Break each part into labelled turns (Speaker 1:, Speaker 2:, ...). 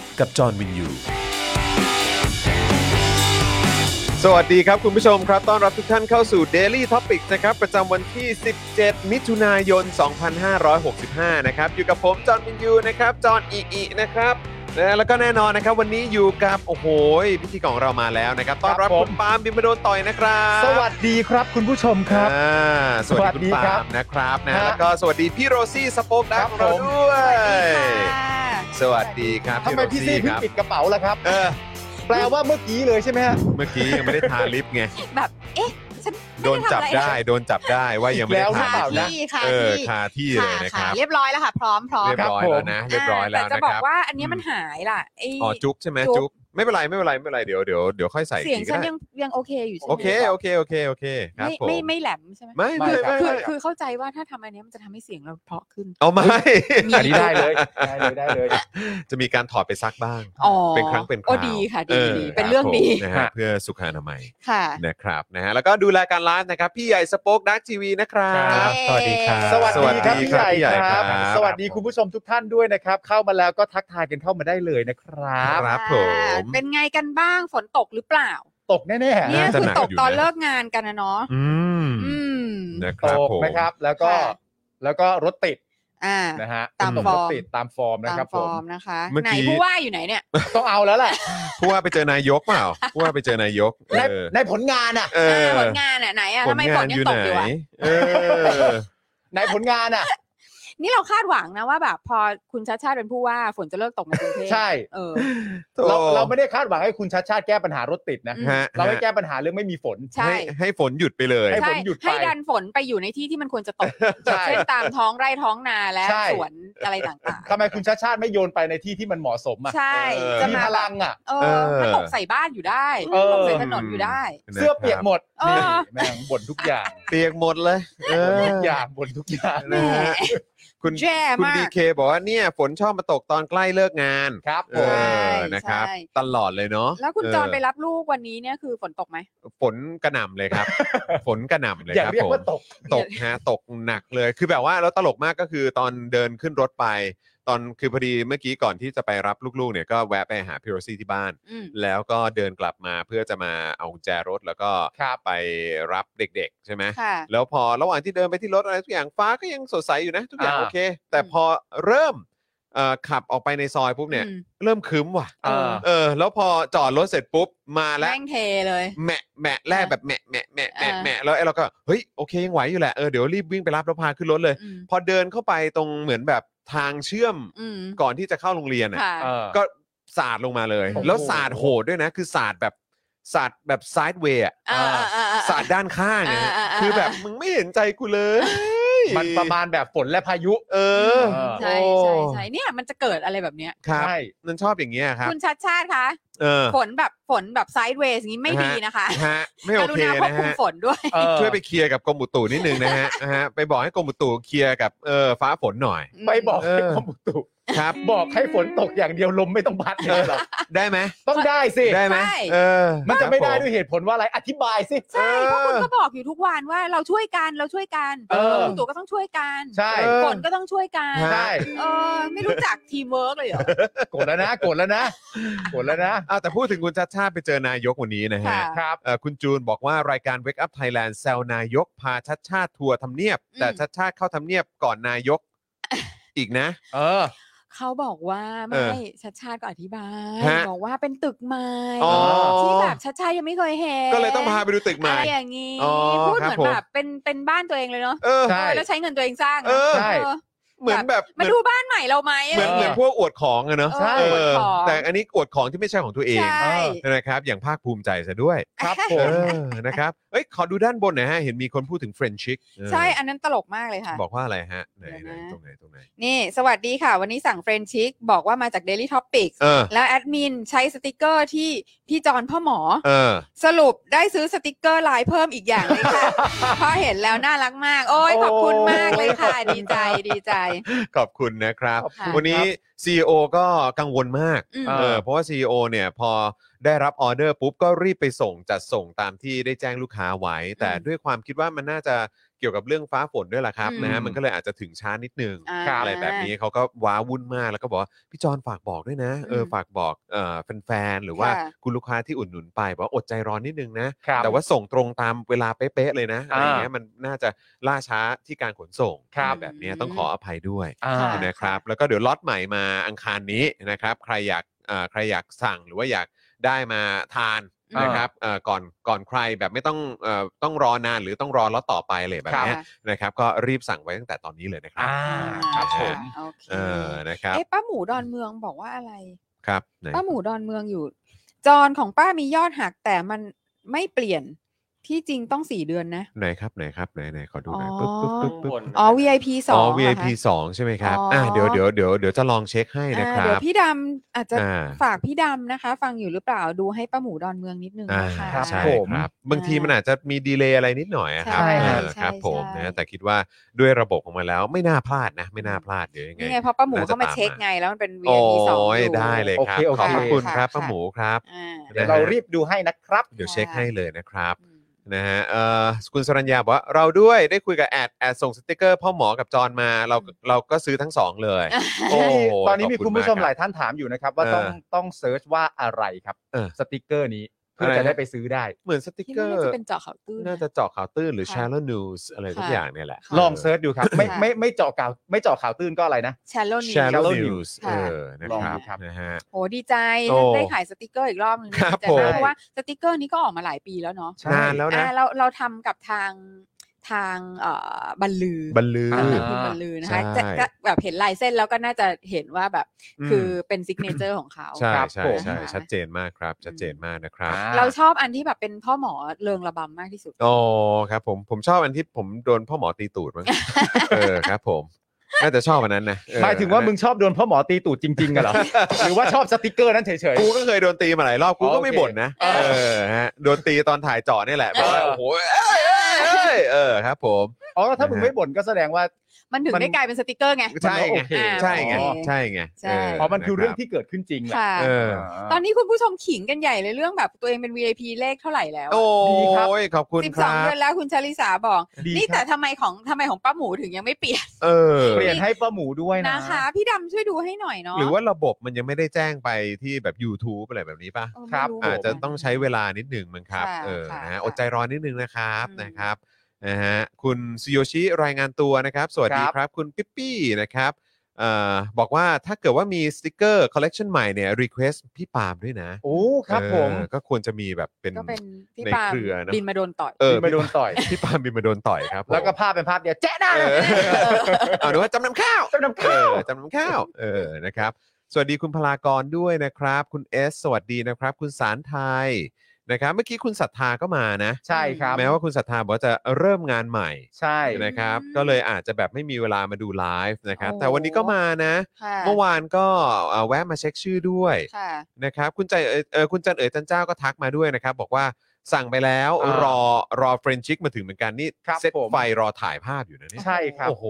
Speaker 1: กับจอห์นวินยู
Speaker 2: สวัสดีครับ คุณผู้ชมครับ ต้อนรับทุกท่านเข้าสู่ Daily Topics นะครับ ประจำวันที่ 17 มิถุนายน 2565 นะครับ อยู่กับผม จอห์นวินยูนะครับ จอห์นอีอีนะครับนะแล้วก็แน่นอนนะครับ วันนี้อยู่กับ โอ้โหพิธีกรของเรามาแล้วนะครับ ต้อนรับ
Speaker 3: ครับผม
Speaker 2: คุณปาล์มบิมบโดนต่อยนะครับ
Speaker 3: สวัสดีครับคุณผู้ชมครับ
Speaker 2: อ่าสวัสดีคุณ
Speaker 3: สวัสดีครั
Speaker 2: ปา
Speaker 3: บ
Speaker 2: ล์มนะครับนะ
Speaker 3: ฮะ
Speaker 2: แล้วก็สวัสดีพี่โรซี่สป็อคดัก
Speaker 3: ครับ
Speaker 2: ของเรา
Speaker 3: ผม
Speaker 2: ด้วย
Speaker 4: ค่ะ
Speaker 2: สวัสดีครับ
Speaker 3: ทำไมพี่
Speaker 2: โร
Speaker 3: ซี่
Speaker 2: ค
Speaker 3: เพิ่ง
Speaker 2: รับ
Speaker 3: ปิดกระเป๋าล่ะครับ
Speaker 2: เออ
Speaker 3: แปลว่าเมื่อกี้เลยใช่ไหมฮะ
Speaker 2: เมื่อกี้ยังไม่ได้ทาลิปไง
Speaker 4: แบบเอ๊ะฉัน
Speaker 2: โดนจับ
Speaker 4: ม่ทำ
Speaker 2: ได้
Speaker 4: อะร
Speaker 2: โดนจับได้ว่ายังไม่ได้
Speaker 3: แล้วหรื
Speaker 2: ทา
Speaker 3: อเปล่า
Speaker 2: ลิป
Speaker 3: นะ
Speaker 4: ที่ค่ะ
Speaker 2: เออ
Speaker 4: ที่
Speaker 2: คาที่เลยนะค
Speaker 4: ค่ะ
Speaker 2: รับ
Speaker 4: เรียบร้อยแล้วค่ะ พร้อมพร้อม
Speaker 2: เรียบร้อยแล้วนะ เรียบร้อยแล้ว
Speaker 4: าแต่จะ
Speaker 2: นะ
Speaker 4: บอ
Speaker 2: ค
Speaker 4: ก
Speaker 2: รับ
Speaker 4: ว่าอันเนี้ยมันหายล่ะไอ้
Speaker 2: อ๋อจุ๊บใช่ไหม
Speaker 4: จุ๊
Speaker 2: จุ๊บบ ไม่เป็นไรไม่เป็นไรไม่เป็นไรเดี๋ยวเดี๋ยวเดี๋ยวค่อยใส่
Speaker 4: เสียง
Speaker 2: อีกที
Speaker 4: ฉั
Speaker 2: ก็
Speaker 4: น
Speaker 2: ได้
Speaker 4: ยังยังโอเคอยู่ใช่ไหม
Speaker 2: โอเคโอเคโอเคโอเคครับ
Speaker 4: ไม่
Speaker 2: ผม
Speaker 4: ไม่ไม่แหลมใช่ไหม
Speaker 2: ไม่ไม่ไม่
Speaker 4: คือ
Speaker 2: ไม่
Speaker 4: คือเข้าใจว่าถ้าทำอันเนี้ยมันจะทำให้เสียงเราเพราะขึ้น
Speaker 2: เอาไม่
Speaker 4: มี
Speaker 3: อันนี้ได้เลย ได้เลยได้เลย
Speaker 2: จะมีการถอดไปซักบ้าง
Speaker 4: อ๋อ
Speaker 2: เป็นครั้งเป็นค
Speaker 4: โอ้
Speaker 2: ราว
Speaker 4: ดีค่ะ
Speaker 2: อ
Speaker 4: ดี
Speaker 2: อ
Speaker 4: ดีเป็นเรื่องดี
Speaker 2: คบผมนะฮะ
Speaker 3: ค่ะ
Speaker 2: เพื่อสุขอนามัย
Speaker 4: ค่ะ
Speaker 2: นะครับนะฮะแล้วก็ดูแลการไลฟ์นะครับ พี่ใหญ่สป็อคดักทีวีนะครับ
Speaker 1: ส
Speaker 4: เย้
Speaker 1: วัสดีครับ
Speaker 3: สวัสดีครับ
Speaker 2: สวัสดี
Speaker 3: พี่
Speaker 2: ครับพี่
Speaker 3: ให
Speaker 2: ใหญ่
Speaker 3: ญ่ครับ
Speaker 2: ครับ
Speaker 3: สวัสดีคุณผู้ชมทุกท่านด้วยนะครับ เข้ามาแล้วก็ทักทายกันเข้ามาได้เลยนะครับ
Speaker 2: ครับผม
Speaker 4: เป็นไงกันบ้างฝนตกหรือเปล่า
Speaker 3: ตกแน่ๆ
Speaker 4: เนี่ย
Speaker 2: น่าจะ
Speaker 4: คือ
Speaker 2: หนัก
Speaker 4: ตก
Speaker 2: อยู่
Speaker 4: ตอน
Speaker 2: นะ
Speaker 4: เลิกงานกันนะเนาะ
Speaker 2: อืม
Speaker 4: อืม
Speaker 2: นะค
Speaker 3: ต
Speaker 2: รับ
Speaker 3: ก
Speaker 2: ผม
Speaker 3: นะครับ แล้วก็
Speaker 4: ค่ะ
Speaker 3: แล้วก็รถติด
Speaker 4: อ่า
Speaker 3: นะฮะ
Speaker 4: ตาม
Speaker 3: ตก
Speaker 4: ฟอ
Speaker 3: ร
Speaker 4: ร์
Speaker 3: ถ
Speaker 4: ม
Speaker 3: ติดตามฟอร์มนะ
Speaker 4: ตาม
Speaker 3: ครับ
Speaker 4: ฟ
Speaker 3: ผ
Speaker 4: อ
Speaker 3: ม
Speaker 4: ร์มนะคะ
Speaker 2: เมื่อ
Speaker 4: ไหน
Speaker 2: กี้
Speaker 4: ผู้ว่าอยู่ไหนเนี่ย
Speaker 3: ต้องเอาแล้วแหละ
Speaker 2: ผู้ว่าไปเจอนายกเปล่าผู้ว่าไปเจอนายกเอ
Speaker 3: ใน
Speaker 2: อ
Speaker 3: ในผลงานอ่ะ
Speaker 2: เออ
Speaker 4: ผลงานอ่ะไหนอ่ะ
Speaker 2: ผ
Speaker 4: ทำ
Speaker 2: ล
Speaker 4: ไมฝ
Speaker 2: งาน
Speaker 4: น
Speaker 2: อ
Speaker 4: ยัง
Speaker 2: ยู่
Speaker 4: ต
Speaker 2: ไหน
Speaker 4: กอยู่อ่ะ
Speaker 2: เออ
Speaker 3: ในผลงานอ่ะ
Speaker 4: นี่เราคาดหวังนะว่าแบบพอคุณชาติชาติเป็นผู้ว่าฝนจะเลิกตกในกรุงเทพ
Speaker 3: ใช่
Speaker 4: เออ
Speaker 3: เราเราไม่ได้คาดหวังให้คุณชัดชาติแก้ปัญหารถติดนะ
Speaker 4: อืม
Speaker 2: ฮะ
Speaker 3: เราให้
Speaker 2: ฮะ
Speaker 3: แก้ปัญหาเรื่องไม่มีฝน
Speaker 4: ใช่
Speaker 2: ให้ให้ฝนหยุดไปเลย
Speaker 3: ให้
Speaker 4: ใช่
Speaker 3: ฝนหยุดไป
Speaker 4: ให้ดันฝนไปอยู่ในที่ที่มันควรจะตก
Speaker 3: ใช่
Speaker 4: เช่นตามท้องไร่ท้องนาและ
Speaker 3: ใช่
Speaker 4: สวนอะไรต่าง
Speaker 3: ทำไมคุณชาติชาติไม่โยนไปในที่ที่มันเหมาะสมอ่ะ
Speaker 4: ๆ ใช่
Speaker 2: เออ
Speaker 4: จะ
Speaker 3: มีพ
Speaker 4: มาแบ
Speaker 3: ลั
Speaker 4: บ
Speaker 3: งอ่ะ
Speaker 4: เอ
Speaker 2: เอ
Speaker 4: อ
Speaker 2: อ
Speaker 4: มันตกใส่บ้านอยู่ได้
Speaker 3: เออ
Speaker 4: ตกใส่ถนนอยู่ได้
Speaker 2: นะครับ
Speaker 3: เสื้อเปียกหมด
Speaker 4: เออ
Speaker 3: นี่แม่งบ่นทุกอย่าง
Speaker 2: เปียกหมดเลย เอ
Speaker 3: บ่
Speaker 2: อ
Speaker 3: นทุกอย่างบ่นทุกอย่าง
Speaker 4: แหม
Speaker 2: นะฮะคุณ
Speaker 4: แย่
Speaker 2: คุณ
Speaker 4: มาก
Speaker 2: ดีเคบอกว่าเนี่ย ฝนชอบมาตกตอนใกล้เลิกงาน
Speaker 3: ครับผ
Speaker 2: เอ
Speaker 3: ม
Speaker 4: ใช่
Speaker 2: อนะครับ
Speaker 4: ใช่
Speaker 2: ตลอดเลยเนาะ
Speaker 4: แล้วคุณ
Speaker 2: เ
Speaker 4: จรไปรับลูกวันนี้เนี่ยคือฝนตกไหม
Speaker 2: ฝนกระหน่ำเลยครับ ฝนกระหน่ำเลย
Speaker 3: อย่า
Speaker 2: ครับ
Speaker 3: เรียก
Speaker 2: ผม
Speaker 3: ว่าตก
Speaker 2: ตกฮะตกหนักเลย คือแบบว่าแล้วตลกมากก็คือตอนเดินขึ้นรถไป ตอนคือพอดีเมื่อกี้ก่อนที่จะไปรับลูกๆเนี่ยก็แวะไปหาพี่โรซี่ที่บ้าน
Speaker 4: อืม
Speaker 2: แล้วก็เดินกลับมาเพื่อจะมาเอากุญแจรถแล้วก็
Speaker 3: ครับ
Speaker 2: ไปรับเด็กๆ ใช่ไหม
Speaker 4: ค่ะ
Speaker 2: แล้วพอระหว่างที่เดินไปที่รถอะไรทุกอย่างฟ้าก็ยังสดใสอยู่นะ ทุกอย่าง
Speaker 3: อ่า
Speaker 2: โอเค แต่พอเริ่มเอ่อขับออกไปในซอยปุ๊บเนี่ย
Speaker 4: อืม
Speaker 2: เริ่มครึ้มว่ะ
Speaker 4: เออ
Speaker 2: เออ แล้วพอจอดรถเสร็จปุ๊บมาแล้ว
Speaker 4: แม่งเทเลย
Speaker 2: แหมะแหมะแล่แบบแหมะแหมะแหมะแหมะ
Speaker 4: อ่า
Speaker 2: แหมะแล้วไอ้เราก็เฮ้ยโอเคยังไหวอยู่แหละเออเดี๋ยวรีบวิ่งไปรับแล้วพาขึ้นรถเลย
Speaker 4: อืม
Speaker 2: พอเดินเข้าไปตรงเหมือนแบบทางเชื่อม
Speaker 4: อืม
Speaker 2: ก่อนที่จะเข้าโรงเรียนอ่ะ
Speaker 4: ค่ะ
Speaker 3: เออ
Speaker 2: ก็สาดลงมาเลย
Speaker 3: โอ้โห
Speaker 2: แล้วสาดโหดด้วยนะ คือสาดแบบสาดแบบไซด์เวย์อะ
Speaker 4: อ่าอ่าอ่าอ่า
Speaker 2: สาดด้านข้างอะ
Speaker 4: อ่าอ่าอ่า
Speaker 2: คือแบบมึงไม่เห็นใจกูเลย
Speaker 3: มันประมาณแบบฝนและพายุ
Speaker 2: เออ
Speaker 3: เออ
Speaker 4: ใช่ใช่ใช่เนี่ยมันจะเกิดอะไรแบบเนี้ย
Speaker 2: ครับ
Speaker 3: ใช่
Speaker 2: มันชอบอย่างเงี้ยครับ
Speaker 4: คุณชัดชาติคะ
Speaker 2: เออ
Speaker 4: ฝนแบบฝนแบบไซด์เวย์อย่างนี้ไม่ดีนะคะ
Speaker 2: ฮะ ไม่โอก
Speaker 4: รุ
Speaker 2: เค
Speaker 4: ณาควบ
Speaker 2: นะ
Speaker 4: คุม
Speaker 2: ฮะ
Speaker 4: ฝนด้วย
Speaker 3: เออ
Speaker 2: ช่วยไปเคลียร์กับกรมอุตุนิดนึงนะฮ ะ นะฮะ ไปบอกให้กรมอุตุเคลียร์กับเออฟ้าฝนหน่อย
Speaker 3: ไปบอก
Speaker 2: เออ
Speaker 3: ให้กรมอุตุ
Speaker 2: ครับ
Speaker 3: บอกให้ฝนตกอย่างเดียวลมไม่ต้องพัดเลยเหรอ
Speaker 2: ได้ไหม
Speaker 3: ต้องได้สิ
Speaker 2: ได้ไหม
Speaker 4: ใช่
Speaker 2: เออ
Speaker 3: มันจะไม่ได้ด้วย วยเหตุผลว่าอะไรอธิบายสิ
Speaker 4: ใช่เพราะคุณก็บอกอยู่ทุกวันว่าเราช่วยกันเราช่วยกัน
Speaker 3: เออ
Speaker 4: คุณตู่ก็ต้องช่วยกัน
Speaker 3: ใช่
Speaker 4: ฝนก็ต้องช่วยกัน
Speaker 2: ฮะ
Speaker 3: ใช่
Speaker 4: เออไม่รู้จักทีมเวิร์กเลยเหรอ
Speaker 3: โกรธแล้วนะโกรธแล้วนะโกรธแล้วนะ
Speaker 2: อ่าแต่พูดถึงคุณชัดชาติไปเจอนายกวันนี้นะฮะ
Speaker 4: ค่ะ
Speaker 3: ครับ
Speaker 2: เอ่อคุณจูนบอกว่ารายการ Wake Up Thailand แซวนายกพาชัดชาติทัวร์ทำเนียบ
Speaker 4: อืม
Speaker 2: แต่ชัดชาติเข้าทำเนียบก่อนนายก อีกนะ
Speaker 3: เออ
Speaker 4: เขาบอกว่า
Speaker 2: เออ
Speaker 4: ไม่ชัดชาติก็อธิบาย
Speaker 2: ฮะ
Speaker 4: บอกว่าเป็นตึกใหม่
Speaker 2: อ๋อ
Speaker 4: ที่แบบชัดชาติยังไม่เคยเห็น
Speaker 2: ก็เลยต้องพาไปดูตึกใหม่
Speaker 4: อะไรอย่างนี้
Speaker 2: อ๋อ
Speaker 4: พูด
Speaker 2: ครับผ
Speaker 4: เหมือน
Speaker 2: ม
Speaker 4: แบบเป็นเป็นบ้านตัวเองเลยเนาะ
Speaker 2: เออ
Speaker 3: ใช่
Speaker 4: เออแล้วใช้เงินตัวเองสร้าง
Speaker 2: เออ
Speaker 3: ใช่
Speaker 4: เออ
Speaker 2: เหมือนแบบเห
Speaker 4: มา
Speaker 2: มือน
Speaker 4: ดูบ้านใหม่เราไหม
Speaker 2: เหมือน
Speaker 4: อะไร
Speaker 2: เหมื
Speaker 4: เงี้
Speaker 2: อย นพวกอวดของอะเนอะ
Speaker 4: ใช่
Speaker 2: เอ
Speaker 4: อ
Speaker 2: อ
Speaker 4: วดของ
Speaker 2: แต่อันนี้อวดของที่ไม่ใช่ของตัวเอง
Speaker 4: ใช่
Speaker 2: นะครับอย่างภาคภูมิใจซะด้วย
Speaker 3: ครับผ
Speaker 2: เอ
Speaker 3: ม
Speaker 2: อนะครับเอ้ยขอดูด้านบนหน่อยฮะเห็นมีคนพูดถึงเฟรนชิก
Speaker 4: ใช่ อันนั้นตลกมากเลยค่ะ
Speaker 2: บอกว่าอะไรฮะไหนไห
Speaker 4: เดี๋
Speaker 2: น
Speaker 4: ยวนะ
Speaker 2: ตรงไหนตรงไหน
Speaker 4: นี่ สวัสดีค่ะ วันนี้สั่งเฟรนชิก บอกว่ามาจาก Daily Topics
Speaker 2: เออ
Speaker 4: แล้วแอดมินใช้สติกเกอร์ที่พี่จอนพ่อหมอ
Speaker 2: เออ
Speaker 4: สรุปได้ซื้อสติกเกอร์ลายเพิ่มอีกอย่างเลย ค่ะ เพราะเห็นแล้วน่ารักมาก โอ้ยขอบคุณมากเลยค่ะ ดีใจดีใจ
Speaker 2: ขอบคุณนะครับ
Speaker 4: ขอบคุณ
Speaker 2: วันนี้ CEO ก็กังวลมาก
Speaker 4: อืม
Speaker 2: เออเพราะว่า CEO เนี่ยพอได้รับออเดอร์ปุ๊บก็รีบไปส่งจัดส่งตามที่ได้แจ้งลูกค้าไว้ แต่ด้วยความคิดว่ามันน่าจะเกี่ยวกับเรื่องฟ้าฝนด้วยล่ะครับ
Speaker 4: อืม
Speaker 2: นะฮะมันก็เลยอาจจะถึงช้านิดนึง
Speaker 4: อ่า
Speaker 2: อะไรแบบนี้เขาก็ว้าวุ่นมากแล้วก็บอกว่าพี่จอนฝากบอกด้วยนะเอออ
Speaker 4: ม
Speaker 2: ฝากบอกเอ่อแฟนๆหรือว่า
Speaker 4: ค่ะ
Speaker 2: คุณลูกค้าที่อุดหนุนไปบอกว่าอดใจรอนิดนึงนะ
Speaker 3: ครับ
Speaker 2: แต่ว่าส่งตรงตามเวลาเป๊ะๆเลยนะอะไรอย่างเงี้ย
Speaker 3: อ่า
Speaker 2: มั
Speaker 3: มั
Speaker 2: นน่าจะล่าช้าที่การขนส่ง
Speaker 3: ครับ
Speaker 2: อะไรแบบเนี้ยต้องขออภัยด้วย
Speaker 3: อ่า
Speaker 4: ค่ะ
Speaker 2: นะครับแล้วก็เดี๋ยวล็อตใหม่มาอังคารนี้นะครับใครอยากเอ่อใครอยากสั่งหรือว่าอยากได้มาทาน
Speaker 3: อ่าน
Speaker 2: นะครับเอ่อก่อนก่อนใครแบบไม่ต้องเอ่อต้องรอนานหรือต้องรอล็อตต่อไปเลยแบบ
Speaker 3: ครับ
Speaker 2: เนี้ยนะครับก็รีบสั่งไว้ตั้งแต่ตอนนี้เลยนะครับ
Speaker 3: อ่าค
Speaker 4: อ่า
Speaker 3: รับผม
Speaker 4: ะโอเค
Speaker 2: เออนะครับ
Speaker 4: เอ๊ะป้าหมูดอนเมืองบอกว่าอะไร
Speaker 2: ครับไหน
Speaker 4: ป้าหมูดอนเมืองอยู่ จอนของป้ามียอดหักแต่มันไม่เปลี่ยนที่จริงต้องสี่เดือนนะ
Speaker 2: ไหนครับไหนครับไหนไหนขอดูหน่อย
Speaker 4: อ๋อ
Speaker 2: ปึ๊บปึ๊บปึ๊บปึ๊บ
Speaker 4: อ๋อ VIP สอง
Speaker 2: อ๋อ
Speaker 4: เหรอคะ
Speaker 2: VIP 2 ใช่ไหมครับ
Speaker 4: อ๋ออ่
Speaker 2: อ่าเดี๋ยวเดี๋ยวเดี๋ยวเดี๋ยวจะลองเช็คให้นะ
Speaker 4: อ่า
Speaker 2: ครั
Speaker 4: เดี๋ยว
Speaker 2: บ
Speaker 4: พี่ดำอาจจะ
Speaker 2: อ่า
Speaker 4: ฝากพี่ดำนะคะ ฟังอยู่หรือเปล่าดูให้ป้าหมูดอนเมืองนิดนึง
Speaker 2: อ่า
Speaker 4: นะคะ
Speaker 3: รับ
Speaker 2: ใช่
Speaker 3: ผม
Speaker 2: ครับบางทีมันอาจจะมีดีเลย์อะไรนิดหน่อยอะครับ
Speaker 3: ใช่
Speaker 2: เอ
Speaker 3: ครับ
Speaker 2: อครับ
Speaker 4: ใช่
Speaker 2: ผม
Speaker 4: ใช่
Speaker 2: นะแต่คิดว่าด้วยระบบของมันแล้วไม่น่าพลาดนะ ไม่น่าพลาดเดี๋ยวยังไง
Speaker 4: นี่ไงเพราะป้าหมูเข้ามาเช็คไงแล้วมันเป็น
Speaker 2: โอ้
Speaker 4: VIP สองอย ยู่
Speaker 2: ได้เลยครับ
Speaker 3: โอเคโอเค
Speaker 2: ขอบพระคุณครับ
Speaker 4: ค่ะ
Speaker 2: ป้าหมูครับ
Speaker 4: อ่า
Speaker 3: เดี๋ยวเรารีบดูให้นะครับ
Speaker 2: เดี๋ยวเช็คให้เลยนะครับ
Speaker 4: อืม
Speaker 2: นะฮะเอ่อคุณสรัญญาบอกว่าเราด้วยได้คุยกับแอดแอดส่งสติกเกอร์พ่อหมอกับจอนมาเราเราก็ซื้อทั้งสองเลย โอ้โห
Speaker 3: ตอนนี้มี
Speaker 2: ขอบคุ
Speaker 3: คุณ ณ
Speaker 2: มาก
Speaker 3: ผู้ช
Speaker 2: ค
Speaker 3: ม
Speaker 2: รับ
Speaker 3: หลายท่านถามอยู่นะครับ ว่าต้อง
Speaker 2: เออ
Speaker 3: ต้องเซิร์ชว่าอะไรครับ
Speaker 2: เออ
Speaker 3: สติกเกอร์นี้ เพื่อะไร อ
Speaker 2: นะ
Speaker 3: จะได้ไปซื้อได้
Speaker 2: เหมือนสติก
Speaker 4: ที่
Speaker 2: เกอ
Speaker 4: น่า
Speaker 2: ร์
Speaker 4: จะเป็นเจาะข่าวตื้น
Speaker 2: น่าจะเจาะข่าวตื้นหรือ
Speaker 4: ค่ะ
Speaker 2: Channel News อะไรทุกอย่างเนี่ยแหละ
Speaker 4: ค่ะ
Speaker 3: ลองเซิร์ชดูครับ ไม่
Speaker 4: ค่ะ
Speaker 3: ไม่ไม่เจาะข่าวไม่เจาะข่าวตื้นก็อะไรนะ
Speaker 4: แชร์โลนี้
Speaker 2: Channel
Speaker 3: Channel
Speaker 2: News
Speaker 3: News
Speaker 2: เออ
Speaker 4: ค่ะ
Speaker 2: นะ
Speaker 3: ลอง
Speaker 2: ค
Speaker 3: ดู
Speaker 2: รับ
Speaker 3: ครับ
Speaker 2: นะฮะ
Speaker 4: โหดีใจ
Speaker 2: โอ้
Speaker 4: ได้ขายสติกเกอร์อีกรอบนึง
Speaker 2: ครับ
Speaker 4: ดีใจ
Speaker 2: ผม
Speaker 4: มากเพราะว่าสติกเกอร์นี้ก็ออกมาหลายปีแล้วเนาะ
Speaker 3: ใช่
Speaker 2: นานแล้วนะ
Speaker 4: อ่าเราเราทำกับทางทางเอ่อบันลือ
Speaker 2: บรรลือ
Speaker 4: ทางหนั
Speaker 3: อ่า
Speaker 4: งพิมพ์บรรลือนะคะ
Speaker 2: ใช่
Speaker 4: จะจะแบบเห็นลายเส้นแล้วก็น่าจะเห็นว่าแบบ
Speaker 2: อืม
Speaker 4: คือเป็นซิกเนเจอร์ของเขา
Speaker 2: ใช่
Speaker 3: ครับ
Speaker 2: ใช่
Speaker 3: ผม
Speaker 2: ใช่ชัดเจนมากครับ ชัดเจนมากนะครับ
Speaker 4: เราชอบอันที่แบบเป็นพ่อหมอเริงระบำมากที่สุด
Speaker 2: อ๋อครับผมผมชอบอันที่ผมโดนพ่อหมอตีตูดมั้ง เออครับ ผมน่าจะชอบอันนั้นนะเออ
Speaker 3: หมายถึงว่ามึงชอบโดนพ่อหมอตีตูดจริงๆกันเหร อ หรือว่าชอบสติกเกอร์นั้นเฉย
Speaker 2: กูก็เคยโดนตีมาหลายรอบกูก็
Speaker 3: โอเค
Speaker 2: ไม่บ่นนะ
Speaker 4: เออ
Speaker 2: เออฮะโดนตีตอนถ่ายเจอเนี่ยแหละแบบว่า
Speaker 3: เออ
Speaker 2: โอ้โหเอ้ยเอ้ยเอ้ยเออครับ ผม
Speaker 3: ๆ อ๋อ ถ้ามึงไม่บ่นก็แสดงว่า
Speaker 4: มันถึง
Speaker 3: มัน
Speaker 4: ได้กลายเป็นสติกเกอร์ไง
Speaker 2: ใช่ไง
Speaker 3: โอเค
Speaker 2: ใช่ไง
Speaker 4: โอเค
Speaker 2: ใช่ไง
Speaker 4: ใช่
Speaker 2: เ
Speaker 3: อ๋อมันคือเรื่องที่เกิดขึ้นจริงแหละ
Speaker 4: ค่ะ
Speaker 2: เออ
Speaker 4: ตอนนี้คุณผู้ชมขิงกันใหญ่เลยเรื่องแบบตัวเองเป็น VIP เลขเท่าไหร่แล้ว
Speaker 2: โอ้
Speaker 3: ดีครับ
Speaker 2: ยขอบคุณ
Speaker 4: สิบ
Speaker 2: ค
Speaker 4: สอง
Speaker 2: รับ
Speaker 4: เดือนแล้วคุณชลิสาบอก
Speaker 3: ดี
Speaker 4: นี่
Speaker 3: ค
Speaker 4: แต่
Speaker 3: รับ
Speaker 4: ทำไมของทำไมของป้าหมูถึงยังไม่เปลี่ยน
Speaker 2: เออ
Speaker 3: เปลี่ยนให้ป้าหมูด้วยนะ
Speaker 4: นะคะ พี่ดำช่วยดูให้หน่อยเนาะ
Speaker 2: หรือว่าระบบมันยังไม่ได้แจ้งไปที่แบบ YouTube อะไรแบบนี้ป่ะ
Speaker 4: เออ
Speaker 3: ครับ
Speaker 4: ไม่
Speaker 2: อาจจะต้องใช้เวลานิดหนึ่งมั้งครับ
Speaker 4: ค่ะ
Speaker 2: เออ
Speaker 4: ค่ะ
Speaker 2: นะฮะ
Speaker 4: ค่ะ
Speaker 2: อดใจรอนิดหนึ่งนะครับ
Speaker 4: อืม
Speaker 2: นะครับนะฮะคุณซูโยชิรายงานตัวนะครับ สวัสดี
Speaker 3: ครับ
Speaker 2: ครับ คุณปิ๊ปปี้นะครับเอ่อบอกว่าถ้าเกิดว่ามีสติกเกอร์คอลเลกชันใหม่เนี่ยรีเควสพี่ปาล์มด้วยนะ
Speaker 3: โอ้ครับผม
Speaker 2: เออก็ควรจะมีแบบเป็น
Speaker 4: ก็เป็นพี่
Speaker 2: ใน
Speaker 4: ปาล์ม
Speaker 2: เครือนะ
Speaker 4: บินมาโดนต่อย
Speaker 2: เออ
Speaker 3: บินมาโดนต่อย
Speaker 2: พี่ปาล์มบินมาโดนต่อยครับผม
Speaker 3: แล้วก็ภาพเป็นภาพเดียวแจ๊ะหน้า
Speaker 2: เออเอาหนูว่าจำนำข้าว
Speaker 3: จำนำข้าว
Speaker 2: เออจำนำข้าวเออนะครับ สวัสดีคุณพลากรด้วยนะครับ คุณเอสสวัสดีนะครับ คุณสารไทยนะครับ เมื่อกี้คุณศรัทธาก็มานะ
Speaker 3: ใช่ครับ
Speaker 2: แม้ว่าคุณศรัทธาบอกว่าจะเริ่มงานใหม่
Speaker 3: ใช่
Speaker 2: นะครับ
Speaker 4: อืม
Speaker 2: ก็เลยอาจจะแบบไม่มีเวลามาดูไลฟ์นะครับ
Speaker 4: โอ้
Speaker 2: แต่วันนี้ก็มานะ
Speaker 4: ค่ะ
Speaker 2: เมื่อวานก็เอ่อแวะมาเช็คชื่อด้วย
Speaker 4: ค่ะ
Speaker 2: นะครับ คุณใจเอ่อเอ่อคุณจันเอ๋ยจันเจ้าก็ทักมาด้วยนะครับ บอกว่าสั่งไปแล้ว
Speaker 3: อ่าร ร
Speaker 2: อรอเฟรนชิกมาถึงเหมือนกันนี่
Speaker 3: ครับ
Speaker 2: เซ็ต
Speaker 3: ผม
Speaker 2: ไฟรอถ่ายภาพอยู่นะเนี่ย
Speaker 3: ใช่ครับ
Speaker 2: โอ้โห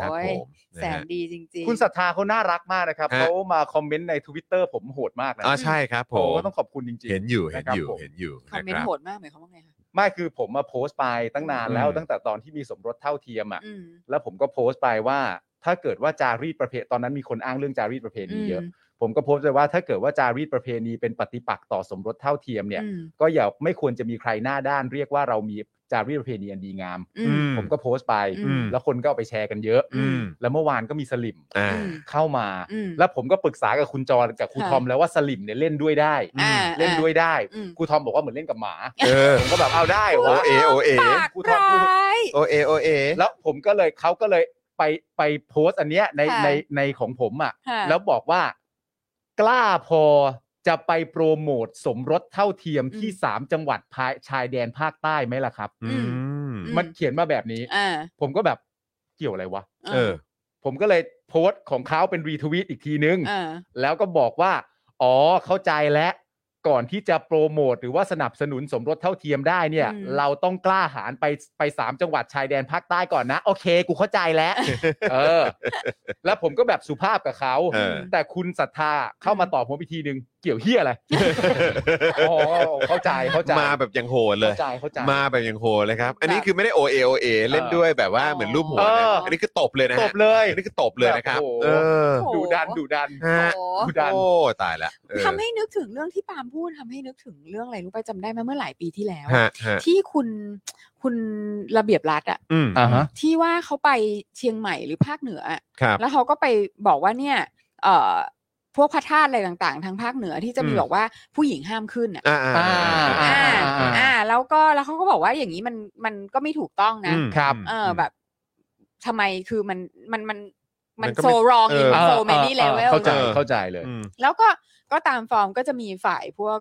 Speaker 2: ครับ
Speaker 4: โอ้ย
Speaker 2: ผมนะ
Speaker 4: แสน
Speaker 2: ฮะ
Speaker 4: ดีจริงๆ
Speaker 3: คุณศรัทธาเขาน่ารักมากนะครับ
Speaker 2: ฮะ
Speaker 3: เขามาคอมเมนต์ใน Twitter ผมโหดมากนะ
Speaker 2: อ่าใช่ครับผ
Speaker 3: ผม มก็ต้องขอบคุณจริง
Speaker 2: เห็นอยู่เห็
Speaker 3: นะ
Speaker 2: น
Speaker 3: ครับ
Speaker 2: อยู่
Speaker 3: ผม
Speaker 2: เห็นอยู่
Speaker 4: คอมเมน
Speaker 2: นะรั
Speaker 4: ต์
Speaker 2: บ
Speaker 4: โหดมากหมายความว่าไงคะ
Speaker 3: ๆ ไม่คือผมมาโพสต์ไปตั้งนานแล้ว
Speaker 2: อืม
Speaker 3: ตั้งแต่ตอนที่มีสมรสเท่าเทียมอ่ะ
Speaker 4: อืม
Speaker 3: แล้วผมก็โพสต์ไปว่า ถ้าเกิดว่าจารีตประเพณตอนนั้นมีคนอ้างเรื่องจารีตประเพณีเยอะ ผมก็โพสต์ไปว่าถ้าเกิดว่าจารีตประเพณีเป็นปฏิปักษ์ต่อสมรสเท่าเทียมเนี่ย
Speaker 4: อืม
Speaker 3: ก็อย่าไม่ควรจะมีใครหน้าด้านเรียกว่าเรามี จารีตประเพณีอันดีงาม
Speaker 4: อื
Speaker 2: อื
Speaker 4: ม
Speaker 3: ผมก็โพสต์ไป
Speaker 4: อืม
Speaker 3: แล้วคนก็เอาไปแชร์กันเยอะ
Speaker 2: อืม
Speaker 3: แล้วเมื่อวานก็มีสลิม
Speaker 2: อ่า
Speaker 4: อืม
Speaker 3: เข้ามา
Speaker 4: อืม
Speaker 3: แล้วผมก็ปรึกษากับคุณจรกับครู
Speaker 4: ค่ะ
Speaker 3: ทอมแล้วว่าสลิมเนี่ยเล่นด้วยได้
Speaker 4: อ่า
Speaker 3: เล่นด้วยได้
Speaker 4: อืม
Speaker 3: ครูทอมบอกว่าเหมือนเล่นกับหมา
Speaker 2: เออ
Speaker 3: ผมก็แบบเอาได้
Speaker 2: โอ
Speaker 3: วะ
Speaker 2: เอโอเอ
Speaker 4: ปาก
Speaker 3: กูทอด
Speaker 4: ร้
Speaker 3: กู
Speaker 4: าย
Speaker 2: โอเอโอเอ
Speaker 3: แล้วผมก็เลยเขาก็เลยไปไปโพสต์อันเนี้ยใน
Speaker 4: ค่ะ
Speaker 3: ในในของผมอ่ะ
Speaker 4: ค่ะ
Speaker 3: แล้วบอกว่า กล้าพอจะไปโปรโมทสมรสเท่าเทียมที่ 3 จังหวัดภายชายแดนภาคใต้ไหมล่ะครับ
Speaker 4: อืม อืม
Speaker 3: มันเขียนมาแบบนี้
Speaker 4: อ่า
Speaker 3: ผมก็แบบเกี่ยวอะไรวะ
Speaker 2: เออ
Speaker 3: ผมก็เลยโพสต์ของเขาเป็นรีทวีตอีกทีนึง
Speaker 4: อ่า
Speaker 3: แล้วก็บอกว่า อ๋อเข้าใจแล้วก่อนที่จะโปรโมทหรือว่าสนับสนุนสมรสเท่าเทียมได้เนี่ย
Speaker 4: อืม
Speaker 3: เราต้องกล้าหาญไปไปสามจังหวัดชายแดนภาคใต้ก่อนนะ โอเค กูเข้าใจแล้ว เออ แล้วผมก็แบบสุภาพกับเขา
Speaker 2: เออ
Speaker 3: แต่คุณศรัทธาเข้ามาตอบผมอีกทีนึง เกี่ยวเฮียอะไร อ๋อเข้าใจเข้าใจ
Speaker 2: มาแบบอย่างโหดเลย
Speaker 3: เข้าใจเข้าใจ
Speaker 2: มาแบบอย่างโหดเลยครับ อันนี้คือไม่ได้โอเอโอเอเล่นด้วยแบบว่าเหมือนรูปหัว
Speaker 3: เอ
Speaker 2: นะ
Speaker 3: อ
Speaker 2: อันนี้คือตบเลยนะ
Speaker 3: ตบเลย
Speaker 2: อันนี้คือตบเลยนะครับ เออ
Speaker 4: โอ้โห
Speaker 3: ดูดันดูดัน
Speaker 2: ฮะ
Speaker 4: โอ้
Speaker 3: ดูดัน
Speaker 2: โอ้ตายละเออ
Speaker 4: ทำให้นึกถึงเรื่องที่ปาล์มพูดทำให้นึกถึงเรื่องอะไรรู้ป่ะจำได้ไหมเมื่อหลายปีที่แล้ว
Speaker 2: ฮะฮะ
Speaker 4: ที่คุณคุณระเบียบรัฐอะ
Speaker 2: อืม
Speaker 3: อ่าฮะ
Speaker 4: ที่ว่าเขาไปเชียงใหม่หรือภาคเหนืออะ
Speaker 2: ครับ
Speaker 4: แล้วเขาก็ไปบอกว่าเนี่ยเอ่อพวกพระธาตุอะไรต่างๆ ทางภาคเหนือที่จะมี
Speaker 2: อืม
Speaker 4: บอกว่าผู้หญิงห้ามขึ้นอะ
Speaker 2: อ่าอ่า
Speaker 3: อ่า
Speaker 2: อ่า
Speaker 3: อ่า
Speaker 4: อ่า
Speaker 3: อ่า
Speaker 4: อ่าแล้วก็แล้วเขาก็บอกว่าอย่างนี้มันมันก็ไม่ถูกต้องนะ
Speaker 2: อืม
Speaker 3: ครับ
Speaker 4: เออแบบทำไมคือมันมันมันมัน
Speaker 2: มันก็
Speaker 4: โซ
Speaker 2: ไม่
Speaker 4: รอง
Speaker 2: เอ
Speaker 4: อิ
Speaker 2: อ
Speaker 4: น
Speaker 3: อ่า
Speaker 4: โซแมนี่
Speaker 3: อ่า
Speaker 4: เลเวล
Speaker 3: เข้าใจ
Speaker 2: เลย
Speaker 3: เข้าใจเลย
Speaker 2: อืม
Speaker 4: แล้วก็ก็ตามฟอร์มก็จะมีฝ่ายพวก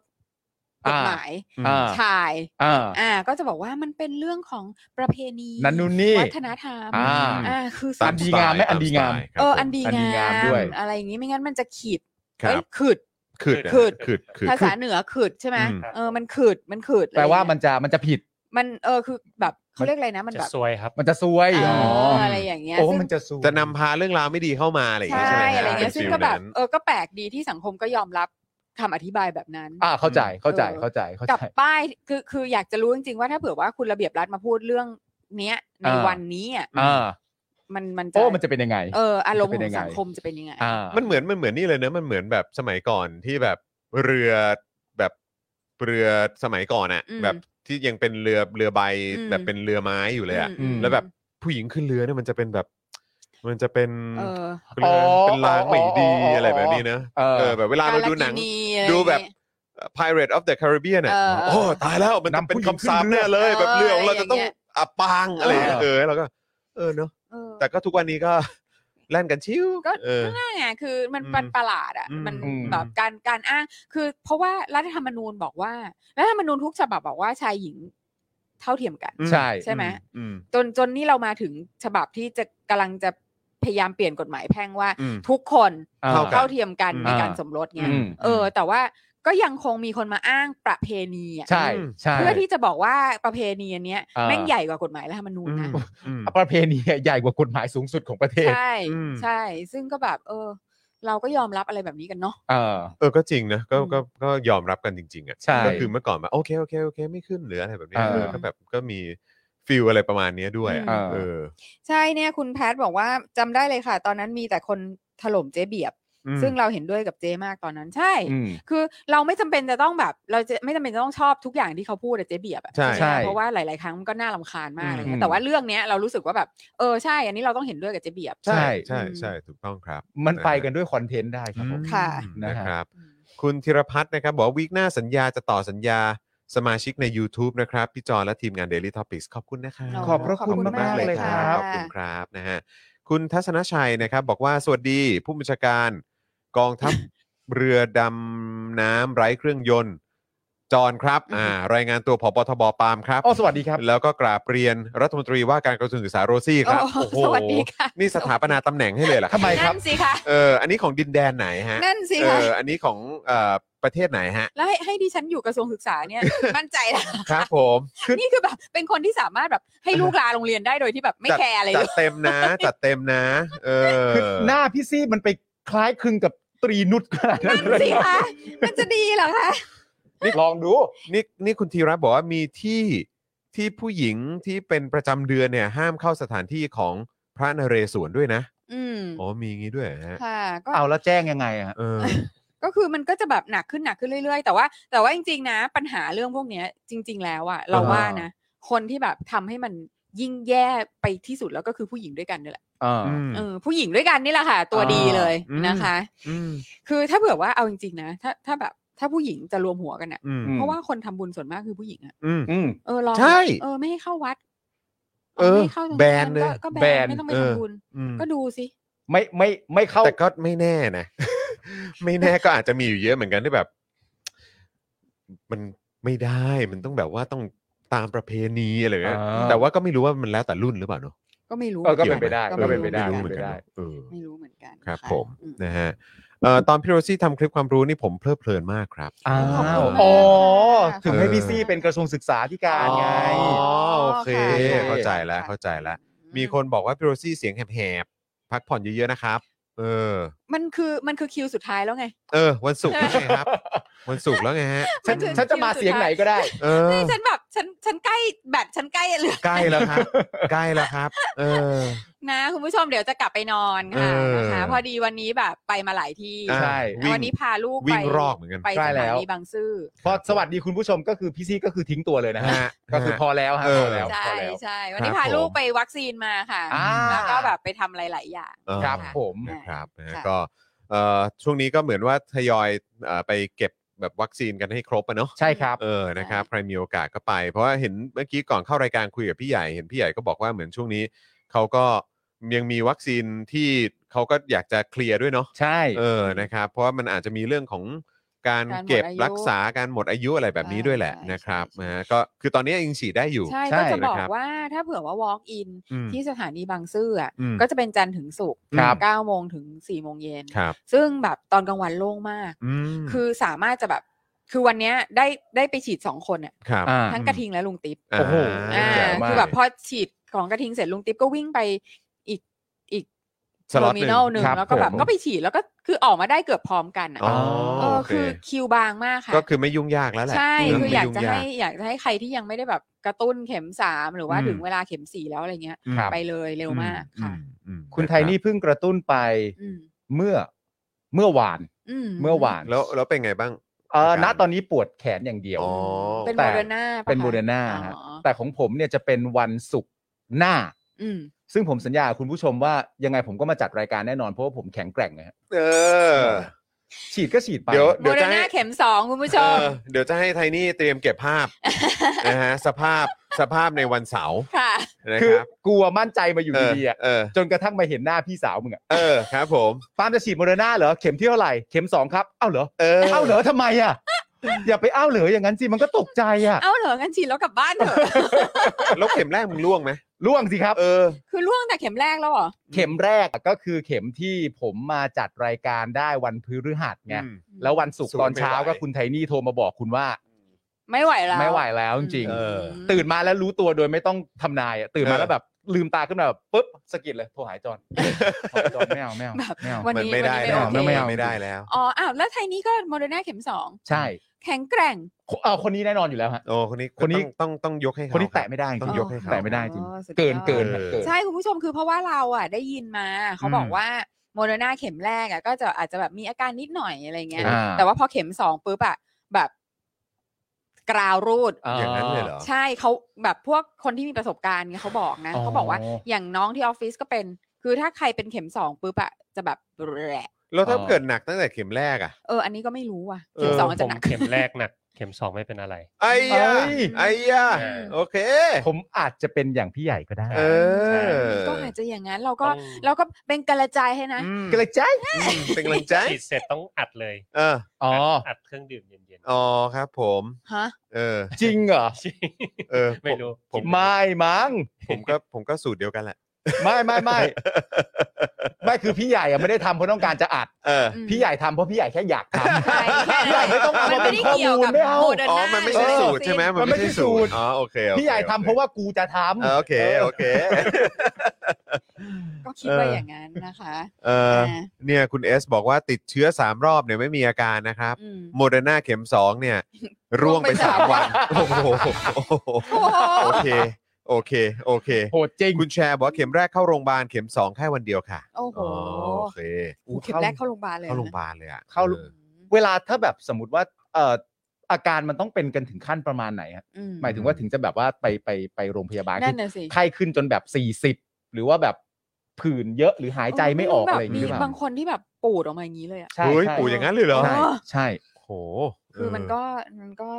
Speaker 4: กฎหมาย
Speaker 2: อ่า
Speaker 4: ชาย
Speaker 3: อ่า
Speaker 4: อ่าก็จะบอกว่ามันเป็นเรื่องของประเพณี
Speaker 3: นั่นนู่นนี่
Speaker 4: วัฒนธรรม
Speaker 3: อ่า
Speaker 4: อ่าคือ
Speaker 3: อันดีงามไหมอันดีงาม
Speaker 2: ครับ
Speaker 4: เอ
Speaker 2: ผ
Speaker 4: อ
Speaker 2: ม
Speaker 4: อันดี
Speaker 3: อันดี
Speaker 4: งาง
Speaker 3: าม
Speaker 4: ม
Speaker 3: ด้วย
Speaker 4: อะไรอย่างนี้ไม่งั้นมันจะขีด
Speaker 2: ครั
Speaker 4: เอ้ย
Speaker 2: บ
Speaker 4: ขืด
Speaker 2: ขึ้น
Speaker 4: ขึ้น
Speaker 2: ขึ้นขึ้น
Speaker 4: ภาษาเหนือขืดใช่ไหม
Speaker 2: อืม
Speaker 4: เออมันขืดมันขืด
Speaker 3: แปลว่ามัน
Speaker 4: อะไรอย่งเงี้
Speaker 3: จะมันจะผิด
Speaker 4: ยมันเออคือแบบเขาเรียกอะไรนะมัน
Speaker 5: จะ
Speaker 4: แบบ
Speaker 5: ซวยครับ
Speaker 3: มันจะซวย
Speaker 4: เอ
Speaker 3: อ๋อ
Speaker 4: อ
Speaker 3: อ
Speaker 4: อะไรอย่างเงี้ย
Speaker 3: โอ้
Speaker 4: ซึ่ง
Speaker 3: มันจะซวย
Speaker 2: จะนำพาเรื่องราวไม่ดีเข้ามาอะไรอย่างเงี้ย
Speaker 4: ใช่
Speaker 2: ใช่หม
Speaker 4: อะไรเงี้ย
Speaker 2: ป็น
Speaker 4: ซึ่ง
Speaker 2: ฟิล
Speaker 4: ก็แบบ
Speaker 2: นั้น
Speaker 4: เออก็แปลกดีที่สังคมก็ยอมรับคำอธิบายแบบนั้น
Speaker 3: อ่าเข้าใจเข้าใจ
Speaker 4: เออ
Speaker 3: เข้าใจเข้า
Speaker 4: กับ
Speaker 3: ใจ
Speaker 4: ป้ายคือคืออยากจะรู้จริงๆว่าถ้าเผื่อว่าคุณระเบียบรัฐมาพูดเรื่องเนี้ยใน
Speaker 3: อ่า
Speaker 4: วันนี้อ่ะ
Speaker 3: อ่า
Speaker 4: มันมันจะ
Speaker 3: โอ้มันจะเป็นยังไง
Speaker 4: เอออารมณ์
Speaker 3: มันจะ
Speaker 4: ข
Speaker 3: เป็
Speaker 4: อน
Speaker 3: ยัง งไง
Speaker 4: สังคมจะเป็นยังไง
Speaker 3: อ่า
Speaker 2: มันเหมือนมันเหมือนนี่เลยเนอะมันเหมือนแบบสมัยก่อนที่แบบเรือแบบเรือสมัยก่อนอะ
Speaker 4: อืม
Speaker 2: แบบที่ยังเป็นเรือเรือใบ
Speaker 4: อืม
Speaker 2: แบบเป็นเรือไม้อยู่เลยอะ
Speaker 4: อืม
Speaker 2: แล้วแบบผู้หญิงขึ้นเรือเนี่ยมันจะเป็นแบบ มันจะเป็น
Speaker 4: เออ
Speaker 2: เป็นเป็นลางไม่ดีอะไรแบบนี้นะ
Speaker 3: เอ
Speaker 2: เอ
Speaker 3: อ
Speaker 2: อแบบเวลาเราดูหนัง
Speaker 4: กลกิอะไร
Speaker 2: ดูแบบ Pirate of the Caribbean อะ
Speaker 4: เออ
Speaker 2: โอ้ตายแล้วมันจะ
Speaker 3: นำ
Speaker 2: เป็น
Speaker 3: ผู้หญิง
Speaker 2: คำสาปแน่เลย
Speaker 4: ขึ้น
Speaker 2: แบบ
Speaker 4: เรือ
Speaker 2: เรือของเรา
Speaker 4: เออ
Speaker 2: จะต้อง
Speaker 4: อย่างเงี้ย
Speaker 2: อับปางอะไรอย่างเงี้ย
Speaker 3: เอ
Speaker 2: เอ
Speaker 3: อ
Speaker 2: อแล้วก็ เออเนอะ
Speaker 4: เออ
Speaker 2: แต่ก็ทุกวันนี้ก็ แล่นกันชิว
Speaker 4: ก็
Speaker 2: เออ
Speaker 4: นั่นไงคือมัน
Speaker 2: อืม
Speaker 4: มันประหลาดอ่ะ
Speaker 2: อืม
Speaker 4: มัน
Speaker 3: อืม
Speaker 4: แบบการการอ้างคือ เพราะว่ารัฐธรรมนูญบอกว่ารัฐธรรมนูญทุกฉบับบอกว่าชายหญิงเท่าเทียมกัน
Speaker 3: ใช่
Speaker 4: ใช่ไหม
Speaker 2: อืม
Speaker 4: จนจนนี่เรามาถึงฉบับที่จะกำลังจะพยายามเปลี่ยนกฎหมายแพ่งว่า
Speaker 2: อืม
Speaker 4: ทุกคน
Speaker 3: อ่า
Speaker 4: เท่าเทียมกัน
Speaker 2: อืม
Speaker 4: ในการสมรสเนี่ย
Speaker 3: อืม
Speaker 4: เออ แต่ว่าก็ยังคงมีคนมาอ้างประเพณีอะ
Speaker 3: ใช่ใช่
Speaker 4: เพื่อที่จะบอกว่าประเพณีอันเนี้ย
Speaker 3: อ่า
Speaker 4: แม่งใหญ่กว่ากฎหมายรัฐธรรมนูญนะ
Speaker 2: อืม
Speaker 3: ประเพณีใหญ่กว่ากฎหมายสูงสุดของประเทศ
Speaker 4: ใช่
Speaker 2: อืม
Speaker 4: ใช่ ซึ่งก็แบบ เออ เราก็ยอมรับอะไรแบบนี้กันเนาะ
Speaker 3: เออ
Speaker 2: เออก็จริงนะก็
Speaker 4: อืม
Speaker 2: ก็ก็ยอมรับกันจริง ๆอ่ะ
Speaker 3: ใช่
Speaker 2: ก็คือเมื่อก่อนแบบโอเคโอเคโอเคไม่ขึ้นหรืออะไรแบบเนี้ย
Speaker 3: อ่า
Speaker 2: เออก็แบบก็มีฟิลอะไรประมาณเนี้ยด้วยอะ
Speaker 3: อืม
Speaker 2: เออ
Speaker 4: ใช่เนี่ยคุณแพทบอกว่าจำได้เลยค่ะ ตอนนั้นมีแต่คนถล่มเจ๊เบียบ
Speaker 2: อืม
Speaker 4: ซึ่งเราเห็นด้วยกับเจ๊มากตอนนั้นใช่
Speaker 3: อืม
Speaker 4: คือเราไม่จำเป็นจะต้องแบบ เราจะไม่จำเป็นจะต้องชอบทุกอย่างที่เขาพูดอะเจ๊เบียบอะ
Speaker 2: ใช่
Speaker 3: ใช่
Speaker 4: เพราะว่าหลาย ๆ ครั้งมันก็น่ารำคาญมากอะไร
Speaker 3: อื
Speaker 4: เงี้ย
Speaker 3: ม
Speaker 4: แต่ว่าเรื่องเนี้ยเรารู้สึกว่าแบบเออใช่ อันนี้เราต้องเห็นด้วยกับเจ๊เบียบ
Speaker 3: ใช่
Speaker 2: ใช่ใช่
Speaker 4: อืม
Speaker 2: ถูกต้องครับ
Speaker 3: มันไปกันด้วยคอนเทนต์ได้ครับผม
Speaker 4: ค่ะ
Speaker 2: นะครับ
Speaker 4: อืม
Speaker 2: คุณธีรพัฒน์นะครับ บอกว่าวีคหน้าสัญญาจะต่อสัญญาสมาชิกใน YouTube นะครับ พี่จอนและทีมงาน Daily Topics ขอบคุณนะครับ
Speaker 4: โ
Speaker 3: ขอบพระคุณมากๆเลยครับ
Speaker 2: ขอบคุณครับนะฮะคุณทัศนชัยนะครับ บอกว่าสวัสดีผู้บัญชาการกองทัพ เรือดำน้ำไร้เครื่องยนต์ จอนครับอ่ารายงานตัวพบทบปาล์มครับ
Speaker 3: อ๋อสวัสดีครับ
Speaker 2: แล้วก็กราบเรียนรัฐมนตรีว่าการกระทรวงศึกษาโรซี่ครับ
Speaker 4: โอ้โหสวัสดีค่ะ
Speaker 2: นี่สถาปนาตำแหน่งให้เลยเหรอ
Speaker 3: ทำไมครับ
Speaker 4: นั่นสิคะ
Speaker 2: เอออันนี้ของดินแดนไหนฮะ
Speaker 4: นั่นสิ
Speaker 2: เอ
Speaker 4: คะ
Speaker 2: อ อันนี้ของเอ่อประเทศไหนฮะ
Speaker 4: แล้วให้ให้ดิฉันอยู่กระทรวงศึกษาเนี่ย มั่นใจนะครับ
Speaker 2: ผมคือ
Speaker 4: นี่คือแบบเป็นคนที่สามารถแบบให้ลูกลาโรงเรียนได้โดยที่แบบไม่
Speaker 2: จัด
Speaker 4: แคร์อะไร
Speaker 2: จั
Speaker 4: เล
Speaker 2: ด
Speaker 4: ย
Speaker 2: เต็ม นะ จัดเต็มนะ เออ
Speaker 3: คือหน้าพี่ซี่มันไปคล้ายคลึงกับตรีนุชขนาดนั้
Speaker 4: นั่
Speaker 3: น
Speaker 4: น
Speaker 3: เลย
Speaker 4: สิคะมันจะดีเหรอคะ
Speaker 3: ลองดู
Speaker 2: นี่นี่คุณธีระบอกว่ามีที่ที่ผู้หญิงที่เป็นประจำเดือนเนี่ย ห้ามเข้าสถานที่ของพระนเรศวรด้วยนะ
Speaker 4: อืม
Speaker 2: อ๋อมีอย่างงี้ด้วยเหรอฮะ
Speaker 4: ค่ะก็
Speaker 3: เอาแล้วแจ้งยังไงอะฮะ
Speaker 2: เออ
Speaker 4: ก็คือมันก็จะแบบหนักขึ้นหนักขึ้นเรื่อยๆ แต่ว่าแต่ว่าจริงๆนะปัญหาเรื่องพวกเนี้ยจริง ๆ แล้วอะเรา
Speaker 3: อ่าฮะ
Speaker 4: ว่านะ คนที่แบบทำให้มันยิ่งแย่ไปที่สุดแล้วก็คือผู้หญิงด้วยกันนี่แหละ
Speaker 3: อ่า
Speaker 4: เออผู้หญิงด้วยกันนี่แหละค่ะ ตัวดีเลย
Speaker 2: อืม
Speaker 4: นะคะ
Speaker 2: อืม
Speaker 4: คือถ้าเผื่อว่าเอาจริงๆนะถ้าถ้าแบบถ้าผู้หญิงจะรวมหัวกันอะ
Speaker 2: อืม
Speaker 3: ม
Speaker 4: เพราะว่าคนทำบุญส่วนมากคือผู้หญิงอะ
Speaker 2: อืม
Speaker 3: อืม
Speaker 4: เออลอง
Speaker 2: ใช่
Speaker 4: เออไม่ให้เข้าวัด
Speaker 2: เออ
Speaker 4: ไม่ให้เข้าตรง
Speaker 2: แบนเลย
Speaker 4: ก็ก็
Speaker 3: แบ
Speaker 4: แบ
Speaker 3: น
Speaker 4: นไม่ต้องไป
Speaker 2: เออ
Speaker 4: ทำบุญ
Speaker 2: อืม
Speaker 4: ก็ดูสิ
Speaker 3: ไม่ไม่ไม่เข้า
Speaker 2: แต่ก็ไม่แน่นะ ไม่แน่ก็อาจจะมีอยู่เยอะเหมือนกันที่แบบ มันไม่ได้มันต้องแบบว่าต้องตามประเพณีอะไรอย่างเงี้ย
Speaker 3: อ่า
Speaker 2: แต่ว่าก็ไม่รู้ว่ามันแล้วแต่รุ่นหรือเปล่าเนอะ
Speaker 4: ก็ไม่รู้
Speaker 3: เออก็เป็นไปได้
Speaker 4: ม่
Speaker 3: ก็เป็นไปได้
Speaker 2: ม่
Speaker 4: รู้
Speaker 2: รู้
Speaker 4: ห
Speaker 2: เห
Speaker 4: มื
Speaker 2: มื
Speaker 4: อ
Speaker 2: อน น
Speaker 4: กั
Speaker 2: กันน
Speaker 3: ได้
Speaker 2: เออ
Speaker 4: ไม่รู้เหมือนกัน
Speaker 2: ครับ
Speaker 4: ะ
Speaker 2: ผม
Speaker 4: อื
Speaker 2: นะฮะเอ่อตอนพี่โรซี่ทำคลิปความรู้นี่ผมเพลิดเพลินมากครับ
Speaker 3: อ้า
Speaker 4: ขอ
Speaker 3: ว
Speaker 4: บคุณมาก
Speaker 3: อ๋อ
Speaker 4: ค่ะ
Speaker 3: ถึงให้
Speaker 2: เออ
Speaker 3: พี่ซี่เป็นกระทรวงศึกษาธิการไง
Speaker 2: อ๋อโอเคะ เข้าใจแล้วเข้าใจแล้ว มีคนบอกว่าพี่โรซี่เสียงแหบๆพักผ่อนเยอะๆนะครับ เออ
Speaker 4: มันคือมันคือคิวสุดท้ายแล้วไง
Speaker 2: เออ วันศุกร์แล้วไงครับ วันศุกร์แล้วไงฮะ
Speaker 3: ฉัน
Speaker 4: มันคือ
Speaker 3: ฉันจะมาเสียงไหนก็ได้
Speaker 2: เออ
Speaker 4: ฉันแบบฉันฉันใกล้แบตฉันใกล้เหลือ
Speaker 2: ใกล้แล้วครับ ใกล้แล้วครับ เออ
Speaker 4: นะคุณผู้ชมเดี๋ยวจะกลับไปนอนค่ะ
Speaker 2: เออ
Speaker 4: นะคะพอดีวันนี้แบบไปมาหลายที่
Speaker 2: อ่า
Speaker 3: ใช่
Speaker 2: วิ่ง
Speaker 4: วันนี้พาลูก
Speaker 2: วิ่
Speaker 4: ไป
Speaker 2: งรอบเหมือนกัน
Speaker 4: ไป
Speaker 3: ใกล้
Speaker 4: ส
Speaker 3: แล้
Speaker 4: ถาว นีบางซื่อ
Speaker 3: พอสวัสดีคุณผู้ชมก็คือพี่ซี่ก็คือทิ้งตัวเลยนะฮะ
Speaker 2: ฮะ
Speaker 3: ก็คือพอแล้วฮะ
Speaker 2: เอ
Speaker 3: พ
Speaker 2: อ
Speaker 3: อแล้ว
Speaker 4: ใช่
Speaker 3: พอแล้ว
Speaker 4: ใช่วันนี้
Speaker 2: ครับ
Speaker 4: พาลูก
Speaker 2: ผม
Speaker 4: ไปวัคซีนมาค่ะ
Speaker 3: อ่า
Speaker 4: แล้วก็แบบไปทำหลาย ๆ อย่าง
Speaker 2: เออ
Speaker 3: ครับผม
Speaker 2: นะครับนะฮะ
Speaker 4: ค่ะ
Speaker 2: ก็เอ่อช่วงนี้ก็เหมือนว่าทยอยเอ่อไปเก็บแบบวัคซีนกันให้ครบอะเนาะ
Speaker 3: ใช่ครับ
Speaker 2: เออ นะครับ ใครมีโอกาสก็ไป เพราะว่าเห็นเมื่อกี้ก่อนเข้ารายการคุยกับพี่ใหญ่ เห็นพี่ใหญ่ก็บอกว่าเหมือนช่วงนี้เขาก็ยังมีวัคซีนที่เขาก็อยากจะเคลียร์ด้วยเนาะ
Speaker 3: ใช่
Speaker 2: เออ นะครับ เพราะว่ามันอาจจะมีเรื่องของการ
Speaker 4: การหมด
Speaker 2: เก็บ
Speaker 4: อายุ
Speaker 2: รักษา การหมดอายุอะไรแบบนี้ด้วยแหละ
Speaker 4: ใช่
Speaker 2: นะครับ
Speaker 4: ใช่
Speaker 2: นะฮะก็ คือตอนนี้ยังฉีดได้อยู่
Speaker 4: ใช่
Speaker 3: ใช่
Speaker 4: ก็จะบอก
Speaker 2: นะครับ
Speaker 4: ว่าถ้าเผื่อว่า walk in
Speaker 2: อืม
Speaker 4: ที่สถานีบางซื่ออ่ะ
Speaker 2: อืม
Speaker 4: ก็จะเป็นจันทร์ถึงศุกร์
Speaker 3: ครับ
Speaker 4: เก้าโมงถึงสี่โมงเย็น
Speaker 2: ครับ
Speaker 4: ซึ่งแบบตอนกลางวันโล่งมาก
Speaker 2: อืม
Speaker 4: คือสามารถจะแบบคือวันเนี้ยได้ได้ไปฉีดสองคนอ่ะ
Speaker 2: ครับ
Speaker 3: อ่า
Speaker 4: ทั้งกระทิงและลุงติ๊บ
Speaker 2: า
Speaker 3: โอ้โห
Speaker 4: อ่า
Speaker 2: แจ๋วมาก
Speaker 4: คือแบบพอฉีดของกระทิงเสร็จลุงติ๊บก็วิ่งไปอีกอีก
Speaker 2: สล็อตหนึ่ง
Speaker 4: มินอลหนึ่ง
Speaker 3: ครับ
Speaker 4: แล้วก็แบบ
Speaker 3: ผม
Speaker 4: ก็ไปฉีดแล้วก็คือออกมาได้เกือบพร้อมกันอ่ะ
Speaker 2: อ๋อ
Speaker 4: เออ
Speaker 2: โอเค
Speaker 4: คือคิวบางมากค่ะ
Speaker 2: ก็คือไม่ยุ่งยากแล้วแหละ
Speaker 4: ใช่
Speaker 2: เรื่ง
Speaker 4: คือ
Speaker 2: ไม่
Speaker 4: อยาก
Speaker 2: ยุ่ง
Speaker 4: จะให้อยากจะให้ใครที่ยังไม่ได้แบบกระตุ้นเข็มสามหรือว่า
Speaker 3: อืม
Speaker 4: ถึงเวลาเข็มสี่แล้วอะไรเงี้ย
Speaker 2: อืม
Speaker 4: ไปเลยเร็วมากค่ะ
Speaker 2: อืมอืม
Speaker 3: คุณไทยนี่เพิ่งกระตุ้นไป
Speaker 4: อืม
Speaker 3: เมื่อเมื่อวาน
Speaker 4: อืม
Speaker 3: เมื่อวาน
Speaker 2: แล้วแล้วเป็นไงบ้าง
Speaker 3: เออณตอนนี้ปวดแขนอย่างเดียว
Speaker 2: อ๋อ
Speaker 4: เป็น
Speaker 3: แต่
Speaker 4: โมเดอร์นา
Speaker 3: เป็นโมเดอร์นาฮะแต่ของผมเนี่ยจะเป็นวันศุกร์หน้า
Speaker 4: อืม
Speaker 3: ซึ่งผมสัญญากับคุณผู้ชมว่ายังไงผมก็มาจัดรายการแน่นอนเพราะว่าผมแข็งแกร่งไงฮะ
Speaker 2: เออ
Speaker 3: ฉีดก็ฉีดไป
Speaker 2: เดี๋ยว
Speaker 4: โมเดอ
Speaker 2: จะ
Speaker 4: ร์
Speaker 2: ให้
Speaker 4: นาเข็มสองคุณผู้ช
Speaker 2: เอ
Speaker 4: ม
Speaker 2: อเดี๋ยวจะให้ไทนี่เตรียมเก็บ ภาพ นะฮะสภาพสภาพในวันเสาร์
Speaker 4: ค่ะ
Speaker 2: นะ
Speaker 3: คื
Speaker 2: ค
Speaker 3: อ
Speaker 2: รับ
Speaker 3: กลัวมั่นใจมาอยู่
Speaker 2: เออ
Speaker 3: ดีๆอะ
Speaker 2: เออ
Speaker 3: จนกระทั่งมาเห็นหน้าพี่สาวมึงอะ
Speaker 2: เออครับผม
Speaker 3: ปาล์มจะฉีดโมเดอร์นาเหรอเข็มที่เท่าไหร่เข็มสองครับเอ้าเหรอ
Speaker 2: เออ
Speaker 3: เอ้าเหรอทำไมอะอย่าไปเอ้าเหรออย่างนั้นสิมันก็ตกใจอะ
Speaker 4: เอาเหรองั้นฉีดแล้วกลับบ้าน เถอะ
Speaker 2: แล้วเข็มแรกมึงล่วงไหม
Speaker 3: ล่วงสิครับ
Speaker 2: เออ
Speaker 4: คือล่วงแต่เข็มแรกแล้วเหรอ
Speaker 3: เข็มแรกก็คือเข็มที่ผมมาจัดรายการได้วันพฤหัสไง
Speaker 2: อืม
Speaker 3: แล้ววันศุกร์ตอน
Speaker 2: ไม่ไหว
Speaker 3: เช้าก็คุณไทนี่โทรมาบอกคุณว่า
Speaker 4: ไม่ไหวแล้ว
Speaker 3: ไม่ไหวแล้วจริง
Speaker 2: เออ
Speaker 3: ๆตื่นมาแล้วรู้ตัวโดยไม่ต้องทำนายอะตื่นมาแล้วแบบลืมตาขึ้นมาแบบปุ๊บสะกิดเลยโทรหาไอ้จอนโทรหาไอ้จอนไม่เอาไม่เอาไม่เอา
Speaker 4: วัน
Speaker 2: มัน
Speaker 4: นี้
Speaker 2: ไม่ได้
Speaker 4: วันนี้
Speaker 3: ไม่
Speaker 4: ไม่
Speaker 3: เอา
Speaker 4: โอเค
Speaker 2: ไม่ได้แล้ว
Speaker 4: อ๋ออ้าวแล้วไทยนี้ก็โมเดอร์นาเข็มสอง
Speaker 3: ใช่
Speaker 4: แข็งแกร่ง
Speaker 3: เออคนนี้แน่นอนอยู่แล้วฮะ
Speaker 2: โอ้คนนี้
Speaker 3: คนนี้
Speaker 2: ต้องต้องต้องยกให้เขา
Speaker 3: คนนี้
Speaker 2: รับ
Speaker 3: แตะไม่ได้จริง
Speaker 2: ต้องยกให้เขา
Speaker 3: แตะไม่ได้จริง
Speaker 4: อ๋อสุดยอด
Speaker 3: เกินเกินครับเกิน
Speaker 4: ใช่คุณผู้ชมคือเพราะว่าเราอ่ะได้ยินมา เขาบอกว่าโมเดอร์นาเข็มแรกอ่ะก็จะอาจจะแบบมีอาการนิดหน่อยอะไรเงี้ย
Speaker 3: อ่า
Speaker 4: แต่ว่าพอเข็มสองปุ๊บอ่ะแบบกราวรูด
Speaker 2: อย่างนั้นเลยเหรอ
Speaker 4: ใช่เขาแบบพวกคนที่มีประสบการณ์ไงเขาบอกนะ
Speaker 3: อ๋อ
Speaker 4: เขาบอกว่าอย่างน้องที่ออฟฟิศก็เป็น คือถ้าใครเป็นเข็มสองปุ๊บอ่ะจะแบบแหละ
Speaker 2: แล้วถ้าเกิดหนักตั้งแต่เข็มแรกอ่ะ
Speaker 4: เอออันนี้ก็ไม่รู้ว่ะ
Speaker 2: เออ
Speaker 4: เข็มสองอาจ
Speaker 5: ผ
Speaker 4: จะ
Speaker 5: ม
Speaker 4: หนัก
Speaker 5: เข็มแรกหนัก เข็มสองไม่เป็นอะไร
Speaker 2: ไอ้ยะ
Speaker 3: เอ้ย
Speaker 2: ไอ้ยะ
Speaker 4: อืม
Speaker 2: โอเค
Speaker 3: ผมอาจจะเป็นอย่างพี่ใหญ่ก็ได้
Speaker 2: เออ
Speaker 4: ก็อาจจะอย่างนั้นเราก็
Speaker 5: ต้อง
Speaker 4: เราก็เป็นกระจายให้นะ
Speaker 2: อืม
Speaker 3: กระจาย
Speaker 2: เป็นกำลังใจ
Speaker 5: ฉีดเสร็จต้องอัดเลย
Speaker 2: เออ
Speaker 3: อ๋ อ
Speaker 5: อัดเครื่องดื่มเย็น
Speaker 2: อ๋อครับ ผม
Speaker 4: ฮะ
Speaker 2: เออ
Speaker 3: จริงเหรอ
Speaker 5: ๆจริง
Speaker 2: เออ
Speaker 5: ไม่รู้
Speaker 2: ผผม
Speaker 3: ไม่มั้ง
Speaker 2: ผมก็ผมก็สูตรเดียวกันแหละ
Speaker 3: ไม่ไม่ ไม่ไม่คือพี่ใหญ่อะไม่ได้ทำเพราะต้องการจะอัด
Speaker 2: เออ
Speaker 4: อืม
Speaker 3: พี่ใหญ่ทำเพราะพี่ใหญ่แค่อยากท
Speaker 4: ใช่
Speaker 3: ำ
Speaker 4: แค่
Speaker 3: พี่ใหญ่ไม่ต้องเอามาเป็นข้อมูลไม่เอา
Speaker 4: โมเดอร์
Speaker 2: อ๋อ
Speaker 4: นา
Speaker 2: มันไม่ใช่สูตรใช่ไหม
Speaker 3: มันไม่ใช่สูตร
Speaker 2: อ๋อโอเคโอเค
Speaker 3: พี่ใหญ่ทำเพราะว่ากูจะทำ
Speaker 2: เออโอเคโอเค
Speaker 4: ก็คิดว่าอย่างนั้นนะคะ
Speaker 2: เออ
Speaker 4: อ่า
Speaker 2: เนี่ยคุณเอสบอกว่าติดเชื้อ 3 รอบเนี่ยไม่มีอาการนะครับ
Speaker 4: อืม
Speaker 2: โมเดอร์นาเข็ม 2 เนี่ย ร่วงไป
Speaker 4: ร่วงไปสาม
Speaker 2: 3 วัน โอ้โห
Speaker 4: โอ้โห
Speaker 2: โอเค โอเค โอเค
Speaker 3: โหดจริง
Speaker 2: คุณแชร์บอกว่าเข็มแรกเข้าโรงพยาบาลเข็ม 2 แค่วันเดียวค่ะ
Speaker 4: โอ้โห
Speaker 2: อ๋อโอเค
Speaker 4: เข็มแรกเข้าโรงพยาบาลเลย
Speaker 2: เข้าโรงพ
Speaker 4: นะ
Speaker 2: ยาบาลเลยอ่ะ
Speaker 3: เข้า
Speaker 2: ออ
Speaker 3: เวลาถ้าแบบสมมติว่าเอ่อ อาการมันต้องเป็นกันถึงขั้นประมาณไหนฮะ
Speaker 4: อื
Speaker 3: หมายถึงว่าถึงจะแบบว่าไปไปไปโรงพยาบาล
Speaker 4: นั่
Speaker 3: คื
Speaker 4: น
Speaker 3: อ
Speaker 4: น่ะสิ
Speaker 3: ไข้ขึ้นจนแบบ 40 หรือว่าแบบผื่นเยอะหรือหายใจไม่ออกอะไรอย่าง
Speaker 4: มี
Speaker 3: นี้หรือเปล่า
Speaker 4: บางคนที่แบบปูดออกมาอย่างนี้เลยอ่ะ
Speaker 3: ใช่
Speaker 2: เฮ้ย
Speaker 3: ใช่
Speaker 2: ปู่อย่างนั้นเลยเหรอ
Speaker 3: ใช่ใช่
Speaker 2: โอ้โห
Speaker 4: คือมัน
Speaker 2: เ
Speaker 4: ก็มันก็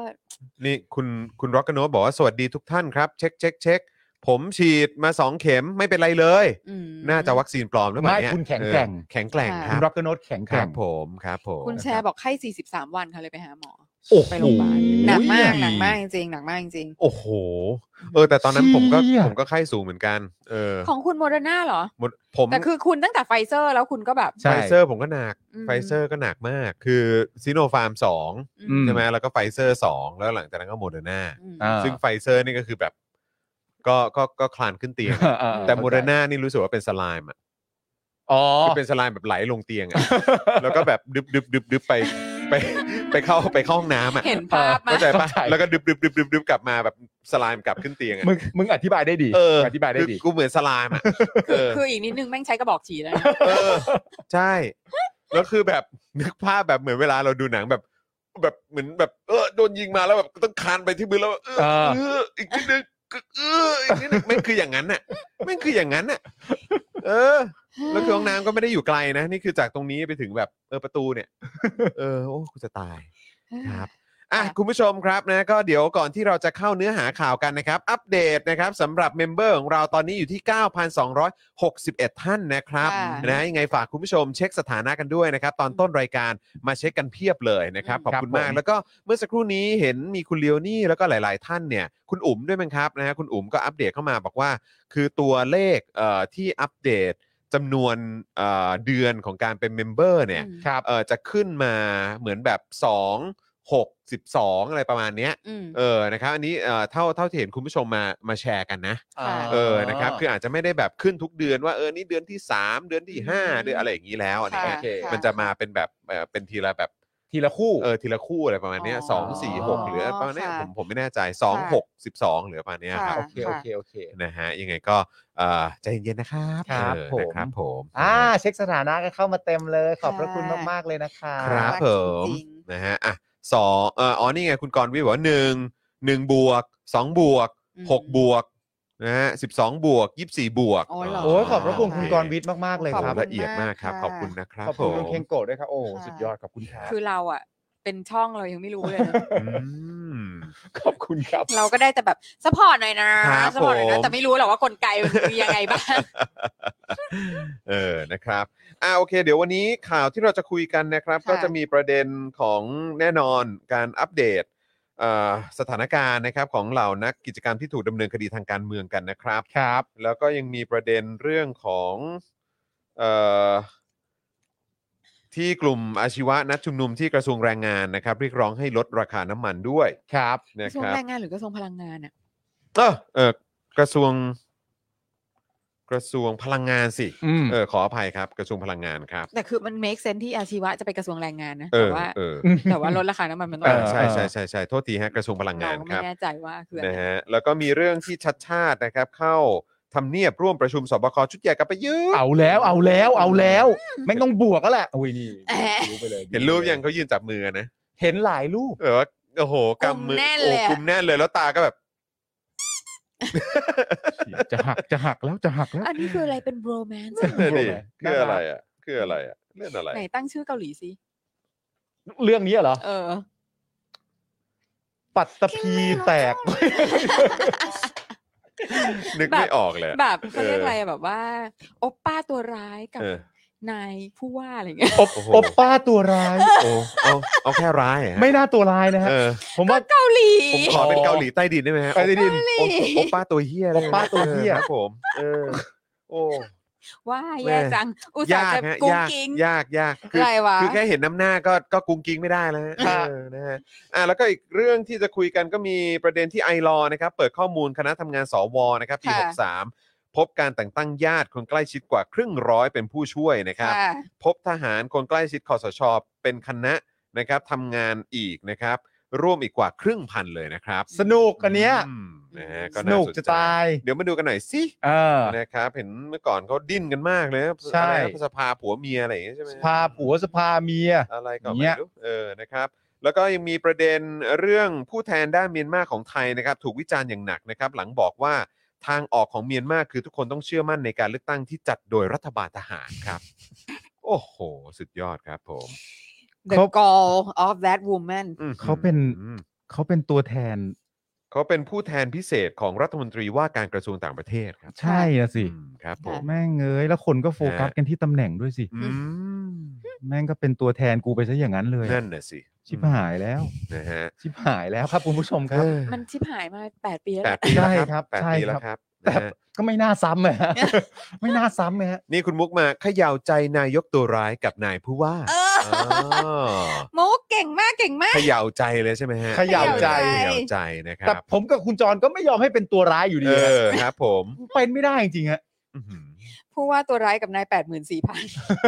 Speaker 2: นี่คุณคุณร็อกกโนบอกว่าสวัสดีทุกท่านครับ เช็คเช็คเช็คผมฉีดมา 2 เข็มไม่เป็นไรเลย
Speaker 4: อืม
Speaker 2: น่าจะวัคซีนปลอมหรือเปล่าเนี่ย
Speaker 3: ไม่คุณแข็งแกร่ง
Speaker 2: เออแข็งแกร่งค
Speaker 3: คุ
Speaker 2: รั
Speaker 3: ณ
Speaker 2: บ
Speaker 3: ร็อกเกอร์โนตแข็ง
Speaker 2: ค
Speaker 3: แก
Speaker 2: รั
Speaker 3: ร่
Speaker 2: บ
Speaker 3: ง
Speaker 2: ผมครับผม
Speaker 4: คุณแชร์บอกไข้43 วันค่ะเลยไปหาหมอ
Speaker 2: โอ้โห
Speaker 4: ไปโรงพยาบาล หนักมากหนักมากจริงหนักมากจริง
Speaker 2: โอ้โห เออ แต่ตอนนั้นผมก็
Speaker 3: เชี่ย
Speaker 2: ผมก็ไข้สูงเหมือนกัน เออ
Speaker 4: ของคุณโมเดอร์นาเหรอ
Speaker 2: หมดผม
Speaker 4: แต่คือคุณตั้งแต่ไฟเซอร์แล้วคุณก็แบบ
Speaker 3: ใช่
Speaker 2: ไฟเซอร์ผมก็หนัก
Speaker 4: อืม
Speaker 2: ไฟเซอร์ก็หนักมาก คือซีโนฟาร์มสอง
Speaker 3: อืม
Speaker 2: ใช่ไหมแล้วก็ไฟเซอร์สองแล้วหลังจากนั้นก็โมเดอร์นา
Speaker 4: อืม
Speaker 3: อ่า
Speaker 2: ซึ่งไฟเซอร์นี่ก็คือแบบ ก็ก็ก็คลานขึ้นเตียง
Speaker 3: เออ
Speaker 2: แต่โมเดอร์นานี่รู้สึกว่าเป็นสไลม์อ่ะ
Speaker 3: อ๋อ
Speaker 2: คือ เป็นสไลม์แบบไหลลงเตียงอ่ะ แล้วก็แบบดึบดึบดึบดึบไปไปไปเข้าไปเข้าห้องน้ำอ่ะ
Speaker 4: เห็นภาพมา
Speaker 2: เข้าใจปะ
Speaker 3: เข้าใจ
Speaker 2: แล้วก็ดึบดึบดึบดึบดึบกลับมาแบบสไลม์กลับขึ้นเตียงอ่ะ
Speaker 3: มึงมึงอธิบายได้ดี
Speaker 2: เออ
Speaker 3: อธิบายได้ดี
Speaker 2: กูเหมือนสไลม์อ่ะเออ
Speaker 4: คืออีกนิดนึงแม่งใช้กระบอกฉีดแล้วนะ
Speaker 2: เออ ใช่ แล้วคือแบบ นึกภาพแบบเหมือนเวลาเราดูหนังแบบ แบบเหมือนแบบ เออโดนยิงมาแล้วแบบต้องคานไปที่พื้นแล้วเออ
Speaker 3: เออ
Speaker 2: เอออีกนิดนึงเอออีกนิดนึงไม่งคืออย่างนั้นน่ะไม่งคืออย่างนั้นน่ะ เออ แล้วคือห้องน้ำก็ไม่ได้อยู่ไกลนะ นี่คือจากตรงนี้ไปถึงแบบเออประตูเนี่ย เออโอ้กูจะตายครับอ่ะคุณผู้ชมครับนะก็เดี๋ยวก่อนที่เราจะเข้าเนื้อหาข่าวกันนะครับ อัปเดตนะครับสำหรับเมมเบอร์ของเราตอนนี้อยู่ที่ 9,261 ท่านนะครับ
Speaker 4: ค่ะ
Speaker 2: นะยังไงฝากคุณผู้ชมเช็คสถานะกันด้วยนะครับ ตอนต้นรายการมาเช็คกันเพียบเลยนะครับ ขอบคุณ
Speaker 3: ครับผม
Speaker 2: มาก แล้วก็เมื่อสักครู่นี้เห็นมีคุณเลียวนี่แล้วก็หลาย ๆ ท่านเนี่ยคุณอุ๋มด้วยมั้งครับนะฮะคุณอุ๋มก็อัปเดตเข้ามาบอกว่า คือตัวเลขเอ่อที่อัปเดตจำนวนเอ่อเดือนของการเป็นเมมเบอร์เนี่ย
Speaker 4: อืม
Speaker 2: เอ่อจะขึ้นมาเหมือนแบบ 2 6 12 อะไรประมาณเนี้ย
Speaker 4: อืม
Speaker 2: เออนะครับอันนี้เอ่อเท่าเท่าที่เห็นคุณผู้ชมมามาแชร์กันนะ
Speaker 4: ค่ะ
Speaker 2: เออนะครับคืออาจจะไม่ได้แบบขึ้นทุกเดือนว่าเออนี่เดือนที่ 3 เดือนที่
Speaker 4: อื
Speaker 2: 5
Speaker 4: ม
Speaker 2: เดือนอะไรอย่างนี้แล้วอันนี้
Speaker 4: ค่ะ
Speaker 2: ย
Speaker 4: ค่ะ
Speaker 2: มันจะมาเป็นแบบเอ่อเป็นทีละแบบ
Speaker 3: ทีละคู่
Speaker 2: เออทีละคู่อะไรประมาณเนี้ย
Speaker 4: อ๋อ
Speaker 2: สองสี่หกหรือประมาณเนี้ย
Speaker 4: ค่ะ
Speaker 2: ผมผมไม่แน่ใจสองหกสิบสองหรือประมาณเนี้ยครับ
Speaker 4: ค่ะ
Speaker 3: โอเค โอเค โอเค
Speaker 2: นะฮะยังไงก็เอ่อใจเย็นๆนะครับ
Speaker 3: ครับ
Speaker 2: เออ
Speaker 3: ผม
Speaker 2: นะครับผม
Speaker 3: อ่า เช็คสถานะกันเข้ามาเต็มเลย ขอบพระคุณ
Speaker 4: ค่ะ
Speaker 3: มาก ๆ เลยนะคะ
Speaker 2: ครับ
Speaker 4: จ
Speaker 2: ผ
Speaker 4: ริง
Speaker 2: ม
Speaker 4: ๆ
Speaker 2: นะฮะอ่ะสองเอ่ออ๋อนี่ไงคุณกรณ์วิบอกว่าหนึ่งหนึ่งบวกสองบวก
Speaker 4: อืม
Speaker 2: หกบวกนะฮะสิบสองบวกยี่สิบสี่บวก
Speaker 4: โอ้ยเหร
Speaker 3: โอ้ยขอบพระคุณคุณกรณ์วิทย์มาก ๆ เลย
Speaker 2: ขอบ
Speaker 3: ค
Speaker 2: คุ
Speaker 3: รับ
Speaker 2: ณละเอียดมากครับ ข
Speaker 4: ข
Speaker 2: อ
Speaker 4: อ
Speaker 2: บบ
Speaker 4: คุ
Speaker 2: คุณ
Speaker 4: ณ
Speaker 2: นะ
Speaker 4: มาก
Speaker 2: ครั
Speaker 3: ข
Speaker 2: บ
Speaker 3: อบ
Speaker 2: ผ
Speaker 3: คุณคุณ
Speaker 2: ม
Speaker 3: เคงโกะด้วยครับ โอ้โห
Speaker 4: ค่ะ
Speaker 3: สุดยอด ขอบคุณครับ
Speaker 4: คือเราอ่ะ เป็นช่องเรายังไม่รู้เลยนะ
Speaker 2: อืม
Speaker 3: ขอบคุณครับ
Speaker 4: เราก็ได้แต่แบบสปอร์ตหน่อยนะครับ สปอร์ตหน่อย
Speaker 2: ผ
Speaker 4: นะ
Speaker 2: ม
Speaker 4: แต่ไม่รู้หรอกว่ากลไกมันคือยังไงบ้าง
Speaker 2: เออ นะครับ อ่า โอเค เดี๋ยววันนี้ข่าวที่เราจะคุยกันนะครับ
Speaker 4: ค่ะ
Speaker 2: ก็จะมีประเด็นของแน่นอนการอัปเดตเอ่อสถานการณ์นะครับของเหล่านักกิจกรรมที่ถูกดำเนินคดีทางการเมืองกันนะครับ
Speaker 3: ครับ
Speaker 2: แล้วก็ยังมีประเด็นเรื่องของเอ่อที่กลุ่มอาชีวะนัดชุมนุมที่กระทรวงแรงงานนะครับเรียกร้องให้ลดราคาน้ำมันด้วย
Speaker 3: ครับ
Speaker 4: ก
Speaker 2: นะ
Speaker 4: ระทรว
Speaker 2: ค
Speaker 4: ง
Speaker 2: รับ
Speaker 4: แรงงานหรือกระทรวงพลังงานอ่ะ
Speaker 2: เออเออกระทรวงกระทรวงพลังงานสิ
Speaker 3: อืม
Speaker 2: เออขออภัยครับ กระทรวงพลังงานครับ
Speaker 4: แต่คือมัน make sense ที่อาชีวะจะไปกระทรวงแรงงานนะ
Speaker 2: เอ
Speaker 4: แต่
Speaker 2: อ
Speaker 4: ว่า
Speaker 2: เออ
Speaker 4: แต่ว่าลดราคาน้ำมันมันต้
Speaker 2: เอ
Speaker 4: อง
Speaker 2: อ
Speaker 3: เ
Speaker 2: ใช่ใช่ใช่ใช่โทษทีฮะกระทรวงพลังงานค
Speaker 4: เก็ไม่
Speaker 2: รับ
Speaker 4: แน่ใจว่าคืออะไร
Speaker 2: นะฮะแล้วก็มีเรื่องที่ชัดชาตินะครับ เข้าทำเนียบร่วมประชุมสบคชุดใหญ่กันไปเยอะ
Speaker 3: เอาแล้ว เอาแล้ว เอาแล้ว ไม่ต้องบวกก็แหละอุ้ยนี่รู้ไปเลย
Speaker 2: เห็นรูปยังเขายืนจับมือนะ
Speaker 3: เห็นหลายรูป
Speaker 2: เออว่าโอ้โหกำมือโอ้กุมแน่นเลยแล้วตาก็แบบ
Speaker 3: จะหัก จะหักแล้ว จะหักแล้ว
Speaker 4: อันนี้คืออะไรเป็น romance
Speaker 2: เออดิคืออะไรอ่ะคืออะไรอ่ะเล่นอะไร
Speaker 4: ไหนตั้งชื่อเกาหลีสิ
Speaker 3: เรื่องนี้เหรอ
Speaker 4: เออ
Speaker 3: ปัตตภีแตก
Speaker 2: นึกไม่ออกเลยอะ
Speaker 4: แบบ
Speaker 2: เอ
Speaker 4: เขา
Speaker 2: อ
Speaker 4: เรียกอะไรอะแบบว่าโอปป้าตัวร้ายกับ
Speaker 2: เออน
Speaker 4: ายผู้ว่าอะไรเงี้ย
Speaker 3: อบ
Speaker 2: โอ้โห
Speaker 3: อบป้าตัวร้าย
Speaker 2: โอ้เอาเอาแค่ร้ายอะฮะ
Speaker 3: ไม่น่าตัวร้ายนะฮะ
Speaker 2: เออ
Speaker 3: ผมว่า
Speaker 4: เกาหลี
Speaker 2: ผมขอเป็นเกาหลีใต้ดินได้ไหมฮะ
Speaker 3: ใต้ดิน
Speaker 2: โอโอโอป้าตัวเฮีย
Speaker 3: โอป้าตัวเหี้ย
Speaker 2: ออครับผมเออโอ้
Speaker 4: ว่า
Speaker 2: แม่
Speaker 4: แย่จัง อุต
Speaker 2: ยา
Speaker 4: ส่าห์
Speaker 2: ก
Speaker 4: จะ
Speaker 2: ฮะ
Speaker 4: กุ้ง
Speaker 2: ยาก
Speaker 4: กิ้ง
Speaker 2: ยากยากคื
Speaker 4: อะไรวะ
Speaker 2: คือแค่เห็นน้ำหน้าก็ก็กุ้งกิ้งไม่ได้แล้วฮะ
Speaker 3: ครับ
Speaker 2: เออนะฮะอ่ะแล้วก็อีกเรื่องที่จะคุยกันก็มีประเด็นที่ไอรอนะครับ เปิดข้อมูลคณะทำงานสวนะครับปี
Speaker 4: ค่ะ
Speaker 2: 63 พบการแต่งตั้งญาติคนใกล้ชิดกว่าครึ่งร้อยเป็นผู้ช่วยนะครับ
Speaker 4: ค่ะ
Speaker 2: พบทหารคนใกล้ชิดคอสชเป็นคณะนะครับทำงานอีกนะครับ ร่วมอีกกว่าครึ่งพันเลยนะครับ
Speaker 3: สนุกอันเนี้ย
Speaker 2: อืมนะฮะก็
Speaker 3: ส
Speaker 2: น่า
Speaker 3: นุก
Speaker 2: สน
Speaker 3: จะ
Speaker 2: ใจ
Speaker 3: ตาย
Speaker 2: เดี๋ยวมาดูกันหน่อยสิ
Speaker 3: เออ
Speaker 2: นะครับ เห็นเมื่อก่อนเขาดิ้นกันมากเลยนะ
Speaker 3: ใช่
Speaker 2: อะไรนะสภาผัวเมียอะไรอย่างเงี้ยใช่ไหม
Speaker 3: สภาผัวสภาเมีย
Speaker 2: อะไรก็
Speaker 3: เนี่
Speaker 2: ไม่
Speaker 3: ย
Speaker 2: รู้เออนะครับ แล้วก็ยังมีประเด็นเรื่องผู้แทนด้านเมียนมาของไทยนะครับ ถูกวิจารณ์อย่างหนักนะครับ หลังบอกว่าทางออกของเมียนมาคือทุกคนต้องเชื่อมั่นในการเลือกตั้งที่จัดโดยรัฐบาลทหาร ครับ โอ้โห สุดยอดครับผม
Speaker 4: The
Speaker 3: เขา
Speaker 4: gall of that woman
Speaker 2: อื้อหือ
Speaker 3: เขาเป็น เขาเป็นตัวแทน
Speaker 2: เขาเป็นผู้แทนพิเศษของรัฐมนตรีว่าการกระทรวงต่างประเทศครับ
Speaker 3: ใช่อะสิ
Speaker 2: อืมครับผม
Speaker 3: แม่งเอ้ยแล้วคนก็โฟกัส
Speaker 2: นะ
Speaker 3: กันที่ตำแหน่งด้วยสิ
Speaker 2: อืม
Speaker 3: แม่งก็เป็นตัวแทนกูไปซะอย่างนั้นเลย
Speaker 2: นั่นน่ะสิ
Speaker 3: ชิบหายแล้ว
Speaker 2: นะฮะ
Speaker 3: ชิบหายแล้วครับคุณผู้ชมครับ
Speaker 4: มันชิบหายมาแปดปีแล้ว
Speaker 2: แปด
Speaker 4: นะ
Speaker 2: ปีแล้ว
Speaker 3: ใช่
Speaker 2: ค
Speaker 3: ครั
Speaker 2: รับบ แปด
Speaker 3: ใช่
Speaker 2: ปีแล้วค
Speaker 3: ค
Speaker 2: รั
Speaker 3: รั
Speaker 2: บบ
Speaker 3: แต่
Speaker 2: นะฮะ
Speaker 3: ก็ไม่น่าซ้ำเลยฮะ ไม่น่าซ้ำเลยฮะ
Speaker 2: นี่คุณมุกมาเขย่าใจนายกตัวร้ายกับนายผู้ว่า
Speaker 4: เออมุกเก่งมากเก่งมาก
Speaker 2: เขย่าใจเลยใช่ไหมฮะ
Speaker 3: เขย่าใจ
Speaker 2: เขย่าใจนะค
Speaker 3: แต่
Speaker 2: รับ
Speaker 3: ผมกับคุณจรก็ไม่ยอมให้เป็นตัวร้ายอยู่ดี
Speaker 2: เอ
Speaker 3: ฮะ
Speaker 2: อครับผม
Speaker 3: เป็นไม่ได้จริงๆฮะ
Speaker 2: อื้อหือ
Speaker 4: ผู้ว่าตัวร้ายกับนายแปดหมื่นสี่พัน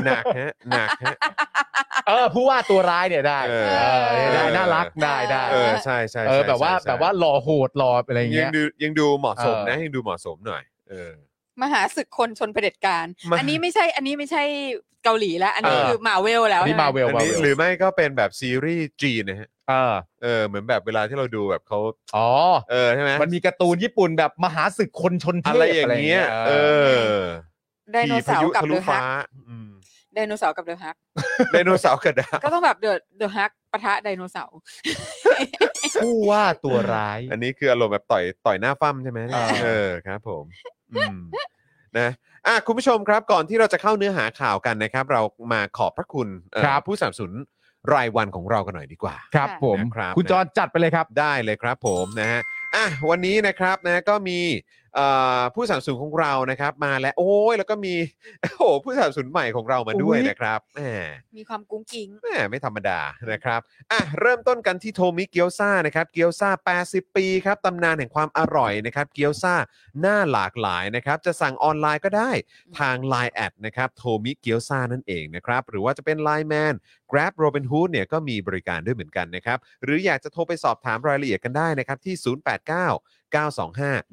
Speaker 2: หนักฮะหนักฮะ
Speaker 3: เออผู้ว่าตัวร้ายเนี่ยได้
Speaker 2: เออ
Speaker 3: เออเนี่ยได้น่ารักได้ได้
Speaker 2: เออใช่ใช่
Speaker 3: เอ
Speaker 2: ใช่
Speaker 3: อแบบว่า
Speaker 2: ใช่ใช่
Speaker 3: แบบว่าหล่อโหดหล่ออะไรอย่าง
Speaker 2: ยั
Speaker 3: เงี้
Speaker 2: ง
Speaker 3: ย
Speaker 2: ดูยังดูเหมาะสมนะ
Speaker 3: เออ
Speaker 2: ยังดูเหมาะสมหน่อย เออ
Speaker 4: มหาศึกคนชนเผด็จการ
Speaker 2: มหา
Speaker 4: อันนี้ไม่ใช่ อันนี้ไม่ใช่เกาหลีแล้ว อันนี้
Speaker 3: เออ
Speaker 4: คือมาเวลแล้ว
Speaker 3: อันนี่มาเวล
Speaker 2: อัน
Speaker 3: มา
Speaker 2: นี้
Speaker 3: เวล
Speaker 2: หรือไม่ก็เป็นแบบซีรีส์จีนนะฮะ
Speaker 3: เออ
Speaker 2: เออเหมือนแบบเวลาที่เราดูแบบเขา
Speaker 3: อ๋อ
Speaker 2: เออใช่ไหม
Speaker 3: มันมีการ์ตูนญี่ปุ่นแบบมหาศึกคนชนเผ่
Speaker 2: อะไรอย่างเงี้ยเออ
Speaker 4: ไดโนเสา
Speaker 2: ขี่
Speaker 4: ร์
Speaker 2: พ
Speaker 4: กับ
Speaker 2: ทะ
Speaker 4: เด
Speaker 2: ลุ
Speaker 4: อะฮั
Speaker 2: ฟ้าก อืม
Speaker 4: ไดโนเสาร์กับเดอะฮัก
Speaker 2: ไดโนเสาร์กระดาษ
Speaker 4: ก็ต้องแบบเดอะเดอะฮักปะทะไดโนเสาร์
Speaker 3: ผู้ว่าตัวร้าย
Speaker 2: อันนี้คืออารมณ์แบบต่อยต่อยหน้าฟั่มใช่ไหมเนี่ย
Speaker 3: อ่า
Speaker 2: เออครับผม อืมนะอ่ะคุณผู้ชมครับก่อนที่เราจะเข้าเนื้อหาข่าวกันนะครับ เรามาขอบพระคุณเอ่อ
Speaker 3: ครับ
Speaker 2: ผู้สนับสนุนรายวันของเรากันหน่อยดีกว่า
Speaker 3: ครับผม
Speaker 2: นะครับ
Speaker 3: คุณจอนจัดไปเลยครับ
Speaker 2: ได้เลยครับผมนะฮะอ่ะวันนี้นะครับนะก็มีเอ่อผู้สนับสนุนของเรานะครับ มาแล้วโอ้ยแล้วก็มี โอ้โหผู้สนับสนุนใหม่ของเรามาด้วย
Speaker 3: อุ๊ย
Speaker 2: นะครับแหม
Speaker 4: มีความกุ้งกิ้ง
Speaker 2: แหมไม่ธรรมดานะครับ อ่ะ เริ่มต้นกันที่โทมิเกียวซ่านะครับ เกียวซ่า 80 ปีครับ ตำนานแห่งความอร่อยนะครับ เกียวซ่าหน้าหลากหลายนะครับ จะสั่งออนไลน์ก็ได้ทาง Line แอดนะครับ โทมิเกียวซ่านั่นเองนะครับ หรือว่าจะเป็น Line Man Grab Robinhood เนี่ยก็มีบริการด้วยเหมือนกันนะครับ หรืออยากจะโทรไปสอบถามรายละเอียดกันได้นะครับ ที่ 089 925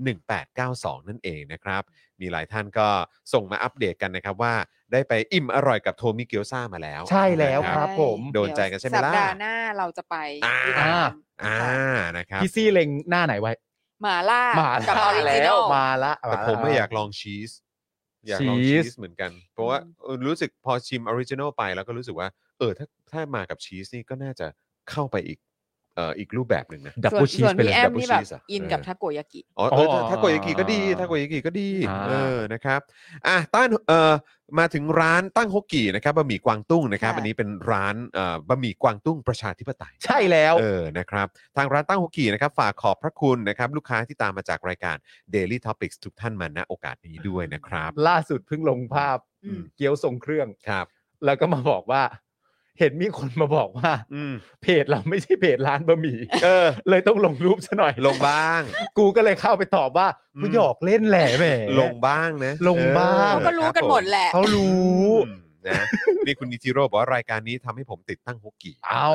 Speaker 2: 1892 นั่นเองนะครับ มีหลายท่านก็ส่งมาอัปเดตกันนะครับว่าได้ไปอิ่มอร่อยกับโทมิเกียวซ่ามาแล้ว
Speaker 3: ใช่แล้วครับผม
Speaker 2: โดนใจกันใช่ไหมล่ะ
Speaker 4: สัปดาห์หน้าเราจะไป
Speaker 2: อ่า
Speaker 4: ที่ร้น
Speaker 2: อ่า
Speaker 4: ค่ะ
Speaker 2: นะครับ
Speaker 3: พี่ซี่เล็งหน้าไหนไว้
Speaker 4: หมาล่า
Speaker 3: มา
Speaker 4: กับออริจิน
Speaker 3: แล้
Speaker 4: อ
Speaker 3: ว
Speaker 4: ล
Speaker 3: มาละ
Speaker 2: แต่ผมไม่อยากลองชีส อยากลองชีสเหมือนกัน เพราะว่าเออรู้สึกพอชิมออริจิน l ลไปแล้วก็รู้สึกว่า เออถ้าถ้ามากับชีสนี่ก็น่าจะเข้าไปอีกเอ่ออีกรูปแบบหนึ่งนะ
Speaker 3: ดับ
Speaker 4: ส่
Speaker 3: เบิ
Speaker 4: ว
Speaker 3: ล
Speaker 4: น
Speaker 3: ชี
Speaker 4: ส่
Speaker 3: ส
Speaker 4: วน
Speaker 3: ไปเลย
Speaker 4: พี่แอม
Speaker 2: double
Speaker 4: นี่แบบ
Speaker 2: cheese อะ
Speaker 4: อิน
Speaker 2: เออ
Speaker 4: กับทาโกยากิ
Speaker 2: อ๋อเออ
Speaker 3: อ๋อ
Speaker 2: ทาโกยากิก็ดี
Speaker 3: อ่า
Speaker 2: ทาโกยากิก็ดี
Speaker 3: อ่า
Speaker 2: เออนะครับอ่ะตั้งเอ่อมาถึงร้านตั้งฮกกี่นะครับบะหมี่กวางตุ้งนะครับ
Speaker 4: ค่ะ
Speaker 2: อันนี้เป็นร้านเอ่อบะหมี่กวางตุ้งประชาธิปไตย
Speaker 3: ใช่แล้ว
Speaker 2: เออ นะครับ ทางร้านตั้งฮกกี้นะครับ ฝากขอบพระคุณนะครับ ลูกค้าที่ตามมาจากรายการ Daily Topics ทุกท่านมาณโอกาสนี้ด้วยนะครับ
Speaker 3: ล่าสุดเพิ่งลงภาพ
Speaker 4: อืม
Speaker 3: เกี๊ยวทรงเครื่อง
Speaker 2: ครับ
Speaker 3: แล้วก็มาบอกว่า เห็นมีคนมาบอกว่า
Speaker 2: อืม
Speaker 3: เพจเราไม่ใช่เพจร้านบะหมี่
Speaker 2: เออ
Speaker 3: เลยต้องลงรูปซะหน่อย
Speaker 2: ลง บ้าง
Speaker 3: กูก็เลยเข้าไปตอบว่า
Speaker 2: อืม
Speaker 3: กูหยอกเล่นแหละแหม
Speaker 2: ลงบ้างนะ
Speaker 3: ลงบ้าง
Speaker 2: ออ
Speaker 4: เขาก็รู้กันหมดแหละ
Speaker 3: เขารู้
Speaker 2: อืมนะ นี่คุณนิจิโร่บอกว่ารายการนี้ทำให้ผมติดตั้งฮกกี้
Speaker 3: เอา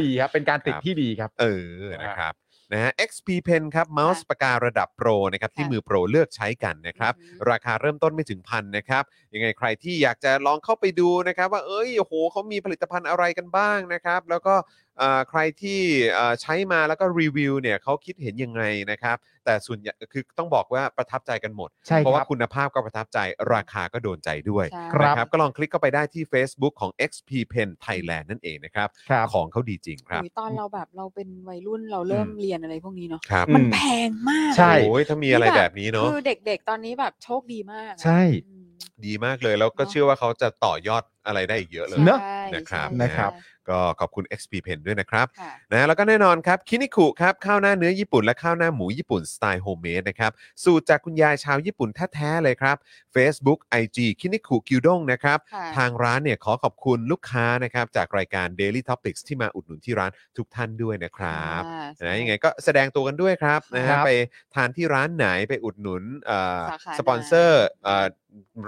Speaker 3: ดีครับ เป็นการติด
Speaker 2: ครับ
Speaker 3: ที่ดีครับ
Speaker 2: เออ นะครับ นะฮะ XP Pen ครับเมาส์ปากการะดับโปรนะครับที่
Speaker 4: ค่ะ
Speaker 2: มือโปรเลือกใช้กันนะครับ
Speaker 4: อือฮึ
Speaker 2: ราคาเริ่มต้นไม่ถึงพันนะครับ ยังไงใครที่อยากจะลองเข้าไปดูนะครับ ว่าเอ้ยโอ้โหเขามีผลิตภัณฑ์อะไรกันบ้างนะครับ แล้วก็เอ่อใครที่เอ่อใช้มาแล้วก็รีวิวเนี่ยเขาคิดเห็นยังไงนะครับ แต่ส่วนใหญ่คือต้องบอกว่าประทับใจกันหมด
Speaker 3: ใช่
Speaker 2: เพราะ
Speaker 3: ค
Speaker 2: ว่า
Speaker 3: รับ
Speaker 2: คุณภาพก็ประทับใจราคาก็โดนใจด้วย
Speaker 4: ใช่
Speaker 3: ครับ
Speaker 2: นะก็ลองคลิกเข้าไปได้ที่ Facebook ของ XP Pen Thailand นั่นเองนะครับ
Speaker 3: ครับ
Speaker 2: ของเขาดีจริงครับ
Speaker 4: อุ๊ยตอนเราแบบเราเป็นวัยรุ่นเราเริ่มเรียนอะไรพวกนี้เนาะ
Speaker 2: ครับ
Speaker 3: อื
Speaker 4: มันแพงมาก
Speaker 3: ใช่
Speaker 4: เลย
Speaker 2: โอ้ยถ้ามีอะไรแบบนี้เนาะ
Speaker 4: คือเด็กๆ ตอนนี้แบบโชคดีมากอะ
Speaker 3: ใช่
Speaker 4: อืม
Speaker 2: ดีมากเลยแล้วก็
Speaker 4: เนอะ
Speaker 2: เชื่อว่าเขาจะต่อยอดอะไรได้อีกเยอะเลย
Speaker 3: เนอะ
Speaker 4: ใช่
Speaker 2: นะครับ
Speaker 4: ใช่
Speaker 2: นะครับ ก็ขอบคุณ XP Pen ด้วยนะครับ
Speaker 4: ค่ะ
Speaker 2: นะแล้วก็แน่นอนครับคินิคุครับข้าวหน้าเนื้อญี่ปุ่นและข้าวหน้าหมูญี่ปุ่นสไตล์โฮมเมดนะครับสูตรจากคุณยายชาวญี่ปุ่นแท้ๆเลยครับ Facebook IG คินิคุกิวด้งนะครับ
Speaker 4: ค่ะ
Speaker 2: ทางร้านเนี่ยขอขอบคุณลูกค้านะครับจากรายการ Daily Topics ที่มาอุดหนุนที่ร้านทุกท่านด้วยนะครับ
Speaker 4: อ่า
Speaker 2: นะยังไงก็แสดงตัวกันด้วยครับนะฮะ
Speaker 3: ครับ
Speaker 2: ไปทานที่ร้านไหนไปอุดหนุนเอ่อ
Speaker 4: สาขาไหน
Speaker 2: สปอนเซอร์เอ่อ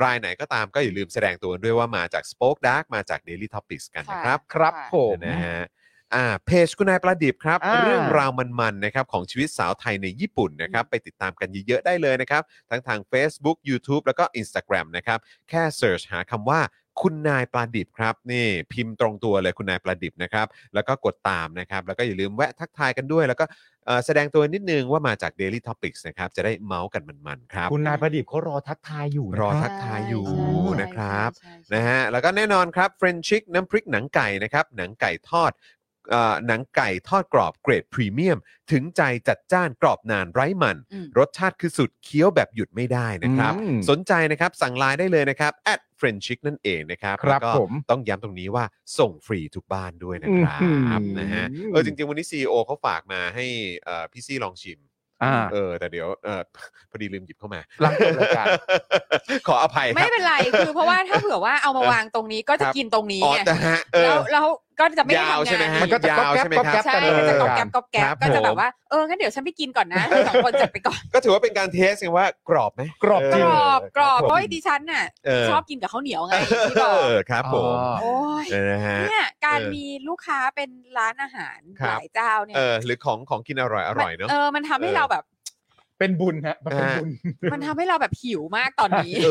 Speaker 2: รายไหนก็ตามก็อย่าลืมแสดงตัวกันด้วยว่ามาจาก Spoke Dark มาจาก Daily Topics กัน
Speaker 4: ค่ะ
Speaker 2: นะครับ
Speaker 3: ครับ
Speaker 4: ะ
Speaker 3: ผม
Speaker 2: นะฮะอ่าเพจคุณนายประดิบครับ
Speaker 3: อ่า
Speaker 2: เรื่องราวมันๆนะครับของชีวิตสาวไทยในญี่ปุ่นนะครับไปติดตามกันเยอะๆได้เลยนะครับ ทั้งทาง Facebook YouTube แล้วก็ Instagram นะครับ แค่ Search หาคำว่า คุณนายปลาดิบครับนี่พิมพ์ตรงตัวเลยคุณนายปลาดิบนะครับแล้วก็กดตามนะครับแล้วก็อย่าลืมแวะทักทายกันด้วย แล้วก็เอ่อแสดงตัวนิดนึงว่ามาจาก Daily Topics นะครับจะได้เมาส์กันมันๆครับ
Speaker 3: คุณนายประดิษฐ์เขารอทักทายอยู่นะ
Speaker 2: รอ
Speaker 3: คบ
Speaker 2: ทัก ทายอยู่
Speaker 4: ใช่ใช่
Speaker 2: นะครับ
Speaker 4: ใช่ใช่
Speaker 2: นะฮะแล้วก็แน่นอนครับเฟรนชิกน้ำพริกหนังไก่นะครับหนังไก่ทอดเอ่อหนังไก่ทอดกรอบเกรดพรีเมียม ถึงใจจัดจ้านกรอบนานไร้มัน
Speaker 4: อืม
Speaker 2: รสชาติคือสุดเคี้ยวแบบหยุดไม่ได้นะครับ
Speaker 3: อืม
Speaker 2: สนใจนะครับสั่งไลน์ได้เลยนะครับ at f r e n c h i c นั่นเองนะครับ
Speaker 3: ครับ
Speaker 2: แล้วก็
Speaker 3: ผม
Speaker 2: ต้องย้ำตรงนี้ว่าส่งฟรีทุกบ้านด้วยนะครั
Speaker 3: อื้อหื
Speaker 2: บ
Speaker 3: อ
Speaker 2: นะฮะเออจริง ๆ วันนี้ CEO เขาฝากมาให้เอ่อพี่ซี่ลองชิม
Speaker 3: อ่า
Speaker 2: เออแต่เดี๋ยวเอ อพอดีลืมหยิบเข้ามา
Speaker 3: หลังจบรายการ
Speaker 2: ขออภัยครับ
Speaker 4: ไม่เป็นไรคือเพราะว่าถ้าเผื่อว่าเอามาวางตรงนี้ก็จะ
Speaker 2: ครับ
Speaker 4: กินตรงนี้
Speaker 2: อ๋อ
Speaker 4: ไง
Speaker 2: แต่ฮะเออ
Speaker 4: แล้วแล้วก็จะไม่ได้
Speaker 2: ยาว
Speaker 4: ทำ
Speaker 2: ใช่ไหม
Speaker 4: งาน
Speaker 2: ฮะ
Speaker 3: มันก็จะ
Speaker 2: ยาวใช่ไหมครับ
Speaker 4: ใช่
Speaker 3: เออ
Speaker 4: มันจะกอบแกบกอบแก
Speaker 2: ครับ
Speaker 4: บก็จะแบ
Speaker 2: ผม
Speaker 4: บว่าเอองั้นเดี๋ยวฉันไปกินก่อนนะสองคนจัดไปก่อน
Speaker 2: ก็ถือว่าเป็นการเทสไงว่ากรอบไหม
Speaker 3: กรอบ
Speaker 2: เ
Speaker 3: จริ
Speaker 4: ก
Speaker 3: ง
Speaker 4: รอบกรอบ
Speaker 2: ผม
Speaker 4: โอ้ยดิฉันน่ะ
Speaker 2: เออ
Speaker 4: ชอบกินกับข้าวเหนียวไงที่บอก
Speaker 2: เออครับผม
Speaker 3: อ๋อ
Speaker 4: โอ้ย
Speaker 2: เออนะฮะ
Speaker 4: เนี่ยการ
Speaker 2: เออ
Speaker 4: มีลูกค้าเป็นร้านอาหาร
Speaker 2: ครับ
Speaker 4: หลายเจ้าเนี่ย
Speaker 2: เออหรือของของกินอร่อยอร่อยเนาะ
Speaker 4: เออมันทำให้
Speaker 2: เออ
Speaker 4: เราแบบ
Speaker 3: เป็นบุญฮะมันเป็นบุญ
Speaker 4: มันทำให้เราแบบหิวมากตอนนี้
Speaker 2: เอ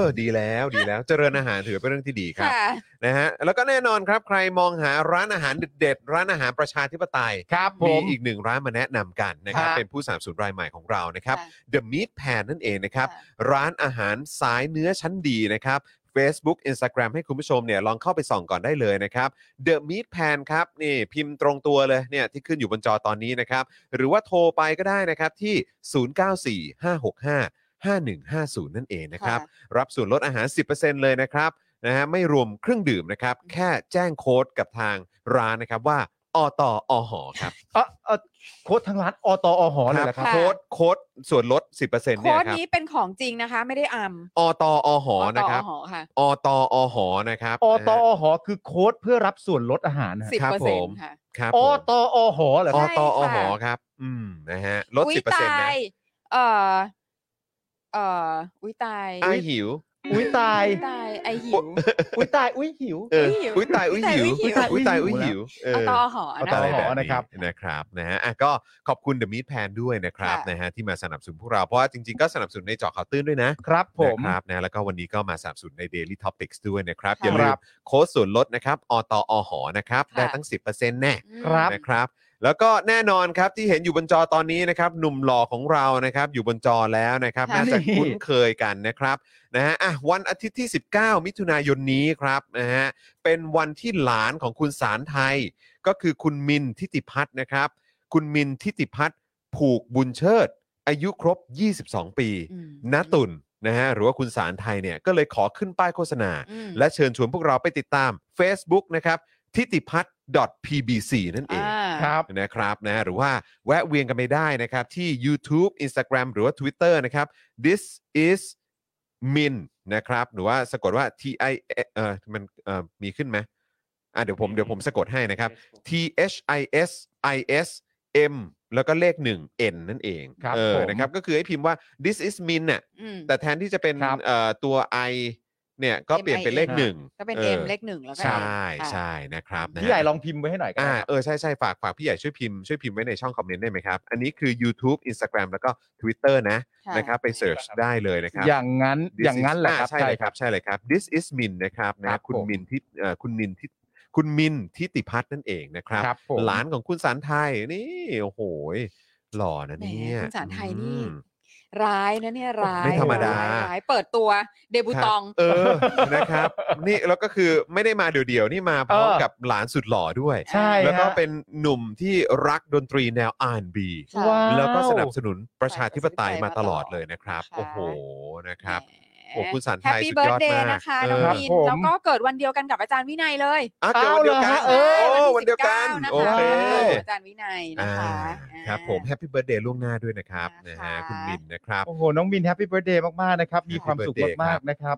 Speaker 2: อ ดีแล้วดีแล้วเจริญอาหารถือเป็นเรื่องที่ดีครับ
Speaker 4: ค่ะ
Speaker 2: นะฮะแล้วก็แน่นอนครับใครมองหาร้านอาหารเด็ดๆร้านอาหารประชาธิปไตย
Speaker 3: ครับผ
Speaker 2: มี
Speaker 3: ม
Speaker 2: อีกหนึ่งร้านมาแนะนำกันนะครับ
Speaker 3: ครับ
Speaker 2: เป็นผู้สามสูนรายใหม่ของเรานะครับ
Speaker 4: ค่ะ
Speaker 2: The Meat Pan นั่นเองนะครับ ร้านอาหารสายเนื้อชั้นดีนะครับ Facebook Instagram ให้คุณผู้ชมเนี่ยลองเข้าไปส่องก่อนได้เลยนะครับ The Meat Pan ครับนี่พิมพ์ตรงตัวเลยเนี่ยที่ขึ้นอยู่บนจอตอนนี้นะครับ หรือว่าโทรไปก็ได้นะครับที่ 094 565 5150 นั่นเองนะครับ รับส่วนลดอาหาร 10%เลยนะครับนะฮะไม่รวมเครื่องดื่มนะครับ แค่แจ้งโค้ดกับทางร้านนะครับว่าอตอหอครับ
Speaker 3: เออเออโค้ดทางร้านอตอหอเลยเหรอครับ
Speaker 4: ะ
Speaker 2: โค้ดโค้ดส่วนลด 10%เนี่
Speaker 4: โค้
Speaker 2: ย
Speaker 4: ด
Speaker 2: ครับ
Speaker 4: นี้เป็นของจริงนะคะ ไม่ได้อัม
Speaker 2: อตอหอนะครับ
Speaker 4: หอค่ะ
Speaker 2: อตออหอนะครับ
Speaker 3: อต
Speaker 2: นะ
Speaker 3: อ
Speaker 2: ฮะ
Speaker 3: หอคือโค้ดเพื่อรับส่วนลดอาหารฮะ
Speaker 4: สิบ
Speaker 2: ครับ
Speaker 4: เปอ
Speaker 2: ผ
Speaker 4: ร์เซ็น
Speaker 2: ม
Speaker 4: ต์ค่ะ
Speaker 2: ครับ
Speaker 3: อ
Speaker 2: ผม
Speaker 3: ตอหอเหรอ
Speaker 2: อ
Speaker 3: ครับ
Speaker 2: ตอ
Speaker 4: ใช่
Speaker 2: หอค
Speaker 4: ค่ะ
Speaker 2: รับ อืมนะฮะลด
Speaker 4: อุ๊ย
Speaker 2: สิบเปอร์เซ็นต์นะ
Speaker 4: ตายเอ่อเอ่ออุ้ยตาย
Speaker 2: อ้ายหิว
Speaker 3: อุ้ยตาย
Speaker 4: อุ๊ตายไอหิว
Speaker 3: อุ้ยตาย อุ้ยหิว
Speaker 2: เออ
Speaker 4: อุ๊
Speaker 2: อุ้ย
Speaker 4: ย
Speaker 2: ตายอุ้ยหิว
Speaker 4: อุ๊
Speaker 2: อุ้ย
Speaker 4: ย
Speaker 2: ตา
Speaker 4: ตาย ยอุ๊
Speaker 2: อุ้ย
Speaker 4: ย
Speaker 2: ตายอุ้ยหิ
Speaker 4: หิว
Speaker 2: วเอ
Speaker 4: เอา
Speaker 2: อ
Speaker 4: ต่อหอ
Speaker 3: เอา
Speaker 4: นะ
Speaker 3: ต่อ
Speaker 2: อะไรแบบ
Speaker 3: หอนะ
Speaker 4: คะ
Speaker 2: นี้
Speaker 3: ครับ
Speaker 2: นะครับนะฮะอ่ะก็ขอบคุณ The Meat Pan ด้วยนะครับ
Speaker 4: ค่ะ
Speaker 2: นะฮะที่มาสนับสนุนพวกเรา เพราะว่าจริงๆ ก็สนับสนุนในเจอข่าวตื้นด้วยนะครับ
Speaker 3: ผม
Speaker 2: นะครับนะแล้วก็วันนี้ก็มาสนับสนุนใน Daily Topics ด้วยนะครับ
Speaker 4: ค่ะ
Speaker 2: อย่าลืมโค้ดส่วนลดนะครับอตอหอนะครับได้ตั้ง 10%แน่
Speaker 4: อืม
Speaker 3: ครับ
Speaker 2: นะครับแล้วก็แน่นอนครับที่เห็นอยู่บนจอตอนนี้นะครับหนุ่มหล่อของเรานะครับอยู่บนจอแล้วนะครับ
Speaker 4: ค่ะ
Speaker 2: น่าจะคุ้นเคยกันนะครับนะฮะอ่ะวันอาทิตย์ที่ 19 มิถุนายนนี้ครับนะฮะเป็นวันที่หลานของคุณสารไทย ก็คือคุณมินทิติพัฒน์นะครับ คุณมินทิติพัฒน์ผูกบุญเชิด อายุครบ 22 ปี
Speaker 4: อืม
Speaker 2: ณตุลนะฮะหรือว่าคุณสารไทยเนี่ยก็เลยขอขึ้นป้ายโฆษณา
Speaker 4: อืม
Speaker 2: และเชิญชวนพวกเราไปติดตาม Facebook นะครับทิติพัฒน์ .pbc นั่นเอง
Speaker 4: อ่า
Speaker 3: ครับ
Speaker 2: นะครับนะหรือว่าแวะเวียนกันไปได้นะครับ ที่ YouTube Instagram หรือว่า Twitter นะครับ this is min นะครับ หรือว่าสะกดว่า t i เอ่อมันเอ่อมีขึ้นไหมอ่ะเดี๋ยวผมเดี๋ยวผมสะกดให้นะครับ T H I S I S M แล้วก็เลข 1 N นั่นเอง
Speaker 3: ครับ
Speaker 2: เออ
Speaker 3: ผม
Speaker 2: นะครับก็คือให้พิมพ์ว่า this is min น่ะ
Speaker 4: อืม
Speaker 2: แต่แทนที่จะเป็น
Speaker 3: ครับ
Speaker 2: เอ่อตัว I เนี่ยก็เปลี่ยนเป็นเลข
Speaker 3: M I N
Speaker 2: หนึ่ง
Speaker 4: ก็เป็น
Speaker 2: อ
Speaker 4: เอ็
Speaker 2: อ
Speaker 4: มเลขหนึ่งแล้วกั
Speaker 2: ใช่
Speaker 4: ค่ะ
Speaker 2: ใช่นะครับนะฮะ
Speaker 3: พี่ใหญ่ลองพิมพ์ไว้ให้หน่อยก็
Speaker 2: อ่า
Speaker 3: ได้
Speaker 2: เออใช่ใช่ฝากฝากพี่ใหญ่ช่วยพิมพ์ช่วยพิมพ์ไว้ในช่องคอมเมนต์ได้ไหมครับ อันนี้คือ YouTube Instagram แล้วก็ Twitter นะ
Speaker 4: ค่ะ
Speaker 2: นะครับไปเสิร์ชได้เลยนะค
Speaker 3: ค
Speaker 2: รั
Speaker 3: รับบ อย่างนั้น
Speaker 2: This
Speaker 3: อย่างนั้น
Speaker 2: is-
Speaker 3: แหละครับ
Speaker 2: อ่าใช่เลยครับใช่เลยครับ this is min นะครับ
Speaker 3: ครั
Speaker 2: นะ
Speaker 3: บ
Speaker 2: คุณ
Speaker 3: ผม
Speaker 2: มินที่เอ่อคุณนินที่คุณมินทิติพัฒน์นั่นเองนะครับ
Speaker 3: ครับผม
Speaker 2: หลานของคุณสารไทยนี่โอ้โหยหล่อนะ
Speaker 4: แหม
Speaker 2: เนี่ย
Speaker 4: คุณสารไทยนี่
Speaker 2: อืม
Speaker 4: ร้ายนะเนี่ยร้าย
Speaker 2: ไม่ธรรมดา
Speaker 4: ยร้ายเปิดตัวเดบู
Speaker 2: ครับ
Speaker 4: ตอง
Speaker 2: เออนะครับนี่แล้วก็คือไม่ได้มาเดี่ยวๆนี่มาพร้อมกับหลานสุดหล่อด้วย
Speaker 3: ใช่
Speaker 2: แล้วก็
Speaker 3: ฮะ
Speaker 2: เป็นหนุ่มที่รักดนตรีแนว R&B
Speaker 4: ค่ะ
Speaker 3: ว้าว
Speaker 2: แล้วก็สนับสนุนประชาธิปไตยมาตลอดเลยนะครับ
Speaker 4: ค่ะ
Speaker 2: โอ้โหนะครับ
Speaker 4: แหม
Speaker 2: โอ้คุณสารไทย
Speaker 4: แฮปปี้
Speaker 2: สุด
Speaker 4: เบิ
Speaker 2: ย
Speaker 4: ร์ด
Speaker 2: อด
Speaker 4: เด
Speaker 2: มา
Speaker 4: ย์
Speaker 2: ก
Speaker 4: นะคะ
Speaker 2: เออ
Speaker 4: น้อง
Speaker 3: ครับ
Speaker 4: มิน
Speaker 3: ผม
Speaker 4: แล้วก็เกิดวันเดียวกันกับอาจารย์วินัยเลย
Speaker 2: อ่ะเกิดวันเดียวกัน
Speaker 3: เอาเหรอฮะเออ
Speaker 2: โอ้วันเดียวกัน
Speaker 4: ที่19
Speaker 2: โอเค
Speaker 4: นะคะอาจารย์วินัยนะ
Speaker 2: อ่า
Speaker 4: คะอ่า
Speaker 2: ครับผมแฮปปี้เบิร์ดเดย์ล่วงหน้าด้วยนะครับ
Speaker 4: นะ
Speaker 2: นะคะ ฮะคุณมินนะครับ
Speaker 3: โอ้โห น้องมินแฮปปี้เบิร์ดเดย์มาก ๆ นะครับ มี
Speaker 2: Happy
Speaker 3: ความสุข
Speaker 2: birthday
Speaker 3: มา
Speaker 2: ครั
Speaker 3: ก
Speaker 2: บ
Speaker 3: ๆ นะครับ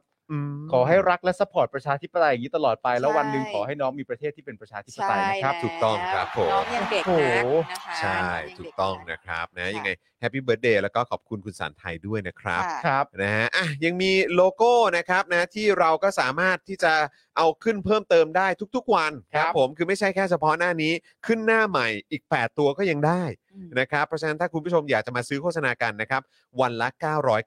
Speaker 2: ม
Speaker 3: ขอให้รักและสปอร์ตประชาธิปไตยอย่างนี้ตลอดไป แล้ว
Speaker 4: ใช่
Speaker 3: วันหนึ่งขอให้น้องมีประเทศที่เป็นประชาธิป
Speaker 4: ใช่
Speaker 3: ไตยนะครับ
Speaker 4: แล้ว
Speaker 2: ถูกต้องครับผม
Speaker 4: น้องยังเด็ก
Speaker 3: โอ้โห
Speaker 4: นักนะคะ
Speaker 2: ใช่
Speaker 4: น้ยังเด็
Speaker 2: ถูกต้อง
Speaker 4: นั
Speaker 2: นะครับนะ
Speaker 4: ค่ะ
Speaker 2: ยังไงแฮปปี้เบิร์ดเดย์แล้วก็ขอบคุณคุณสารไทยด้วยนะครับ
Speaker 4: ค่ะ
Speaker 3: ครับ
Speaker 2: นะฮะอ่ะยังมีโลโก้นะครับนะที่เราก็สามารถที่จะเอาขึ้นเพิ่มเติมได้ทุกๆวัน
Speaker 3: ครับ
Speaker 2: ผมคือไม่ใช่แค่เฉพาะหน้านี้ขึ้นหน้าใหม่อีก 8 ตัวก็ยังได้
Speaker 4: อืม
Speaker 2: นะครับเพราะฉะนั้นถ้าคุณผู้ชมอยากจะมาซื้อโฆษณากันนะครับ วันละ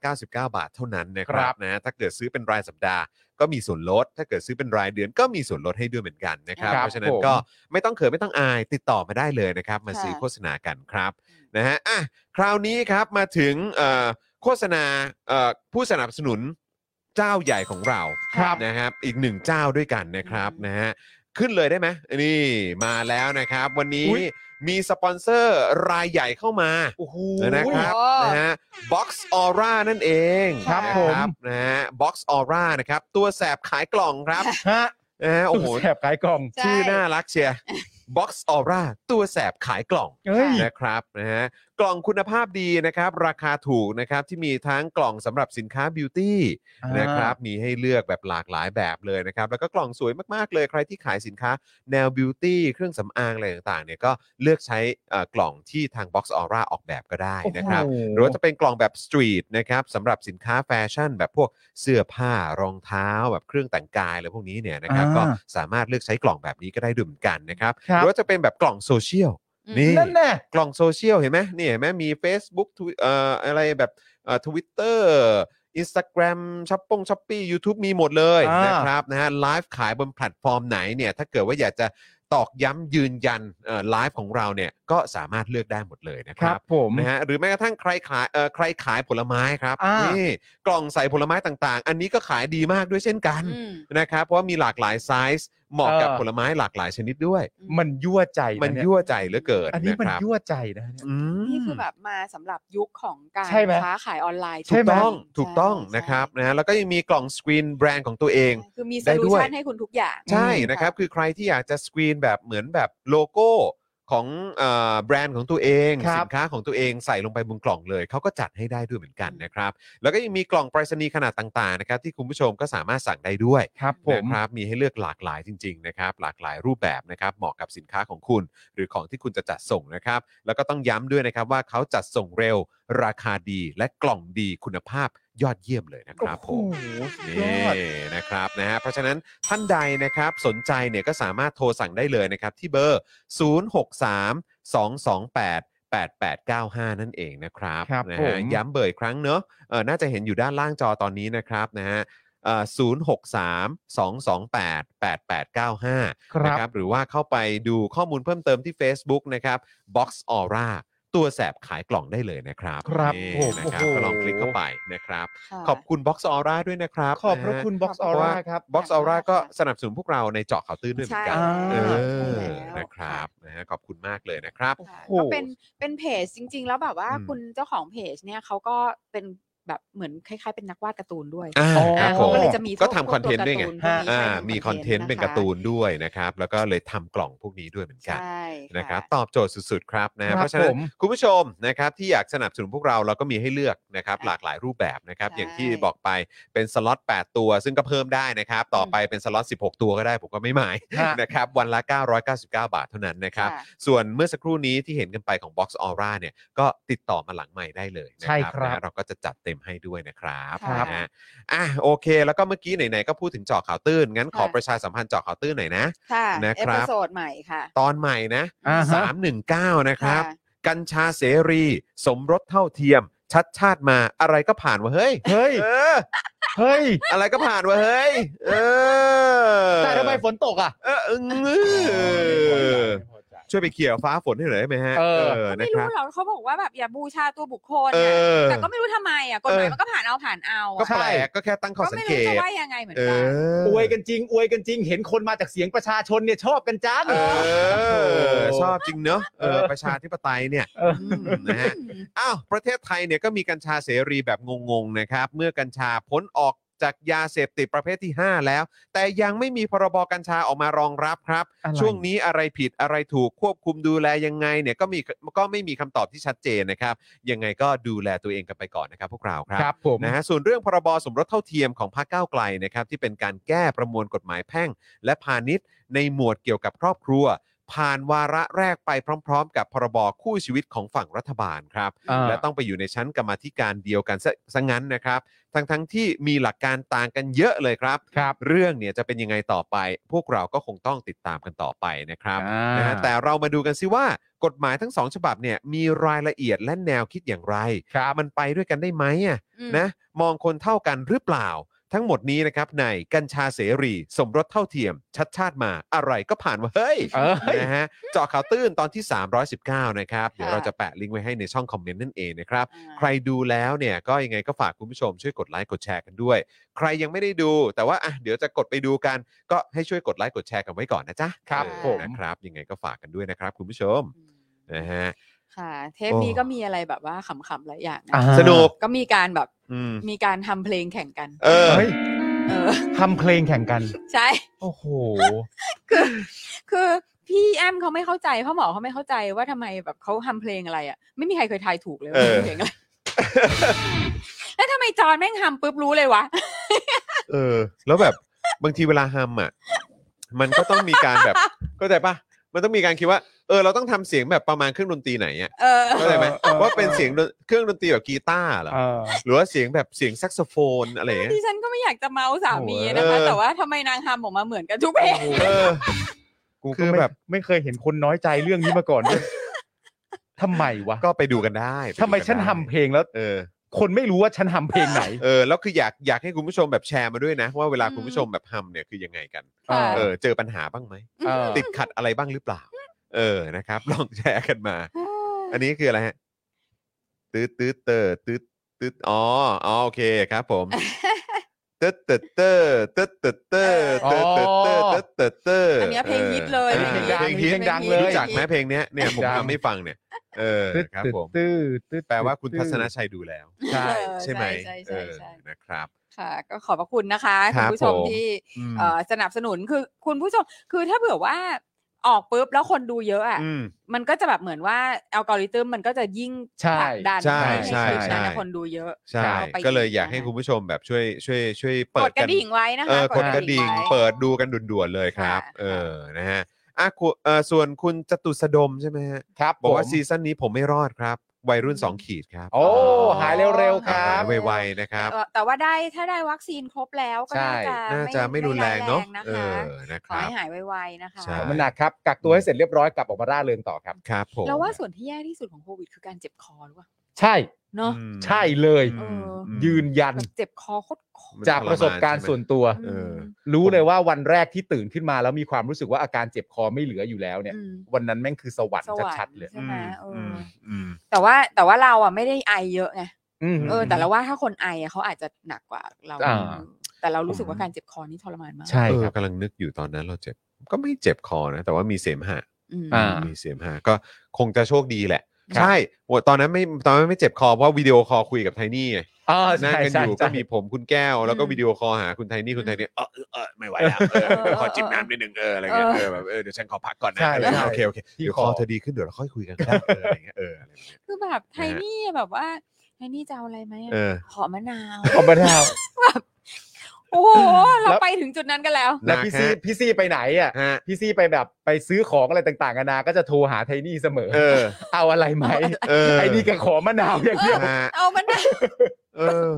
Speaker 2: 999 บาทเท่านั้นนะค
Speaker 3: ครั
Speaker 2: รับบ นะถ้าเกิดซื้อเป็นรายสัปดาห์ ก็มีส่วนลด ถ้าเกิดซื้อเป็นรายเดือนก็มีส่วนลดให้ด้วยเหมือนกันนะครับ
Speaker 3: ครับ
Speaker 2: เพราะฉะนั้น
Speaker 3: ผม
Speaker 2: ก็ไม่ต้องเขินไม่ต้องอายติดต่อมาได้เลยนะครับ มา
Speaker 4: ค่ะ
Speaker 2: ซื้อโฆษณากันครับนะฮะอ่ะคราวนี้ครับมาถึงเอ่อโฆษณาเอ่อผู้สนับสนุนเจ้าใหญ่ของเรา
Speaker 3: ครับ
Speaker 2: นะครับ อีกหนึ่งเจ้าด้วยกันนะครับนะฮะขึ้นเลยได้ไหมนี่มาแล้วนะครับ วันนี้
Speaker 3: อุ๊ย
Speaker 2: มีสปอนเซอร์รายใหญ่เข้ามา
Speaker 3: โอ้โห
Speaker 2: นะครับ
Speaker 4: โอ้
Speaker 2: นะฮะ Box Aura นั่นเอง
Speaker 3: ครับ
Speaker 2: นะ
Speaker 3: ผม
Speaker 2: นะฮะ Box Aura นะครับ ตัวแสบขายกล่อง ครับ
Speaker 3: ฮะ
Speaker 2: นะฮะโอ้โห
Speaker 3: ตู้แสบขายกล่อง
Speaker 4: ใช่
Speaker 2: ชื่อน่ารักเชียร์ Box Aura ตัวแสบขายกล่อง
Speaker 3: เอ้ย
Speaker 2: นะครับนะฮะกล่องคุณภาพดีนะครับ ราคาถูกนะครับ ที่มีทั้งกล่องสำหรับสินค้าบิวตี้
Speaker 3: อ่าน
Speaker 2: นะครับมีให้เลือกแบบหลากหลายแบบเลยนะครับ แล้วก็กล่องสวยมาก ๆ เลยใครที่ขายสินค้าแนวบิวตี้เครื่องสำอางอะไรต่างๆเนี่ยก็เลือกใช้เอ่อกล่องที่ทาง Box Aura ออกแบบก็ได้นะครับ
Speaker 3: โอ้โ
Speaker 2: หรือว่าจะเป็นกล่องแบบสตรีทนะครับสำหรับสินค้าแฟชั่น แบบพวกเสื้อผ้ารองเท้าแบบเครื่องแต่งกายอะไรพวกนี้เนี่ยนะครับ
Speaker 3: อ่า
Speaker 2: ก็สามารถเลือกใช้กล่องแบบนี้ก็ได้ด้วยเหมือนกันนะครับ
Speaker 3: ครั
Speaker 2: ห
Speaker 3: บ
Speaker 2: รือว่าจะเป็นแบบกล่องโซเชียล
Speaker 4: อืม
Speaker 2: นี่
Speaker 3: นั่นแน่
Speaker 2: กล่องโซเชียลเห็นไหมนี่เห็นไหมมี Facebook ทวิเอ่ออะไรแบบเอ่อทวิตเตอร์อินสตาแกรมช้อปปงช้อปปี้ยูทูบมีหมดเลย
Speaker 3: อ่าน
Speaker 2: นะครับนะฮะไลฟ์ขายบนแพลตฟอร์มไหนเนี่ยถ้าเกิดว่าอยากจะตอกย้ำยืนยันเอ่อไลฟ์ของเราเนี่ยก็สามารถเลือกได้หมดเลยนะค
Speaker 3: ครั
Speaker 2: รับบ
Speaker 3: ผม
Speaker 2: นะฮะหรือแม้กระทั่งใครขายเอ่อใครขายผลไม้ครับ
Speaker 3: อ่านี่
Speaker 2: นี่กล่องใส่ผลไม้ต่างๆ อันนี้ก็ขายดีมากด้วยเช่นกัน
Speaker 4: อืม
Speaker 2: นะครับเพราะว่ามีหลากหลายไซส์เหมาะกับ
Speaker 3: เออ
Speaker 2: ผลไม้หลากหลายชนิดด้วย
Speaker 3: มันยั่วใจะ
Speaker 2: มัน
Speaker 3: เ
Speaker 2: ยั่วใจเหลือเกิน
Speaker 3: อันนี้มั
Speaker 2: ะ
Speaker 3: น
Speaker 2: ครับ
Speaker 3: ยั่วใจนะเนี่ย
Speaker 2: อืม
Speaker 4: นี่คือแบบมาสำหรับยุคของการ
Speaker 3: ใช่ไหม
Speaker 4: ค้าขายออนไลน์
Speaker 3: ใช่
Speaker 2: ถูก
Speaker 3: ไหม
Speaker 2: ต้อง
Speaker 4: จริๆ
Speaker 2: ถูกต้อง
Speaker 4: ใช่
Speaker 2: นะครับนะฮะแล้วก็ยังมีกล่องสกรีนแบรนด์ของตัวเอง
Speaker 4: ใช่คือมีโซ
Speaker 2: ได้
Speaker 4: ลู
Speaker 2: ด้วย
Speaker 4: ชันให้คุณทุกอย่าง
Speaker 2: ใช่นะครับ คือใครที่อยากจะสกรีนแบบเหมือนแบบโลโก้ของเอ่อแบรนด์ของตัวเอง
Speaker 3: ครับ
Speaker 2: สินค้าของตัวเองใส่ลงไปบนกล่องเลย เขาก็จัดให้ได้ด้วยเหมือนกันนะครับ แล้วก็ยังมีกล่องไปรษณีย์ขนาดต่างๆนะครับที่คุณผู้ชมก็สามารถสั่งได้ด้วย
Speaker 3: ครับผม
Speaker 2: นะครับมีให้เลือกหลากหลายจริงๆนะครับหลากหลายรูปแบบนะครับเหมาะกับสินค้าของคุณ หรือของที่คุณจะจัดส่งนะครับ แล้วก็ต้องย้ำด้วยนะครับว่าเขาจัดส่งเร็ว ราคาดีและกล่องดีคุณภาพยอดเยี่ยมเลยนะครับผ
Speaker 3: โอ้
Speaker 2: ม
Speaker 3: โหสุดย
Speaker 2: นี่
Speaker 3: อด
Speaker 2: นะครับนะฮะเพราะฉะนั้นท่านใดนะครับสนใจเนี่ยก็สามารถโทรสั่งได้เลยนะครับที่เบอร์ 063 228 8895 นั่นเองนะครับ
Speaker 3: ครับ
Speaker 2: นะ
Speaker 3: ผ
Speaker 2: ฮะ
Speaker 3: ม
Speaker 2: ย้ำเบอร์อีกครั้งเนอะเออน่าจะเห็นอยู่ด้านล่างจอตอนนี้นะครับนะฮะ ศูนย์หกสามสองสองแปดแปดแปดเก้าห้า
Speaker 3: ครั
Speaker 2: นะ
Speaker 3: บ
Speaker 2: ครับหรือว่าเข้าไปดูข้อมูลเพิ่มเติมที่ Facebook นะครับ Box Aura ตัวแสบขายกล่องได้เลยนะครับ
Speaker 3: ครับ
Speaker 2: นี่
Speaker 3: ผม
Speaker 2: นะครับ
Speaker 3: โอ้โห
Speaker 2: ก็ลองคลิกเข้าไปนะครับ
Speaker 4: ค่ะ
Speaker 2: ขอบคุณ Box Aura ด้วยนะครับ
Speaker 3: ขอบพระคุณ Box
Speaker 4: ขอบคุณ
Speaker 3: Aura ครับ
Speaker 2: บ็อกซ์ออร่า
Speaker 4: ขอบคุณมาก
Speaker 2: ก็
Speaker 4: ค่ะ
Speaker 2: สนับสนุนพวกเราในเจาะข่าวตื้นด้วยเหมือนกัน
Speaker 3: ใช่
Speaker 2: เอ
Speaker 4: ใช่
Speaker 2: อ
Speaker 4: แล้ว
Speaker 2: นะครับนะฮะขอบคุณมากเลยนะครับ
Speaker 4: ค่ะ
Speaker 3: โอ้โห
Speaker 4: ก็เป็นเป็นเพจจริง ๆ แล้วแบบว่า
Speaker 2: อืม
Speaker 4: คุณเจ้าของเพจเนี่ยเขาก็เป็นแบบเหมือนคล้ายๆ เป็นนักวาดการ์ตูนด้วย
Speaker 2: อ่า
Speaker 3: อ๋อ
Speaker 2: ครับผ
Speaker 4: เขา
Speaker 2: ม
Speaker 4: ก็เลยจะมี
Speaker 2: ก็
Speaker 4: พว
Speaker 2: ทำคอนเทนต์ด้วยไง
Speaker 4: พวกการ์ตูนพวกนี้
Speaker 2: อ่า
Speaker 4: ใช่ทำ
Speaker 2: มีคอนเทนต์เป็นการ์ตูนด้วยนะครับ แล้วก็เลยทำกล่องพวกนี้ด้วยเหมือนกัน
Speaker 4: ใช่
Speaker 2: นะครับตอบโจทย์สุดๆครับนะฮะ
Speaker 3: ครับ
Speaker 2: เพราะฉะนั้น
Speaker 3: ผม
Speaker 2: คุณผู้ชมนะครับที่อยากสนับสนุนพวกเราเราก็มีให้เลือกนะครับหลากหลายรูปแบบนะครับอย่างที่บอกไปเป็นสล็อต8ตัว ซึ่งก็เพิ่มได้นะครับต่อไปเป็นสล็อต16 ตัวก็ได้ผมก็ไม่หมาย
Speaker 3: ฮะ
Speaker 2: นะครับวันละ 999 บาทเท่านั้นนะครับ
Speaker 4: ะ
Speaker 2: ส่วนเมื่อสักครู่นี้ที่เห็นกันไปของ Box Aura เนี่ยก็ติดต่อมาหลังใหม่ได้เลยนะ
Speaker 3: ใช่ครับ
Speaker 2: นะเราก็จะจัดเต็มให้ด้วยนะครับ
Speaker 4: ครับ
Speaker 2: นะฮะอ่ะโอเค แล้วก็เมื่อกี้ไหนๆก็พูดถึงเจาะข่าวตื้นงั้นขอประชาสัมพันธ์เจาะข่าวตื้นหน่อยนะ
Speaker 4: ค่ะ
Speaker 2: นะ
Speaker 4: เอ
Speaker 2: ครับ
Speaker 4: พิโซดใหม่ค่ะ
Speaker 2: ตอนใหม่นะ
Speaker 3: อ่าฮะ
Speaker 2: 319 นะครับ
Speaker 4: ะ
Speaker 2: กัญชาเสรี สมรสเท่าเทียม ชัดชาติมาอะไรก็ผ่านวะเฮ้ย
Speaker 3: เฮ้ย
Speaker 2: เออ
Speaker 3: เฮ้ย
Speaker 2: อะไรก็ผ่านวะเฮ้ย เออ
Speaker 3: แต่ทำไมฝนตกอ่ะ
Speaker 2: เออเออช่วยไปเขี่ยฟ้าฝนให้หน่อยได้ไหมฮะ
Speaker 3: เออ
Speaker 2: นะ
Speaker 4: ไม่
Speaker 2: ค
Speaker 4: รู้
Speaker 2: รับ
Speaker 4: หรอกเขาบอกว่าแบบอย่าบูชาตัวบุคคล
Speaker 2: เอ
Speaker 4: นะ
Speaker 2: อ
Speaker 4: แต่ก็ไม่รู้ทำไมอ่ะกฎหมาย
Speaker 2: เออ
Speaker 4: มันก็ผ่านเอาผ่านเอา
Speaker 2: ก็
Speaker 4: อ่ะ
Speaker 2: แปลกก็แค่ตั้งข้อ
Speaker 4: ก็
Speaker 2: สัง
Speaker 4: ไม่
Speaker 2: เก
Speaker 4: รู้
Speaker 2: ต
Speaker 4: จะว่ายังไงเหมือน
Speaker 2: เอ
Speaker 4: กัน
Speaker 2: อ
Speaker 3: อวยกันจริง อวยกันจริง เห็นคนมาจากเสียงประชาชนเนี่ยชอบกันจัง
Speaker 2: เออ ชอบจริงเนอะเออ ประชาธิปไตยเนี่ย นะฮะ อ้าวประเทศไทยเนี่ยก็มีกัญชาเสรีแบบงงๆนะครับ เมื่อกัญชาพ้นออกจากยาเสพติดประเภทที่ 5 แล้ว แต่ยังไม่มีพรบกัญชาออกมารองรับครับ
Speaker 3: อะไร
Speaker 2: ช่วงนี้อะไรผิดอะไรถูกควบคุมดูแลยังไงเนี่ยก็มีก็ไม่มีคำตอบที่ชัดเจนนะครับยังไงก็ดูแลตัวเองกันไปก่อนนะครับพวกเราครับ
Speaker 3: ครับผม
Speaker 2: นะฮะส่วนเรื่องพรบสมรสเท่าเทียมของพรรคก้าวไกลนะครับที่เป็นการแก้ประมวลกฎหมายแพ่ง และพาณิชย์ ในหมวดเกี่ยวกับครอบครัว ผ่านวาระแรกไปพร้อม ๆ กับพรบคู่ชีวิตของฝั่งรัฐบาลครับ
Speaker 3: อ่า
Speaker 2: และต้องไปอยู่ในชั้นกรรมาธิการเดียวกันซะซะงั้นนะครับ ทั้งๆทที่มีหลักการต่างกันเยอะเลยครับ
Speaker 3: ครับ
Speaker 2: เรื่องเนี่ยจะเป็นยังไงต่อไป พวกเราก็คงต้องติดตามกันต่อไปนะครับ นะฮะแต่เรามาดูกันซิว่ากฎหมายทั้งสองฉบับเนี่ยมีรายละเอียดและแนวคิดอย่างไร
Speaker 3: ครับ
Speaker 2: มันไปด้วยกันได้ไหมอ่ะ
Speaker 4: อืม
Speaker 2: นะมองคนเท่ากันหรือเปล่า ทั้งหมดนี้นะครับในกัญชาเสรี สมรสเท่าเทียม ชัดชาติมาอะไรก็ผ่านว่าเฮ้ย
Speaker 3: เออ
Speaker 2: นะฮะเจาะข่าวตื้นตอนที่ 319 นะครับ เดี๋ยว
Speaker 4: ค่ะ
Speaker 2: เราจะแปะลิงก์ไว้ให้ในช่องคอมเมนต์นั่นเองนะครับ
Speaker 4: อ่า
Speaker 2: ใครดูแล้วเนี่ยก็ยังไงก็ฝากคุณผู้ชมช่วยกดไลค์กดแชร์กันด้วย ใครยังไม่ได้ดู แต่ว่าอ่ะเดี๋ยวจะกดไปดูกัน ก็ให้ช่วยกดไลค์กดแชร์กันไว้ก่อนนะจ๊ะ
Speaker 3: ครับ
Speaker 2: เออ
Speaker 3: ผม
Speaker 2: นะครับยังไงก็ฝากกันด้วยนะครับ คุณผู้ชมนะฮะ
Speaker 4: ค่ะ เทปนี้ก็มีอะไรแบบว่าขำๆหลายอย่างนะ
Speaker 3: อ่า
Speaker 2: สนุก
Speaker 4: ก็มีการแบบ
Speaker 2: อืม
Speaker 4: มีการทำเพลงแข่งกัน
Speaker 2: เออ
Speaker 3: เฮ้ย
Speaker 4: เออ
Speaker 3: ทำเพลงแข่งกัน
Speaker 4: ใช่
Speaker 3: โอ้โห
Speaker 4: คือ คือพี่แอมเขาไม่เข้าใจพ่อหมอเขาไม่เข้าใจว่าทำไมแบบเขาทำเพลงอะไรอ่ะ ไม่มีใครเคยทายถูกเลยว่า
Speaker 2: เออ
Speaker 4: เพลงอะไร แล้วทำไมจอนแม่งทำปุ๊บรู้เลยวะ
Speaker 2: เออ แล้วแบบบางทีเวลาฮัมอ่ะมันก็ต้องมีการ แบบเข้าใจปะมันต้องมีการคิดว่าเออเราต้องทำเสียงแบบประมาณเครื่องดนตรีไหนอ่ะ
Speaker 4: เออ
Speaker 2: เข้าใจไหม
Speaker 3: เออ
Speaker 2: ว่าเป็นเสียงดนเครื่องดนตรีแบบกีตาร์เหรอ
Speaker 3: เออ
Speaker 2: หรือว่าเสียงแบบเสียงแซกโซโฟนอะไรอย่างเงี้
Speaker 4: ดิ
Speaker 2: ย
Speaker 4: ฉันก็ไม่อยากจะเมาสามีนะ
Speaker 2: โอ้
Speaker 4: คะ
Speaker 2: โห
Speaker 4: แต่ว่าทำไมนางทำออกมาเหมือนกันทุกเพลง
Speaker 2: เออ
Speaker 3: กู
Speaker 2: คื
Speaker 3: ก็
Speaker 2: อ
Speaker 3: ไม่
Speaker 2: แบบ
Speaker 3: ไม่เคยเห็นคนน้อยใจเรื่องนี้มาก่อน ด้วยทำไมวะ
Speaker 2: ก็ไปดูกันได้ปดูกั
Speaker 3: ทำไมฉันทำเพลงแล้ว
Speaker 2: เออ
Speaker 3: คนไม่รู้ว่าฉันทำเพลงไหน
Speaker 2: เออแล้วคืออยากอยากให้คุณผู้ชมแบบแชร์มาด้วยนะ ว่าเวลา
Speaker 4: อืม
Speaker 2: คุณผู้ชมแบบทำเนี่ยคือยังไงกัน
Speaker 4: ค่ะ
Speaker 2: เออเจอปัญหาบ้างไหม
Speaker 3: เออ
Speaker 2: ติดขัดอะไรบ้างหรือเปล่า เออนะครับ ลองแชร์กันมา อันนี้คืออะไรฮะตืดตืดเตอร์ตืดตืดอ๋ออ๋อโอเคครับ ผมตืดตืดเตอร์ตืดตืดเตอร์ตืดตืดเตอร์ตืดตืดเตอร์
Speaker 4: อันเนี้ยเพลงฮิตเลย
Speaker 2: ออ
Speaker 3: เพลงดัง
Speaker 2: เพลงฮิต
Speaker 3: เพลงดัง
Speaker 4: ฮิ
Speaker 3: เลย
Speaker 2: รู้จักไหมเพลงเนี้ยเนี่ยผม
Speaker 3: ดัง
Speaker 2: ทำให้ฟังเนี่ย เออครับผม
Speaker 3: ตื้อตื้อ
Speaker 2: แปลว่าคุณทัศนชัยดูแล้ว
Speaker 3: ใช่
Speaker 4: เออ
Speaker 2: ใช่ไหม
Speaker 4: ใช่
Speaker 2: เอ
Speaker 4: ใช่
Speaker 2: อ
Speaker 4: ใช่
Speaker 2: นะครับ
Speaker 4: ค่ะ ก็ขอบพระคุณนะคะ
Speaker 2: ค
Speaker 4: คุ
Speaker 2: รั
Speaker 4: ณ
Speaker 2: บ
Speaker 4: ผู้ชม
Speaker 2: ผม
Speaker 4: ที่
Speaker 2: อืม
Speaker 4: เอ่อสนับสนุนคือคุณผู้ชมคือถ้าเผื่อว่าออกปุ๊บแล้วคนดูเยอะอ่ะ
Speaker 2: ม
Speaker 4: มันก็จะแบบเหมือนว่าอัลกอริทึมมันก็จะยิ่ง
Speaker 3: ใช่
Speaker 4: ผลักดัน
Speaker 2: ใช่ใช่
Speaker 4: ห้คลิปนั้น
Speaker 2: ใช่
Speaker 4: นะคนดูเยอะ
Speaker 2: ใช่
Speaker 4: ข้าไป
Speaker 2: ก็เลยอยากให้
Speaker 4: นะะ
Speaker 2: คุณผู้ชมแบบช่วยช่วย ช่วยเปิ
Speaker 4: ก
Speaker 2: ด
Speaker 4: ดกระดิ่งไว้นะ
Speaker 2: เอ
Speaker 4: คะ
Speaker 2: อกดกระดิ่ง
Speaker 4: ไว้
Speaker 2: เปิดดูกันด่วนๆเลยครับ
Speaker 4: ค่ะ
Speaker 2: เออนะฮะอ่ะคุณเออส่วนคุณจตุสดมใช่ไหมฮะ
Speaker 3: ครับ
Speaker 2: บอกว่า
Speaker 3: ผม
Speaker 2: ซีซั่นนี้ผมไม่รอดครับ วัยรุ่น 2 ขีดครับ
Speaker 3: โอ้ หายเร็วๆครับ
Speaker 2: หายไวๆนะครับ
Speaker 4: เอ่อแต่ว่าได้ถ้าได้วัคซีนครบแล้วก็น่าจะ
Speaker 2: น่าจะไม่รุนแรงเนาะ
Speaker 4: ไม่
Speaker 2: เอ
Speaker 4: รุนแรง
Speaker 2: อ
Speaker 4: นะคะ
Speaker 2: นะค
Speaker 4: ขอ
Speaker 2: รับ
Speaker 4: ให้หายไวๆนะคะ
Speaker 2: ใช่
Speaker 3: ขอบคุณนะครับ กักตัวให้เสร็จเรียบร้อยกลับออกมาร่าเริงต่อครับ
Speaker 2: ครับผม
Speaker 4: เราว่าส่วนที่แย่ที่สุดของโควิดคือการเจ็บคอหรือเปล่า
Speaker 3: ใช่
Speaker 4: เนาะ
Speaker 2: อืม
Speaker 3: ใช่เลย
Speaker 4: เออ
Speaker 3: ยืนยัน
Speaker 4: แบบเจ็บคอโคตรขม
Speaker 2: มัน
Speaker 3: จาก
Speaker 2: ท
Speaker 3: ประสบการณ์
Speaker 2: ใช่ไหม
Speaker 3: ส่วนตัว
Speaker 2: เออ
Speaker 3: รู้เลยว่าวันแรกที่ตื่นขึ้นมาแล้วมีความรู้สึกว่าอาการเจ็บคอไม่เหลืออยู่แล้วเนี่ย
Speaker 4: อืม
Speaker 3: วันนั้นแม่งคือสวรรค์
Speaker 4: สวรร
Speaker 3: ชัด
Speaker 4: ค์
Speaker 3: ๆเลย
Speaker 4: ใช่ไหมเออ
Speaker 2: อืม
Speaker 4: อ
Speaker 2: อืม
Speaker 4: แต่ว่าแต่ว่าเราอ่ะไม่ได้ไอเยอะไง
Speaker 3: ม
Speaker 4: เออแต่เราว่าถ้าคนไออ่ะเขาอาจจะหนักกว่าเรา
Speaker 3: อ่า
Speaker 4: เออแต่เรารู้สึกว่าการเจ็บคอนี่ทรมานมาก
Speaker 3: ใช่
Speaker 2: เออ
Speaker 3: ครับ
Speaker 2: กำลังนึกอยู่ตอนนั้นเราเจ็บ ก็ไม่เจ็บคอนะ แต่ว่ามีเสมหะ
Speaker 4: อืม
Speaker 3: อ่า
Speaker 2: มีเสมหะก็คงจะโชคดีแหละ
Speaker 3: ครับ
Speaker 2: ใช่โอ้ยตอนนั้นไม่ตอนนั้นไม่เจ็บคอเพราะวิดีโอคอลคุยกับไทนี่ไง
Speaker 3: อ่า
Speaker 2: นั่
Speaker 3: ใช่
Speaker 2: งกัน
Speaker 3: ใช่
Speaker 2: อยู่ก็
Speaker 3: ใช่
Speaker 2: มีผมคุณแก้ว แล้วก็วิดีโอคอลหาคุณไทนี่คุณไทนี่เออเออเออไม่ไหวแล้วเออเออขอจิบน้ำนิดนึงเอออะไรเงี้ยเออแบบเออเดี๋ยวฉันขอพักก่อนนะอะไรเงี้ยโอเคโอเคเดี๋ยวคอเธอดีขึ้นเดี๋ยวเราค่อยคุยกันก็ได้เอออะไรเงี้ยเอออะไรแบบเนี้ย
Speaker 4: คือแบบไท
Speaker 2: นะฮะ
Speaker 4: นี่แบบว่าไทนี่จะเอาอะไรไหมอะ
Speaker 2: เออ
Speaker 4: ขอมะนาว
Speaker 3: ขอบคุณครับ
Speaker 4: โอ้โหเราไปถึงจุดนั้นกันแล้ว
Speaker 3: แล้วพี่ซี
Speaker 2: นะฮะ
Speaker 3: พี่ซีไปไหนอ่ะ
Speaker 2: ฮะ
Speaker 3: พี่ซี่ไปแบบไปซื้อของอะไรต่างๆกันานา ก็จะโทรหาไทนี่เสมอ
Speaker 2: เออ
Speaker 3: เอาอะไรไหม
Speaker 2: เออ
Speaker 3: ไอ้นี่ก็ขอมะนาวอย่างเดียว
Speaker 2: ฮะ
Speaker 4: เอามะนาว
Speaker 2: เออ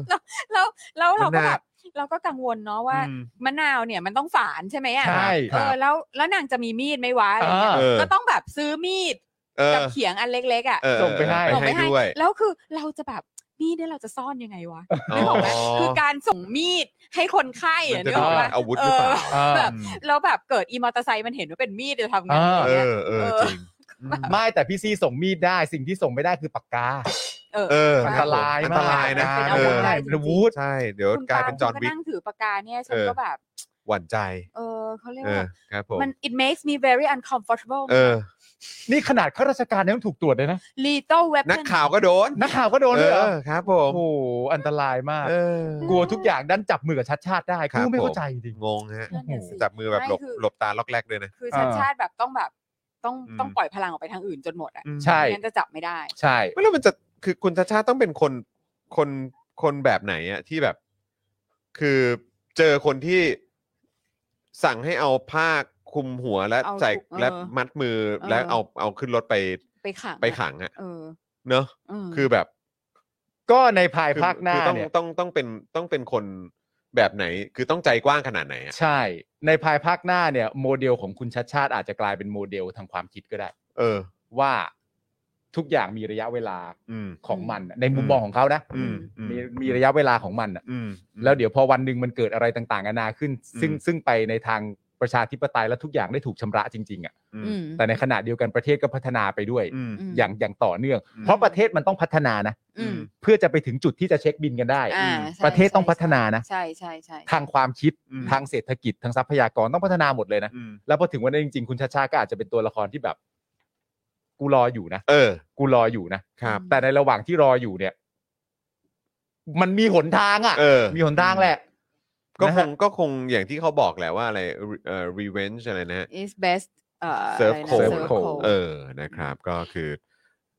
Speaker 4: แล้วแล้วเราก็
Speaker 2: มะนาว
Speaker 4: แบบเราก็กังวลเนาะว่า
Speaker 2: อืม
Speaker 4: มะนาวเนี่ยมันต้องฝานใช่ไหมอ่ะ
Speaker 3: ใช่
Speaker 2: ครั
Speaker 4: เอบ อแล้วแล้วนางจะมีมีดไหม่วะอะไรเงี้ย
Speaker 2: เออ
Speaker 4: ก็ต้องแบบซื้อมีด
Speaker 2: เออ
Speaker 4: กับเขียงอันเล็ก ๆ อ่ะ
Speaker 2: เออ
Speaker 3: ส่งไปให้
Speaker 2: ไป
Speaker 4: ส่ง
Speaker 2: ให้ด้วย
Speaker 4: แล้วคือเราจะแบบมีดเนี่ยเราจะซ่อนยังไงวะนึกออกไหมคือการส่งมีดให้คนไข้
Speaker 2: มั
Speaker 4: อะ
Speaker 2: นจะ
Speaker 4: นึกออก
Speaker 2: ดู
Speaker 4: ไหม
Speaker 2: เป็นอาวุธหรือเปล่า
Speaker 3: เออ
Speaker 4: แบบแล้วแบบเกิดอีมอเตอร์ไซค์มันเห็นว่าเป็นมีดจะทำไง
Speaker 3: เออ
Speaker 4: อะ
Speaker 2: เอ
Speaker 4: ไรเงี้ย
Speaker 2: อเออจริง
Speaker 3: ไม่แต่พี่ซี่ส่งมีดได้สิ่งที่ส่งไม่ได้คือปากกา
Speaker 4: เออ
Speaker 2: เออ
Speaker 3: อัน
Speaker 2: ค
Speaker 3: ต
Speaker 2: บผม
Speaker 3: ราย
Speaker 2: อัน
Speaker 3: มา
Speaker 2: ตราย
Speaker 3: ก
Speaker 2: นะ
Speaker 4: เป็น
Speaker 2: เอ
Speaker 4: อาวุธ
Speaker 2: อ
Speaker 4: ได้
Speaker 3: เป็นอาวุธ
Speaker 2: ใช่เดี๋ยว
Speaker 4: คุณ
Speaker 2: กลาย
Speaker 4: ปา
Speaker 2: เป็นจอห์น
Speaker 4: ก็
Speaker 2: วิก
Speaker 4: นั่งถือปากกาเนี่ยฉัน
Speaker 2: เออ
Speaker 4: ก็แบบ
Speaker 2: หวั่นใจ
Speaker 4: เออเขาเรียก
Speaker 2: เออ
Speaker 4: ว่า
Speaker 2: ครับผม
Speaker 4: มัน it makes me very uncomfortable
Speaker 2: เออ
Speaker 3: นี่ขนาดข้าราชการยังถูกตรวจเลยนะ
Speaker 4: lethal
Speaker 2: นัก
Speaker 4: weapon
Speaker 2: ข่าวก็โดน
Speaker 3: นักข่าวก็โดน
Speaker 2: เอ
Speaker 3: เลยเหรอ
Speaker 2: อครับผม
Speaker 3: โอ้โหอันตรายมาก
Speaker 2: เออ
Speaker 3: กลัวทุกอย่างดันจับมือกับชัดชาติได้
Speaker 2: ครับ
Speaker 3: กูไม่
Speaker 2: ผ
Speaker 3: เข้าม ใจจริง
Speaker 2: งงฮะ
Speaker 4: นั่นน่ะสิ
Speaker 2: จับมือแบบหลบ
Speaker 4: ไม่คือ
Speaker 2: หลบตาล็อกแรกด้วยนะ
Speaker 4: คือชัด
Speaker 3: อ่า
Speaker 4: ชาติแบบต้องแบบต้อง
Speaker 2: อืม
Speaker 4: ต้องปล่อยพลังออกไปทางอื่นจนหมดอ่ะ
Speaker 3: ใช่
Speaker 4: ไม่งั้นจะจับไม่ได้
Speaker 3: ใช่
Speaker 2: ไม่แล้วมันจะคือคุณชาชาติต้องเป็นคนคนคนแบบไหนอะที่แบบ คือเจอคนที่สั่งให้เอาผ้าคลุมหัวและ
Speaker 4: เอา
Speaker 2: ใส่
Speaker 4: ถุง
Speaker 2: และ
Speaker 4: เออ
Speaker 2: มัดมือและ
Speaker 4: เออ
Speaker 2: เอาเอาขึ้นรถไป
Speaker 4: ไปขังอะ
Speaker 2: ไปขังอะ
Speaker 4: เออ
Speaker 2: เนอะ
Speaker 4: เออ
Speaker 2: คือแบบ
Speaker 3: ก็ในภาย
Speaker 2: คือ
Speaker 3: ภาคหน้า
Speaker 2: คือต้อง
Speaker 3: เนี่ย
Speaker 2: ต้องต้องเป็นต้องเป็นคนแบบไหน คือต้องใจกว้างขนาดไหนอะ
Speaker 3: ใช่ ในภายภาคหน้าเนี่ย โมเดลของคุณชัดชาติอาจจะกลายเป็นโมเดลทางความคิดก็ได้
Speaker 2: เออ
Speaker 3: ว่า ทุกอย่างมีระยะเวลา
Speaker 2: อืม
Speaker 3: ของมันน่ะในมุมมองของเขานะ
Speaker 2: อืมอืม
Speaker 3: มีมีระยะเวลาของมันน่ะ
Speaker 2: อืม
Speaker 3: แล้วเดี๋ยวพอวันหนึ่งมันเกิดอะไรต่างๆนานาขึ้น ซึ่ง
Speaker 2: อืม
Speaker 3: ซึ่งไปในทางประชาธิปไตยและทุกอย่างได้ถูกชำระจริงๆอ่ะ
Speaker 2: อื
Speaker 4: อื
Speaker 2: ม
Speaker 4: ม
Speaker 3: แต่ในขณะเดียวกันประเทศก็พัฒนาไปด้วย
Speaker 2: อืม
Speaker 4: อืม
Speaker 3: อย่างอย่างต่อเนื่อง
Speaker 2: อืม
Speaker 3: เพราะประเทศมันต้องพัฒนานะ
Speaker 4: อืม
Speaker 3: เพื่อจะไปถึงจุดที่จะเช็คบินกันได้
Speaker 4: อ่าใช่
Speaker 3: ประเทศต้องพัฒนานะ
Speaker 4: ใช่ใช่ใช่ใช่
Speaker 3: ทางความคิด
Speaker 2: อืม
Speaker 3: ทางเศรษฐกิจทางทรัพยากรต้องพัฒนาหมดเลยนะ
Speaker 2: อืม
Speaker 3: แล้วพอถึงวันนั้นจริงๆ คุณชาชาก็อาจจะเป็นตัวละครที่แบบ กูรออยู่นะ
Speaker 2: เออ
Speaker 3: กูรออยู่นะครับ แต่ในระหว่างที่รออยู่เนี่ย มันมีหนทาง
Speaker 2: เอ
Speaker 3: อะ่ะ
Speaker 2: อ
Speaker 3: มีหนทางแหละ
Speaker 2: ก็ค
Speaker 3: นะ
Speaker 2: ง
Speaker 3: ฮะ
Speaker 2: ก็คงอย่างที่เขาบอกแหละว่าอะไรเอ่อ revenge อะไรนะฮะ
Speaker 4: อืม is best เอ่อ
Speaker 2: Serve
Speaker 4: อะไรนะ
Speaker 2: cold
Speaker 4: serve
Speaker 3: Serve
Speaker 4: cold
Speaker 3: cold
Speaker 2: เออนะครับ ก็คือ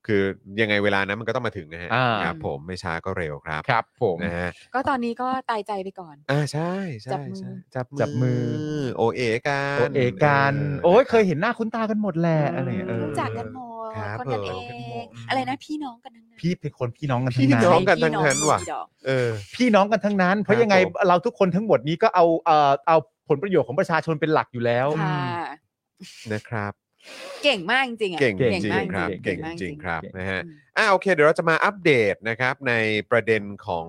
Speaker 2: คือยังไงเวลานั้นมันก็ต้องมาถึงนะฮะ
Speaker 3: อ่า
Speaker 2: ครับผมไม่ช้าก็เร็วครับ
Speaker 3: ครับ ผม
Speaker 2: นะฮะ
Speaker 4: ก็ตอนนี้ก็ตายใจไปก่อน
Speaker 2: อ่าใช่ใช่
Speaker 4: จับมือ
Speaker 2: ใช่
Speaker 3: จับมือ
Speaker 2: โอเอกัน
Speaker 3: โอเอกัน
Speaker 2: เ
Speaker 3: โอ้ยเคยเห็นหน้าคุ้นตากันหมดแหละอะไรอย่างเงี้ยเออ
Speaker 4: รู้จักกันหมด
Speaker 2: ครับ
Speaker 4: คนกันเอ
Speaker 2: ผม
Speaker 4: ง อะไรนะพี่น้องกันทั้งนั้น
Speaker 3: พี่เป็นคนพี่น้องกัน
Speaker 2: พี่
Speaker 3: ทั้งนั้
Speaker 2: น้อง
Speaker 3: น
Speaker 2: กันทั้นั้นว่ะ
Speaker 4: พี่น้อง
Speaker 2: เออ
Speaker 3: พี่น้องกันทั้งนั้น เพราะยังไง
Speaker 2: ครับผม
Speaker 3: เราทุกคนทั้งหมดนี้ก็เอาเอ่อเอาผลประโยชน์ของประชาชนเป็นหลักอยู่แล้ว
Speaker 4: ค่ะ
Speaker 2: นะครับ
Speaker 4: เก่งมากจริงๆอ่ะ
Speaker 2: เก่งจ
Speaker 3: เก่ง
Speaker 2: ริง
Speaker 4: มาก
Speaker 2: ๆครับ
Speaker 3: เก่
Speaker 2: เก่งจ
Speaker 3: ง
Speaker 4: มาก
Speaker 2: ริงๆครับ
Speaker 3: เก่ง
Speaker 2: นะฮะ
Speaker 4: อืม
Speaker 2: อ่าโอเคเดี๋ยวเราจะมาอัปเดตนะครับในประเด็นของ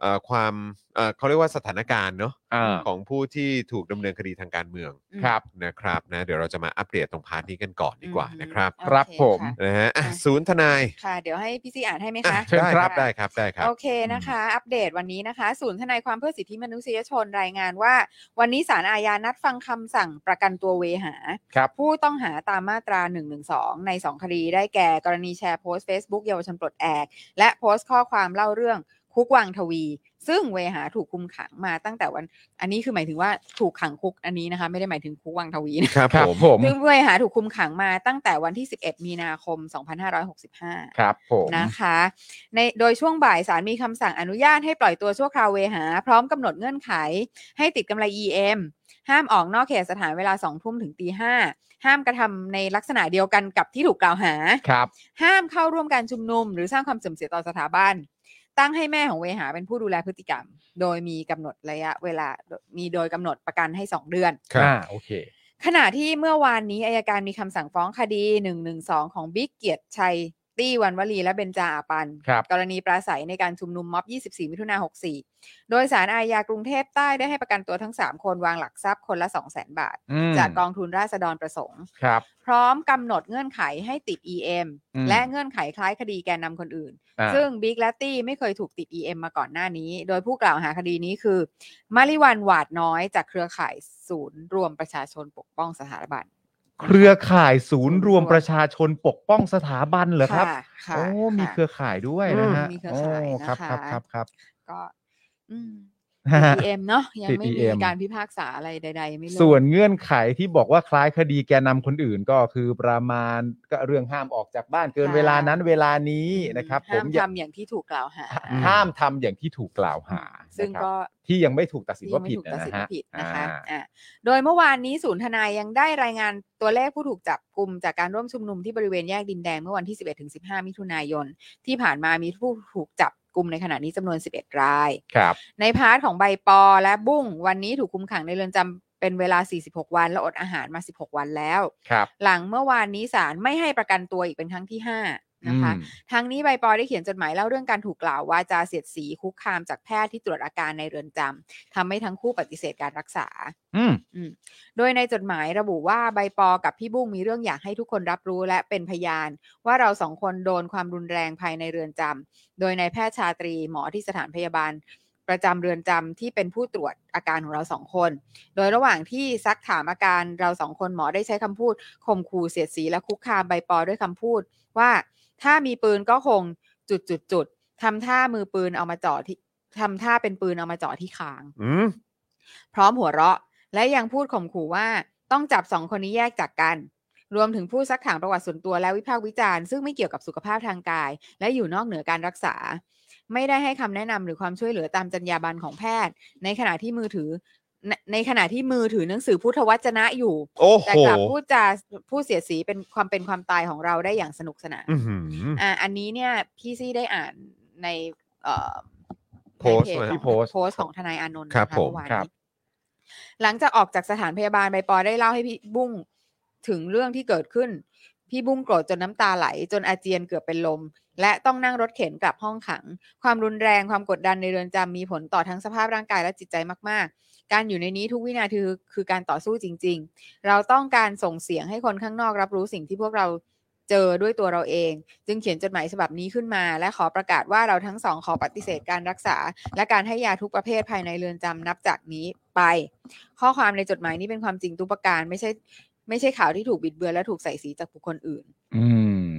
Speaker 2: เอ่อความเอ่อเขาเรียกว่าสถานการณ์เนาะ
Speaker 3: อ่า
Speaker 2: ของผู้ที่ถูกดำเนินคดีทางการเมือง
Speaker 4: อืม
Speaker 3: ครับ
Speaker 2: นะครับนะเดี๋ยวเราจะมาอัปเดตตรงพาร์ทนี้กันก่อนดีกว่า
Speaker 4: อืม
Speaker 2: นะครับ
Speaker 4: โอเ
Speaker 3: ครับผม
Speaker 4: ะ
Speaker 2: นะฮะอ่ะ
Speaker 4: อ่ะ
Speaker 2: ศูนย์ทนาย
Speaker 4: ค่ะ เดี๋ยวให้พี่ซีอ่านให้ไหม
Speaker 2: อ่ะ
Speaker 4: คะ
Speaker 3: เชิญ
Speaker 2: ได้
Speaker 3: ค
Speaker 2: ค
Speaker 3: รั
Speaker 2: รับ บได้ครับได้ครับ
Speaker 4: โอเคนะคะ อัปเดตวันนี้นะคะ ศูนย์ทนายความเพื่อสิทธิมนุษยชนรายงานว่า วันนี้ศาลอาญานัดฟังคำสั่งประกันตัวเวหา
Speaker 3: ครับ
Speaker 4: ผู้ต้องหาตามมาตรา 112 ใน 2 คดีได้แก่กรณีแชร์โพสต์ Facebook เยาวชนปลดแอก และโพสต์ข้อความเล่าเรื่องคุกวังทวี ซึ่งเวหาถูกคุมขังมาตั้งแต่วัน อันนี้คือหมายถึงว่าถูกขังคุกอันนี้นะคะ ไม่ได้หมายถึงคุกวังทวีนะครับ
Speaker 3: ครับ
Speaker 2: ผม
Speaker 3: ผม
Speaker 4: ซึ่งเวหาถูกคุมขังมาตั้งแต่วันที่ 11 มีนาคม 2565
Speaker 3: ครับผม
Speaker 4: นะคะ ในโดยช่วงบ่ายศาลมีคำสั่งอนุญาตให้ปล่อยตัวชั่วคราวเวหา พร้อมกำหนดเงื่อนไข ให้ติดกำไร EM ห้ามออกนอกเขตสถานเวลา2ทุ่มถึงตีห้าห้ามกระทำในลักษณะเดียวกันกับที่ถูกกล่าวหา
Speaker 3: ครับ
Speaker 4: ห้ามเข้าร่วมการชุมนุม หรือสร้างความเสื่อมเสียต่อสถาบัน ตั้งให้แม่ของเวหาเป็นผู้ดูแลพฤติกรรม โดยมีกำหนดระยะเวลา มีโดยกำหนดประกันให้ 2 เดือน
Speaker 2: ครับ
Speaker 3: อ่าโอเค
Speaker 4: ขณะที่เมื่อวานนี้อายการมีคำสั่งฟ้องคดี 112 ของบิ๊กเกียรติชัย ตี้วันวลีและเบญจาอาปัน
Speaker 3: ครับ
Speaker 4: กรณีปราศัยในการชุมนุมม็อบ 24 มิถุนา64 โดยสารอาญากรุงเทพใต้ได้ให้ประกันตัวทั้ง 3 คนวางหลักทรัพย์คนละ 200,000 บาท
Speaker 3: อืม
Speaker 4: จากกองทุนราษฎรประสงค์
Speaker 3: ครับ
Speaker 4: พร้อมกำหนดเงื่อนไขให้ติด EM
Speaker 3: อืม
Speaker 4: และเงื่อนไขคล้ายคดีแกนนำคนอื่น
Speaker 3: อ่า
Speaker 4: ซึ่งบิ๊กและตี้ไม่เคยถูกติด EM มาก่อนหน้านี้ โดยผู้กล่าวหาคดีนี้คือมาริวันหวาดน้อยจากเครือข่ายศูนย์รวมประชาชนปกป้องสถาบัน
Speaker 3: เครือข่ายศูนย์รวมประชาชนปกป้องสถาบันเหรอครับ
Speaker 4: ค่ะค่ะ
Speaker 3: โอ้มี
Speaker 4: ค่ะ
Speaker 3: เครือข่ายด้วยนะฮะ
Speaker 4: อืมมีเครือ
Speaker 3: โอ้
Speaker 4: ข่ายนะคะ
Speaker 3: ครับครับครับครับ
Speaker 4: ก็อืม
Speaker 3: ฮะ
Speaker 4: EM เนาะยัง
Speaker 3: ติด
Speaker 4: ไม่มี
Speaker 3: EM
Speaker 4: การพิพากษาอะไรใดๆยังไม่เริ่ม
Speaker 3: ส่วนเงื่อนไขที่บอกว่าคล้ายคดีแกนนำคนอื่นก็คือประมาณก็เรื่องห้ามออกจากบ้านเกินเวลานั้นเวลานี้นะครับ ผ
Speaker 4: ห้าม ม
Speaker 3: อย่า
Speaker 4: ทำอย่างที่ถูกกล่าวหา
Speaker 3: ห้ามทำอย่างที่ถูกกล่าวหา
Speaker 4: ซึ่ง
Speaker 3: นะครับ
Speaker 4: ก็
Speaker 3: ที่ยังไม่ถูกตัดสิน
Speaker 4: ที่
Speaker 3: ว่า
Speaker 4: ไม่
Speaker 3: ผิด
Speaker 4: ถูกตัดสิน
Speaker 3: ฮ
Speaker 4: ว่าผิดนะคะ
Speaker 3: อ่า
Speaker 4: อ่ะโดยเมื่อวานนี้ศูนย์ทนายยังได้รายงานตัวเลขผู้ถูกจับกลุ่มจากการร่วมชุมนุมที่บริเวณแยกดินแดงเมื่อวันที่ 11ถึง15 มิถุนายน ที่ผ่านมามีผู้ถูกจับกลุ่มในขณะนี้จำนวน 11 ราย
Speaker 3: ครับ
Speaker 4: ในพาร์ทของใบปอและบุ้งวันนี้ถูกคุมขังในเรือนจำเป็นเวลา 46 วัน และอดอาหารมา 16 วันแล้ว
Speaker 3: ครับ
Speaker 4: หลังเมื่อวานนี้ศาลไม่ให้ประกันตัวอีกเป็นครั้งที่ 5 นะคะ
Speaker 3: อืม
Speaker 4: ทั้งนี้ใบปอได้เขียนจดหมายเล่าเรื่องการถูกกล่าววาจาเสียดสีคุกคามจากแพทย์ที่ตรวจอาการในเรือนจำทำให้ทั้งคู่ปฏิเสธการรักษา
Speaker 3: อืม
Speaker 4: โดยในจดหมายระบุว่าใบปอกับพี่บุ้งมีเรื่องอยากให้ทุกคนรับรู้และเป็นพยาน ว่าเราสองคนโดนความรุนแรงภายในเรือนจำโดยนายแพทย์ชาตรีหมอที่สถานพยาบาล ประจำเรือนจำที่เป็นผู้ตรวจอาการของเราสองคน โดยระหว่างที่ซักถามอาการเราสองคนหมอได้ใช้คำพูดข่มขู่เสียดสีและคุกคามใบปอด้วยคำพูด ว่าถ้ามีปืนก็คงจุดจุดจุดๆๆทำท่ามือปืนเอามาเจ่อที่ทำท่าเป็นปืนเอามาเจ่อที่คาง
Speaker 2: อืม
Speaker 4: พร้อมหัวเราะ และยังพูดข่มขู่ว่าต้องจับสองคนนี้แยกจากกัน รวมถึงผู้ซักถามประวัติส่วนตัวและวิพากษ์วิจารณ์ซึ่งไม่เกี่ยวกับสุขภาพทางกาย และอยู่นอกเหนือการรักษา ไม่ได้ให้คำแนะนำหรือความช่วยเหลือตามจรรยาบรรณของแพทย์ ในขณะที่มือถือในในขณะที่มือถือหนังสือพุทธวจนะอยู่
Speaker 2: โอ้
Speaker 4: แต่
Speaker 2: โห
Speaker 4: กลับพูดจาผู้เสียดสีเป็นความเป็นความตายของเราได้อย่างสนุกสนาน
Speaker 2: อื้อหือ
Speaker 4: อ่าอันนี้เนี่ยพี่ซี่ได้อ่านในเอ่อ
Speaker 2: โพสต์
Speaker 4: ในเพจ
Speaker 2: มา
Speaker 4: ของ
Speaker 3: ที่โพสต์
Speaker 4: โพสต์ของทนายอานนท์
Speaker 2: ครับ
Speaker 4: นะะ
Speaker 2: ผม
Speaker 4: เอวาน
Speaker 3: ครับ
Speaker 4: นี้หลังจากออกจากสถานพยาบาลใบปอได้เล่าให้พี่บุ้งถึงเรื่องที่เกิดขึ้น พี่บุ้งโกรธจนน้ำตาไหล จนอาเจียนเกือบเป็นลม และต้องนั่งรถเข็นกลับห้องขัง ความรุนแรงความกดดันในเรือนจำมีผลต่อทั้งสภาพร่างกายและจิตใจมาก ๆ การอยู่ในนี้ทุกวินาทีคือคือการต่อสู้จริง ๆ เราต้องการส่งเสียงให้คนข้างนอกรับรู้สิ่งที่พวกเราเจอด้วยตัวเราเอง จึงเขียนจดหมายฉบับนี้ขึ้นมา และขอประกาศว่าเราทั้งสองขอปฏิเสธการรักษา และการให้ยาทุกประเภทภายในเรือนจำนับจากนี้ไป ข้อความในจดหมายนี้เป็นความจริงทุกประการไม่ใช่ไม่ใช่ข่าวที่ถูกบิดเบือนและถูกใส่สีจากบุคคลอื่น
Speaker 3: อืม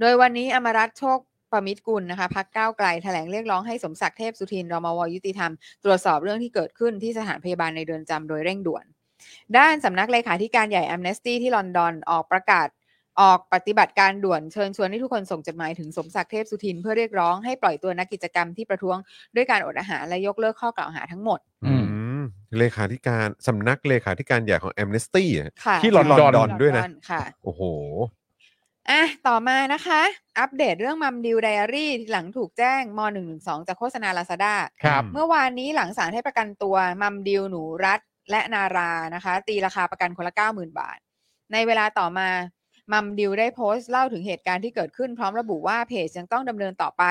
Speaker 4: โดยวันนี้อมรัตน์โชคประมิตรกุลนะคะพักก้าวไกลแถลงเรียกร้องให้สมศักดิ์เทพสุทินรมวยุติธรรม ตรวจสอบเรื่องที่เกิดขึ้นที่สถานพยาบาลในเรือนจำโดยเร่งด่วน ด้านสำนักเลขาธิการใหญ่ a อ n เนสตี้ที่ลอนดอนออกประกาศออกปฏิบัติการด่วนเชิญชวนให้ทุกคนส่งจดหมายถึงสมศักดิ์เทพสุทินเพื่อเรียกร้องให้ปล่อยตัวนักกิจกรรมที่ประท้วงด้วยการอดอาหารและยกเลิกข้อกล่าวหาทั้งหมด
Speaker 3: อืม
Speaker 2: อืมเลขาธิการสำนักเลขาธิการใหญ่ของแอมเนสตี้
Speaker 4: ค่ะ
Speaker 3: ที่ลอนดอน
Speaker 4: ที่
Speaker 2: ด้วยนะ
Speaker 4: ค่ะ
Speaker 2: โอ้โห
Speaker 4: อ่ะ ต่อมานะคะ อัปเดตเรื่องมัมดิวไดอารี่หลังถูกแจ้งม .112 จากโฆษณาลาซาด้า
Speaker 3: ครับ
Speaker 4: เมื่อวานนี้หลังศาลให้ประกันตัวมัมดิวหนูรัฐและนารานะคะ ตีราคาประกันคนละ 90,000 บาท ในเวลาต่อมามัมดิวได้โพสต์เล่าถึงเหตุการณ์ที่เกิดขึ้นพร้อมระบุว่าเพจยังต้องดำเนินต่อไป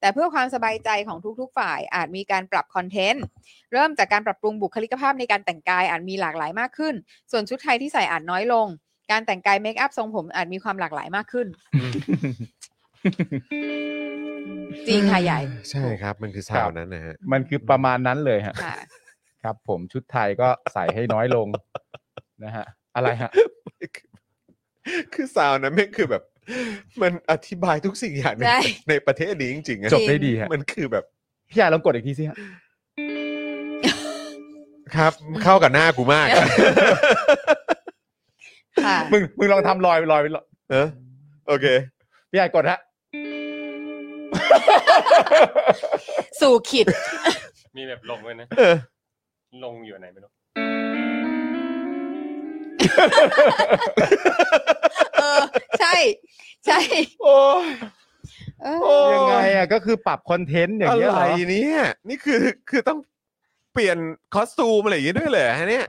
Speaker 4: แต่เพื่อความสบายใจของทุกๆ ฝ่ายอาจมีการปรับคอนเทนต์ เริ่มจากการปรับปรุงบุคลิกภาพในการแต่งกายอาจมีหลากหลายมากขึ้น ส่วนชุดไทยที่ใส่อาจน้อยลง การแต่งกายเมคอัพทรงผมอาจมีความหลากหลายมากขึ้น จริงค่ะใหญ่
Speaker 2: ใช่ครับ มันคือซาวนั้นนะฮะ
Speaker 3: มันคือประมาณนั้นเลยฮะ
Speaker 4: ค่ะ
Speaker 3: ครับ ผมชุดไทยก็ใส่ให้น้อยลง นะฮะ อะไรฮะ
Speaker 2: คือซาวนั้นแม่งคือแบบ มันอธิบายทุกสิ่งอย่างใน
Speaker 4: ใช่
Speaker 2: ในประเทศนี้จริงๆอะ
Speaker 3: จบได้ดีฮะ
Speaker 2: มันคือแบบ
Speaker 3: พี่ใหญ่ลองกดอีกทีสิฮะ
Speaker 2: ครับเข้ากับหน้ากูมากอะ
Speaker 4: ค่ะ
Speaker 3: มึง มึงลองทำลอยลอยลอย
Speaker 2: เออโอเค
Speaker 3: พี่ใหญ่กดฮะ
Speaker 4: สู่ขิด
Speaker 5: มีแบบลงด้วยนะ
Speaker 2: เออ
Speaker 5: ลงอยู่ไหนไม่รู้
Speaker 4: เออ ใช่ ใช่
Speaker 2: โอ้ย
Speaker 4: เออ
Speaker 3: ยังไงอ่ะ ก็คือปรับคอนเทนต์อย่าง
Speaker 2: อะ
Speaker 3: เงี้ยเห
Speaker 2: ไร
Speaker 3: รอ
Speaker 2: เนี่ยนี่คือคือต้องเปลี่ยนคอสตูมอะไรอย่างงี้ด้วยเหรอฮะเนี่ย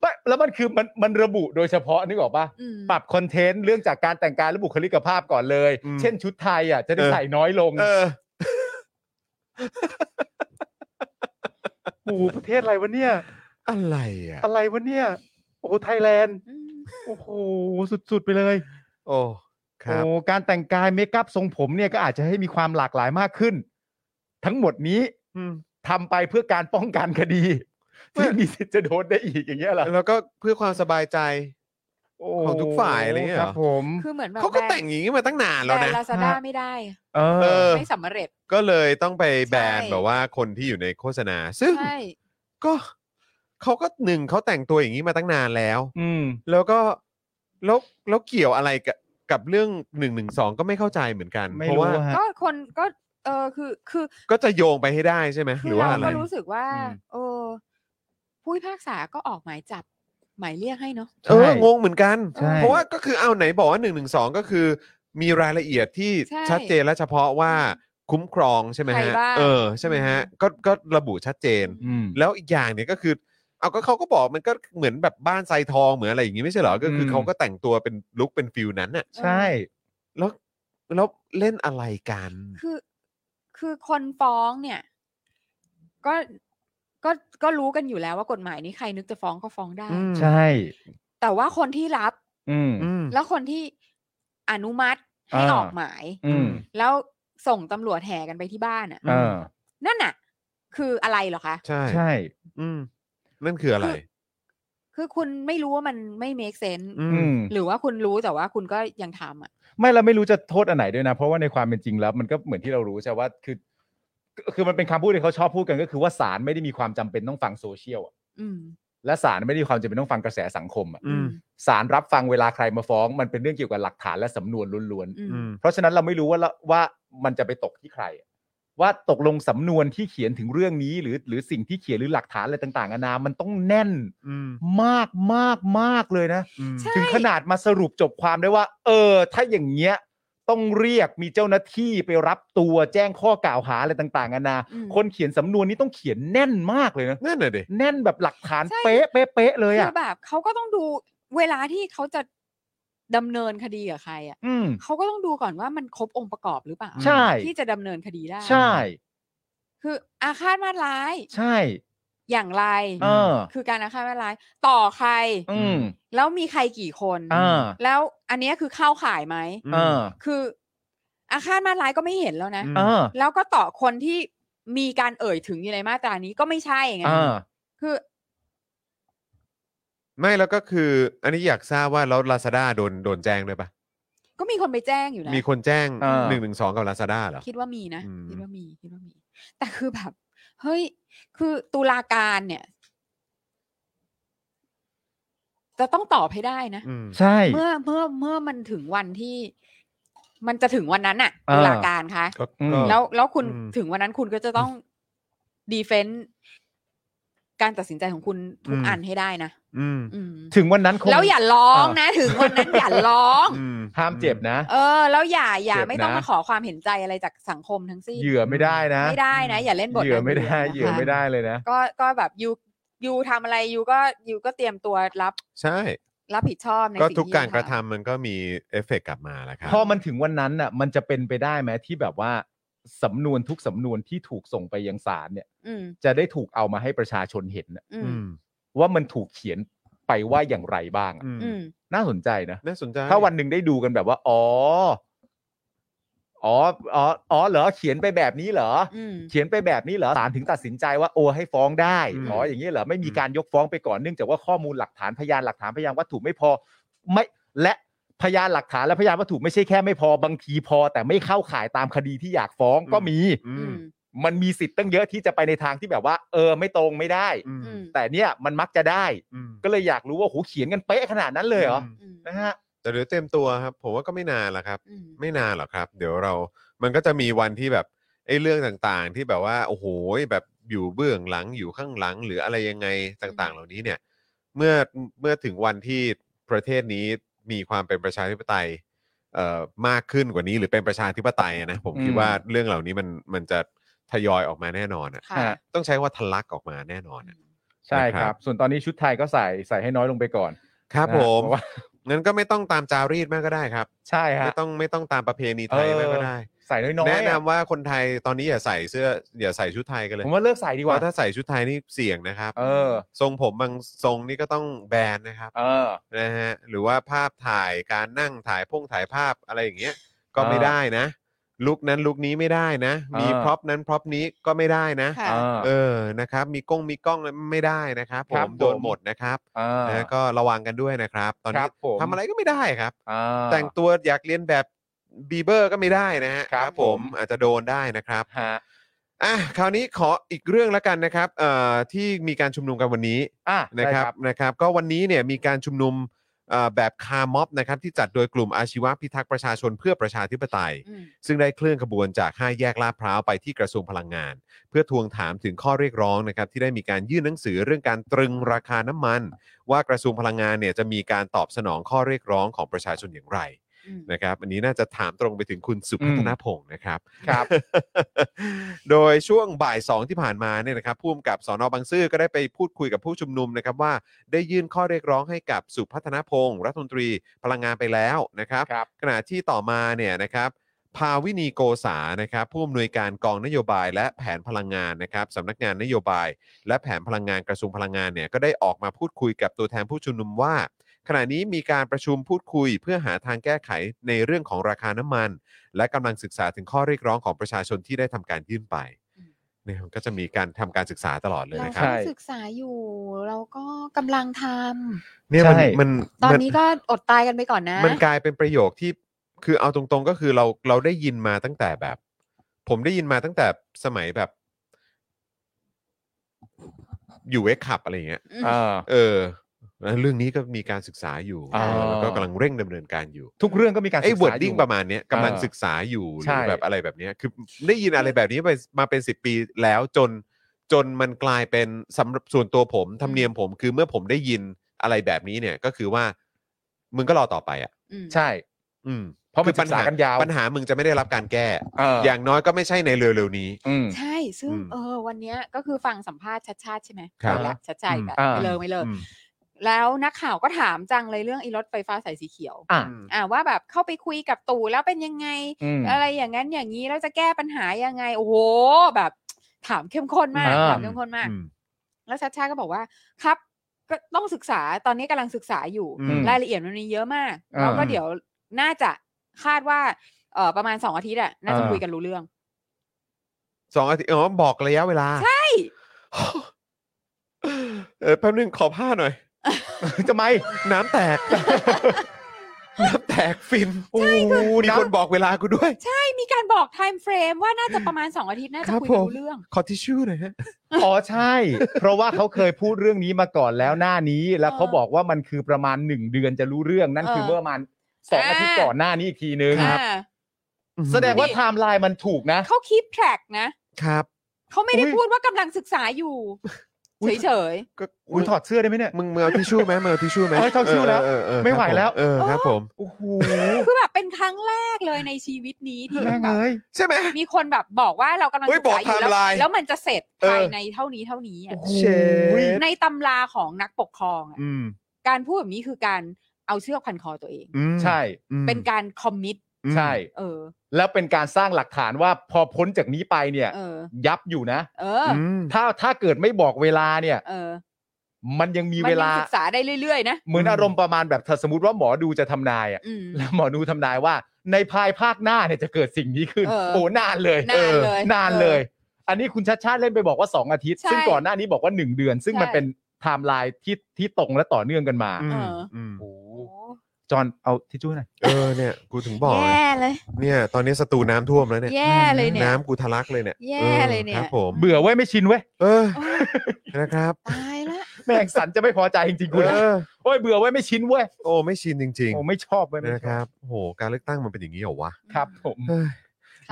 Speaker 3: ไม่แล้วมันคือมันมันระบุโดยเฉพาะนึกออกปะ
Speaker 4: อืม
Speaker 3: ปรับคอนเทนต์เรื่องจากการแต่งกายและบุคลิกภาพก่อนเลย
Speaker 2: อืม
Speaker 3: เช่นชุดไทยอ่ะจะได้
Speaker 2: เออ
Speaker 3: ใส่น้อยลง
Speaker 2: เออ
Speaker 3: โอ้โหประเทศอะไรวะเนี่ย
Speaker 2: อะไรอ่ะ
Speaker 3: อะไรวะเนี่ย โอ้โหไทยแลนด์
Speaker 4: อืม
Speaker 3: โอ้โห สุด ๆ ไปเลย
Speaker 2: โอ้ครั
Speaker 3: โอ้
Speaker 2: บ
Speaker 3: การแต่งกายเมคอัพทรงผมเนี่ยก็อาจจะให้มีความหลากหลายมากขึ้น ทั้งหมดนี้
Speaker 2: อืม
Speaker 3: ทำไปเพื่อการป้องกันคดี
Speaker 2: ไม่
Speaker 3: ที่มีสิทธิ์จะโดนได้อีกอย่างเงี้ยเหรอ
Speaker 2: แล้วก็เพื่อความสบายใจ
Speaker 3: โโห
Speaker 2: ของทุกฝ่ายอะไรเงี้ยเหรอ
Speaker 3: ครับผม
Speaker 4: คือเหมือนแบบ
Speaker 2: เขาก็แต่งอย่างงี้มาตั้งนาน
Speaker 4: แบ
Speaker 2: แล้ว
Speaker 4: รน
Speaker 2: นะ
Speaker 4: ด์ลาซาด้า
Speaker 3: ฮะ
Speaker 4: ไม่ได้
Speaker 3: เอ
Speaker 2: เออ
Speaker 3: อ
Speaker 4: ไม่สำเร็จ
Speaker 2: ก็เลยต้องไปแบน
Speaker 4: ใช่
Speaker 2: แบบว่าคนที่อยู่ในโฆษณา ซึ่ง
Speaker 4: ใช่
Speaker 2: ก็เขาก็หนึ่งเขาแต่งตัวอย่างนี้มาตั้งนานแล้ว
Speaker 3: อืม
Speaker 2: แล้วก็แล้วแล้วเกี่ยวอะไรกับกับเรื่องหนึ่งหนึ่งสองก็ไม่เข้าใจเหมือนกัน
Speaker 3: ไม่
Speaker 2: เพราะ
Speaker 3: รู้
Speaker 2: ว่า
Speaker 3: ฮะ
Speaker 4: ก็คนก็ เออ คือ คือ
Speaker 2: ก็จะโยงไปให้ได้ใช่ไหมห
Speaker 4: คือ
Speaker 2: รือว่า
Speaker 4: เรา
Speaker 2: อะไร
Speaker 4: ก็รู้สึกว่า
Speaker 3: อืม
Speaker 4: เออ ผู้พิพากษาก็ออกหมายจับ หมายเรียกให้เนาะ
Speaker 2: เอองงเหมือนกัน
Speaker 3: ใช่
Speaker 2: เพราะว่าก็คือเอาไหนบอกว่าหนึ่งหนึ่งสองก็คือ มีรายละเอียดที่
Speaker 4: ใช่
Speaker 2: ชัดเจนและเฉพาะว่าคุ้มครองใช่ไหม
Speaker 4: ใคร
Speaker 2: ฮะ
Speaker 4: บ้าง
Speaker 2: เออใช่ไหมฮะ
Speaker 4: อืม
Speaker 2: ก็ก็ระบุชัดเจน
Speaker 3: อืม
Speaker 2: แล้วอีกอย่างเนี่ยก็คือ เอาก็เขาก็บอกมันก็เหมือนแบบบ้านไซทองเหมือนอะไรอย่างงี้ไม่ใช่เหรอ ก็คือ
Speaker 3: ม
Speaker 2: เขาก็แต่งตัวเป็นลุคเป็นฟิลนั้นน่ะ
Speaker 3: ใช่
Speaker 2: แล้วแล้วเล่นอะไรกัน
Speaker 4: คือ คือคนฟ้องเนี่ย ก็ ก็ ก็รู้กันอยู่แล้วว่ากฎหมายนี้ใครนึกจะฟ้องก็ฟ้องได้
Speaker 2: อืม
Speaker 3: ใช่
Speaker 4: แต่ว่าคนที่รับ
Speaker 3: อืม
Speaker 2: อืม
Speaker 4: แล้วคนที่อนุมัติให้
Speaker 3: อ่า
Speaker 4: ออกหมาย
Speaker 3: อืม
Speaker 4: แล้วส่งตำรวจแห่กันไปที่บ้านอ่ะ
Speaker 3: เอ่า
Speaker 4: นั่นน่ะ คืออะไรเหรอคะ
Speaker 2: ใช่
Speaker 3: ใช่
Speaker 2: อืม นั่นคืออะไร
Speaker 4: คือคุณไม่รู้ว่ามันไม่ make sense
Speaker 2: อื
Speaker 3: อื
Speaker 2: ม
Speaker 3: ม
Speaker 4: หรือว่าคุณรู้แต่ว่าคุณก็ยังทำอ่ะ
Speaker 3: ไม่เราไม่รู้จะโทษอันไหนด้วยนะ เพราะว่าในความเป็นจริงแล้ว มันก็เหมือนที่เรารู้ใช่ว่าคือ คือมันเป็นคำพูดที่เขาชอบพูดกันก็คือว่าศาลไม่ได้มีความจำเป็นต้องฟังโซเชียลอะ
Speaker 4: อืม
Speaker 3: และศาลไม่ได้มีความจำเป็นต้องฟังกระแสสังคมอะ
Speaker 2: อืม
Speaker 3: ศาลรับฟังเวลาใครมาฟ้อง มันเป็นเรื่องเกี่ยวกับหลักฐานและสำนวนล้วน
Speaker 4: อืม
Speaker 2: อืม
Speaker 3: ๆเพราะฉะนั้นเราไม่รู้ว่าละว่ามันจะไปตกที่ใครอะว่าตกลงสำนวนที่เขียนถึงเรื่องนี้ หรือ หรือสิ่งที่เขียนหรือหลักฐานอะไรต่างๆนานามันต้องแน่น
Speaker 2: อืม
Speaker 3: มากมากมากเลยนะ
Speaker 2: อืม
Speaker 4: ใช่
Speaker 3: ถึงขนาดมาสรุปจบความได้ว่า เออ ถ้าอย่างเงี้ย ต้องเรียกมีเจ้าหน้าที่ไปรับตัวแจ้งข้อกล่าวหาอะไรต่างๆนานา
Speaker 4: อืม
Speaker 3: คนเขียนสำนวนนี้ต้องเขียนแน่นมากเลยนะ
Speaker 2: นั่นน่ะดิ
Speaker 3: แน่นแบบหลักฐาน
Speaker 4: ใช่
Speaker 3: เป๊ะเป๊ะเป๊ะเลย
Speaker 4: คื
Speaker 3: อ่ะ
Speaker 4: อแบบเขาก็ต้องดูเวลาที่เขาจะ ดำเนินคดีกับใครอ่ะ
Speaker 3: อืม
Speaker 4: เขาก็ต้องดูก่อนว่ามันครบองค์ประกอบหรือเปล่า
Speaker 3: ใช่
Speaker 4: ที่จะดำเนินคดีได้
Speaker 3: ใช่
Speaker 4: คืออาฆาตมาตร้าย
Speaker 3: ใช่
Speaker 4: อย่างไร
Speaker 3: เออ
Speaker 4: คือการอาฆาตมาตร้าย ต่อใคร
Speaker 3: อืม
Speaker 4: แล้วมีใครกี่คน
Speaker 3: อ่า
Speaker 4: แล้วอันเนี้ยคือเข้าข่ายไหม
Speaker 3: เอ่า
Speaker 4: คืออาฆาตมาตร้ายก็ไม่เห็นแล้วนะ
Speaker 3: อ่า
Speaker 4: แล้วก็ต่อคนที่มีการเอ่ยถึงอยู่ในมาตรานี้ก็ไม่ใช่ไง
Speaker 3: อ่า
Speaker 4: คือ
Speaker 2: ไม่แล้วก็คือ อันนี้อยากทราบว่าแล้วลาซาด้าโดนโดนแจ้งด้วยปะ
Speaker 4: ก็มีคนไปแจ้งอยู่นะ
Speaker 2: มีคนแจ้ง
Speaker 3: เออ
Speaker 2: หนึ่งหนึ่งสองกับลาซาด้าเหรอ
Speaker 4: คิดว่ามีนะ
Speaker 2: อืม
Speaker 4: คิดว่ามีคิดว่ามี แต่คือแบบ เฮ้ย คือตุลาการเนี่ย จะต้องตอบให้ได้นะ
Speaker 2: อืม
Speaker 3: ใช่
Speaker 4: เมื่อเมื่อเมื่อมันถึงวันที่ มันจะถึงวันนั้นน่ะ
Speaker 3: เออ
Speaker 4: ตุลาการคะ
Speaker 2: ก็
Speaker 3: อืม
Speaker 2: ก็
Speaker 4: แล้วแล้วคุณ
Speaker 2: อืม
Speaker 4: ถึงวันนั้นคุณก็จะต้องดีเฟนต์การตัดสินใจของคุณทุก
Speaker 2: อืม
Speaker 4: อันให้ได้นะ
Speaker 2: อืม
Speaker 4: อืม
Speaker 3: ถึงวันนั้นคง
Speaker 4: แล้วอย่าร้อง
Speaker 3: อ่าน
Speaker 4: นะ ถึงวันนั้นอย่าร้อง
Speaker 2: อืม
Speaker 3: ห้ามเจ็บนะ
Speaker 4: เออ แล้วอย่าอย่า
Speaker 3: เจ็บนะ
Speaker 4: ไม่ต้องมาขอความเห็นใจอะไรจากสังคมทั้งสิ้น
Speaker 3: เหยื่อไม่ได้นะ
Speaker 4: ไม่ได้นะ อย่าเล่นบท
Speaker 3: เหยื่อ
Speaker 4: นั้น
Speaker 3: ไม่ได้เห
Speaker 4: นะคะ
Speaker 3: ยื่อไม่ได้เลยนะ
Speaker 4: ก็ก็แบบยูยูทำอะไรยูก็ยูก็เตรียมตัวรับ
Speaker 2: ใช่
Speaker 4: รับผิดชอบใน
Speaker 2: ก็
Speaker 4: สิ่ง
Speaker 2: ทุก
Speaker 4: ที่
Speaker 2: การ
Speaker 4: ยู
Speaker 2: กระทำ
Speaker 4: ทำ
Speaker 2: มันก็มีเอฟเฟกต์กลับมาแหละครั
Speaker 3: พอมันถึงวันนั้นน่ะ มันจะเป็นไปได้ไหมที่แบบว่าสำนวนทุกสำนวนที่ถูกส่งไปยังศาลเนี่ย
Speaker 4: อืม
Speaker 3: จะได้ถูกเอามาให้ประชาชนเห็นน่ะ
Speaker 4: อื
Speaker 2: อืม
Speaker 4: ม
Speaker 3: ว่ามันถูกเขียนไปว่าอย่างไรบ้างอะ
Speaker 2: อืม
Speaker 4: อืม
Speaker 3: น่าสนใจนะ
Speaker 2: น่าสนใจ
Speaker 3: ถ้าวันหนึ่งได้ดูกันแบบว่า อ๋อ อ๋อ อ๋อ อ๋อเหรอ เขียนไปแบบนี้เหรอ
Speaker 4: อืม
Speaker 3: เขียนไปแบบนี้เหรอศาลถึงตัดสินใจว่าโอให้ฟ้องได้
Speaker 4: อืม
Speaker 3: อ๋อ อย่างนี้เหรอ ไม่มีการยกฟ้องไปก่อนเนื่องจากว่าข้อมูลหลักฐานพยานหลักฐานพยานวัตถุไม่พอ ไม่ และพยานหลักฐานและพยานวัตถุไม่ใช่แค่ไม่พอบางทีพอ แต่ไม่เข้าข่ายตามคดีที่อยากฟ้องก็มี
Speaker 2: อื
Speaker 4: อื
Speaker 2: ม
Speaker 4: ม
Speaker 3: มันมีสิทธิ์ตั้งเยอะที่จะไปในทางที่แบบว่า เออ ไม่ตรงไม่ได้
Speaker 2: อืม
Speaker 4: อืม
Speaker 3: แต่เนี่ยมันมักจะได้
Speaker 2: อืม
Speaker 3: ก็เลยอยากรู้ว่าโหเขียนกันเป๊ะขนาดนั้นเลยเหรอ
Speaker 4: อืม
Speaker 3: นะฮะ
Speaker 2: แต่เดี๋ยวเต็มตัวครับ ผมว่าก็ไม่นานละครับ
Speaker 4: อืม
Speaker 2: ไม่นานหรอกครับ เดี๋ยวเรา มันก็จะมีวันที่แบบไอ้เรื่องต่างๆ ที่แบบว่า โอ้โหแบบอยู่เบื้องหลังอยู่ข้างหลัง หรืออะไรยังไงต่างๆ เหล่านี้เนี่ย เมื่อเมื่อถึงวันที่ประเทศนี้มีความเป็นประชาธิปไตยเอ่อมากขึ้นกว่านี้ หรือเป็นประชาธิปไตยอะนะผมคิด
Speaker 3: อืม
Speaker 2: ว่าเรื่องเหล่านี้มันมันจะทยอยออกมาแน่นอนอะ
Speaker 4: ค่ะ
Speaker 3: ฮะ
Speaker 2: ต้องใช้ว่าทะลักออกมาแน่นอนอะ
Speaker 3: ใช่
Speaker 2: นะค
Speaker 3: ค
Speaker 2: รั
Speaker 3: รับ บ ส่วนตอนนี้ชุดไทยก็ใส่ใส่ให้น้อยลงไปก่อน
Speaker 2: ครับ
Speaker 3: นะฮะ
Speaker 2: ผม
Speaker 3: เพราะว่า
Speaker 2: งั้นก็ไม่ต้องตามจารีตมากก็ได้ครับ
Speaker 3: ใช่ฮะ
Speaker 2: ไม่ต้องไม่ต้องตามประเพณีไทย
Speaker 3: เออ
Speaker 2: มากก็ได้
Speaker 3: ใส่น้อยๆ
Speaker 2: แนะนำ
Speaker 3: อะ
Speaker 2: ว่าคนไทยตอนนี้อย่าใส่เสื้ออย่าใส่ชุดไทยกันเลย
Speaker 3: ผมว่าเลิกใส่ดีก
Speaker 2: เพ
Speaker 3: ว่า
Speaker 2: ราะถ้าใส่ชุดไทยนี่เสี่ยงนะครับ
Speaker 3: เออ
Speaker 2: ทรงผมบางทรงนี่ก็ต้องแบนนะครับ
Speaker 3: เออ
Speaker 2: นะฮะหรือว่าภาพถ่ายการนั่งถ่ายพงถ่ายภาพอะไรอย่างเงี้ยก็ไม่ได้นะ ลุกนั้นลุกนี้ไม่ได้นะ มี
Speaker 3: เออ
Speaker 2: พร็อพนั้นพร็อพนี้ก็ไม่ได้นะ
Speaker 4: ค่ะ
Speaker 3: เออ
Speaker 2: เออนะครับ มีกล้องมีกล้องไม่ได้นะครับผ
Speaker 3: ครับ
Speaker 2: ม
Speaker 3: ผม
Speaker 2: โดนหมดนะครับ
Speaker 3: เออ
Speaker 2: นะก็ระวังกันด้วยนะครับ ตอน
Speaker 3: ค
Speaker 2: นี้
Speaker 3: รับผม
Speaker 2: ทำอะไรก็ไม่ได้ครับ
Speaker 3: อ่า
Speaker 2: แต่งตัวอยากเรียนแบบบีเบอร์ก็ไม่ได้นะฮะ
Speaker 3: ครับผม
Speaker 2: อาจจะโดนได้นะครับ
Speaker 3: ฮะ
Speaker 2: อ่ะคราวนี้ขออีกเรื่องละกันนะครับเอ่อที่มีการชุมนุมกันวันนี้
Speaker 3: อ่ะ
Speaker 2: นะ
Speaker 3: ได้
Speaker 2: ครับนะครับ ก็วันนี้เนี่ยมีการชุมนุมเอ่อแบบคาร์ม็อบนะครับที่จัดโดยกลุ่มอาชีวะพิทักษ์ประชาชนเพื่อประชาธิปไตย
Speaker 4: อืม
Speaker 2: ซึ่งได้เคลื่อนขบวนจาก 5 แยกลาดพร้าวไปที่กระทรวงพลังงาน เพื่อทวงถามถึงข้อเรียกร้องนะครับที่ได้มีการยื่นหนังสือเรื่องการตรึงราคาน้ำมัน ว่ากระทรวงพลังงานเนี่ยจะมีการตอบสนองข้อเรียกร้องของประชาชนอย่างไร
Speaker 4: อืม
Speaker 2: นะครับอันนี้น่าจะถามตรงไปถึงคุณสุพัฒนพงศ์นะครับ
Speaker 3: ครับ
Speaker 2: โดยช่วงบ่ายสองที่ผ่านมาเนี่ยนะครับผู้กำกับสอนอบางซื่อก็ได้ไปพูดคุยกับผู้ชุมนุมนะครับว่าได้ยื่นข้อเรียกร้องให้กับสุพัฒนพงศ์รัฐมนตรีพลังงานไปแล้วนะครับ
Speaker 3: ครับ
Speaker 2: ขณะที่ต่อมาเนี่ยนะครับภาวินีโกษานะครับผู้อำนวยการกองนโยบายและแผนพลังงานนะครับสำนักงานนโยบาย และแผนพลังงานกระทรวงพลังงานเนี่ยก็ได้ออกมาพูดคุยกับตัวแทนผู้ชุมนุมว่า ขณะนี้มีการประชุมพูดคุยเพื่อหาทางแก้ไขในเรื่องของราคาน้ำมัน และกำลังศึกษาถึงข้อเรียกร้องของประชาชนที่ได้ทำการยื่นไป
Speaker 4: อืม
Speaker 2: เนี่ยมันก็จะมีการทำการศึกษาตลอดเลย
Speaker 4: เรา
Speaker 2: นะค
Speaker 4: ก็
Speaker 2: รับ
Speaker 3: ใช่
Speaker 4: ศึกษาอยู่ เราก็กำลังทำ
Speaker 2: เนี่ยมัน
Speaker 3: ใช่
Speaker 2: มัน
Speaker 4: ตอน
Speaker 2: มัน
Speaker 4: นี้ก็อดตายกันไปก่อนนะ
Speaker 2: มันกลายเป็นประโยคที่คือเอาตรงๆก็คือเราเราได้ยินมาตั้งแต่แบบ ผมได้ยินมาตั้งแต่สมัยแบบ อยู่เวกขับอะไรอย่างเงี้ย
Speaker 4: อืม
Speaker 3: อ่า
Speaker 2: เออแล้วเรื่องนี้ก็มีการศึกษาอยู่
Speaker 3: อ่า
Speaker 2: เออแล้วก็กำลังเร่งดำเนินการอยู่
Speaker 3: ทุกเรื่องก็มีการ
Speaker 2: ไอ้
Speaker 3: ศึก
Speaker 2: วอ
Speaker 3: ษา
Speaker 2: ร์ด
Speaker 3: อ
Speaker 2: ดิ้ง
Speaker 3: ยู่
Speaker 2: ประมาณเนี้ยกำลังศึกษาอยู่ห
Speaker 3: ใช่
Speaker 2: รือแบบอะไรแบบเนี้ย คือได้ยินอะไรแบบนี้ไปมาเป็นสิบปีแล้วจนจนมันกลายเป็นสำหรับส่วนตัวผมธรรมเนียมผมคือเมื่อผมได้ยินอะไรแบบนี้เนี่ย ก็คือว่ามึงก็รอต่อไปอ่ะ
Speaker 4: อืม
Speaker 3: ใช่
Speaker 2: อืม
Speaker 3: เพราะมัน
Speaker 2: คือ
Speaker 3: ศึกษากันยาว
Speaker 2: ปัญหามึงจะไม่ได้รับการแก้
Speaker 3: เออ
Speaker 2: อย่างน้อยก็ไม่ใช่ในเร็วๆนี้
Speaker 3: อืม
Speaker 4: ใช่ ซึ่ง
Speaker 2: อืม
Speaker 4: เออ วันเนี้ยก็คือฟังสัมภาษณ์ชัดชาติใช่ไหม
Speaker 2: ครับ
Speaker 4: เอาละชัดชาติอีกแล้ว
Speaker 3: อ่า
Speaker 4: ไม่เลิกไม่เลิก
Speaker 2: อืม
Speaker 4: แล้วนักข่าวก็ถามจังเลยเรื่องไอ้รถไฟฟ้าสายสีเขียว
Speaker 3: อ่ะ
Speaker 2: อืม
Speaker 4: อ่าว่าแบบเข้าไปคุยกับตู่แล้วเป็นยังไง
Speaker 3: อืม
Speaker 4: อะไรอย่างนั้นอย่างนี้แล้วจะแก้ปัญหายังไง โอ้โห แบบ ถามเข้มข้นมาก
Speaker 3: อ่า
Speaker 4: ถามเข้มข้นมาก
Speaker 3: อืม
Speaker 4: แล้วชัดชาติก็บอกว่า ครับก็ต้องศึกษาตอนนี้กำลังศึกษาอยู่
Speaker 3: อืม
Speaker 4: รายละเอียดมันมีเยอะมาก
Speaker 3: อ่า
Speaker 4: แล้วก็เดี๋ยวน่าจะคาดว่าเออประมาณสองอาทิตย์อะน่าจะ
Speaker 3: อ่า
Speaker 4: คุยกันรู้เรื่อง
Speaker 2: สองอาทิตย์อ๋อบอกระยะเวลา ใช่ เออแป๊บนึงขอผ้าหน่อย
Speaker 3: ทำไม
Speaker 2: น้ำแต ก น้ำแตกฟินโอ้โหมีคนบอกเวลากูด้วย
Speaker 4: ไม่มีการบอกไทม์เฟรมว่าน่าจะประมาณสองอาทิตย์น่าจะ
Speaker 2: ครับ
Speaker 4: คุยกัน
Speaker 2: ผม
Speaker 4: รู้เรื่อง
Speaker 2: ขอทิชชู่หน่อยฮะ
Speaker 3: อ๋อใช่ เพราะว่าเขาเคยพูดเรื่องนี้มาก่อนแล้วหน้านี้ แล้วเขา
Speaker 4: เออ
Speaker 3: บอกว่ามันคือประมาณหนึ่งเดือนจะรู้เรื่องนั่น
Speaker 4: เออ
Speaker 3: คือเมื่อประมาณสอง
Speaker 4: อ่า
Speaker 3: อาทิตย์ก่อนหน้านี้อีกทีนึง
Speaker 4: อ่า
Speaker 3: แสดงว่าไทม์ไลน์มันถูกนะ
Speaker 4: เขาคีปแทร็กนะ
Speaker 2: ครับ
Speaker 4: เขาไม่ได้
Speaker 3: อุ๊ย
Speaker 4: พูดว่ากำลังศึกษาอยู่ เฉย
Speaker 2: ก็
Speaker 3: คุณถอดเสื้อได้ไหมเนี่ย
Speaker 2: มึงมึงเอาทิชชู่ไหมมึงเอาทิชชู่ไหม
Speaker 3: เอาทิชชู่แล้ว
Speaker 2: เออเออเออ
Speaker 3: ไม่ไหว
Speaker 2: ครับผ
Speaker 3: แล้ว
Speaker 2: เออครับผม
Speaker 3: โอ้โห
Speaker 4: ๆ คือแบบเป็นครั้งแรกเลยในชีวิตนี้ที่
Speaker 3: แม่ง
Speaker 4: แบบ
Speaker 3: เอ้ย
Speaker 2: ใช่ไหม
Speaker 4: มีคนแบบบอกว่าเรากำลัง
Speaker 2: เฮ้ย
Speaker 4: ศึกษาอยู่
Speaker 2: บอกไทม์ไลน์
Speaker 4: แล้วแล้วมันจะเสร็จภาย
Speaker 2: เออ
Speaker 4: ในเท่านี้เท่านี้อะ
Speaker 2: เชฟ
Speaker 4: ในตำราของนักปกครองอะ
Speaker 3: อืม
Speaker 4: การพูดแบบนี้คือการเอาเชือกพันคอตัวเอง
Speaker 2: อืม
Speaker 3: ใช่
Speaker 2: อืม
Speaker 4: เป็นการคอมมิต
Speaker 2: อืม
Speaker 3: ใช่
Speaker 4: เออ
Speaker 3: แล้วเป็นการสร้างหลักฐานว่าพอพ้นจากนี้ไปเนี่ย
Speaker 4: เออ
Speaker 3: ยับอยู่นะ
Speaker 4: เออ
Speaker 2: อืม
Speaker 3: ถ้าถ้าเกิดไม่บอกเวลาเนี่ย
Speaker 4: เออ
Speaker 3: มันยังมี
Speaker 4: มัน
Speaker 3: เว
Speaker 4: ยั
Speaker 3: ลาง
Speaker 4: ศึกษาได้เรื่อยๆ นะ
Speaker 3: เหมือนอารมณ์ประมาณแบบถ้าสมมติว่าหมอดูจะทำนายอ่ะ
Speaker 4: อืม
Speaker 3: แล้วหมอดูทำนายว่า ในภายภาคหน้าเนี่ยจะเกิดสิ่งนี้ขึ้น
Speaker 4: เออ
Speaker 3: โอ้นานเลย
Speaker 4: นานเลย
Speaker 3: ออนานเลย อันนี้คุณชัดชาติเล่นไปบอกว่า 2 อาทิตย์
Speaker 4: ใช่
Speaker 3: ซึ่งก่อนหน้านี้บอกว่า 1 เดือน ซึ่ง
Speaker 4: ใช่
Speaker 3: มันเป็นไทม์ไลน์ที่ที่ตรงและต่อเนื่องกันมา
Speaker 4: เออ
Speaker 2: ม
Speaker 3: โอ้
Speaker 4: โอ้
Speaker 3: จอนเอาทิชชู่หน่อย
Speaker 2: เออเนี่ย กูถึงบอกไง
Speaker 4: แย่เลย
Speaker 2: เนี่ย ตอนนี้สตูน้ำท่วมแล้วเนี่ย
Speaker 4: แย่เลยเนี่ย
Speaker 2: น้ำกูทะลักเลยเนี่ยอ
Speaker 4: แย่
Speaker 2: อ
Speaker 4: เลยเนี่ย
Speaker 2: ครับผม
Speaker 3: เบื่อเว้ยไม่ชินเว้ย
Speaker 2: เออ
Speaker 4: โอ้
Speaker 2: นะครับ
Speaker 4: ตายละ
Speaker 3: แม่งสันจะไม่พอใจจริงๆคุณ
Speaker 2: เออ
Speaker 3: โอ้ยเบื่อเว้ยไม่ชินเว้ย
Speaker 2: โอ้ไม่ชินจริง
Speaker 3: โอ้ไม่ชอบเว้ย
Speaker 2: ๆ
Speaker 3: ไม่ชอ
Speaker 2: นะครับโอ้โหการเลือกตั้งมันเป็นอย่างนี้เหรอวะ
Speaker 3: ครับผม
Speaker 2: เอ้ย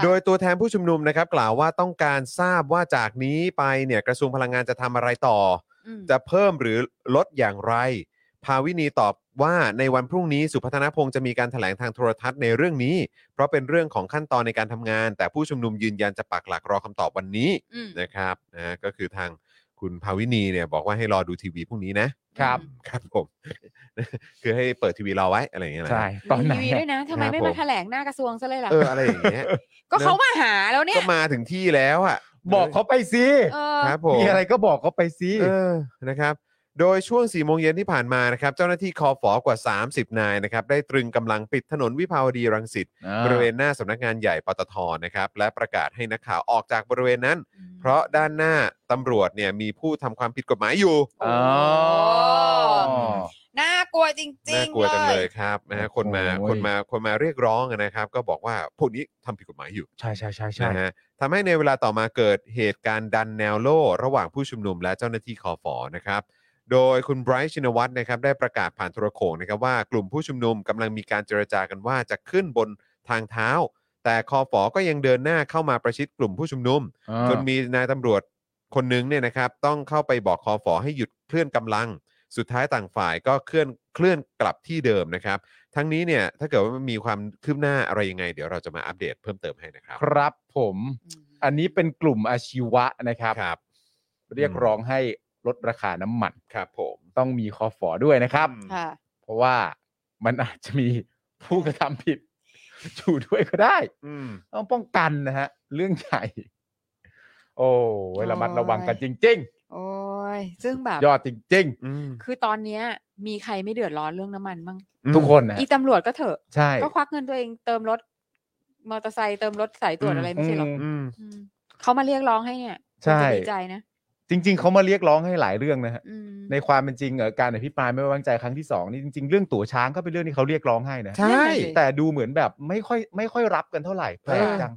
Speaker 4: ะ
Speaker 2: โดยตัวแทนผู้ชุมนุมนะครับกล่าวว่าต้องการทราบว่าจากนี้ไปเนี่ยกระทรวงพลังงานจะทำอะไรต่อ
Speaker 4: อืม
Speaker 2: จะเพิ่มหรือลดอย่างไร ภาวินีตอบว่าในวันพรุ่งนี้สุพัฒนพงศ์จะมีการแถลงทางโทรทัศน์ในเรื่องนี้ เพราะเป็นเรื่องของขั้นตอนในการทำงาน แต่ผู้ชุมนุมยืนยันจะปักหลักรอคำตอบวันนี้
Speaker 4: อืม
Speaker 2: นะครับนะก็คือทางคุณภาวินีเนี่ยบอกว่าให้รอดูทีวีพรุ่งนี้นะครับ ครับผม คือให้เปิดทีวีรอไว้อะไรอย่างเงี้ยนะ
Speaker 3: ใช่ตอนไหน
Speaker 4: มีที
Speaker 3: อะ
Speaker 4: วีด้วยนะทำไมไม่มาแถลงหน้ากระทรวงซะเลยล่ะ
Speaker 2: เอออะไรอย่างเงี้ย
Speaker 4: ก็เขามาหาแล้วเนี่
Speaker 2: ก็
Speaker 4: ย
Speaker 2: มาถึงที่แล้วอ่ะ
Speaker 3: บอกเขาไปสิ
Speaker 4: เออ
Speaker 2: ครับผม
Speaker 3: มีอะไรก็บอกเขาไปสิ
Speaker 2: เออนะครับ โดยช่วง4ี่โมงเย็นที่ผ่านมานะครับ เจ้าหน้าที่คอฟอกว่า 30 นายนะครับ ได้ตรึงกำลังปิดถนนวิภาวดีรังสิตบริเวณหน้าสำนักงานใหญ่ปตทนะครับ และประกาศให้นักข่าวออกจากบริเวณนั้น เพราะด้านหน้าตำรวจเนี่ยมีผู้ทำความผิดกฎหมายอยู่
Speaker 4: โอ้ น่ากลัวจริงๆ
Speaker 2: น่ากลัวจังเลยครับนะฮะคนมา
Speaker 3: โอ้ย
Speaker 2: คนมาคนมาเรียกร้องนะครับ ก็บอกว่าพวกนี้ทำผิดกฎหมายอยู่
Speaker 3: ใช่ใช่ใช่ใช่
Speaker 2: นะฮะทำให้ในเวลาต่อมาเกิดเหตุการณ์ดันแนวโล่ ระหว่างผู้ชุมนุมและเจ้าหน้าที่คอฟอนะครับ โดยคุณไบรท์ชินวัตรนะครับได้ประกาศผ่านโทรโขงนะครับว่ากลุ่มผู้ชุมนุมกำลังมีการเจรจากันว่าจะขึ้นบนทางเท้า แต่คอฟอก็ยังเดินหน้าเข้ามาประชิดกลุ่มผู้ชุมนุม จนมีนายตำรวจคนหนึงเนี่ยนะครับต้องเข้าไปบอกคอฟอให้หยุดเคลื่อนกำลัง สุดท้ายต่างฝ่ายก็เคลื่อนเคลื่อนกลับที่เดิมนะครับ ทั้งนี้เนี่ยถ้าเกิดว่ามันมีความคืบหน้าอะไรยังไง เดี๋ยวเราจะมาอัปเดตเพิ่มเติมให้นะครับ
Speaker 3: ครับผม
Speaker 4: อืม
Speaker 3: อันนี้เป็นกลุ่มอาชีวะนะครับ
Speaker 2: ครับ
Speaker 3: เรียกร้องให้ลดราคาน้ำมัน
Speaker 2: ครับผม
Speaker 3: ต้องมีคอฟอด้วยนะครับ
Speaker 4: ค่ะ
Speaker 3: เพราะว่ามันอาจจะมีผู้กระทำผิดอยู่ด้วยก็ได้
Speaker 2: อืม
Speaker 3: ต้องป้องกันนะฮะ เรื่องใหญ่ โอ้ยระมัด
Speaker 4: โอ้ย
Speaker 3: ระวังกันจริง
Speaker 4: โอ้ย ซึ่งแบบ
Speaker 3: ๆ ยอดจริง
Speaker 2: อืม
Speaker 4: คือตอนเนี้ย มีใครไม่เดือดร้อนเรื่องน้ำมันบ้าง
Speaker 3: ๆ ทุกคนนะ
Speaker 4: อีตำรวจก็เถอะ
Speaker 3: ใช่
Speaker 4: ก็ควักเงินตัวเองเติมรถ มอเตอร์ไซค์เติมรถสายตรวจอะไรไม่ใช่หรอ
Speaker 3: ม
Speaker 2: อืม
Speaker 4: อืมเขามาเรียกร้องให้เนี่ย
Speaker 3: ใช่
Speaker 4: จะดีใจนะ
Speaker 3: จริง ๆเขามาเรียกร้องให้หลายเรื่องนะฮะ
Speaker 4: อืม
Speaker 3: ในความเป็นจริงเอ่อการอภิปรายไม่ไว้วางใจครั้งที่สองนี่จริงๆ เรื่องตั๋วช้างก็เป็นเรื่องที่เขาเรียกร้องให้นะ
Speaker 2: ใช่
Speaker 3: แต่ดูเหมือนแบบไม่ค่อยไม่ค่อยรับกันเท่าไหร่แปลกจัง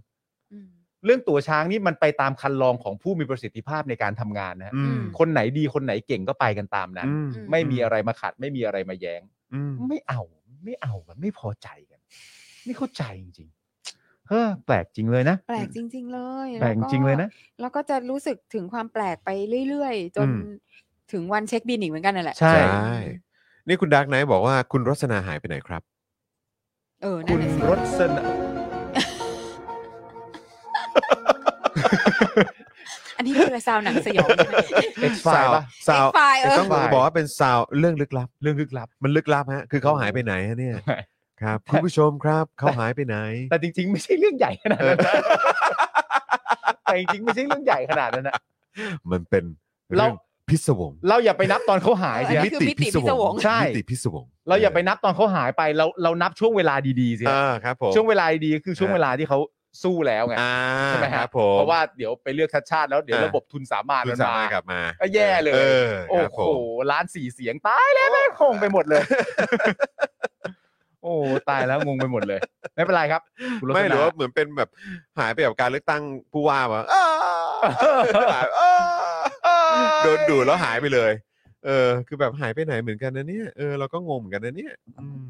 Speaker 4: อืม
Speaker 3: เรื่องตั๋วช้างนี่มันไปตามคันลองของผู้มีประสิทธิภาพในการทำงานนะฮะ
Speaker 2: อืม
Speaker 3: คนไหนดีคนไหนเก่งก็ไปกันตามนั้น
Speaker 2: อืม
Speaker 4: อื
Speaker 3: ไม่มีอะไรมาขัด ไม่มีอะไรมาแย้ง
Speaker 2: อืม
Speaker 3: ไม่เอา ไม่เอากันไม่พอใจกันไม่เข้าใจจริงๆเฮ้อแปลกจริงเลยนะ
Speaker 4: แปลกจริง ๆ เลย
Speaker 3: แปลกจริงเลยนะ
Speaker 4: แล้วก็จะรู้สึกถึงความแปลกไปเรื่อยๆ จน
Speaker 3: อืม
Speaker 4: ถึงวันเช็คบินอีกเหมือนกันนั่นแหละ
Speaker 3: ใช่
Speaker 2: ใช่ นี่คุณดักไนท์บอกว่าคุณรสนาหายไปไหนครับ
Speaker 4: เออนั่
Speaker 3: คุ
Speaker 4: น
Speaker 3: ณ
Speaker 4: น่ะสิ
Speaker 3: รสนา
Speaker 4: อันนี้คือ อะไรซาวหนังสยอง ใช่ไหม
Speaker 3: เอ็กซ์ไฟ
Speaker 2: สาว
Speaker 3: ป่ะ
Speaker 2: สาว
Speaker 4: X-File เออ
Speaker 2: ต้องบอกว่าเป็นสาวเรื่องลึกลับ
Speaker 3: เรื่องลึกลับ
Speaker 2: มันลึกลับฮะ คือเขาหายไปไหนฮะเนี่ย ครับ คุณผู้ชมครับ เขาหายไปไหน
Speaker 3: แต่จริง ๆ ไม่ใช่เรื่องใหญ่ขนาด นั้นนะแต่จริงๆไม่ใช่เรื่องใหญ่ขนาดนั้นนะ
Speaker 2: มันเป็น
Speaker 3: เรา
Speaker 2: เรื่องพิศวง
Speaker 3: เราอย่าไปนับตอนเขาหาย
Speaker 4: เออ
Speaker 3: สิ
Speaker 4: อัน
Speaker 3: ฮะ
Speaker 4: นี้ คือมิติพิศวง
Speaker 3: ใช่
Speaker 2: มิติพิศวง
Speaker 3: เราอย่าไปนับตอนเขาหายไปเราเรานับช่วงเวลาดีๆสิฮะ
Speaker 2: อ่าครับผม
Speaker 3: ช่วงเวลาดีๆก็คือช่วงเวลาที่เขาสู้แล้วไง
Speaker 2: อ่า
Speaker 3: ใช่ไหม
Speaker 2: ค
Speaker 3: ฮะ
Speaker 2: รับผม
Speaker 3: เพราะว่าเดี๋ยวไปเลือกชัดชาติแล้วเดี๋ยว
Speaker 2: อ่า
Speaker 3: ระบบทุนสามารถ
Speaker 2: คุณ
Speaker 3: มั
Speaker 2: สา
Speaker 3: นาม
Speaker 2: มารถกลับมา
Speaker 3: ก็แย่เลย
Speaker 2: เออ
Speaker 3: โอ้
Speaker 2: ครับ
Speaker 3: โห
Speaker 2: ผม
Speaker 3: ล้านสี่เสียงตายแล้วแม่งคงไปหมดเลย โอ้ตายแล้วงงไปหมดเลย ไม่เป็นไรครับคุณลักษณะ
Speaker 2: ไม่หรือว่าเหมือนเป็นแบบหายไปกับการเลือกตั้งผู้ ว่าวะอ้าหายอ้าโดนดูดแล้วหายไปเลย เออ คือแบบหายไปไหนเหมือนกันนะเนี่ยเออเราก็งงเหมือนกันนะเนี่ยอืม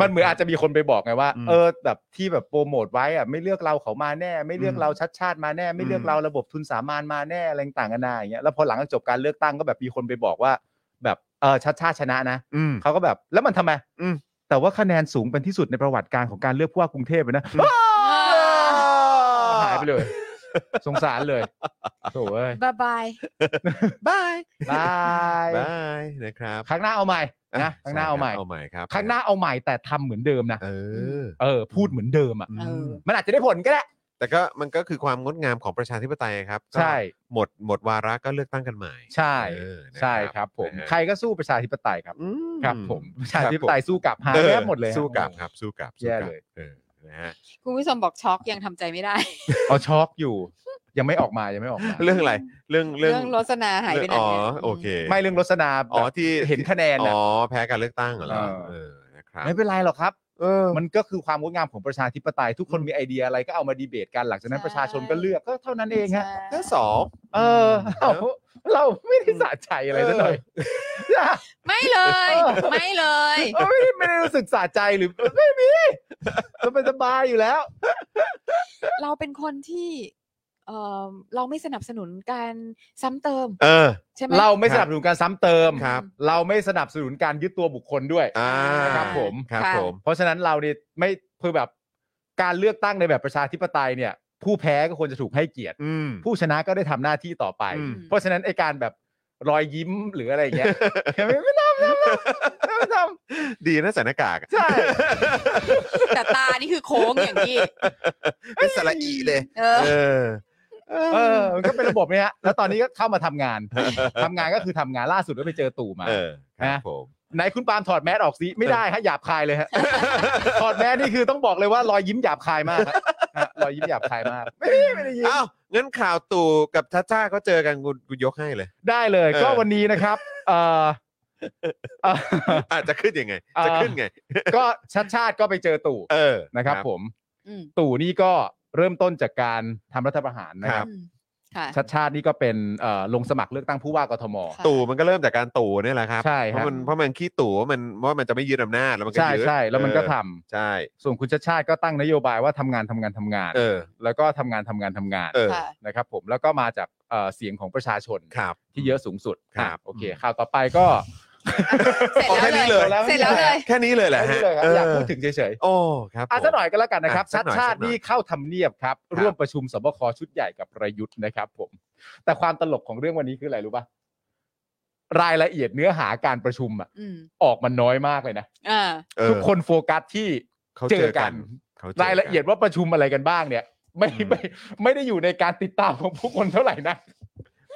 Speaker 3: มันเหมือนอาจจะมีคนไปบอกไงว่า
Speaker 2: อืม
Speaker 3: เออแบบที่แบบโปรโมทไว้อะไม่เลือกเราเขามาแน่ ไม่เลือก
Speaker 2: อืม
Speaker 3: เราชัดชาติมาแน่ ไม่เลือก
Speaker 2: อืม
Speaker 3: เราระบบทุนสามานมาแน่อะไรต่างกันานาอย่างเงี้ยแล้วพอหลังจากจบการเลือกตั้งก็แบบมีคนไปบอกว่า แบบเออชัดชาติชนะนะ
Speaker 2: อืม
Speaker 3: เขาก็แบบแล้วมันทำไม
Speaker 2: อืม
Speaker 3: แต่ว่าคะแนนสูงเป็นที่สุดในประวัติการของการเลือกผู้ว่ากรุงเทพเลยนะอ้าว หายไป เลย สงสารเลยโถ่เอ้ย
Speaker 4: บายบาย
Speaker 2: บาย
Speaker 3: บาย
Speaker 2: บายนะครับ
Speaker 3: ครั้งหน้าเอาใหม่นะครั้งหน้าเอาใหม่
Speaker 2: ช่ครับเอาใหม่ครับ
Speaker 3: ครั้งหน้าเอาใหม่แต่ทำเหมือนเดิมนะ
Speaker 2: เออ
Speaker 3: เออพูดเหมือนเดิมอ่ะ
Speaker 2: อืม
Speaker 4: เออ
Speaker 3: มันอาจจะได้ผลก็ได้
Speaker 2: แต่ก็มันก็คือความงดงามของประชาธิปไตยครับก็
Speaker 3: ใช่
Speaker 2: หมดหมดวาระก็เลือกตั้งกันใหม่
Speaker 3: ใช่
Speaker 2: เออนะ
Speaker 3: ใช่ครับผม
Speaker 2: นะฮะ
Speaker 3: ใครก็สู้ประชาธิปไตยครับ
Speaker 2: อืม
Speaker 3: ครับผมประชาธิปไตยสู้กลับหาย
Speaker 2: เออ
Speaker 3: แวบหมดเลย
Speaker 2: สู้กลับ
Speaker 3: ค
Speaker 2: ครับ รับสู้กลับ
Speaker 3: แย่
Speaker 2: สู้กบ
Speaker 3: เลย
Speaker 2: เออนะฮะ
Speaker 4: คุณผู้ชมบอกช็อกยังทำใจไม่ได้
Speaker 3: เอาช็อกอยู่ ยังไม่ออกมายังไม่ออกมา
Speaker 2: เรื่องอะไรเรื่อง
Speaker 4: เรื่องโฆษณาหายไปไหน
Speaker 2: อ๋อ
Speaker 4: เนี่ย
Speaker 2: โอเค
Speaker 3: ไม่เรื่องรสนา
Speaker 2: อ๋อ
Speaker 3: แบบ
Speaker 2: ที่
Speaker 3: เห็นคะแนน
Speaker 2: อ๋
Speaker 3: น่ะ
Speaker 2: อแพ้การเลือกตั้งเหรอ
Speaker 3: เออ
Speaker 2: เออนะครับ
Speaker 3: ไม่เป็นไรหรอกครับ
Speaker 2: เออ
Speaker 3: มันก็คือความงดงามของประชาธิปไตย ทุกคนมีไอเดียอะไรก็เอามาดีเบตกันหลังจากนั้นประชาชนก็เลือกก็เท่านั้นเองฮะ
Speaker 4: ใช่
Speaker 2: สอง
Speaker 3: เออเอาเราไม่ได้สะใจอะไรซะหน่อย
Speaker 4: ไม่เลย ไม่เลย
Speaker 3: เออไม่ได้ไม่ได้รู้สึกสะใจหรือไม่มีเราเป็นสบายอยู่แล้ว
Speaker 4: เราเป็นคนที่เออเราไม่สนับสนุนการซ้ำเติม
Speaker 2: เออ
Speaker 4: ใช่ไหม
Speaker 3: เราไม่สนับสนุนการซ้ำเติม
Speaker 2: ครับ
Speaker 3: เราไม่สนับสนุนการยึดตัวบุคคลด้วย
Speaker 2: อ่า
Speaker 3: ครับผม
Speaker 2: ครับ
Speaker 4: ค่ะ
Speaker 2: ผม
Speaker 3: เพราะฉะนั้นเราเนี่ยไม่เพื่อแบบการเลือกตั้งในแบบประชาธิปไตยเนี่ย ผู้แพ้ก็ควรจะถูกให้เกียรติ
Speaker 2: อืม
Speaker 3: ผู้ชนะก็ได้ทำหน้าที่ต่อไป
Speaker 2: อืม
Speaker 3: เพราะฉะนั้นไอการแบบรอยยิ้มหรืออะไรอย่างเงี้ย ไม่ไม่ทำไม่ทำไม่ท
Speaker 2: ดีนะใส่หน้ากาก
Speaker 3: ำใช่
Speaker 4: แต่ตานี่คือโค้งอย่างที่
Speaker 2: เป็นสระอีเลย
Speaker 4: เออ
Speaker 2: เออ
Speaker 3: เออมันก็เป็นระบบเนี่ยฮะแล้วตอนนี้ก็เข้ามาทำง านทำงานก็คือทำงานล่าสุดก็ไปเจอตู่มา
Speaker 2: เออครับ
Speaker 3: นะ
Speaker 2: ผม
Speaker 3: ไหนคุณปาล์มถอดแมสออกสิไม่ได้ฮะหยาบคายเลยฮะ ถอดแมสนี่คือต้องบอกเลยว่ารอยยิ้มหยาบคายมาก ฮะฮะรอยยิ้มหยาบคายมาก ไม่ได้ไม่ได้ยิ้ม
Speaker 2: อ้าวงั้นข่าวตู่กับชาชาเขาเจอกันกูกูยกให้เลย
Speaker 3: ได้เลย
Speaker 2: เออ
Speaker 3: ก็วันนี้นะครับเอ่อเอ่อ
Speaker 2: อาจจะขึ้นยังไง
Speaker 3: เออ
Speaker 2: จะขึ้นไง
Speaker 3: ก็ชัดชาติก็ไปเจอตู่
Speaker 2: เออ
Speaker 3: นะครับ ผม
Speaker 4: อืม
Speaker 3: ตู่นี่ก็เริ่มต้นจากการทำรัฐประหารนะค
Speaker 2: ครั
Speaker 3: รับ บ
Speaker 4: อืมค่ะ
Speaker 3: ชัดชาตินี่ก็เป็นเอ่อลงสมัครเลือกตั้งผู้ว่ากทม
Speaker 4: ค่ะ
Speaker 2: ตู่มันก็เริ่มจากการตู่เนี่ยแหละครับ
Speaker 3: ใช่
Speaker 2: เพ
Speaker 3: ครั
Speaker 2: ราะ
Speaker 3: บ
Speaker 2: มันเพราะมันขี้ตู่ว่ามันว่ามันจะไม่ยึดอำนาจแล้วมันก็
Speaker 3: ใช่
Speaker 2: ยึด
Speaker 3: ใช่แล้วมันก็
Speaker 2: เออ
Speaker 3: ทำ
Speaker 2: ใช่
Speaker 3: ส่วนคุณชัดชาติก็ตั้งนโยบายว่าทำงานทำงานทำงาน
Speaker 2: เออ
Speaker 3: แล้วก็ทำงานทำงานทำงาน
Speaker 2: เออ
Speaker 4: ค่ะ
Speaker 3: นะครับ ผมแล้วก็มาจากเอ่อเสียงของประชาชน
Speaker 2: ครับ
Speaker 3: ที่เยอะสูงสุด
Speaker 2: ครับ
Speaker 3: อ่ะโอเคข่าวต่อไปก็
Speaker 4: เสร็จแล้วเลย เสร็จแล้วเลย
Speaker 2: แค่นี้เลยแหละฮะ
Speaker 3: แค่นี้เลยครับ
Speaker 2: เ
Speaker 3: อยากพูดถึงเฉยๆ
Speaker 2: โอ้ครับ
Speaker 3: อ่ะ
Speaker 2: ผม
Speaker 3: สักหน่อยก็แล้วกันนะครับ
Speaker 2: อ่ะสั
Speaker 3: ชาก
Speaker 2: หน่อย
Speaker 3: ติชา
Speaker 2: สั
Speaker 3: ติ
Speaker 2: กหน่อย
Speaker 3: นี่เข้าทำเนียบครับ
Speaker 2: ครับ
Speaker 3: ร่วมประชุมสบคชุดใหญ่กับประยุทธ์นะครับผม แต่ความตลกของเรื่องวันนี้คืออะไรรู้ป่ะรายละเอียดเนื้อหาการประชุมอะ
Speaker 4: อืม
Speaker 3: ออกมาน้อยมากเลยนะ
Speaker 4: อ่า
Speaker 2: เออ
Speaker 3: ทุกคนโฟกัสที่
Speaker 2: เขา
Speaker 3: เจ
Speaker 2: เจ
Speaker 3: อ
Speaker 2: อ
Speaker 3: กั
Speaker 2: กัน นขจ
Speaker 3: รายละเอียด
Speaker 2: กัน
Speaker 3: ว่าประชุมอะไรกันบ้างเนี่ย ไม่
Speaker 2: อืม
Speaker 3: ไม่ไม่ได้อยู่ในการติดตามของผู้คนเท่าไหร่นะ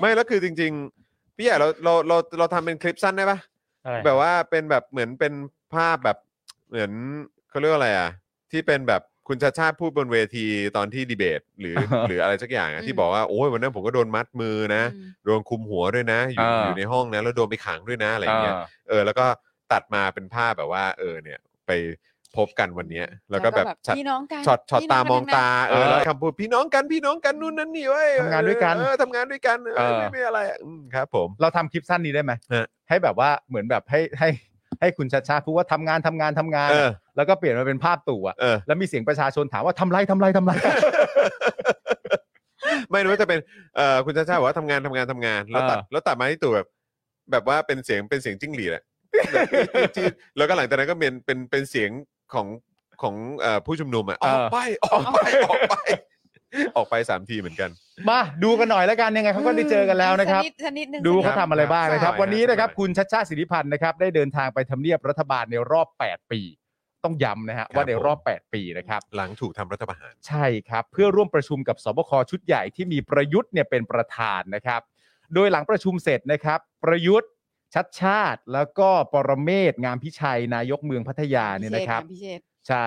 Speaker 2: ไม่แล้วคือจริง ๆ พี่ใหญ่เราเราเราเราทำเป็นคลิปสั้นได้ปะ
Speaker 5: อะไร
Speaker 2: แบบว่าเป็นแบบเหมือนเป็นภาพแบบเหมือนเขาเรียกว่าอะไรอ่ะ ที่เป็นแบบคุณชาชาติพูดบนเวทีตอนที่ดีเบต หรือ หรืออะไรสักอย่างอะ
Speaker 4: อืม
Speaker 2: ที่บอกว่าโอ้ยวันนั้นผมก็โดนมัดมือนะ
Speaker 4: อืม
Speaker 2: โดนคุมหัวด้วยนะ อยู่อยู่ในห้องนะแล้วโดนไปขังด้วยนะอะไรอย่างเงี้ย เออแล้วก็ตัดมาเป็นภาพแบบว่า เออเนี่ยไปพบกันวันเนี้ย แล้วก็แบบช็อต
Speaker 4: พี่น้องกัน
Speaker 2: ช็อตช็อต
Speaker 4: พี่
Speaker 2: ตา
Speaker 4: น้
Speaker 2: มอ
Speaker 4: องกัน
Speaker 2: ง
Speaker 4: ทั้งนั้น
Speaker 2: ตาเออแล้วคำพูดพี่น้องกันพี่น้องกันนู่นนั่นนี่เว้ย
Speaker 3: ทำงานด้วยกัน
Speaker 2: เออทำงานด้วยกันเอ
Speaker 3: เอ
Speaker 2: อ
Speaker 3: อ
Speaker 2: ไม่ไม่อะไรอืมครับ ผม
Speaker 3: เราทำคลิปสั้นนี้ได้ไหม
Speaker 2: ฮะ
Speaker 3: ให้แบบว่าเหมือนแบบให้ให้ให้คุณชาชาติพูดว่าทำงานทำงานทำงาน
Speaker 2: เออ
Speaker 3: แล้วก็เปลี่ยนมาเป็นภาพตู่อะ
Speaker 2: เออ
Speaker 3: แล้วมีเสียงประชาชนถามว่าทำไรทำไรทำไร
Speaker 2: ไม่รู้ว่าจะเป็นเออคุณชาชาบอกว่าทำงานทำงานทำงาน แล้วตัด
Speaker 3: เออ
Speaker 2: แล้วตัดมาที่ตู่แบบแบบว่าเป็นเสียงเป็นเสียงจิ้งหรีดอะแบบจี๊ดจี๊ดแล้วก็หลังจากนั้นก็เป็นเป็นเป็นเสียงของของเอ่อผู้ชุมนุมอะออกไปออกไปออกไป ออกไป 3 ทีเหมือนกัน
Speaker 3: มาดูกันหน่อยแล้วกันยังไงเขาก็ได้เจอกันแล้วนะครับ
Speaker 4: สักดสักนิดนึง
Speaker 3: ดู
Speaker 4: สักนิ
Speaker 3: เขาทำอะไรบ้างนะครับ
Speaker 2: ครับ
Speaker 3: วันนี้นะครับ
Speaker 2: ใช่
Speaker 3: คุณชัชชาติสิริพันธ์นะครับได้เดินทางไปทำเนียบรัฐบาลในรอบ 8 ปี ต้องย้ำนะฮะ
Speaker 2: ครับ
Speaker 3: ว่าในรอบ 8 ปีนะครับ
Speaker 2: หลังถูกทำรัฐประหาร
Speaker 3: ใช่ครับ เพื่อร่วมประชุมกับสบคชุดใหญ่ที่มีประยุทธ์เนี่ยเป็นประธานนะครับ โดยหลังประชุมเสร็จนะครับ ประยุทธ์ชัดชาติ แล้วก็ปรเมศงามพิชัย นายกเมืองพัทยาเนี่ยนะครับ
Speaker 4: พิเชษ
Speaker 3: ใช่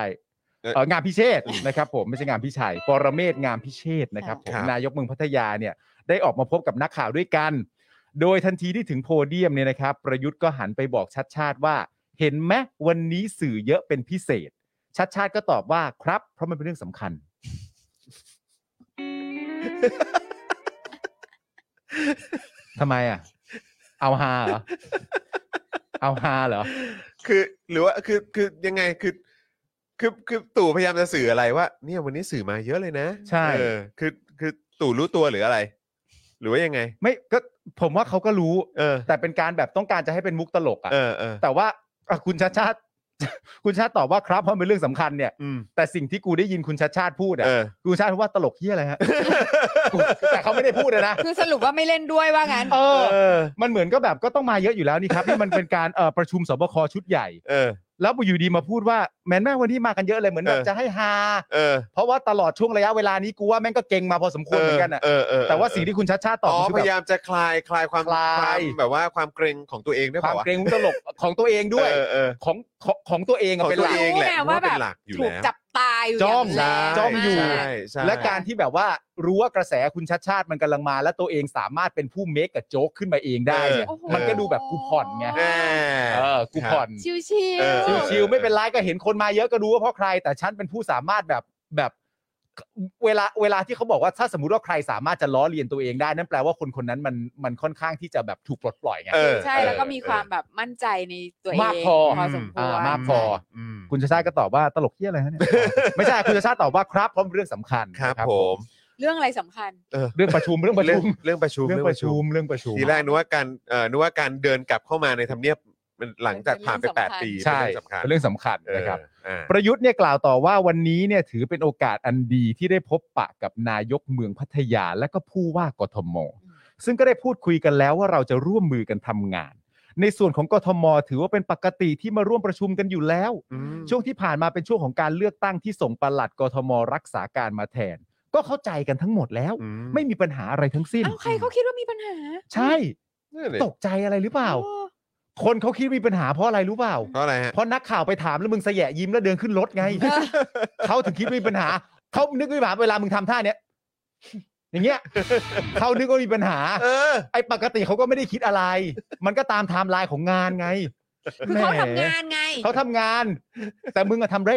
Speaker 3: เอ่องานพิเชษ นะครับผมไม่ใช่งานพิชัยปรเมศงานพิเชษนะครับผม
Speaker 2: ครับ
Speaker 3: นายกเมืองพัทยาเนี่ยได้ออกมาพบกับนักข่าวด้วยกัน โดยทันทีที่ถึงโพเดียมเนี่ยนะครับ ประยุทธ์ก็หันไปบอกชัดชาติว่า เห็นไหมวันนี้สื่อเยอะเป็นพิเศษ ชัดชาติก็ตอบว่าครับ เพราะมันเป็นเรื่องสำคัญ ทำไมอ่ะ เอาฮาเหรอ เอาฮาเหรอ
Speaker 2: คือหรือว่าคือคือยังไงคือคือคือตู่พยายามจะสื่ออะไรว่าเนี่ยวันนี้สื่อมาเยอะเลยนะ
Speaker 3: ใช่
Speaker 2: เออคือคือตู่รู้ตัวหรืออะไร หรือว่ายังไง
Speaker 3: ไม่ก็ผมว่าเขาก็รู้
Speaker 2: เออ
Speaker 3: แต่เป็นการแบบต้องการจะให้เป็นมุกตลก
Speaker 2: เออ
Speaker 3: อะ่ะ
Speaker 2: เออ
Speaker 3: แต่ว่าอ่ะคุณชาติชาติ คุณชาติตอบว่าครับเพราะเป็นเรื่องสำคัญเนี่ย
Speaker 2: อืม
Speaker 3: แต่สิ่งที่กูได้ยินคุณชาติชาติพูด
Speaker 2: เอ
Speaker 3: อะ่ะ
Speaker 2: อ
Speaker 3: กูชาติชาติพูดว่าตลกเฮี้ยอะไร ฮะ กูแต่เขาไม่ได้พูดเลยนะ
Speaker 4: คือสรุปว่าไม่เล่นด้วยว่างั้น
Speaker 3: เออ
Speaker 2: เออ
Speaker 3: มันเหมือนก็แบบก็ต้องมาเยอะอยู่แล้วนี่ครับนี่มันเป็นการเอ่อประชุมสบคชุดใหญ่
Speaker 2: เออ
Speaker 3: แล้วอยู่ดีมาพูดว่าแม่นแม่วันนี้มากันเยอะเลยเหมือนแบบ
Speaker 2: เออ
Speaker 3: จะให้ฮา
Speaker 2: เออ
Speaker 3: เพราะว่าตลอดช่วงระยะเวลานี้กูว่าแม่งก็เก่งมาพอสมควรเหมือนกันอ่ะ
Speaker 2: เออเออเออ
Speaker 3: แต่ว่าสิ่งที่คุณชาติชาติต
Speaker 2: อ๋
Speaker 3: อ
Speaker 2: อบ
Speaker 3: คือ
Speaker 2: พ
Speaker 3: แบบ
Speaker 2: ยายามจะคลายคลายความ
Speaker 3: คลาย
Speaker 2: วมแบบว่าความเกรงของตัวเองด้วย
Speaker 3: ค
Speaker 2: เป
Speaker 3: วาม
Speaker 2: ล่าวะ
Speaker 3: เกรงมุกตลกของตัวเองด้วย
Speaker 2: เออเออ
Speaker 3: ของของของตัวเอง
Speaker 2: ข
Speaker 3: อะ
Speaker 2: อง
Speaker 3: เป็น
Speaker 2: ตัว
Speaker 3: หลัก
Speaker 2: เองแหละ
Speaker 4: รู้ไง
Speaker 2: ว่า
Speaker 4: ว่า
Speaker 2: เป็
Speaker 4: แบบ
Speaker 2: นหลักอยู่
Speaker 4: ถูก
Speaker 2: แล้ว
Speaker 4: จับตายอยู่
Speaker 3: จ้อง
Speaker 4: ย่างแรง
Speaker 3: จ้องอยู่
Speaker 2: ใช่
Speaker 4: มาก
Speaker 2: ใช่
Speaker 3: และการที่แบบว่ารู้ว่ากระแสคุณชัดชาติมันกำลังมา และตัวเองสามารถเป็นผู้เมคกับโจ๊กขึ้นมาเองได้เนี่ย
Speaker 4: เออโอ้โห
Speaker 3: มันก็ดูแบบกูผ่อนไง
Speaker 2: แน่
Speaker 3: เออกูผ่อน
Speaker 4: ชิวๆ
Speaker 2: เออ
Speaker 3: ชิวๆไม่เป็นไรก็เห็นคนมาเยอะก็รู้ว่าเพราะใคร แต่ฉันเป็นผู้สามารถแบบแบบเวลาเวลาที่เขาบอกว่าถ้าสมมติว่าใครสามารถจะล้อเลียนตัวเองได้นั่นแปลว่าคนคนนั้นมันมันค่อนข้างที่จะแบบถูกปลดปล่อยไง
Speaker 2: เออ
Speaker 4: ใช่
Speaker 2: เออ
Speaker 4: แล้วก็มีความ
Speaker 2: เออ
Speaker 4: แบบมั่นใจในตัวเอง
Speaker 3: มากพอ
Speaker 4: พอสมควร
Speaker 3: อ่ามากพอ
Speaker 2: ม
Speaker 3: คุณชาชาติก็ตอบว่าตลกเฮี้ยอะไรฮะเนี่ย ไม่ใช่คุณชาชาติตอบว่าครับเพราะเป็นเรื่องสำคัญ
Speaker 2: ครับ
Speaker 3: นะ
Speaker 2: ผม
Speaker 4: เรื่องอะไรสำคัญ
Speaker 3: เรื่องประชุมเรื่องประ
Speaker 2: เรื่อง
Speaker 3: ชุม
Speaker 2: เรื่องประชุม
Speaker 3: เรื่องประชุมเรื่องประชุม
Speaker 2: ทีแรกนึกว่าการเอ่อนึกว่าการเดินกลับเข้ามาในทำเนียบมันหลังจากผ่านไป
Speaker 4: เป็นเรื่องสำคัญ
Speaker 2: 8 ปี
Speaker 3: ใช่
Speaker 2: เป็นเรื่องสำคัญ
Speaker 3: เป็น
Speaker 2: เออ
Speaker 3: เรื่องสำคัญนะครับ
Speaker 2: อ่า
Speaker 3: ประยุทธ์เนี่ยกล่าวต่อว่าวันนี้เนี่ยถือเป็นโอกาสอันดีที่ได้พบปะกับนายกเมืองพัทยาและก็ผู้ว่ากทม ซึ่งก็ได้พูดคุยกันแล้วว่าเราจะร่วมมือกันทำงาน ในส่วนของกทม ถือว่าเป็นปกติที่มาร่วมประชุมกันอยู่แล้ว
Speaker 2: อืม
Speaker 3: ช่วงที่ผ่านมาเป็นช่วงของการเลือกตั้งที่ส่งปลัดกทม รักษาการมาแทน ก็เข้าใจกันทั้งหมดแล้ว
Speaker 2: อื
Speaker 3: ไม่มีปัญหาอะไรทั้งสิ้น
Speaker 4: เอ้าใครเขาคิดว่ามีปัญหา
Speaker 3: ใช่
Speaker 2: นั่นเลย
Speaker 3: ตกใจอะไรหรือเปล่า
Speaker 4: โอ้
Speaker 3: คนเขาคิดมีปัญหาเพราะอะไรรู้เปล่า
Speaker 2: เพราะอะไรฮะ
Speaker 3: เพราะนักข่าวไปถามแล้วมึงแสยะยิ้มแล้วเดินขึ้นรถไง
Speaker 4: เออ
Speaker 3: เขาถึงคิดว่ามีปัญหา เขานึกว่ามีปัญหาเวลามึงทำท่าเนี้ย อย่างเงี้ย เขานึกว่ามีปัญหา
Speaker 2: เออ
Speaker 3: ไอ้ปกติเขาก็ไม่ได้คิดอะไร มันก็ตามไทม์ไลน์ของงานไง
Speaker 4: คือเขาทำ
Speaker 3: แหม
Speaker 4: งานไง
Speaker 3: เขาทำงาน แต่มึงอะทำไร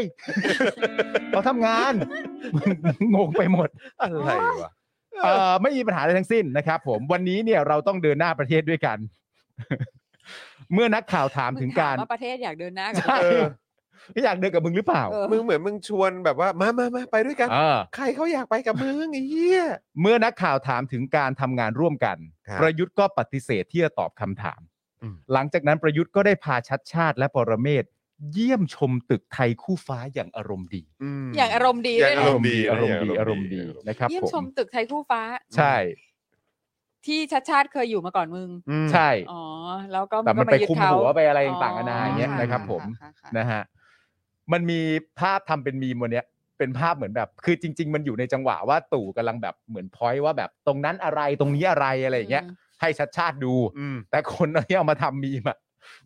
Speaker 3: เขาทำงานมึงงงไปหมด
Speaker 2: อะไรวะ
Speaker 3: เอ่อไม่มีปัญหาอะไรทั้งสิ้นนะครับผมวันนี้เนี่ยเราต้องเดินหน้าประเทศด้วยกัน เมื่อนักข่าวถามถึงการ
Speaker 4: ว่าประเทศอยากเดินหน้ากับ
Speaker 3: ใช่
Speaker 2: เออ
Speaker 3: อยากเดินกับมึงหรือเปล่า
Speaker 4: เออ
Speaker 2: มึงเหมือนมึงชวนแบบว่ามามามาไปด้วยกัน
Speaker 3: เออ
Speaker 2: ใครเขาอยากไปกับมึงไอ้เหี้ย
Speaker 3: เมื่อนักข่าวถามถึงการทำงานร่วมกัน
Speaker 2: ครับ
Speaker 3: ประยุทธ์ก็ปฏิเสธที่จะตอบคำถาม
Speaker 2: อืม
Speaker 3: หลังจากนั้นประยุทธ์ก็ได้พาชัดชาติและปรเมศเยี่ยมชมตึกไทยคู่ฟ้าอย่างอารมณ์ดี
Speaker 2: ม
Speaker 4: อย่างอารมณ์ดี
Speaker 2: อ
Speaker 4: ด้
Speaker 2: ย่าว งอ
Speaker 4: ยนะ
Speaker 2: รมณ์ดี
Speaker 3: อารมณ์ดี
Speaker 2: นะ
Speaker 3: อารมณ์ดี
Speaker 2: อารมณ์ดี
Speaker 3: นะครับ
Speaker 4: เยี่ยม
Speaker 3: ผม
Speaker 4: ชมตึกไทยคู่ฟ้า
Speaker 3: ใช่
Speaker 4: ที่ชาติชาติเคยอยู่มาก่อนมึง
Speaker 2: อืม
Speaker 3: ใช่
Speaker 4: อ๋อ แล้วก็
Speaker 3: แต่มัน
Speaker 4: ก็า
Speaker 3: ไป
Speaker 4: ยึด
Speaker 3: คุม
Speaker 4: เขา
Speaker 3: หัวไปอะไรต่างๆนานาอย่างเงี้ย
Speaker 4: อ๋อ
Speaker 3: นะครับ ผม
Speaker 4: ค่ะค่ะ
Speaker 3: นะฮะมันมีภาพทำเป็นมีมวันเนี้ย เป็นภาพเหมือนแบบ คือจริง ๆ มันอยู่ในจังหวะว่าตู่กำลังแบบเหมือนพอยต์ว่าแบบตรงนั้นอะไรตรงนี้อะไรอะไรอย่างเงี้ย ให้ชัดชาติดู
Speaker 2: อืม
Speaker 3: แต่คนที่เอามาทำมีมอะ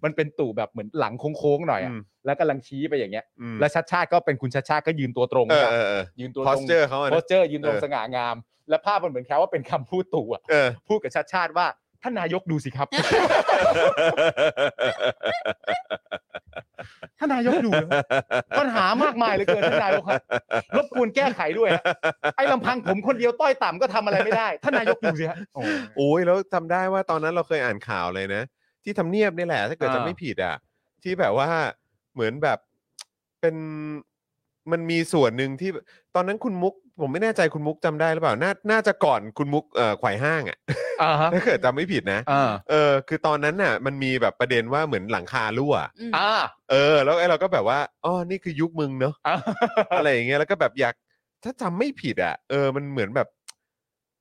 Speaker 3: มันเป็นตู่แบบเหมือนหลังโค้งๆหน่อยอะ
Speaker 2: อืม
Speaker 3: แล้วกำลังชี้ไปอย่างเงี้ย
Speaker 2: อืม
Speaker 3: แล้วชัดชาติก็เป็นคุณชัดชาติก็ยืนตัวตรง
Speaker 2: เออ
Speaker 3: ครับ
Speaker 2: เออเออ
Speaker 3: ยืนตัวตรง
Speaker 2: posture เขาอะนะ
Speaker 3: โพสเจอร์ยืนตรงสง่างาม และภาพมันเหมือนแค่ว่าเป็นคำพูดตู่อะ
Speaker 2: เออ
Speaker 3: พูดกับชัดชาติว่าท่านนายกดูสิ ครับ ท่านนายกดูนะปัญหามากมายเหลยเกินท่านนายกครับรบกวนแก้ไขด้วยฮะไอ้ลำพังผมคนเดียวต้อยต่ำก็ทำอะไรไม่ได้ ท่านนายกดูสิฮะโอ้
Speaker 2: โอ้ยแล้วจำได้ว่าตอนนั้นเราเคยอ่านข่าวเลยนะ ที่ทำเนียบนี่แหละ ถ้าเกิด
Speaker 3: อ่า
Speaker 2: จำไม่ผิดอ่ะ ที่แบบว่าเหมือนแบบเป็นมันมีส่วนหนึ่งที่ตอนนั้นคุณมุก ผมไม่แน่ใจคุณมุกจำได้หรือเปล่าน่าน่าจะก่อนคุณมุกเอ่อไขว่ห้างอ่ะ
Speaker 3: ่าฮะ
Speaker 2: ถ้าเกิดจำไม่ผิดนะ
Speaker 3: อ่า
Speaker 2: เออคือตอนนั้นน่ะ มันมีแบบประเด็นว่าเหมือนหลังคารั่ว
Speaker 4: อืม
Speaker 3: อ่า
Speaker 2: เออ แล้วไอ้เราก็แบบว่าอ๋อนี่คือยุคมึงเนอะ
Speaker 3: อ่า
Speaker 2: อะไรอย่างเงี้ยแล้วก็แบบอยาก ถ้าจำไม่ผิดอ่ะ เออ มันเหมือนแบบ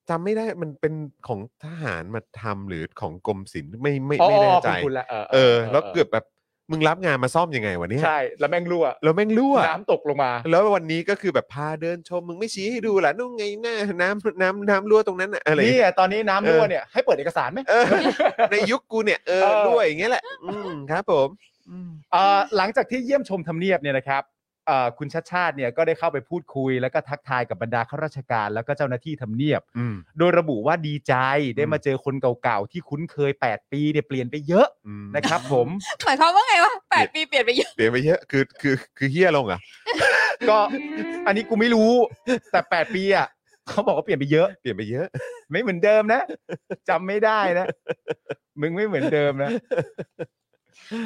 Speaker 2: จำไม่ได้มันเป็นของทหารมาทำหรือของกรมศิลป์ไม่ไม่ไม่แน่ใจ
Speaker 3: อ๋อคุณละ
Speaker 2: เออ แล้วเกือบแบบมึงรับงานมาซ่อมยังไงวะเนี่ย
Speaker 3: ใช่ แล้วแม่งรั่ว
Speaker 2: แล้วแม่งรั่ว
Speaker 3: น้ำตกลงมา
Speaker 2: แล้ววันนี้ก็คือแบบพาเดินชม มึงไม่ชี้ให้ดูเหรอนู่นไงหน้าน้ำน้ำน้ำรั่วตรงนั้นน่ะอะไรอย่าง
Speaker 3: นี่
Speaker 2: เงี้ย
Speaker 3: อะตอนนี้น้ำรั่ว
Speaker 2: เออ
Speaker 3: เนี่ย ให้เปิดเอกสารไหม
Speaker 2: เออ ในยุคกูเนี่ยเออ
Speaker 3: เออ
Speaker 2: รั่วอย่างเงี้ยแหละ อืมครับผม
Speaker 3: เอ่อหลังจากที่เยี่ยมชมทำเนียบเนี่ยนะครับเอ่อคุณชัดชาติเนี่ยก็ได้เข้าไปพูดคุย แล้วก็ทักทายกับบรรดาข้าราชการ แล้วก็เจ้าหน้าที่ทำเนียบ
Speaker 2: อืม
Speaker 3: โดยระบุว่าดีใจได้มาเจอคนเก่าๆ ที่คุ้นเคย 8 ปีเนี่ยเปลี่ยนไปเยอะ
Speaker 2: อืม
Speaker 3: นะครับผม
Speaker 4: หมายความว่าไงวะแปดปีเปลี่ยนไปเยอะ
Speaker 2: เปลี่ยนไปเยอะคือคือคือเฮี้ยลงเหรอ่ะ
Speaker 3: ก็อันนี้กูไม่รู้ แต่ 8 ปีอ่ะเขาบอกว่าเปลี่ยนไปเยอะ
Speaker 2: เปลี่ยนไปเยอะ
Speaker 3: ไม่เหมือนเดิมนะจำไม่ได้นะ มึงไม่เหมือนเดิมนะ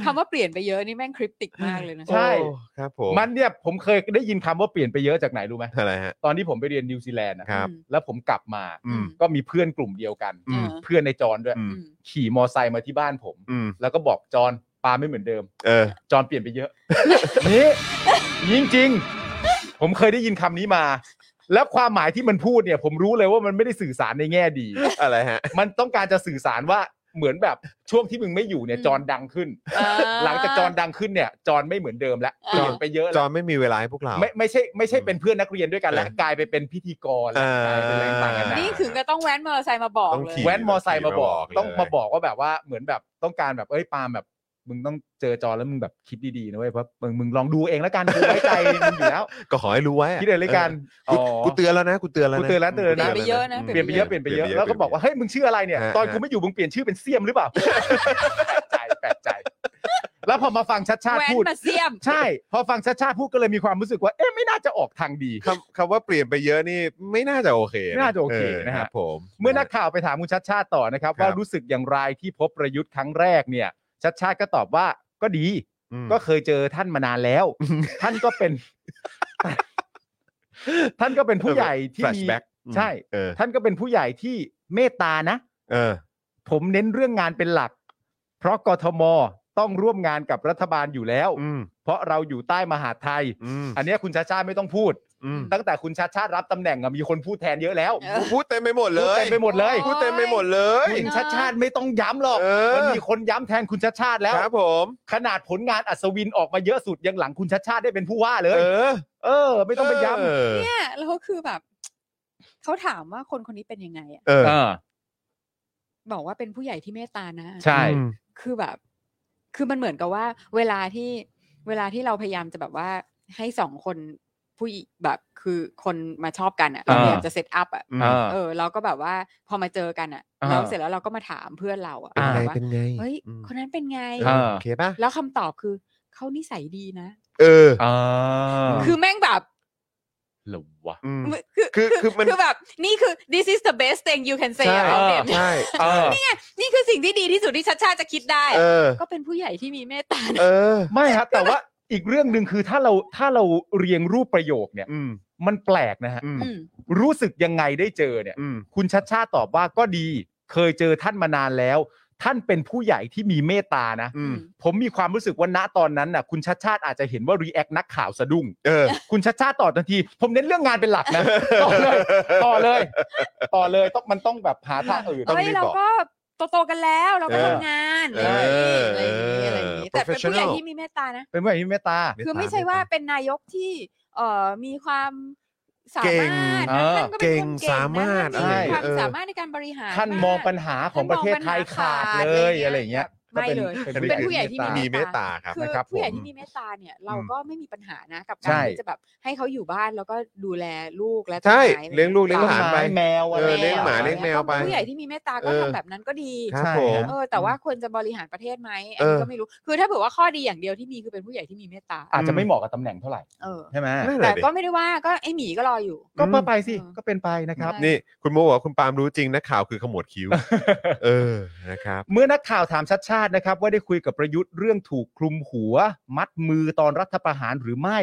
Speaker 4: คำว่าเปลี่ยนไปเยอะนี่แม่งคริปติกมากเลยนะ
Speaker 3: ใช่
Speaker 2: โอ้ครับผม
Speaker 3: มันเนี่ยผมเคยได้ยินคำว่าเปลี่ยนไปเยอะจากไหนรู้ไหม
Speaker 2: อะไรฮะ
Speaker 3: ตอนที่ผมไปเรียนนิวซีแลนด์นะครับ แล้วผมกลับมา
Speaker 2: อืม
Speaker 3: ก็มีเพื่อนกลุ่มเดียวกัน
Speaker 2: อืม
Speaker 3: เพื่อนในจอนด้วย
Speaker 2: อื
Speaker 4: อื
Speaker 2: ม
Speaker 4: ม
Speaker 3: ขี่มอไซค์มาที่บ้านผม
Speaker 2: อืม
Speaker 3: แล้วก็บอกจอนปาไม่เหมือนเดิม
Speaker 2: เออ
Speaker 3: จอนเปลี่ยนไปเยอะ นี่ยิ่งจริง ผมเคยได้ยินคำนี้มา แล้วความหมายที่มันพูดเนี่ย ผมรู้เลยว่ามันไม่ได้สื่อสารในแง่ดี
Speaker 2: อะไรฮะ
Speaker 3: มันต้องการจะสื่อสารว่าเหมือนแบบช่วงที่มึงไม่อยู่เนี่ยจอนดังขึ้น
Speaker 4: อ่า
Speaker 3: หลังจากจอนดังขึ้นเนี่ย จอนไม่เหมือนเดิมแล้วเป
Speaker 4: อ่า
Speaker 3: ลี่ยนไปเยอะ
Speaker 2: จ
Speaker 3: แล้
Speaker 2: อ
Speaker 3: ว
Speaker 2: ห์นไม่มีเวลาให้พวกเรา
Speaker 3: ไม่ไม่ใช่ไม่ใช่เป็นเพื่อนนักเรียนด้วยกันแล้ว
Speaker 2: เออก
Speaker 3: ลายไปเป็นพิธีกรแล้วกลายเป็นอะไรต่างกันา นะ
Speaker 4: นี่ถึงก็ต้องแว้นมอเตอร์ไซค์มาบอก
Speaker 2: ต้อง
Speaker 4: เล
Speaker 2: ขี่
Speaker 4: ย
Speaker 3: แว้นมอไซค์มาบอก
Speaker 2: ขี่มาบอกเลย
Speaker 3: ต้องมาบอกว่าแบบว่าเหมือนแบบต้องการแบบเอ้ยปาล์มแบบ มึงต้องเจอจอแล้วมึงแบบคิดดีๆนะเว้ยเพราะมึงมึงลองดูเองแล้วกันกูไว้ใจมึงอยู่แล้ว
Speaker 2: ก็ขอให้รู้ไว้อะ
Speaker 3: คิดเลยแล้วกัน
Speaker 2: เออกู
Speaker 3: อ๋อ
Speaker 2: กูเตือนแล้วนะกูเตือนแล้วะ
Speaker 3: กูเตือนแล้วเตือน
Speaker 4: เปลี่ยนไปเยอะนะ
Speaker 3: เปลี่ยนไปเยอะเปลี่ยนไปเยอะแล้วก็บอกว่าเฮ้ยมึงชื่ออะไรเนี่ยตอนกูไม่อยู่มึงเปลี่ยนชื่อเป็นเสี่ยมหรือเปล่าแปลกใจแปลกใจ แล้วพอมาฟังชัดชาติ
Speaker 4: แว้น
Speaker 3: พูด
Speaker 4: มาเสียม
Speaker 3: ใช่ พอฟังชัดชาติพูดก็เลยมีความรู้สึกว่าเอ๊ะไม่น่าจะออกทางดี
Speaker 2: คำคำว่าเปลี่ยนไปเยอะนี่ไม่น่าจะโอเค
Speaker 3: ไม่น่าจะโอเคนะฮะ
Speaker 2: รับผม
Speaker 3: เมื่อนักข่าวไปถามคุณชัดชาติต่อนะครับ
Speaker 2: ครับ
Speaker 3: ว่ารู้สึกอย่างไรที่พบประยุทธ์ครั้งแรกเนี่ย ชัดชาติก็ตอบว่าก็ดี
Speaker 2: อืม
Speaker 3: ก็เคยเจอท่านมานานแล้ว ท่านก็เป็น ท่านก็เป็นผู้ใหญ่ที่มี
Speaker 2: flashback
Speaker 3: ใช่
Speaker 2: เออ
Speaker 3: ท่านก็เป็นผู้ใหญ่ที่เมตตานะ
Speaker 2: เออ
Speaker 3: ผมเน้นเรื่องงานเป็นหลัก เพราะกทมต้องร่วมงานกับรัฐบาลอยู่แล้ว
Speaker 2: อืม
Speaker 3: เพราะเราอยู่ใต้มหาดไทย
Speaker 2: อืม
Speaker 3: อันเนี้ยคุณชาติชาติไม่ต้องพูด
Speaker 2: อืม
Speaker 3: ตั้งแต่คุณชาติชาติรับตำแหน่งอะมีคนพูดแทนเยอะแล้ว
Speaker 4: เออ
Speaker 2: พูดเต็มไปหมดเล
Speaker 3: พูด
Speaker 2: ย
Speaker 3: เต็มไปหมดเลย
Speaker 2: พูดเต็มไปหมดเลย
Speaker 3: คุณชาติชาติไม่ต้องย้ำหรอก
Speaker 2: เออ
Speaker 3: มันมีคนย้ำแทนคุณชาติชาติแล้ว
Speaker 2: ครับผม
Speaker 3: ขนาดผลงานอัศวินออกมาเยอะสุดยังหลังคุณชาติชาติได้เป็นผู้ว่าเล
Speaker 2: เอย อ
Speaker 3: เออ ไม่ต้องไปย้ำ
Speaker 2: เออ
Speaker 4: เนี่ยแล้วก็คือแบบ เขาถามว่าคนคนนี้เป็นยังไงอะ
Speaker 2: เออ
Speaker 3: เออ
Speaker 4: บอกว่าเป็นผู้ใหญ่ที่เมตตานะ
Speaker 3: ใช่
Speaker 2: อืม
Speaker 4: คือแบบ คือมันเหมือนกับว่า เวลาที่เวลาที่เราพยายามจะแบบว่าให้สองคนผู้หญิงแบบคือคนมาชอบกันอะเรา
Speaker 3: อ่า
Speaker 4: พยายามจะเซตอัพอะ
Speaker 2: ม
Speaker 3: เออ
Speaker 4: เออ เราก็แบบว่าพอมาเจอกันอะ
Speaker 3: อ่า
Speaker 4: แล้วเสร็จแล้วเราก็มาถามเพื่อนเราอะ
Speaker 2: เป็น
Speaker 3: อ่า
Speaker 2: ไง
Speaker 4: แบบว่า
Speaker 2: เป็นไง
Speaker 4: เฮ้ย
Speaker 2: อืม
Speaker 4: คนนั้นเป็นไง
Speaker 3: อ่า
Speaker 2: โอเคป่ะ
Speaker 4: แล้วคำตอบคือเขานิสัยดีนะ
Speaker 2: เออ
Speaker 3: อ่า
Speaker 4: คือแม่งแบบ
Speaker 3: หรอวะ
Speaker 2: อืม
Speaker 4: คือ
Speaker 2: คือคือมัน
Speaker 4: คือแบบ นี่คือ this is the best thing you can say
Speaker 2: ใช่
Speaker 4: อะ
Speaker 3: เออ
Speaker 2: ใช่
Speaker 3: เออ
Speaker 4: นี่คือสิ่งที่ดีที่สุดที่ชัดชาติจะคิดได้
Speaker 2: เออ
Speaker 4: ก็เป็นผู้ใหญ่ที่มีเมตตานะ
Speaker 2: เออ
Speaker 3: ไม่ครับแต่ว่าอีกเรื่องหนึ่งคือถ้าเราถ้าเราเรียงรูปประโยคเนี่ย
Speaker 2: อืม
Speaker 3: มันแปลกนะฮะ
Speaker 2: อืม
Speaker 4: อืม
Speaker 3: รู้สึกยังไงได้เจอเนี่ย
Speaker 2: อืม
Speaker 3: คุณชัดชาติตอบว่าก็ดี เคยเจอท่านมานานแล้ว ท่านเป็นผู้ใหญ่ที่มีเมตตานะ
Speaker 2: อืม
Speaker 3: ผมมีความรู้สึกว่าณตอนนั้นน่ะคุณชัดชาติอาจจะเห็นว่ารีแอคนักข่าวสะดุ้ง
Speaker 2: เออ
Speaker 3: คุณชัดชาติตอบทันที ผมเน้นเรื่องงานเป็นหลัก นะ ต่อเลย ต่อเลย ต่อเลยต้องมันต้องแบบหาทางอื่น
Speaker 2: ต้ อ ง
Speaker 4: เอ้ย
Speaker 2: รีบ
Speaker 4: เรา
Speaker 2: บอก
Speaker 4: ก็โตๆกันแล้วเราก็
Speaker 2: เออ
Speaker 4: ทำงาน
Speaker 2: เออ
Speaker 4: อะไรอย่างนี้อะไรอย่างนี้
Speaker 2: เออ
Speaker 4: แต่เป็นผู้ใหญ่
Speaker 2: professional
Speaker 4: ที่มีเมตตานะ
Speaker 3: เป็นผู้ใหญ่ที่เมตตา
Speaker 4: คือไม่ใช่ว่าเป็นนายกที่เอ่อมีความสา
Speaker 2: เก่
Speaker 4: มาง รถ
Speaker 3: เออ
Speaker 4: ท่านก็เป็นคน
Speaker 2: เก่งสามารถ
Speaker 4: นะท่นมีความ
Speaker 2: เออ
Speaker 4: สามารถในการบริหาร
Speaker 3: ท่านมองปัญหาของประเทศไทยขาดเลยอะไรอย่างเงี้ย
Speaker 4: ไม่เลย
Speaker 3: ก็
Speaker 2: อันนี้
Speaker 4: เป็น
Speaker 2: คือ
Speaker 4: ผู้ใหญ่ที่
Speaker 2: มี
Speaker 4: มี
Speaker 2: เมตตาครับ
Speaker 4: คือ
Speaker 3: นะครับผม
Speaker 4: ผู้ใหญ่ที่มีเมตตาเนี่ย เรา
Speaker 2: อืม
Speaker 4: ก็ไม่มีปัญหานะกับ
Speaker 3: ใช่
Speaker 4: การที่จะแบบให้เขาอยู่บ้านแล้วก็ดูแลลูกและต้น
Speaker 2: ใช่
Speaker 4: ไม้
Speaker 2: เลี้ยงลูกเลี้ยง
Speaker 3: ต้
Speaker 2: ห
Speaker 3: น
Speaker 2: ลาน
Speaker 3: ไม้
Speaker 2: ไป
Speaker 3: แมวอะไร
Speaker 2: เออเลี้ยงหมา
Speaker 3: อะ
Speaker 2: เลี้
Speaker 3: ไร
Speaker 2: ยงแมวไป
Speaker 4: ผู้ใหญ่ที่มีเมตตาก็
Speaker 2: เออ
Speaker 4: ทำแบบนั้นก็ดี
Speaker 2: ครับ
Speaker 3: ใช่
Speaker 2: ผม
Speaker 3: ฮะ
Speaker 4: เออแต่ว่าควรจะบริหารประเทศไหมอัน
Speaker 2: เอ
Speaker 4: นี้
Speaker 2: อ
Speaker 4: ก็ไม่รู้ คือถ้าเผื่อว่าข้อดีอย่างเดียวที่มีคือเป็นผู้ใหญ่ที่มีเมตตา
Speaker 3: อาจจะไม่เหมาะกับตำแหน่งเท่าไหร่
Speaker 4: เออ
Speaker 3: ใช่ไหม
Speaker 2: นั่นแห
Speaker 4: แต่
Speaker 2: ละดิ
Speaker 4: ก็ไม่ได้ว่าก็ไอหมีก็รออยู่
Speaker 3: ก็ไปสิ
Speaker 4: อืม
Speaker 3: ก็เป็นไปนะครับ
Speaker 2: นี่คุณโมบอกว่าคุณปาล์มรู้จริงนะข่าวคือขมวดคิ้ว เออนะครับ
Speaker 3: เมื่อนักข่าวถามชัดชาตินะครับ ว่าได้คุยกับประยุทธ์เรื่องถูกคลุมหัว มัดมือตอนรัฐประหารหรือไม่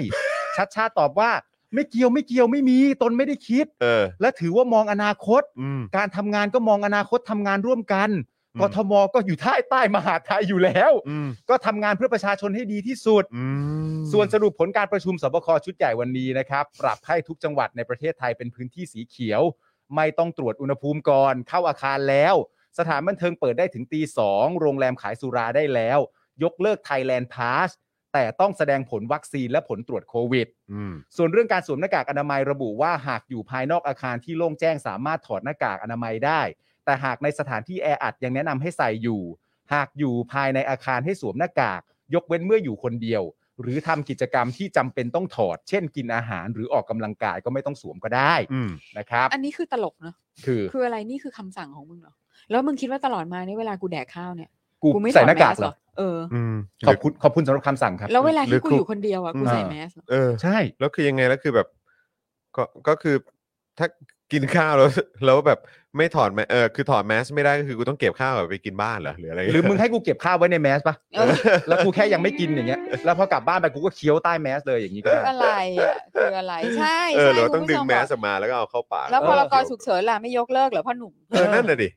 Speaker 3: ชัดชาติตอบว่า ไม่เกี่ยวไม่เกี่ยวไม่มี ตนไม่ได้คิด
Speaker 2: เออ
Speaker 3: และถือว่ามองอนาคต
Speaker 2: อืม
Speaker 3: การทำงานก็มองอนาคตทำงานร่วมกัน
Speaker 2: อืม
Speaker 3: กทมก็อยู่ใต้ใต้มหาดไทยอยู่แล้ว
Speaker 2: อืม
Speaker 3: ก็ทำงานเพื่อประชาชนให้ดีที่สุด
Speaker 2: อืม
Speaker 3: ส่วนสรุปผลการประชุมสบคชุดใหญ่วันนี้นะครับ ปรับให้ทุกจังหวัดในประเทศไทยเป็นพื้นที่สีเขียว ไม่ต้องตรวจอุณหภูมิก่อน เข้าอาคารแล้ว สถานบันเทิงเปิดได้ถึงตีสองโรงแรมขายสุราได้แล้ว ยกเลิกไทยแลนด์พาสแต่ต้องแสดงผลวัคซีนและผลตรวจโควิด
Speaker 2: อืม
Speaker 3: ส่วนเรื่องการสวมหน้ากากอนามัยระบุว่าหากอยู่ภายนอกอาคารที่โล่งแจ้งสามารถถอดหน้ากากอนามัยได้ แต่หากในสถานที่แออัดยังแนะนำให้ใส่อยู่ หากอยู่ภายในอาคารให้สวมหน้ากาก ยกเว้นเมื่ออยู่คนเดียว หรือทำกิจกรรมที่จำเป็นต้องถอด เช่นกินอาหารหรือออกกำลังกายก็ไม่ต้องสวมก็ได้
Speaker 2: อืม
Speaker 3: นะครับ
Speaker 4: อันนี้คือตลกเนอะ
Speaker 3: คือ
Speaker 4: คืออะไรนี่คือคำสั่งของมึงเหรอ แล้วมึงคิดว่าตลอดมาเนี่ยเวลากูแดกข้าวเนี่ย
Speaker 3: กู
Speaker 4: กูไม่ถ
Speaker 3: ใส่
Speaker 4: อด
Speaker 3: หน้ากาก
Speaker 4: แมส
Speaker 3: เหรอ
Speaker 4: เออ
Speaker 2: อืม
Speaker 3: ขอบคุณขอบคุณสำหรับคำสั่งครับ
Speaker 4: แล้วเวลา
Speaker 2: หรือ
Speaker 4: ที่
Speaker 2: ค
Speaker 4: กู
Speaker 2: รู
Speaker 4: อยู่คนเดียวอ่ะกู
Speaker 3: อ่า
Speaker 4: ใส่แมสเหรอ
Speaker 2: เออ
Speaker 3: ใช่
Speaker 2: แล้วคือยังไงแล้วคือแบบ ก็ก็คือถ้ากินข้าว แล้วแล้วแบบไม่ถอดแมสเออคือถอดแมสไม่ได้ก็คือกูต้องเก็บข้าวแบบไปกินบ้านเหรอหรืออะไร
Speaker 3: หรือมึงให้กูเก็บข้าวไว้ในแมสปะ
Speaker 4: เออ
Speaker 3: แล้วกูแค่ยังไม่กินอย่างเงี้ยแล้วพอกลับบ้านไปกูก็เคี้ยวใต้แมสเลยอย่างนี้ก็
Speaker 4: คือ
Speaker 3: ได้
Speaker 4: อะไรอ่ะคืออะไรใช่
Speaker 2: เออ
Speaker 4: ใช่
Speaker 2: หรือว่า
Speaker 4: คุ
Speaker 2: ต้อ
Speaker 4: ณ
Speaker 2: ง
Speaker 4: ผู้
Speaker 2: ดึ
Speaker 4: ช
Speaker 2: ง
Speaker 4: ม
Speaker 2: แม
Speaker 4: บอ
Speaker 2: ส
Speaker 4: ก
Speaker 2: ออกมาแล้วก็เอาเข้าปาก
Speaker 4: แล้วพ
Speaker 3: อ
Speaker 4: รกฉุกเฉินล่ะไม่ยกเลิกเหรอพ่อหนุ่ม
Speaker 2: เออนั่นน่ะดิ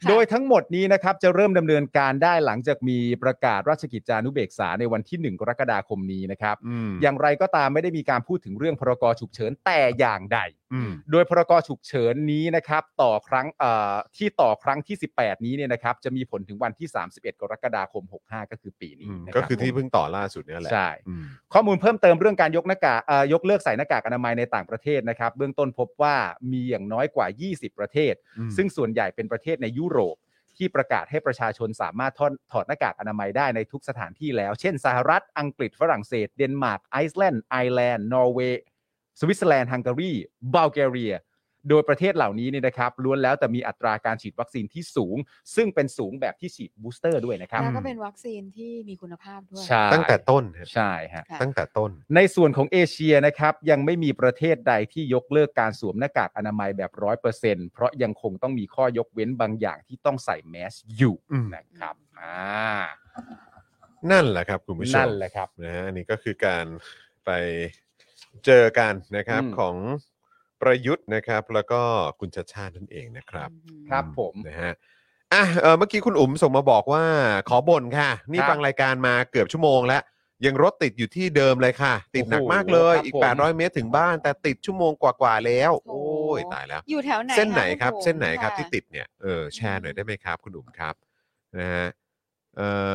Speaker 4: ค่ะ
Speaker 3: โดยทั้งหมดนี้นะครับจะเริ่มดำเนินการได้หลังจากมีประกาศราชกิจจานุเบกษาในวันที่ 1 กรกฎาคมนี้นะครับ
Speaker 2: อืม
Speaker 3: อย่างไรก็ตามไม่ได้มีการพูดถึงเรื่องพรกฉุกเฉินแต่อย่างใด
Speaker 2: อืม
Speaker 3: โดยพรกฉุกเฉินนี้นะครับต่อครั้งเอ่อที่ต่อครั้งที่ 18 นี้เนี่ยนะครับจะมีผลถึงวันที่ 31 กรกฎาคม 65 ก็คือปี
Speaker 2: อื
Speaker 3: นี้
Speaker 2: ม
Speaker 3: นะรับ
Speaker 2: ก็คือที่เพิ่งต่อล่าสุดเนี่ยแหละ
Speaker 3: ใช่
Speaker 2: อืม
Speaker 3: ข้อมูลเพิ่มเติมเรื่องการยกหน้ากากเอ่อยกเลิกใส่หน้ากากอนามัยในต่างประเทศนะครับ เบื้องต้นพบว่ามีอย่างน้อยกว่า 20 ประเทศ
Speaker 2: อืม
Speaker 3: ซึ่งส่วนใหญ่เป็นประเทศในยุโรป ที่ประกาศให้ประชาชนสามารถถอดถอดหน้ากากอนามัยได้ในทุกสถานที่แล้ว เช่นสหรัฐ อังกฤษ ฝรั่งเศส เดนมาร์ก ไอซ์แลนด์ ไอร์แลนด์ นอร์เวย์ สวิตเซอร์แลนด์ ฮังการี บัลแกเรีย โดยประเทศเหล่านี้เนี่ยนะครับล้วนแล้วแต่มีอัตราการฉีดวัคซีนที่สูง ซึ่งเป็นสูงแบบที่ฉีดบูสเตอร์ด้วยนะครับ
Speaker 4: แล้วก็เป็นวัคซีนที่มีคุณภาพด้วย
Speaker 3: ใช่
Speaker 2: ตั้งแต่ต้นฮะ
Speaker 3: ใช่ฮะ
Speaker 4: ค่ะ
Speaker 2: ตั้งแต่ต้น
Speaker 3: ในส่วนของเอเชียนะครับยังไม่มีประเทศใดที่ยกเลิกการสวมหน้ากากอนามัยแบบร้อยเปอร์เซ็นเพราะยังคงต้องมีข้อยกเว้นบางอย่างที่ต้องใส่แมสอยู่
Speaker 2: อืม
Speaker 3: นะครับอ่า
Speaker 2: นั่นแหละครับคุณผู้ชม
Speaker 3: นั่นแหละครับ
Speaker 2: นะฮะอันนี้ก็คือการ ไปเจอกันนะครับ
Speaker 3: อืม
Speaker 2: ของประยุทธ์นะครับ แล้วก็คุณชาชาตินั่นเองนะครับ
Speaker 3: ครับผม
Speaker 2: นะฮะอ่ะเอ่อเมื่อกี้คุณอุ๋มส่งมาบอกว่าขอบ่นค่ะ นี่
Speaker 3: ครับ
Speaker 2: ฟังรายการมาเกือบชั่วโมงแล้ว ยังรถติดอยู่ที่เดิมเลยค่ะ ติดหนักมากเลย
Speaker 3: โอ้โห
Speaker 2: อีก
Speaker 3: ครับผม
Speaker 2: 800 เมตรถึงบ้าน แต่ติดชั่วโมงกว่าๆแล้ว
Speaker 4: โอ้
Speaker 2: โอ้
Speaker 4: โห
Speaker 2: ยตายแล้ว
Speaker 4: อยู่แถวไหน
Speaker 2: เส้นไหนครับ
Speaker 4: ะณ
Speaker 2: เส้นไหนครับ
Speaker 4: ะ
Speaker 2: ที่ติดเนี่ยเออแชร์หน่อยได้ไหมครับคุณอุ๋มครับนะฮะเออ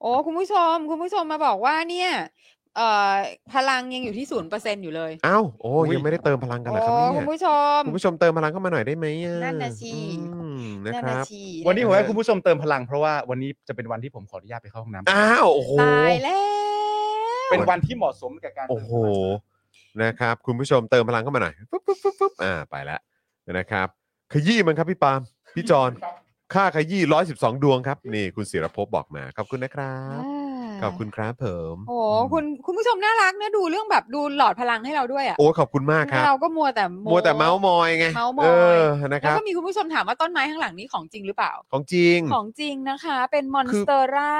Speaker 4: โอ้คุณผู้ชม คุณผู้ชมมาบอกว่าเนี่ยเอ่อพลังยังอยู่ที่ศูนย์เปอร์เซ็นอยู่เลย
Speaker 2: อ้าวโอ้
Speaker 3: อุ๊ย
Speaker 2: ยังไม่ได้เติมพลังกันเหรอค
Speaker 4: โอ้
Speaker 2: รับเนี่ย
Speaker 4: คุณผู้ชม
Speaker 2: คุณผู้ชมเติมพลังเข้ามาหน่อยได้ไหมอ่
Speaker 4: นั่นน่ะสิ
Speaker 2: อืมนะ
Speaker 4: นั่น
Speaker 2: ค
Speaker 4: นะ
Speaker 2: รับ
Speaker 4: ชี
Speaker 3: วันนี้ผม
Speaker 2: เอ
Speaker 3: ให้
Speaker 2: อ
Speaker 3: คุณผู้ชมเติมพลังเพราะว่าวันนี้จะเป็นวันที่ผมขออนุญาตไปเข้าห้องน้ำ
Speaker 2: อ้าวโอ้โห
Speaker 4: ตายแล้ว
Speaker 3: เป็นวันที่เหมาะสมกับการเติม
Speaker 2: โอ้โหนะครับ คุณผู้ชมเติมพลังเข้ามาหน่อยปุ๊บปุ๊บปุ๊บปุ๊บอ่าไปแล้วนะครับ ขยี้มันครับพี่ปาล์มพี่จอนค่าขยี้ร้อยสิบสองดวงครับ นี่คุณศิรภพบอกมาขอบคุณนะครับ ขอบคุณครับเผิม
Speaker 4: โอ้โหคุณคุณผู้ชมน่ารักนะดูเรื่องแบบดูหลอดพลังให้เราด้วยอ่ะ
Speaker 2: โอ้ขอบคุณมากครับ
Speaker 4: เราก็มัวแต่โ
Speaker 2: มัวแต่เมาส์มอยไง
Speaker 4: เมาส์มอย
Speaker 2: เออนะค
Speaker 4: แล้
Speaker 2: รั
Speaker 4: ว
Speaker 2: บ
Speaker 4: ก็มีคุณผู้ชมถามว่าต้นไม้ข้างหลังนี้ของจริงหรือเปล่า
Speaker 2: ของจริง
Speaker 4: ของจริงนะคะ เป็นมอนสเตอร่า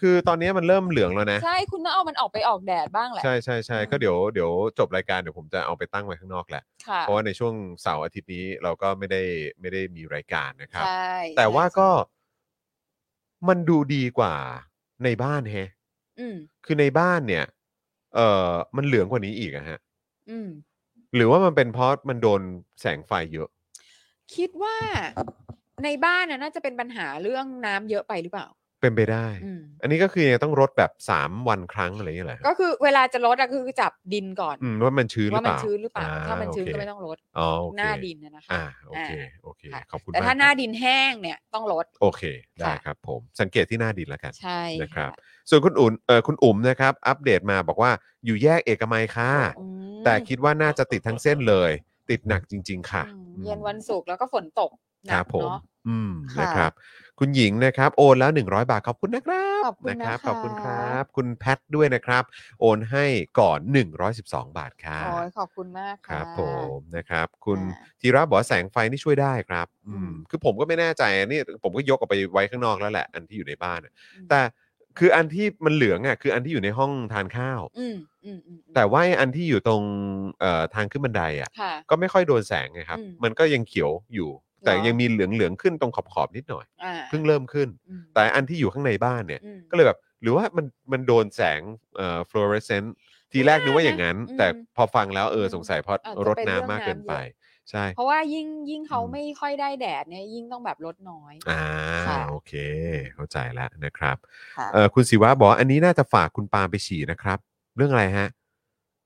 Speaker 2: คือตอนนี้มันเริ่มเหลืองแล้วนะ
Speaker 4: ใช่คุณต้องเอามันออกไปออกแดดบ้างแหละ
Speaker 2: ใช่ใช่ใช่
Speaker 4: อืม
Speaker 2: ก็เดี๋ยวเดี๋ยวจบรายการเดี๋ยวผมจะเอาไปตั้งไว้ข้างนอกแหละ
Speaker 4: ค่ะ
Speaker 2: เพราะว่าในช่วงเสาร์อาทิตย์นี้เราก็ไม่ได้ไม่ได้มีรายการนะครับ
Speaker 4: ใช่
Speaker 2: แต่ว่า
Speaker 4: ใช่
Speaker 2: ก็มันดูดีกว่าในบ้านแฮะ
Speaker 4: อืม
Speaker 2: คือในบ้านเนี่ย เออมันเหลืองกว่านี้อีกอะฮะ
Speaker 4: อืม
Speaker 2: หรือว่ามันเป็นเพราะมันโดนแสงไฟเยอะ
Speaker 4: คิดว่าในบ้านน่ะน่าจะเป็นปัญหาเรื่องน้ำเยอะไปหรือเปล่า
Speaker 2: เป็นไปได้
Speaker 4: อืม
Speaker 2: อันนี้ก็คือยังต้องรดแบบ 3 วันครั้งอะไรอย่างเงี้ยแหละ
Speaker 4: ก็คือเวลาจะลดอะคือจับดินก่อน
Speaker 2: อืมว่ามันชื้นหรือ
Speaker 4: ว่า
Speaker 2: เป
Speaker 4: มัน
Speaker 2: ล่า
Speaker 4: ชื้นหรือเปล่า ถ้ามันชื้น
Speaker 2: โเค
Speaker 4: ก็ไม่ต้องลด
Speaker 2: อ๋อโอเค
Speaker 4: หน้าดินน่ะนะคะ
Speaker 2: อ่าโอเคโอเค
Speaker 4: ค่ะ
Speaker 2: ขอบคุณ
Speaker 4: แต่
Speaker 2: มก
Speaker 4: ถ้าหน้า
Speaker 2: ครับ
Speaker 4: ดินแห้งเนี่ยต้องลด
Speaker 2: โอเค ได้
Speaker 4: ค่ะ
Speaker 2: ครับ ผมสังเกตที่หน้าดินแล้วกัน
Speaker 4: ใช่
Speaker 2: นะครับ ส่วนคุณอุ่นเออคุณอุ๋มนะครับ อัปเดตมาบอกว่าอยู่แยกเอกมัยค่ะ
Speaker 4: อืม
Speaker 2: แต่คิดว่าน่าจะติดทั้งเส้นเลย ติดหนักจริง ๆ ค่ะ
Speaker 4: อืมเย็นวันศุกร์แล้วก็ฝนตก
Speaker 2: ค
Speaker 4: หนั
Speaker 2: รับ
Speaker 4: ก
Speaker 2: ผม
Speaker 4: เนาะ
Speaker 2: อืม
Speaker 4: ค่ะ
Speaker 2: นะครับ คุณหญิงนะครับ โอนแล้ว 100 บาทขอบคุณนะครับ
Speaker 4: ขอบคุณนะคะ
Speaker 2: ขอบคุณครับ คุณแพทด้วยนะครับ โอนให้ก่อน 112 บาทค่ะ
Speaker 4: โอ้ยขอบคุณมาก
Speaker 2: ครับ
Speaker 4: ะ
Speaker 2: ผมนะครับ คุณ
Speaker 4: ค่ะ
Speaker 2: ธีระบอกว่าแสงไฟนี่ช่วยได้ครับ อื
Speaker 4: อื
Speaker 2: ม
Speaker 4: ม
Speaker 2: คือผมก็ไม่แน่ใจอันนี้ผมก็ยกออกไปไว้ข้างนอกแล้วแหละ อันที่อยู่ในบ้านอะ
Speaker 4: อืม
Speaker 2: แต่คืออันที่มันเหลืองอ่ะคืออันที่อยู่ในห้องทานข้าว
Speaker 4: อืมอืมอืมอืม
Speaker 2: แต่ว่าไอ้อันที่อยู่ตรงเอ่อทางขึ้นบันไดอ่ะ
Speaker 4: ค่ะ
Speaker 2: ก็ไม่ค่อยโดนแสงไงครับ
Speaker 4: อืม
Speaker 2: มันก็ยังเขียวอยู่ แต่
Speaker 4: หรอ
Speaker 2: ยังมีเหลืองเหลืองๆขึ้นตรงขอบขอบๆนิดหน่อย
Speaker 4: อ่า
Speaker 2: เพิ่งเริ่มขึ้น
Speaker 4: อืม
Speaker 2: แต่อันที่อยู่ข้างในบ้านเนี่ย
Speaker 4: อืม
Speaker 2: ก็เลยแบบหรือว่ามันมันโดนแสงเอ่อฟลูออเรสเซนต์ทีแรกนึกว่าอย่างนั้น
Speaker 4: อืม
Speaker 2: แต่พอฟังแล้วเอออ
Speaker 4: ม
Speaker 2: สงสัยเพราะ
Speaker 4: อาจจะ
Speaker 2: ร
Speaker 4: เป็
Speaker 2: ด
Speaker 4: น
Speaker 2: น้ำ
Speaker 4: เรื่อง
Speaker 2: มากเกิน
Speaker 4: น้ำ
Speaker 2: ไป
Speaker 4: เยอะ
Speaker 2: ใช่
Speaker 4: เพราะว่ายิ่งยิ่งเขา
Speaker 2: อืม
Speaker 4: ไม่ค่อยได้แดดเนี่ยยิ่งต้องแบบลดน้อย
Speaker 2: อ่า
Speaker 4: ค่ะ
Speaker 2: โอเค เข้าใจแล้วนะครับ
Speaker 4: ค่ะ
Speaker 2: เอ่อคุณศิวะบอกว่าอันนี้น่าจะฝากคุณปาล์มไปฉี่นะครับ เรื่องอะไรฮะ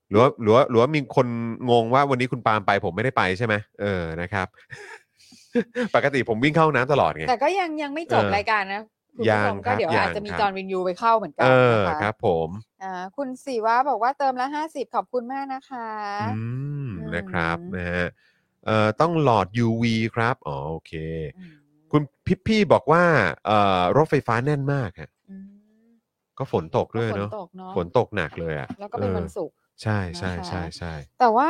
Speaker 2: หรือว่าหรือว่าหรือว่ามีคนงงว่าวันนี้คุณปาล์มไปผมไม่ได้ไปใช่ไหมเออนะครับ ปกติผมวิ่งเข้าห้องน้ำตลอดไง
Speaker 4: แต่ก็ยังยังไม่จบ
Speaker 2: เออ
Speaker 4: รายการนะคุณ
Speaker 2: ยั
Speaker 4: ผู้ช
Speaker 2: ง
Speaker 4: ม
Speaker 2: ครับ
Speaker 4: ก็เดี๋ยว
Speaker 2: ยัง
Speaker 4: อาจจะมี
Speaker 2: ครับ
Speaker 4: จอร์นวินยูไปเข้าเหมือนกั
Speaker 2: เอน อ
Speaker 4: นะคะ
Speaker 2: ครับ ผม
Speaker 4: อ่าคุณสีวะบอกว่าเติมละห้าสิบขอบคุณมากนะคะ
Speaker 2: อืม
Speaker 4: อืม
Speaker 2: นะครับนะฮะเอ่อต้องหลอด UV ครับอ๋อโอเค
Speaker 4: อืม
Speaker 2: คุณพิพพี่บอกว่าเอ่อรถไฟฟ้าแน่นมากฮะ
Speaker 4: อืม
Speaker 2: ก็ฝนตกด้วย
Speaker 4: ฝน
Speaker 2: เนาะ
Speaker 4: ตกเนาะ
Speaker 2: ฝนตกหนักเลยอ่ะ
Speaker 4: แล้วก็เป็น
Speaker 2: ออ
Speaker 4: วันศุกร์
Speaker 2: ใช่ใช่ใช่
Speaker 4: นะคะ
Speaker 2: ใช่
Speaker 4: แต่ว่า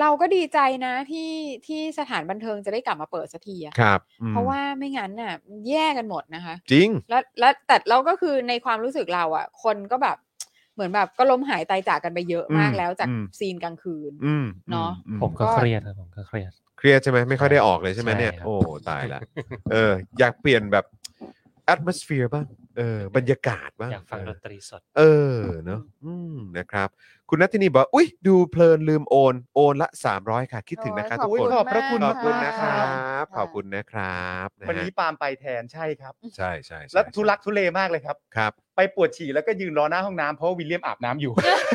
Speaker 4: เราก็ดีใจนะที่ที่สถานบันเทิงจะได้กลับมาเปิดสักทีอะ
Speaker 2: ครับอืม
Speaker 4: เพราะว่าไม่งั้นน่ะแย่กันหมดนะคะ
Speaker 2: จริง
Speaker 4: แล้วแล้วแต่เราก็คือในความรู้สึกเราอะคนก็แบบ เหมือนแบบก็ล้มหายตายจากกันไปเยอะมาก
Speaker 2: อืม
Speaker 4: แล้วจาก
Speaker 2: อืม
Speaker 4: ซีนกลางคืน
Speaker 2: อืม
Speaker 4: เนอะ
Speaker 2: อื
Speaker 5: ผมก็เครียดครับผมก็เครียด
Speaker 2: เครียดใช่ไหมไม่ค่อยได้ออกเลยใช่ไหมเนี่ย
Speaker 5: ใช่ครับ
Speaker 2: โอ้ตายละเออ อยากเปลี่ยนแบบ atmosphere บ้างเออ บรรยากาศบ้าง
Speaker 5: อยากฟัง
Speaker 2: เอ
Speaker 5: ด
Speaker 2: อน
Speaker 5: ตรีสด
Speaker 2: เออเนาะอืมนะครับ คุณนัทธินีบอกว่าอุ้ยดูเพลินลืมโอน โอนละ 300 ค่ะ คิดถึงนะคะทุก
Speaker 3: โอ้ย
Speaker 2: คน
Speaker 3: ขอบพระคุณ
Speaker 2: ข
Speaker 3: มา
Speaker 2: อ
Speaker 3: ก
Speaker 2: บคุณนะครับ
Speaker 4: ค่ะ
Speaker 2: ขอบคุณนะครับะฮะ
Speaker 3: วันนี้ปาล์มไปแทนใช่ครับ
Speaker 2: ใช่ใช่ใช่
Speaker 3: แล้วทุลักทุเลมากเลยครับ
Speaker 2: ครับ
Speaker 3: ไปปวดฉี่แล้วก็ยืนรอหน้าห้องน้ำเพราะว่าวิลเลียมอาบน้ำอยู่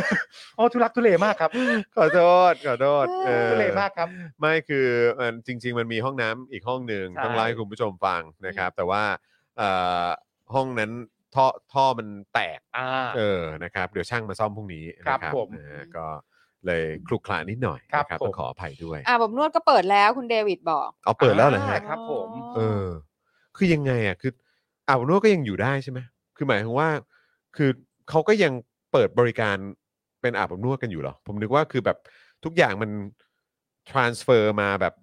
Speaker 3: อ๋อทุลักทุเลมากครับ
Speaker 2: ขอโทษขอโทษออ
Speaker 3: ทุเลมากครับ
Speaker 2: ไม่คือมันจริง ๆ มันมีห้องน้ำอีกห้องหนึ่ง
Speaker 3: ใช่
Speaker 2: ต้องเล่าให้คุณผู้ชมฟังนะครับ แต่ว่าเอ่อห้องนั้นท่อท่อมันแตก
Speaker 3: อ่า
Speaker 2: เออนะครับ เดี๋ยวช่างมาซ่อมพรุ่งนี้นะครับ
Speaker 3: ผม
Speaker 2: เออก็เลยคลุกคลานิดหน่อย
Speaker 3: ครับ
Speaker 2: นะครับ
Speaker 3: ผม
Speaker 2: ต้องขออภัยด้วย
Speaker 4: อ่าบบนวดก็เปิดแล้วคุณเดวิดบอก
Speaker 2: เอาเปิดแล้วเหรอฮะ
Speaker 3: อ่าครับผม
Speaker 2: เออ คือยังไงอ่ะคืออาบอบนวดก็ยังอยู่ได้ใช่ไหมคือหมายถึงว่า คือเขาก็ยังเปิดบริการเป็นอาบอบนวดกันอยู่เหรอผมนึกว่าคือแบบทุกอย่างมัน transfer มาแบบ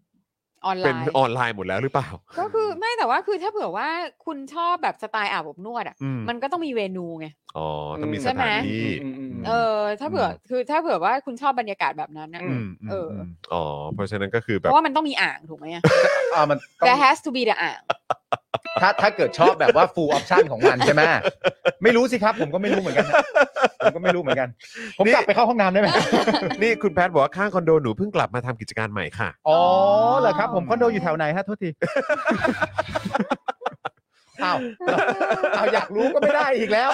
Speaker 4: ออนไล
Speaker 2: เป็น
Speaker 4: น์
Speaker 2: ออนไลน์หมดแล้วหรือเปล่า
Speaker 4: ก็คือไม่แต่ว่าคือถ้าเผื่อว่าคุณชอบแบบสไตล์อาบอบนวดอ่ะ
Speaker 2: อืม
Speaker 4: มันก็ต้องมีเวนูไง
Speaker 2: อ๋อ ต้องมี
Speaker 4: ใช่
Speaker 2: ส
Speaker 4: ไหม
Speaker 2: ถานที่
Speaker 3: อืมอืมอืม
Speaker 4: เออ ถ้าเผื่อคือถ้าเผื่อว่าคุณชอบบรรยากาศแบบนั้นนะ
Speaker 3: อื
Speaker 2: ม
Speaker 4: เอออื
Speaker 2: มอ๋อ เพราะฉะนั้นก็คือ
Speaker 4: เพ
Speaker 2: แบบ
Speaker 4: ราะว่ามันต้องมีอ่างถูกไหมอะ
Speaker 3: อ่ามันต้อง
Speaker 4: there has to be the อ่าง
Speaker 3: ถ้าถ้าเกิดชอบแบบว่า full option ของมันใช่ไหมไม่รู้สิครับ ผมก็ไม่รู้เหมือนกันนะผมก็ไม่รู้เหมือนกัน ผม
Speaker 2: นี่
Speaker 3: กลับไปเข้าห้องน้ำได้ไหม
Speaker 2: นี่คุณแพทย์บอกว่าข้างคอนโดหนูเพิ่งกลับมาทำกิจการใหม่ค่ะ
Speaker 3: อ๋อเหรอครับ ผมคอนโดอยู่แถวไหนฮะโทษที อ้าวอ้าวอยากรู้ก็ไม่ได้อีกแล้ว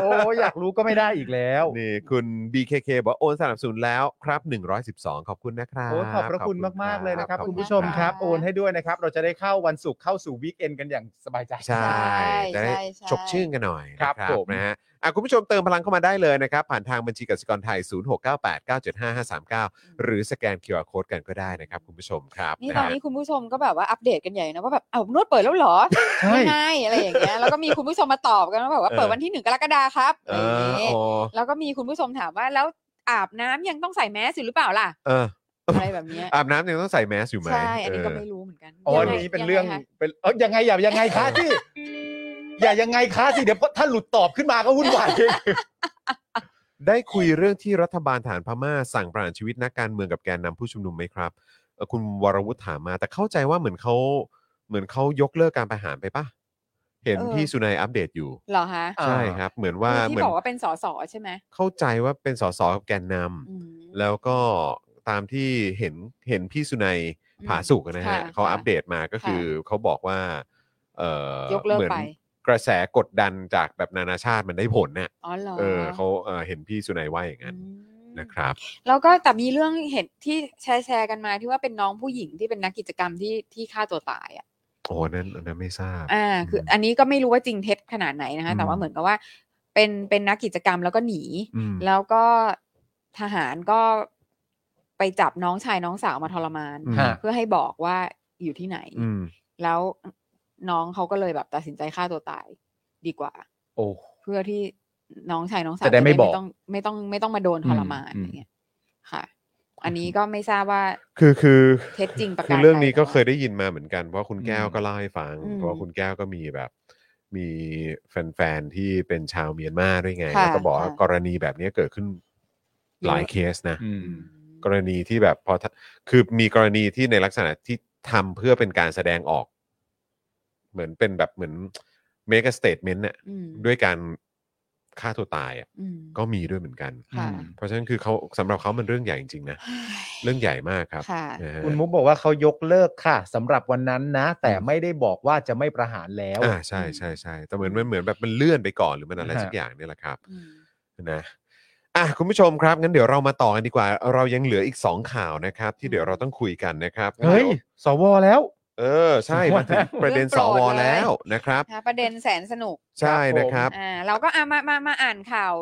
Speaker 3: โอ้อยากรู้ก็ไม่ได้อีกแล้ว
Speaker 2: นี่คุณ BKK บอกว่าโอนสนับสนุนแล้วครับ 112 ขอบคุณนะครับ
Speaker 3: โอ้ขอบพระคุณมาก ๆ เลยนะครับ
Speaker 2: ขอ
Speaker 3: คุณ
Speaker 2: ณ
Speaker 3: ผู้ชมครับ โอนให้ด้วยนะครับ เราจะได้เข้าวันศุกร์เข้าสู่วีคเอนกันอย่างสบายใจ
Speaker 2: ใช่
Speaker 4: ใช่
Speaker 2: จะได้
Speaker 4: ใช่ใช่
Speaker 2: ชบชื่นกันหน่อยนะครับ
Speaker 3: ผม
Speaker 2: นะฮะอ่ะคุณผู้ชมเติมพลังเข้ามาได้เลยนะครับ ผ่านทางบัญชีกสิกรไทย 0698975539 หรือสแกน QR Code กันก็ได้นะครับ คุณผู้ชมครั
Speaker 4: นี่
Speaker 2: บะ
Speaker 4: ต
Speaker 2: ฮะ
Speaker 4: อนนี้คุณผู้ชมก็แบบว่าอัปเดตกันใหญ่นะว่าแบบเอาวนวดเปิดแล้วเหรอ
Speaker 3: ใช่
Speaker 4: ยังไงอะไรอย่างเงี้ยแล้วก็มีคุณผู้ชมมาตอบกันว่าแบบว่า
Speaker 2: เออ
Speaker 4: เปิดวันที่หนึ่งกรกฎาคมครับ
Speaker 2: เอ
Speaker 4: อะไรอย่า
Speaker 2: อ
Speaker 4: งเงี้ย
Speaker 2: อ๋อ
Speaker 4: แล้วก็มีคุณผู้ชมถามว่าแล้วอาบน้ำยังต้องใส่แมสอยู่หรือเปล่าล่ะ
Speaker 2: เออ
Speaker 4: อะไรแบบเนี้ย
Speaker 2: อาบน้ำยังต้องใส่แมสอยู่ไหม
Speaker 4: ใช่อันนี้ก็
Speaker 2: เ
Speaker 4: ไม่รู้เหมือนกัน
Speaker 3: อ๋ออั
Speaker 4: ยั
Speaker 3: น
Speaker 4: ไ
Speaker 3: นี้เป็น
Speaker 4: ยัไ
Speaker 3: เรื่อง
Speaker 4: คะ
Speaker 3: เป็นเออยังไงอย่ายังไงคะสิอย่ายังไงคะสิเดี๋ยวถ้าหลุดตอบขึ้นมาก็วุ่นวาย
Speaker 2: ได้คุยเรื่องที่รัฐบาลฐานพม่าสั่งประหารชีวิตนักการเมืองกับแกนนำผู้ชุมนุมไหมครับเอ่อคุณวรวุฒิถามมา แต่เข้าใจว่าเหมือนเขาเหมือนเขายกเลิกการประหารไปปะเห็นพี่สุนัยอัปเดตอยู่
Speaker 4: เหรอคะ
Speaker 3: อ่า
Speaker 2: ใช่ครับ เหมือนว่า
Speaker 4: คือ
Speaker 2: เห
Speaker 4: ที่
Speaker 2: มืน
Speaker 4: บอกว่าเป็นสสใช่ไหม
Speaker 2: เข้าใจว่าเป็นสสกับแกนนำ
Speaker 4: อืม
Speaker 2: แล้วก็ตามที่เห็นเห็นพี่สุนัยผาสุกนะฮะ
Speaker 4: ค่ะ
Speaker 2: เขาอัปเดตมาก็คือเขาบอกว่าเออย
Speaker 4: กเลิก
Speaker 2: เหมือน
Speaker 4: ไป
Speaker 2: กระแสกดดันจากแบบนานาชาติมันได้ผลเนี่ย
Speaker 4: อ๋อเหรอ
Speaker 2: เออเขาเอ่อเห็นพี่สุนัยว่าอย่างนั้น
Speaker 4: อืม
Speaker 2: นะครับ
Speaker 4: แล้วก็แต่มีเรื่องเห็นที่แชร์แชร์กันมาที่ว่าเป็นน้องผู้หญิงที่เป็นนักกิจกรรมที่ที่ฆ่าตัวตายอ่ะ
Speaker 2: โอ้นั้นอันนั้นไม่ทราบ
Speaker 4: อ่า คืออันนี้ก็ไม่รู้ว่าจริงเท็จขนาดไหนนะคะ แต่ว่าเหมือนกับว่า เป็นเป็นนักกิจกรรมแล้วก็หนี
Speaker 2: อืม
Speaker 4: แล้วก็ทหารก็ไปจับน้องชายน้องสาวมาทรมาน
Speaker 2: อืม
Speaker 3: ฮะ
Speaker 4: เพื่อให้บอกว่าอยู่ที่ไหน
Speaker 2: อืม
Speaker 4: แล้วน้องเขาก็เลยแบบตัดสินใจฆ่าตัวตายดีกว่า
Speaker 3: โอ้
Speaker 4: เพื่อที่น้องชายน้องสาว
Speaker 3: จะได้ไม่บอก
Speaker 4: ต้องไม่ต้องไม่ต้องมาโดนทรมาน
Speaker 3: อืม
Speaker 4: อะไรเงี้ยค่ะ อันนี้ก็ไม่ทราบว่า
Speaker 2: คือคือ
Speaker 4: เท็จจริงประการ
Speaker 2: คือเรื่องนี้
Speaker 4: ใด
Speaker 2: ก็
Speaker 4: แต่ว่า
Speaker 2: เคยได้ยินมาเหมือนกันเพราะคุณแก้ว
Speaker 3: อืม
Speaker 2: ก็เล่าให้ฟัง
Speaker 4: อืม
Speaker 2: เพราะว่าคุณแก้วก็มีแบบ มีแฟนๆที่เป็นชาวเมียนมาด้วยไง
Speaker 4: ค่ะ
Speaker 2: แล้วก็บอกว่า
Speaker 4: ค่ะ
Speaker 2: กรณีแบบนี้เกิดขึ้นหลายเคสนะ
Speaker 3: อืม
Speaker 2: กรณีที่แบบพอถ้าคือมีกรณีที่ในลักษณะที่ ทำเพื่อเป็นการแสดงออก เหมือนเป็นแบบเหมือน make a statement เนี่ย
Speaker 4: อืม
Speaker 2: ด้วยการฆ่าตัวตายอ่ะ
Speaker 4: อืม
Speaker 2: ก็มีด้วยเหมือนกัน
Speaker 4: ค่ะ
Speaker 3: อืม
Speaker 2: เพราะฉะนั้นคือเขาสำหรับเขามันเรื่องใหญ่จริงๆนะ เรื่องใหญ่มากครับ
Speaker 4: ค่ะ
Speaker 2: นะฮะ
Speaker 3: คุณมุกบอกว่าเขายกเลิกค่ะสำหรับวันนั้นนะ แต่ไม่ได้บอกว่าจะไม่ประหารแล้ว
Speaker 2: อ่าใช่ใช่ใช่แต่เหมือนมันเหมือนแบบมันเลื่อนไปก่อนหรือมันอะไร
Speaker 3: ฮะ
Speaker 2: สักอย่างเนี่ยแหละครับ
Speaker 4: อืม
Speaker 2: นะอ่ะคุณผู้ชมครับ งั้นเดี๋ยวเรามาต่อกันดีกว่า เรายังเหลืออีก 2 ข่าวนะครับ ที่เดี๋ยวเราต้องคุยกันนะครับ
Speaker 3: เฮ้ย สวแล้ว
Speaker 2: เออ ใช่
Speaker 3: สว
Speaker 2: มาถึงประเด็น
Speaker 4: เรื่
Speaker 2: ส
Speaker 4: องโป
Speaker 2: ว
Speaker 4: รดเลย
Speaker 2: แล้วนะครับ
Speaker 4: นะคะประเด็นแสนสนุก
Speaker 2: ใช่นะครับ
Speaker 4: อ่าเราก็เอามามามาอ่านข่าว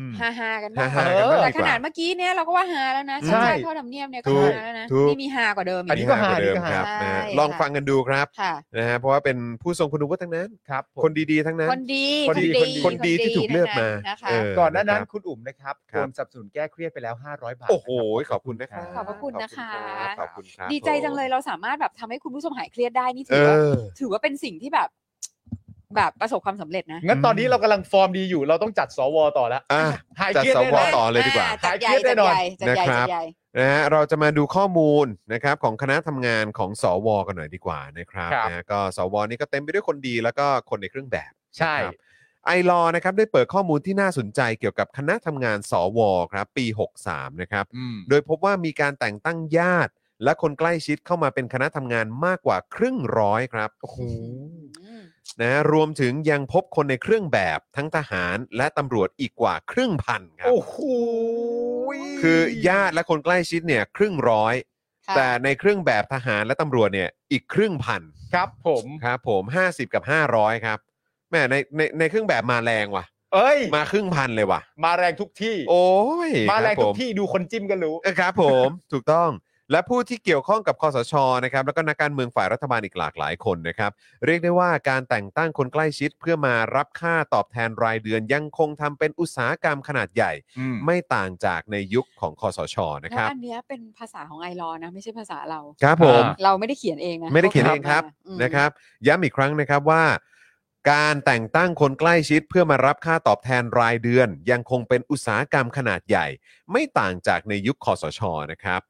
Speaker 3: อืม
Speaker 4: ฮาฮาๆกันบ้าง
Speaker 2: ฮาๆกันบ้างดี
Speaker 4: แต่
Speaker 2: กว่า
Speaker 4: ขนาดเมื่อกี้เนี่ยเราก็ว่าฮาแล้วนะ
Speaker 3: ใช่
Speaker 4: ชาติเข้าทำเนียบเนี่ยก็
Speaker 2: ถูก
Speaker 4: ฮาแล้วนะ
Speaker 2: ถูก
Speaker 4: นี่มีฮากว่าเดิม
Speaker 3: อั
Speaker 4: อี
Speaker 3: นนี้
Speaker 4: ก
Speaker 3: ก็หา
Speaker 2: เดิม
Speaker 3: อันนี้
Speaker 2: ค
Speaker 3: ก็หา
Speaker 2: รับนะฮะ
Speaker 4: ใช่
Speaker 2: ลองฟังกันดูครับ
Speaker 4: ค่ะ
Speaker 2: นะฮะเพราะว่าเป็นผู้ทรงคุณวุฒิทั้งนั้น
Speaker 3: ครับผม
Speaker 2: คนดีๆทั้งนั้น
Speaker 4: คนดี
Speaker 2: คนดีคนดีที่ถูกเลือกมา
Speaker 4: ทั้งนั้นนะคะ
Speaker 2: เออ
Speaker 3: ก่อนหน้านั้น
Speaker 2: นะครับ
Speaker 3: คุณอุ่มนะครับ
Speaker 2: ค
Speaker 3: โอ
Speaker 2: รับ
Speaker 3: นสนับสนุนแก้เครียดไปแล้ว 500 บาท
Speaker 2: โอ้โห
Speaker 3: นะ
Speaker 2: ข
Speaker 3: รั
Speaker 2: อบคุณนะครับ
Speaker 4: ขอบพระคุณนะคะ
Speaker 2: ขอบคุณครับ
Speaker 4: ดีใจจังเลยเราสามารถแบบทำให้คุณผู้ชมหายเครียดได้นี่
Speaker 2: เอ
Speaker 4: ถือ
Speaker 2: อ
Speaker 4: ว่าถือว่าเป็นสิ่งที่แบบ แบบประสบความสำเร็จนะ
Speaker 3: งั้นตอนนี้เรากำลังฟอร์มดีอยู่ เราต้องจัดสวต่อแล้ว
Speaker 2: อ่ะ
Speaker 3: หาย
Speaker 2: จัด
Speaker 3: เครียด
Speaker 2: สว
Speaker 3: แน่
Speaker 2: ต่อเลยดีกว่า
Speaker 4: จัดใหญ่
Speaker 3: หายเครียดแน่น
Speaker 4: จัด
Speaker 3: อน
Speaker 4: ใหญ่จัด
Speaker 2: นะค
Speaker 4: ใหญ่
Speaker 2: รั
Speaker 4: จั
Speaker 2: บ
Speaker 4: ดใหญ่
Speaker 2: นะฮะเราจะมาดูข้อมูลนะครับของคณะทำงานของสวกันหน่อยดีกว่านะครับ
Speaker 3: ครับ
Speaker 2: นะฮะก็สวนี่ก็เต็มไปด้วยคนดีแล้วก็คนในเครื่องแบบ
Speaker 3: ใช่
Speaker 2: ครับไอรอนะครับได้เปิดข้อมูลที่น่าสนใจเกี่ยวกับคณะทำงานสวครับปี 63นะครับ
Speaker 3: อืม
Speaker 2: โดยพบว่ามีการแต่งตั้งญาติ และคนใกล้ชิดเข้ามาเป็นคณะทำงานมากกว่าครึ่งร้อยครับนะฮะรวมถึงยังพบคนในเครื่องแบบทั้งทหารและตำรวจอีกกว่าครึ่งพันครับ
Speaker 3: โอ้โห
Speaker 2: คือญาติและคนใกล้ชิดเนี่ยครึ่งร้อย
Speaker 4: ค่ะ
Speaker 2: แต่ในเครื่องแบบทหารและตำรวจเนี่ยอีกครึ่งพัน
Speaker 3: ครับผม
Speaker 2: ครับผม 50 กับ 500 ครับแหม่ในในในเครื่องแบบมาแรงว่ะ
Speaker 3: เอ้ย
Speaker 2: มาครึ่งพันเลยว่ะ
Speaker 3: มาแรงทุกที่
Speaker 2: โอ้ย
Speaker 3: มาแรง
Speaker 2: คบ
Speaker 3: ทุ
Speaker 2: ผ
Speaker 3: กที่ดูคนจิ้มกันรู้
Speaker 2: เออครับผม ถูกต้องและผู้ที่เกี่ยวข้องกับคอสชนะครับแล้วก็นักการเมืองฝ่ายรัฐบาลอีกหลากหลายคนนะครับ เรียกได้ว่าการแต่งตั้งคนใกล้ชิดเพื่อมารับค่าตอบแทนรายเดือนยังคงทำเป็นอุตสาหกรรมขนาดใหญ่ ไม่ต่างจากในยุคของคอสชนะค
Speaker 4: แล้
Speaker 2: รั
Speaker 4: ว
Speaker 2: บ
Speaker 4: อันเนี้ยเป็นภาษาของไอรอนะ ไม่ใช่ภาษาเรา
Speaker 2: ครับผม
Speaker 3: อ่า
Speaker 4: เราไม่ได้เขียนเองนะ
Speaker 2: ไม่ได้เขียนเองครับ
Speaker 4: ขาขียนมา
Speaker 2: นะครับ ย้ำอีกครั้งนะครับว่า การแต่งตั้งคนใกล้ชิดเพื่อมารับค่าตอบแทนรายเดือน ยังคงเป็นอุตสาหกรรมขนาดใหญ่ ไม่ต่างจากในยุคคอสชนะครับ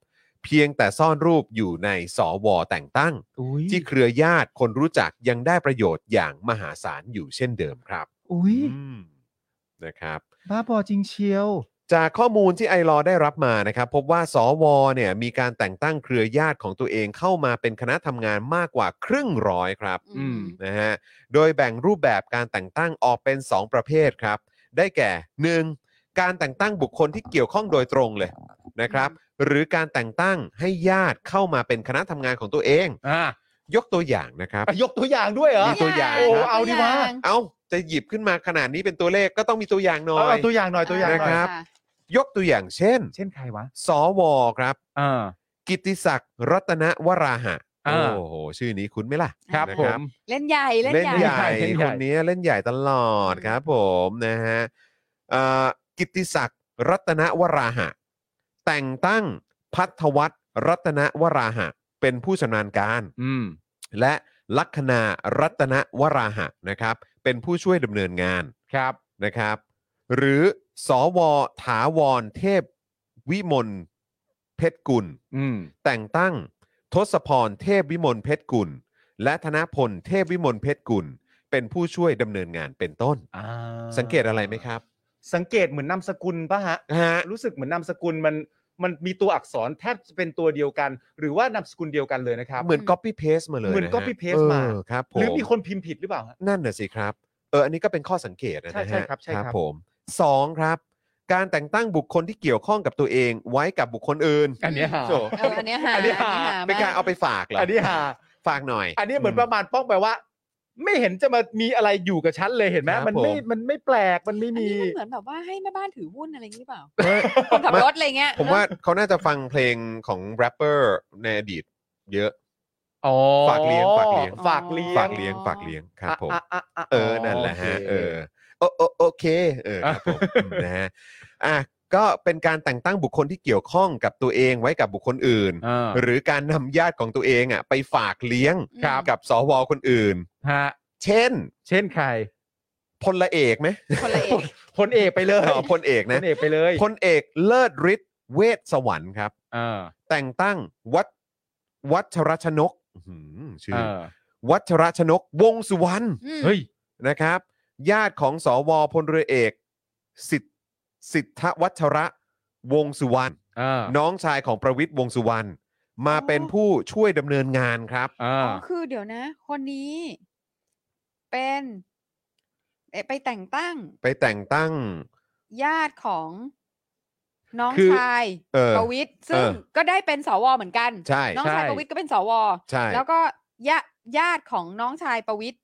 Speaker 2: เพียงแต่ซ่อนรูปอยู่ในสวแต่งตั้ง
Speaker 3: อุ้ย
Speaker 2: ที่เครือญาติคนรู้จักยังได้ประโยชน์อย่างมหาศาลอยู่เช่นเดิมครับ
Speaker 3: อุ้ย
Speaker 2: อืมนะครับ
Speaker 3: บ้าบอจริงเชียว
Speaker 2: จากข้อมูลที่ไอรอได้รับมานะครับพบว่าสวเนี่ยมีการแต่งตั้งเครือญาติของตัวเองเข้ามาเป็นคณะทำงานมากกว่าครึ่งร้อยครับ
Speaker 4: อืม
Speaker 2: นะฮะ โดยแบ่งรูปแบบการแต่งตั้งออกเป็น 2 ประเภทครับ ได้แก่ 1. การแต่งตั้งบุคคลที่เกี่ยวข้องโดยตรงเลยนะครับ หรือการแต่งตั้งให้ญาติเข้ามาเป็นคณะทำงานของตัวเอง
Speaker 3: อ่าย
Speaker 2: กตัวอย่างนะครับ
Speaker 3: ยกตัวอย่างด้วยเหรอ
Speaker 2: มีตัวอย่าง
Speaker 3: โอ้
Speaker 2: ครับ
Speaker 3: เอาดิวะ
Speaker 2: เอ้า จะหยิบขึ้นมาขนาดนี้เป็นตัวเลขก็ต้องมีตัวอย่างหน่อย
Speaker 3: เอาตัวอย่างหน่อยตัวอย่างหน่
Speaker 2: นะ
Speaker 3: อ
Speaker 2: ค
Speaker 3: ย
Speaker 2: รับ ยกตัวอย่างเช่น
Speaker 3: เช่นใครวะ
Speaker 2: สวครับ
Speaker 3: อ่า
Speaker 2: กิตติศักดิ์รัตนวราหะ
Speaker 3: อ่า
Speaker 2: โอ้โห ชื่อนี้คุ้นไหมล่ะ
Speaker 3: ครับ
Speaker 2: นะ
Speaker 3: ผม
Speaker 4: เล่นใหญ่เล่น
Speaker 2: เล่น
Speaker 4: ใหญ่
Speaker 2: ใหญ่
Speaker 3: เล่นใหญ่
Speaker 2: คนนี้เล่นใหญ่ตลอด
Speaker 4: อืม
Speaker 2: ครับผมนะฮะเอ่อกิตติศักดิ์รัตนวราหะ แต่งตั้งพัทวัฒน์รัตนวราหะ เป็นผู้ชำนาญการ
Speaker 3: อืม
Speaker 2: และลัคนารัตนวราหะนะครับ เป็นผู้ช่วยดำเนินงาน
Speaker 3: ครับ
Speaker 2: นะครับ หรือสอวถาวรเทพวิมลเพชรกุล
Speaker 3: อืม
Speaker 2: แต่งตั้งทศพรเทพวิมลเพชรกุล และธนพลเทพวิมลเพชรกุล เป็นผู้ช่วยดำเนินงานเป็นต้น
Speaker 3: อ่า
Speaker 2: สังเกตอะไรไหมครับ
Speaker 3: สังเกตเหมือนนามสกุลปะฮะ
Speaker 2: ฮะ
Speaker 3: รู้สึกเหมือนนามสกุลมันมันมีตัวอักษรแทบจะเป็นตัวเดียวกัน หรือว่านามสกุลเดียวกันเลยนะครับ
Speaker 2: เหมือน copy paste มาเลย
Speaker 3: เหมือนะ
Speaker 2: ฮะ
Speaker 3: copy paste มา
Speaker 2: เออครับผม
Speaker 3: หรือมีคนพิมพ์ผิดหรือเปล่าฮะ
Speaker 2: นั่นน่ะสิครับเอออันนี้ก็เป็นข้อสังเกตนะ
Speaker 3: ใช่
Speaker 2: นะ
Speaker 3: ใช่
Speaker 2: ฮะ
Speaker 3: ครับใช่ครับ
Speaker 2: ผมสองครับ การแต่งตั้งบุคคลที่เกี่ยวข้องกับตัวเองไว้กับบุคคลอื่น
Speaker 3: อันเนี้ยหา
Speaker 2: โถ่
Speaker 4: เอออันเนี้ยหา
Speaker 3: อันนี้หา
Speaker 4: ม
Speaker 2: เป็นการเอาไปฝากเหรอ
Speaker 3: อั
Speaker 2: อั
Speaker 3: นนี้หา
Speaker 2: ฝากหน่อย
Speaker 3: อันนี้เหมือนประมาณป้องแปลว่า ไม่เห็นจะมามีอะไรอยู่กับฉันเลยเห็นไหม
Speaker 2: ครับ
Speaker 3: มันไม่
Speaker 2: ผม
Speaker 3: มันไม่แปลกมันไม่
Speaker 4: อัน
Speaker 3: มี
Speaker 4: นี้มันเหมือนแบบว่าให้แม่บ้านถือหุ้นอะไรอย่างนี้หรือเปล่า
Speaker 2: เออ
Speaker 4: คนขับรถอะไรเงี้ย
Speaker 2: ผมว่าเขาน่าจะฟังเพลงของแรปเปอร์ในอดีตเยอะ
Speaker 3: อ๋อ
Speaker 2: ฝากเลี้ยงฝากเลี้ยง
Speaker 3: ฝากเลี้ยง
Speaker 2: ฝากเลี้ยงฝากเลี้ยงครับผม
Speaker 3: อ่ะอ่ะะะ
Speaker 2: เออ นั่นแหละฮะ
Speaker 3: โค
Speaker 2: เออ โอโอโอเค เออ ครับผมอืมนะฮะ อ่ะ ก็เป็นการแต่งตั้งบุคคลที่เกี่ยวข้องกับตัวเองไว้กับบุคคลอื่น
Speaker 3: เออ
Speaker 2: หรือการนำญาติของตัวเองอ่ะไปฝากเลี้ยงกับสวคนอื่น
Speaker 3: ฮะ
Speaker 2: เช่น
Speaker 3: เช่นใคร
Speaker 2: พลเอกไหม
Speaker 4: คนละเอก
Speaker 3: พลเอกไปเลย
Speaker 2: อ๋อพลเอกนะ
Speaker 3: พลเอกไปเลย
Speaker 2: พลเอกเลิศฤทธิ์เวชสวรรค์ครับ
Speaker 3: เออ
Speaker 2: แต่งตั้งวัด วัชรชนกอื้อหือชื่
Speaker 3: เอ
Speaker 2: อ
Speaker 3: อ
Speaker 2: วัชรชนกวงสุวรรณ
Speaker 4: อืม
Speaker 3: เฮ้ย
Speaker 2: นะครับ ญาติของสวพลเรือเอก สิทธสิทธวัชระวงสุวรรณ
Speaker 3: เออ
Speaker 2: น้องชายของประวิทย์วงสุวรรณมาเป็นผู้ช่วยดำเนินงานครับ
Speaker 3: เอ
Speaker 4: อ๋
Speaker 3: อ
Speaker 4: อคือเดี๋ยวนะ คนนี้ เป็นเอ่อไปแต่งตั้ง
Speaker 2: ไปแต่งตั้ง
Speaker 4: ญาติของน้อง
Speaker 2: คือ
Speaker 4: ชาย
Speaker 2: เออ
Speaker 4: ประวิทย์ซึ่ง
Speaker 2: เออ
Speaker 4: ก็ได้เป็นสวเหมือนกัน
Speaker 2: ใช่
Speaker 4: น้องชายประวิทย์ก็เป็นสว
Speaker 2: ใช่
Speaker 4: แล้วก็ญาติญาติของน้องชายประวิทย์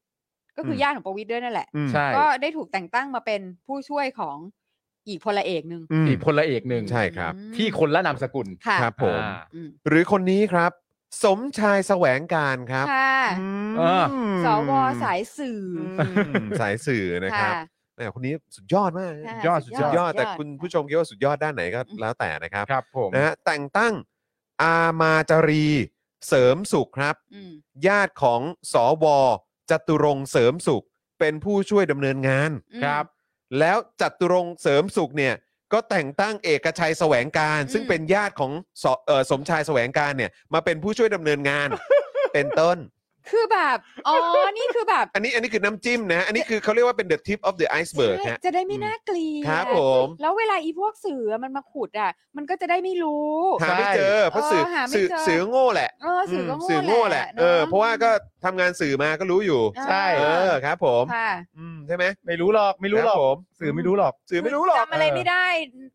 Speaker 4: ก็คืออ
Speaker 2: ม
Speaker 4: ญาติของประวิทย์ด้วยนั่นแหละ
Speaker 2: อืม
Speaker 3: ใช่
Speaker 4: ก็ได้ถูกแต่งตั้งมาเป็นผู้ช่วยของอีกพลเอกหนึ่ง
Speaker 2: อืม
Speaker 3: อีกพลเอกหนึ่ง
Speaker 2: ใช่ครับ
Speaker 4: อืม
Speaker 3: ที่คนละนามสกุล
Speaker 4: ค่ะ
Speaker 2: ครับผม
Speaker 3: อ่า
Speaker 4: อืม
Speaker 2: หรือคนนี้ครับ สมชายแสวงการครับ
Speaker 4: ค่ะ
Speaker 2: อืม
Speaker 3: เออ
Speaker 4: สวสายสื่ออ
Speaker 2: อืมสายสื่อนะครับแหมคนนี้สุดยอดมาก
Speaker 4: ค่ะ
Speaker 3: ยอดสุด
Speaker 2: สุดยอดแต่คุณผู้ชมคิดว่าสุดยอดด้านไหนก็แล้วแต่นะครับ
Speaker 3: ครับผม
Speaker 2: นะฮะแต่งตั้งอามาจารีเสริมสุขครับ
Speaker 4: อืม
Speaker 2: ญาติของสวจตุรงค์เสริมสุข เป็นผู้ช่วยดำเนินงาน
Speaker 4: อืม
Speaker 3: ครับ
Speaker 2: แล้วจตุรงค์เสริมสุขเนี่ยก็แต่งตั้งเอกชัยแสวงการ
Speaker 4: อืม
Speaker 2: ซึ่งเป็นญาติของสเอ่อสมชายแสวงการเนี่ยมาเป็นผู้ช่วยดำเนินงาน เป็นต้น
Speaker 4: คือแบบ อ๋อ นี่คือแบบ
Speaker 2: อันนี้อันนี้คือน้ำจิ้มนะ อันนี้คือเขาเรียกว่าเป็น the tip of the iceberg ฮะ
Speaker 4: จะได้ไม่น่าเกลียด
Speaker 2: ครับผม
Speaker 4: แล้วเวลาอีพวกสื่อมันมาขุดอ่ะ มันก็จะได้ไม่รู้
Speaker 2: หาไม่เจอเพราะสื่อ
Speaker 4: เออหาไม่
Speaker 2: สื่อ
Speaker 4: เจอ
Speaker 2: สื่อโง่แหละ
Speaker 4: เออสื่อก็
Speaker 2: มสื่อโง่แหละเออนเพราะว่าก็ทำงานสื่อมาก็รู้อยู่
Speaker 4: อ่า
Speaker 3: ใช่
Speaker 2: เออครับ ผม
Speaker 4: ค่ะ
Speaker 2: อืมใช่ไหม
Speaker 3: ไม่รู้หรอกไม่รู้หรอก
Speaker 2: คบผม
Speaker 3: สื่อไม่รู้หรอก
Speaker 2: สื่อไม่รู้หรอก
Speaker 4: จำอะไรไม่ได้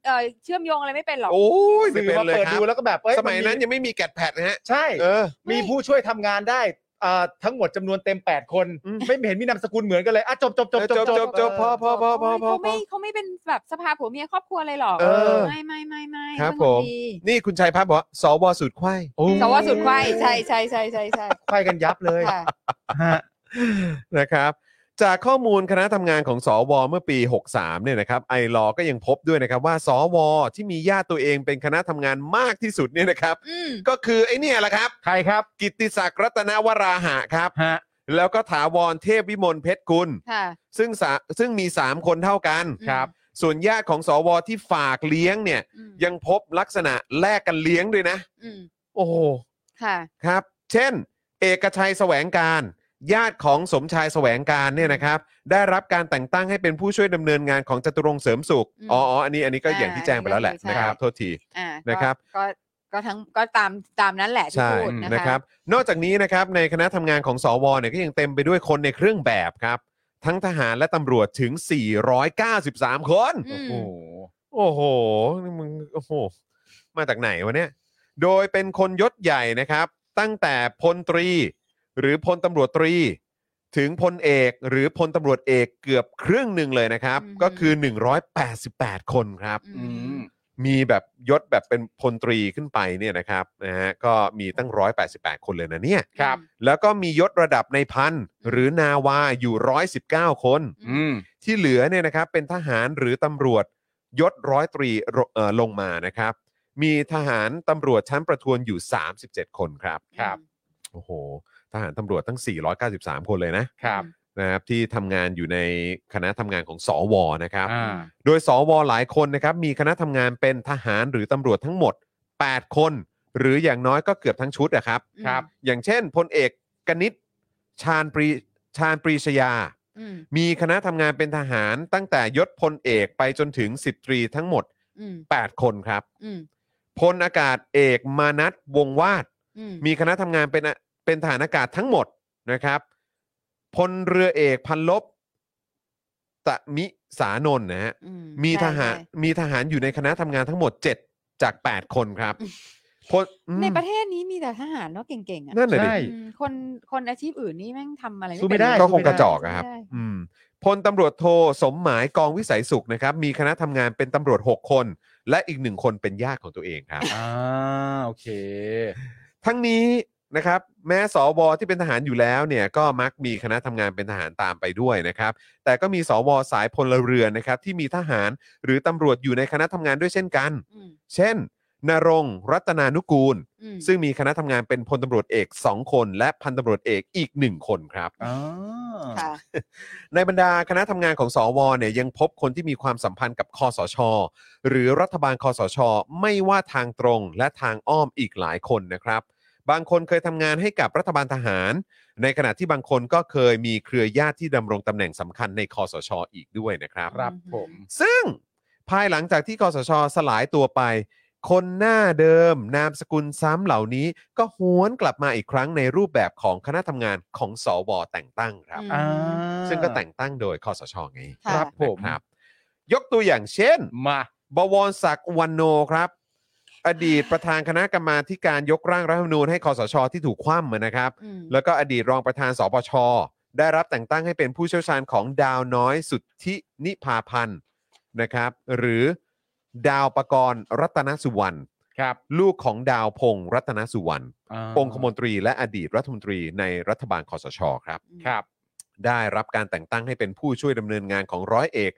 Speaker 4: เอ่อเชื่อมโยงอะไรไม่เป็นหรอก
Speaker 2: โอ้ยไม่
Speaker 3: สื่อ
Speaker 2: เป็น
Speaker 3: มา
Speaker 2: เลย
Speaker 3: เปิด
Speaker 2: ครั
Speaker 3: ดู
Speaker 2: บ
Speaker 3: แล้วก็แบบเอ้
Speaker 2: สมัยนั้น
Speaker 3: น
Speaker 2: ยังไม่มีแกดแพดนะฮะ
Speaker 3: ใช่
Speaker 2: เออ
Speaker 3: มีผู้ช่วยทำงานได้อ่าทั้งหมดจำนวนเต็ม 8 คน
Speaker 2: อืม
Speaker 3: ไม่เห็นมีนามสกุลเหมือนกันเลยอ่ะจบจบจบ
Speaker 2: เออ
Speaker 3: จบ
Speaker 2: จบจบจบพอพอพอพอพอพ
Speaker 4: เขา
Speaker 2: อ
Speaker 4: ไม่เขาไม่เป็นแบบสภาผัวเมียครอบครัวเลยหรอก
Speaker 2: เออ
Speaker 4: ไม่ไม่ไม่ไม่
Speaker 2: ครับ
Speaker 4: เป็นน
Speaker 2: ผม
Speaker 4: ดี
Speaker 2: นี่คุณชัยพัฒน์บอกว่าสวสุดไขว้
Speaker 3: โอ้ย
Speaker 4: สวสุดไขว้ใช่ใช่ใช่ใช่ใช่
Speaker 3: ไขว้กันยับเลย
Speaker 4: ค่ะ
Speaker 3: ฮะ
Speaker 2: นะครับ จากข้อมูลคณะทำงานของสวเมื่อปี 63เนี่ยนะครับไอรอก็ยังพบด้วยนะครับว่าสวที่มีญาติตัวเองเป็นคณะทำงานมากที่สุดเนี่ยนะครับ
Speaker 4: อืม
Speaker 2: ก็คือไอเนี่ยแหละครับ
Speaker 3: ใครครับ
Speaker 2: กิตติศักดิ์รัตนวราหะครับ
Speaker 3: ฮะ
Speaker 2: แล้วก็ถาวรเทพวิมลเพชรกุล
Speaker 4: ค่ะ
Speaker 2: ซึ่งสาซึ่งมี 3 คนเท่ากัน
Speaker 4: ครับ
Speaker 2: ส่วนญาติของสวที่ฝากเลี้ยงเนี่ย
Speaker 4: อืม
Speaker 2: ยังพบลักษณะแลกกันเลี้ยงด้วยนะ
Speaker 4: อืม
Speaker 2: โอ้โห
Speaker 4: ค่ะ
Speaker 2: ครับ เช่น เอกชัยแสวงการ ญาติของสมชายแสวงการเนี่ยนะครับ ได้รับการแต่งตั้งให้เป็นผู้ช่วยดำเนินงานของจตุรงค์เสริมสุข
Speaker 4: อืม
Speaker 2: อ๋ออ๋ออันนี้ อันนี้ก็
Speaker 4: อ่า
Speaker 2: อย่างที่แจ้งไปแล้วแหละ
Speaker 4: อันนี้ก็
Speaker 2: นะค
Speaker 4: คือ
Speaker 2: รับ
Speaker 4: ใช่
Speaker 2: โทษที
Speaker 4: อ่า
Speaker 2: นะ
Speaker 4: นะครับ ก็ก็ทั้งก็ตามตามนั้นแหละที่
Speaker 2: ใช่
Speaker 4: พูดนะ
Speaker 2: นะครับ
Speaker 4: คะ
Speaker 2: นอกจากนี้นะครับ ในคณะทำงานของสวเนี่ยก็ยังเต็มไปด้วยคนในเครื่องแบบครับ ทั้งทหารและตำรวจถึง 493 คน
Speaker 4: อืม
Speaker 3: โอ้โห
Speaker 2: โอ้โหนี่มึงโอ้โห มาจากไหนวะเนี่ย โดยเป็นคนยศใหญ่นะครับ ตั้งแต่พลตรี หรือพลตำรวจตรี ถึงพลเอกหรือพลตำรวจเอกเกือบครึ่งหนึ่งเลยนะครับ ก็คือ 188 คนครับ
Speaker 4: อืม
Speaker 2: มีแบบยศแบบเป็นพลตรีขึ้นไปเนี่ยนะครับนะฮะก็มีตั้ง 188 คนเลยนะเนี่ย
Speaker 3: ครับ
Speaker 2: แล้วก็มียศระดับในพันหรือนาวาอยู่ 119 คน
Speaker 3: อืม
Speaker 2: ที่เหลือเนี่ยนะครับเป็นทหารหรือตำรวจยศร้อยตรีโรเอ่อลงมานะครับ มีทหารตำรวจชั้นประทวนอยู่ 37 คนครับโอ้โห ทหารตำรวจตั้ง 493 คนเลยนะครับ นะครับที่ทำงานอยู่ในคณะทำงานของสวนะครับ
Speaker 3: อ่า
Speaker 2: โดยสวหลายคนนะครับมีคณะทำงานเป็นทหารหรือตำรวจทั้งหมด 8 คน หรืออย่างน้อยก็เกือบทั้งชุดนะครับ
Speaker 3: ครับ
Speaker 2: อย่างเช่นพลเอกกนิษฐ์ชาญปรีชาญปรีชยา
Speaker 4: อืม
Speaker 2: มีคณะทำงานเป็นทหารตั้งแต่ยศพลเอกไปจนถึง 10 ตรีทั้งหมด
Speaker 4: อืม
Speaker 2: 8 คนครับ
Speaker 4: อืม
Speaker 2: พลอากาศเอกมานัทวงศ์วาด
Speaker 4: อืม
Speaker 2: มีคณะทำงานเป็นอะเป็นทหารอากาศทั้งหมดนะครับ พลเรือเอกพันลบตะมิสานนท์นะฮะ
Speaker 4: อื
Speaker 2: มีท
Speaker 4: ใช่
Speaker 2: หาร
Speaker 4: ใช่
Speaker 2: มีทหารอยู่ในคณะทำงานทั้งหมด 7 จาก 8 คนครับพลอืม
Speaker 4: ในประเทศนี้มีแต่ทหารเนาะเก่งๆอ่ะ
Speaker 2: นั่นเลยดิ
Speaker 3: ใช่
Speaker 4: อืมคนคนอาชีพอื่นนี่แม่งทำอะไร
Speaker 3: สู้ไม่ได้
Speaker 4: เป็น
Speaker 2: ก็
Speaker 4: เลย
Speaker 2: คงกระจอกอะครับ
Speaker 4: สู้ไม่ได้
Speaker 2: อืมพลตำรวจโทสมหมายกองวิสัยสุขนะครับ มีคณะทำงานเป็นตำรวจ 6 คน และอีกหนึ่งคนเป็นญาติของตัวเอง ครับ
Speaker 3: อ่าโอเค
Speaker 2: ทั้งนี้นะครับ แม้สวที่เป็นทหารอยู่แล้วเนี่ยก็มักมีคณะทำงานเป็นทหารตามไปด้วยนะครับ แต่ก็มีสวสายพลเรือนนะครับ ที่มีทหารหรือตำรวจอยู่ในคณะทำงานด้วยเช่นกัน
Speaker 4: อืม
Speaker 2: เช่น นรงค์รัตนานุกูล
Speaker 4: อืม
Speaker 2: ซึ่งมีคณะทำงานเป็นพลตำรวจเอก 2 คน และพันตำรวจเอกอีก 1 คนครับ
Speaker 3: อ๋อ
Speaker 4: ค่ะ
Speaker 2: ในบรรดาคณะทำงานของสวเนี่ยยังพบคนที่มีความสัมพันธ์กับคอสช หรือรัฐบาลคอสช ไม่ว่าทางตรงและทางอ้อมอีกหลายคนนะครับ บางคนเคยทำงานให้กับรัฐบาลทหาร ในขณะที่บางคนก็เคยมีเครือญาติที่ดำรงตำแหน่งสำคัญในคอสชอีกด้วยนะครับ
Speaker 3: ครับผม
Speaker 2: ซึ่งภายหลังจากที่คอสชสลายตัวไป คนหน้าเดิม นามสกุลซ้ำเหล่านี้ ก็หวนกลับมาอีกครั้งในรูปแบบของคณะทำงานของสวแต่งตั้งครับ
Speaker 4: อืม
Speaker 3: อ่า
Speaker 2: ซึ่งก็แต่งตั้งโดยคอสชไง
Speaker 4: ค่ะ
Speaker 3: ครับผม
Speaker 2: นะครับ ยกตัวอย่างเช่น
Speaker 3: มา
Speaker 2: บวรศักดิ์วันโนครับ อดีตประธานคณะกรรมาธิการยกร่างรัฐธรรมนูญให้คอสชที่ถูกคว่ำนะครับ
Speaker 4: อืม
Speaker 2: แล้วก็อดีตรองประธานสปช ได้รับแต่งตั้งให้เป็นผู้เชี่ยวชาญของดาวน้อยสุทธินิพาพันธ์นะครับ หรือดาวประกรณ์รัตนสุวรรณ
Speaker 3: ครับ
Speaker 2: ลูกของดาวพงษ์รัตนสุวรรณ
Speaker 3: า
Speaker 2: องคมนตรีและอดีตรัฐมนตรีในรัฐบาลคอสชครับ
Speaker 3: ครับ
Speaker 2: ได้รับการแต่งตั้งให้เป็นผู้ช่วยดำเนินงานของร้อยเอก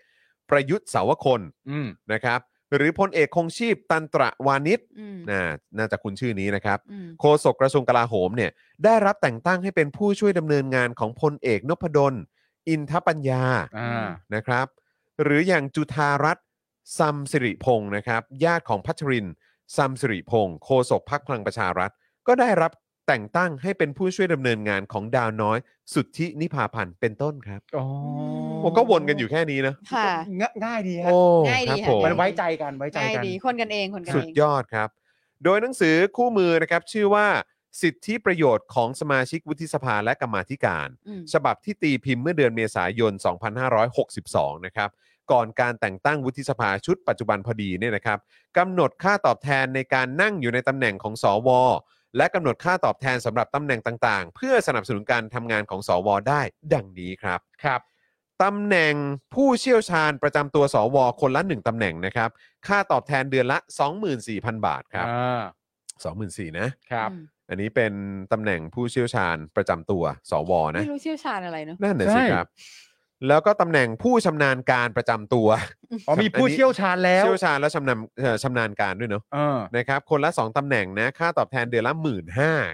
Speaker 2: ประยุทธ์เสาวคน
Speaker 3: อืม
Speaker 2: นะครับหรือพลเอกคงชีพตันตระวานิช
Speaker 4: อืม
Speaker 2: น่าน่าจะคุ้นชื่อนี้นะครับ
Speaker 4: อืม
Speaker 2: โฆษกกระทรวงกลาโหมเนี่ยได้รับแต่งตั้งให้เป็นผู้ช่วยดำเนินงานของพลเอกนพดล อินทปัญญา
Speaker 3: อ่า
Speaker 2: นะครับ หรืออย่างจุธารัตน์ซัมสิริพงศ์นะครับญาติของพัชรินทร์ซัมสิริพงศ์โฆษกพักพลังประชารัฐ ก็ได้รับแต่งตั้งให้เป็นผู้ช่วยดำเนินงานของดาวน้อย สุทธินิพาพันธ์เป็นต้นครับ
Speaker 3: อ๋อ
Speaker 2: ผมก็วนกันอยู่แค่นี้นะ
Speaker 4: ค่ะ
Speaker 3: งง่ายดีฮะ
Speaker 2: โอ้
Speaker 4: ง่ายดี
Speaker 2: ครับ
Speaker 4: ค่ะ
Speaker 2: ผม
Speaker 3: มันไว้ใจกันไว้ใจ
Speaker 4: ง่าย
Speaker 3: กัน
Speaker 4: ดีคนกันเองคนกัน
Speaker 2: สุ
Speaker 4: เอ
Speaker 2: ด
Speaker 4: ง
Speaker 2: ยอดครับ โดยหนังสือคู่มือนะครับชื่อว่าสิทธิประโยชน์ของสมาชิกวุฒิสภาและกรรมาธิการ
Speaker 4: อืม
Speaker 2: ฉบับที่ตีพิมพ์เมื่อเดือนเมษายน 2562 นะครับ ก่อนการแต่งตั้งวุฒิสภาชุดปัจจุบันพอดีเนี่ยนะครับกำหนดค่าตอบแทนในการนั่งอยู่ในตำแหน่งของสว และกำหนดค่าตอบแทนสำหรับตำแหน่งต่างๆ เพื่อสนับสนุนการทำงานของสว ได้ดังนี้ครับ
Speaker 3: ครับ
Speaker 2: ตำแหน่งผู้เชี่ยวชาญประจำตัวสว คนละ 1ตำแหน่งนะครับ ค่าตอบแทนเดือนละ 24,000 บาทครับ
Speaker 3: อ่า
Speaker 2: 24,000 นะ
Speaker 3: ครับ
Speaker 4: อืม
Speaker 2: อันนี้เป็นตำแหน่งผู้เชี่ยวชาญประจำตัวสว นะ
Speaker 4: ไม่รู้เชี่ยวชาญอะไรเนอะ
Speaker 2: นั่นน่ะสิ
Speaker 3: ใช่
Speaker 2: ครับ แล้วก็ตำแหน่งผู้ชำนาญการประจำตัว
Speaker 3: อ๋อมีผู้
Speaker 2: อันนี้
Speaker 3: เชี่ยวชาญแล้ว
Speaker 2: เชี่ยวชาญและชำนาญเอ่อชำนาญการด้วยเนาะ
Speaker 3: เออ
Speaker 2: นะครับ คนละ 2ตำแหน่งนะ ค่าตอบแทนเดือนละ 1 5ื่น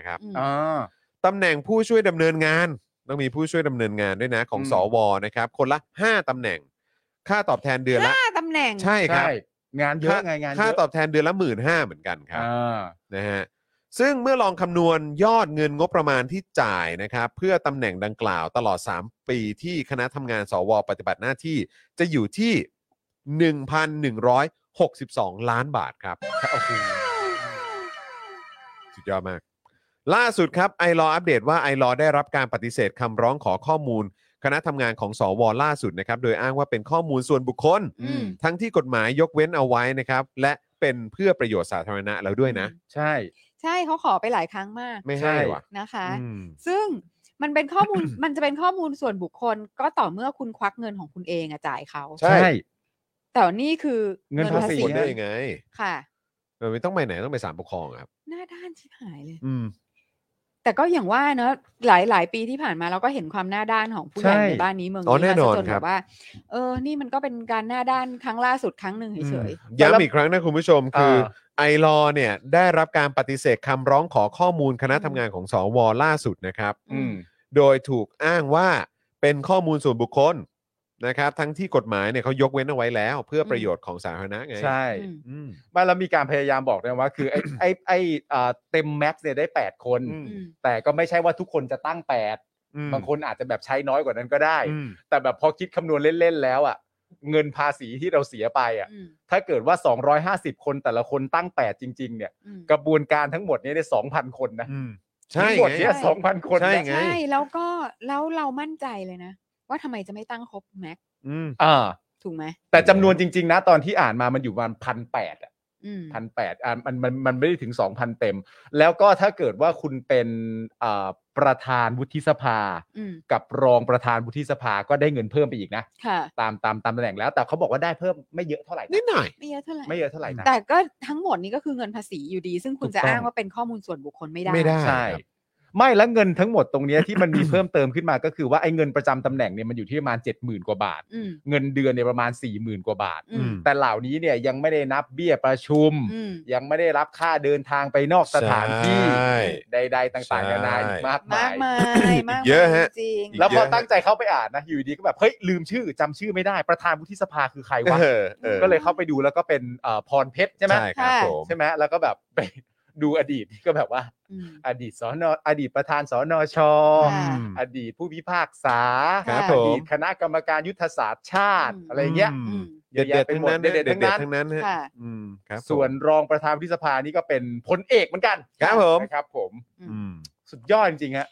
Speaker 2: ครับ
Speaker 4: อืม
Speaker 3: อ่า
Speaker 2: ตำแหน่งผู้ช่วยดำเนินงาน ต้องมีผู้ช่วยดำเนินงานด้วยนะ ของ
Speaker 3: อืม
Speaker 2: สว นะครับ คนละ 5ตำแหน่ง ค่าตอบแทนเดือนละ
Speaker 4: ห้าตำแหน่ง
Speaker 2: ใช่ครับ
Speaker 3: ใช่งานเยอะไงงานเยอะ
Speaker 2: ค่าตอบแทนเดือนละหมื่นห้าเหมือนกันครับ
Speaker 3: อ่า
Speaker 2: นะฮะซึ่งเมื่อลองคำนวณยอดเงินงบประมาณที่จ่ายนะครับเพื่อตำแหน่งดังกล่าวตลอด 3 ปีที่คณะทำงานสวปฏิบัติหน้าที่จะอยู่ที่ 1,162 ล้านบาทครับโอ้โหสุดยอดมาก ล่าสุดครับไอรออัปเดตว่าไอรอได้รับการปฏิเสธคำร้องขอข้อมูล คณะทำงานของสวล่าสุดนะครับโดยอ้างว่าเป็นข้อมูลส่วนบุคคล
Speaker 4: อืม
Speaker 2: ทั้งที่กฎหมายยกเว้นเอาไว้นะครับ และเป็นเพื่อประโยชน์สาธารณะแล้วด้วยนะ
Speaker 3: ใช่
Speaker 4: ใช่เขาขอไปหลายครั้งมาก
Speaker 2: ไม่ให้ว่ะ
Speaker 4: นะคะ
Speaker 2: อืม
Speaker 4: ซึ่งมันเป็นข้อมูล มันจะเป็นข้อมูลส่วนบุคคลก็ต่อเมื่อคุณควักเงินของคุณเองอะจ่ายเขา
Speaker 2: ใช่
Speaker 4: แต่นี่คือ
Speaker 3: เงิน
Speaker 2: ภาษี
Speaker 3: เงินภาษี
Speaker 2: ได้ยังไง
Speaker 4: ค่ะ
Speaker 2: มันไม่ต้องไปไหนต้องไปศาลปกครองอะครับ
Speaker 4: หน้าด้านชิบหายเลย
Speaker 2: อืม
Speaker 4: แต่ก็อย่างว่าเนอะหลายหลายปีที่ผ่านมาเราก็เห็นความหน้าด้านของผู้ใหญ่
Speaker 3: ใช่
Speaker 4: ในบ้านนี้เมือง
Speaker 2: อ๋อ
Speaker 4: นี้
Speaker 2: แน่
Speaker 4: มาน
Speaker 2: อน
Speaker 4: จน
Speaker 2: ค
Speaker 4: แบ
Speaker 2: รับ
Speaker 4: บว่า เออ นี่มันก็เป็นการหน้าด้านครั้งล่าสุดครั้งหนึ่งเฉย
Speaker 2: ย้ำอีกครั้งนะคุณผู้ชมคืออา ไอรอเนี่ยได้รับการปฏิเสธคำร้องขอข้อมูลคณะทำงานของสวล่าสุดนะครับ
Speaker 3: อืม
Speaker 2: โดยถูกอ้างว่าเป็นข้อมูลส่วนบุคคลนะครับ ทั้งที่กฎหมายเนี่ยเขายกเว้นเอาไว้แล้ว เพื่อประโยชน์ของสาธารณะไง
Speaker 3: ใช่
Speaker 4: ๆอืม
Speaker 2: อืม
Speaker 3: ไมาแล้วมีการพยายามบอกด้วยว่า คือไอ้ ไอ้ไอ้อ่าเต็มแม็กซ์เนี่ยได้ 8 คน
Speaker 2: อืม
Speaker 4: อืม
Speaker 3: แต่ก็ไม่ใช่ว่าทุกคนจะตั้ง 8
Speaker 2: อืม
Speaker 3: บางคนอาจจะแบบใช้น้อยกว่านั้นก็ได้
Speaker 2: อืม
Speaker 3: แต่แบบพอคิดคำนวณเล่น ๆ แล้วอ่ะเงินภาษีที่เราเสียไปอ่ะ
Speaker 4: อืม
Speaker 3: ถ้าเกิดว่า 250 คนแต่ละคนตั้ง 8 จริง ๆ เนี่ย
Speaker 4: อืม
Speaker 3: กระบวนการทั้งหมดเนี้ได้สองพันคนนะ
Speaker 2: อืม
Speaker 3: ทั้
Speaker 2: ใช่
Speaker 3: งหมด
Speaker 2: ไง
Speaker 3: เนี้สองพันคนนะ
Speaker 2: ใช่ไง
Speaker 4: ใช่แล้วก็แล้วเรามั่นใจเลยนะ ว่าทำไมจะไม่ตั้งครบแม็ก
Speaker 2: อืม
Speaker 3: อ่า
Speaker 4: ถูกไหม
Speaker 3: แต่จำนวนจริง ๆ นะ ตอนที่อ่านมามันอยู่ประมาณพันแปดอ่ะ
Speaker 4: อืม
Speaker 3: พันแปดอ่ะมันมันมันไม่ได้ถึงสองพันเต็ม แล้วก็ถ้าเกิดว่าคุณเป็นอ่าประธานวุฒิสภา
Speaker 4: อืม
Speaker 3: กับรองประธานวุฒิสภาก็ได้เงินเพิ่มไปอีกนะ
Speaker 4: ค่ะ
Speaker 3: ตามตามตามตำแหน่งแล้ว แต่เขาบอกว่าได้เพิ่มไม่เยอะเท่าไหร่นะ
Speaker 2: นิดหน่อย
Speaker 4: ไม่เยอะเท่าไหร่
Speaker 3: ไม่เยอะเท่าไหร่นะ
Speaker 4: แต่ก็ทั้งหมดนี้ก็คือเงินภาษีอยู่ดี ซึ่งคุณ
Speaker 2: ถูกต้
Speaker 4: จะ
Speaker 2: อง
Speaker 4: อ้างว่าเป็นข้อมูลส่วนบุคคลไม่ได้
Speaker 2: ไม่ได้
Speaker 3: ใช่
Speaker 2: ครับ
Speaker 3: ไม่แล้วเงินทั้งหมดตรงเนี้ย ที่มันมี เพิ่มเติมขึ้นมาก็คือว่าไอ้เงินประจำตำแหน่งเนี่ยมันอยู่ที่ประมาณเจ็ดหมื่นกว่าบาท
Speaker 4: อืม
Speaker 3: เงินเดือนเนี่ยประมาณ4ี่หมื่นกว่าบาท
Speaker 4: อืม
Speaker 3: แต่เหล่านี้เนี่ยยังไม่ได้นับเบี้ยประชุม
Speaker 4: อืม
Speaker 3: ยังไม่ได้รับค่าเดินทางไปนอกสถานที่
Speaker 2: ใช่
Speaker 3: ใดๆต่างๆนานาอีกมากมาม
Speaker 4: าย กมายมาก
Speaker 2: เยอะฮะ
Speaker 4: จริง
Speaker 2: อีก
Speaker 3: แล้วพอ
Speaker 2: เยอะ
Speaker 3: ตั้งใจเข้าไปอ่านนะอยู่ดีก็แบบเฮ้ยลืมชื่อจำชื่อไม่ได้ประธานวุฒิสภาคือใครวะ
Speaker 2: เออออ
Speaker 3: ก็เลยเข้าไปดูแล้วก็เป็นเอ่อพรเพชรใช่ไหม
Speaker 2: ใช่ครับผม
Speaker 3: ใช่ไหมแล้วก็แบบไป ดูอดีตนี่ก็แบบว่า
Speaker 4: อืม
Speaker 3: อดีตสนอดีตประธานสนช
Speaker 4: ค่ะ
Speaker 3: อืมอดีตผู้พิพากษา
Speaker 2: ครับ
Speaker 3: อ
Speaker 2: ผม
Speaker 3: ดีตคณะกรรมการยุทธศาสตร์ชาติ
Speaker 4: อืม
Speaker 3: อะไรเงี้ย
Speaker 4: อืม
Speaker 3: เยอะ
Speaker 2: เด็
Speaker 3: แยะ
Speaker 2: ดๆ
Speaker 3: ไป
Speaker 2: ทั้ง
Speaker 3: หมด
Speaker 2: นั้นนะ
Speaker 3: เด็ดๆ
Speaker 2: เด็
Speaker 3: ทั้ง
Speaker 2: ด
Speaker 3: นั้
Speaker 2: ๆ
Speaker 3: น
Speaker 2: ทั้งนั้นฮะ
Speaker 4: ค่ะ
Speaker 2: อืมครับผม
Speaker 3: ส่วนรองประธานวุฒิสภานี่ก็เป็นพลเอกเหมือนกัน
Speaker 2: ครับผม
Speaker 3: นะครับผม
Speaker 4: อื
Speaker 2: อืม
Speaker 3: สุดยอดจริงๆฮะ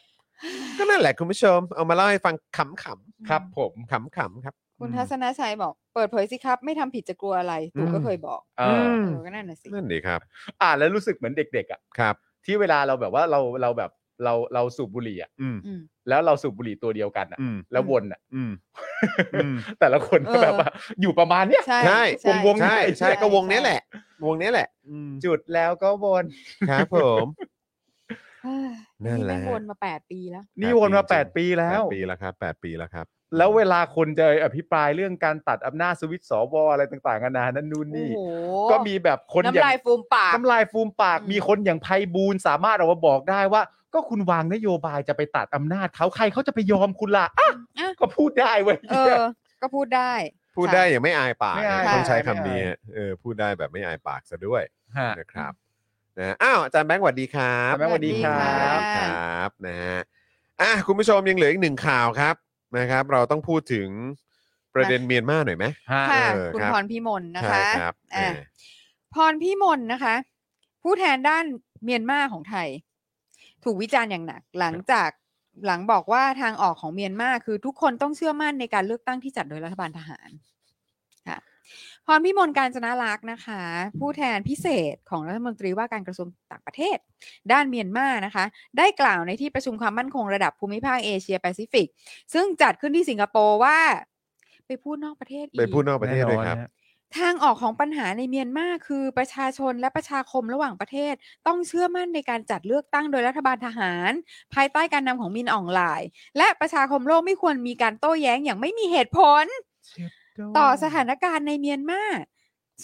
Speaker 2: ก็นั่นแหละคุณผู้ชม เอามาเล่าให้ฟังขำ
Speaker 3: ครับผม
Speaker 2: ๆขำๆครับ
Speaker 4: อืมคุณทัศนชัยบอก เปิดเผยสิครับ ไม่ทำผิดจะกลัวอะไรตู
Speaker 2: อืม
Speaker 4: ก็เคยบอก
Speaker 3: เอออ
Speaker 2: ม
Speaker 4: เออก็นั่นน่ะสิ
Speaker 2: นั่นดีครับ
Speaker 3: อ่านแล้วรู้สึกเหมือนเด็กๆอ่ะ
Speaker 2: ครับ
Speaker 3: ที่เวลาเราแบบว่าเราเราแบบเราเราสูบบุหรี่อ่ะ
Speaker 2: อืม
Speaker 4: อืม
Speaker 3: แล้วเราสูบบุหรี่ตัวเดียวกันอ่ะ
Speaker 2: อืม
Speaker 3: แล้ววนอ่ะ
Speaker 2: อืม
Speaker 3: แต่ละคนก็
Speaker 4: เออ
Speaker 3: แบบว่าอยู่ประมาณเนี้ย
Speaker 4: ใช่
Speaker 2: ใช่
Speaker 3: วงๆ
Speaker 2: ใช่ใช่
Speaker 3: ใช่
Speaker 2: ก็วงเนี้ยแหละ วงเนี้ยแหละ
Speaker 3: จุดแล้วก็วน
Speaker 2: ครับผม
Speaker 4: เอ้ย
Speaker 2: นั่นแหละ
Speaker 4: ม่งวนมาแปดปีแล้ว
Speaker 3: นี่วนมา 8 ปี
Speaker 2: แป
Speaker 3: แล้ว
Speaker 2: ดปีแล้วครับแปดปีแล้วครับ
Speaker 3: แล้วเวลาคนจะอภิปรายเรื่องการตัดอำนาจสวิตช์สวอะไรต่างๆกันานานั่นนู่น
Speaker 4: โอ้
Speaker 3: นี่
Speaker 4: โห
Speaker 3: ก็มีแบบคนอย่า
Speaker 4: น้ำ
Speaker 3: ง
Speaker 4: ลายฟูมปาก
Speaker 3: น้ำลายฟูมปาก
Speaker 4: อืม
Speaker 3: มีคนอย่างไพบูลย์สามารถออกมาบอกได้ว่า ก็คุณวางนโยบายจะไปตัดอำนาจเขาใครเขาจะไปยอมคุณล่ะอ่ะ
Speaker 4: อ่ะ
Speaker 3: ก็พูดได้เว้ย
Speaker 4: เออ ก็พูดได้
Speaker 2: พูดได้อย่างไม่อายปาก
Speaker 3: ไม่อาย
Speaker 2: นะต้องใช้
Speaker 3: ไม่อาย
Speaker 2: คำนี้ฮะเออพูดได้แบบไม่อายปากซะด้วย
Speaker 3: ฮะ
Speaker 2: นะครับนะอ้าวอาจารย์แบงค์สวัสดีครับ
Speaker 3: อาจารย์แบงค์สวัสดีครับ
Speaker 2: ครับนะฮะอ่ะคุณผู้ชมยังเหลืออีกหนึ่งข่าวครับนะครับ เราต้องพูดถึงประเด็นเมียนมาหน่อยไหม
Speaker 3: ฮะ
Speaker 4: ค่ะ
Speaker 2: เออ
Speaker 4: คุณ
Speaker 2: ครับ
Speaker 4: พรพิมลนะ
Speaker 2: ใช่
Speaker 4: คะ
Speaker 2: ครับ
Speaker 4: อ่ะ
Speaker 2: เออ
Speaker 4: พรพิมลนะคะ ผู้แทนด้านเมียนมาของไทย ถูกวิจารณ์อย่างหนัก หลังจากหลังบอกว่าทางออกของเมียนมาคือทุกคนต้องเชื่อมั่นในการเลือกตั้งที่จัดโดยรัฐบาลทหารค่ะพรพิมลการจนารักษ์นะคะ ผู้แทนพิเศษของรัฐมนตรีว่าการกระทรวงต่างประเทศ ด้านเมียนมานะคะ ได้กล่าวในที่ประชุมความมั่นคงระดับภูมิภาคเอเชียแปซิฟิก ซึ่งจัดขึ้นที่สิงคโปร์ว่า ไปพูดนอกประเทศอีก
Speaker 2: ไปพูดนอกประเทศด้วยครับ
Speaker 4: ทางออกของปัญหาในเมียนมาคือประชาชนและประชาคมระหว่างประเทศ ต้องเชื่อมั่นในการจัดเลือกตั้งโดยรัฐบาลทหาร ภายใต้การนำของมินอ่องหลาย และประชาคมโลกไม่ควรมีการโต้แย้งอย่างไม่มีเหตุผล ต่อสถานการณ์ในเมียนมา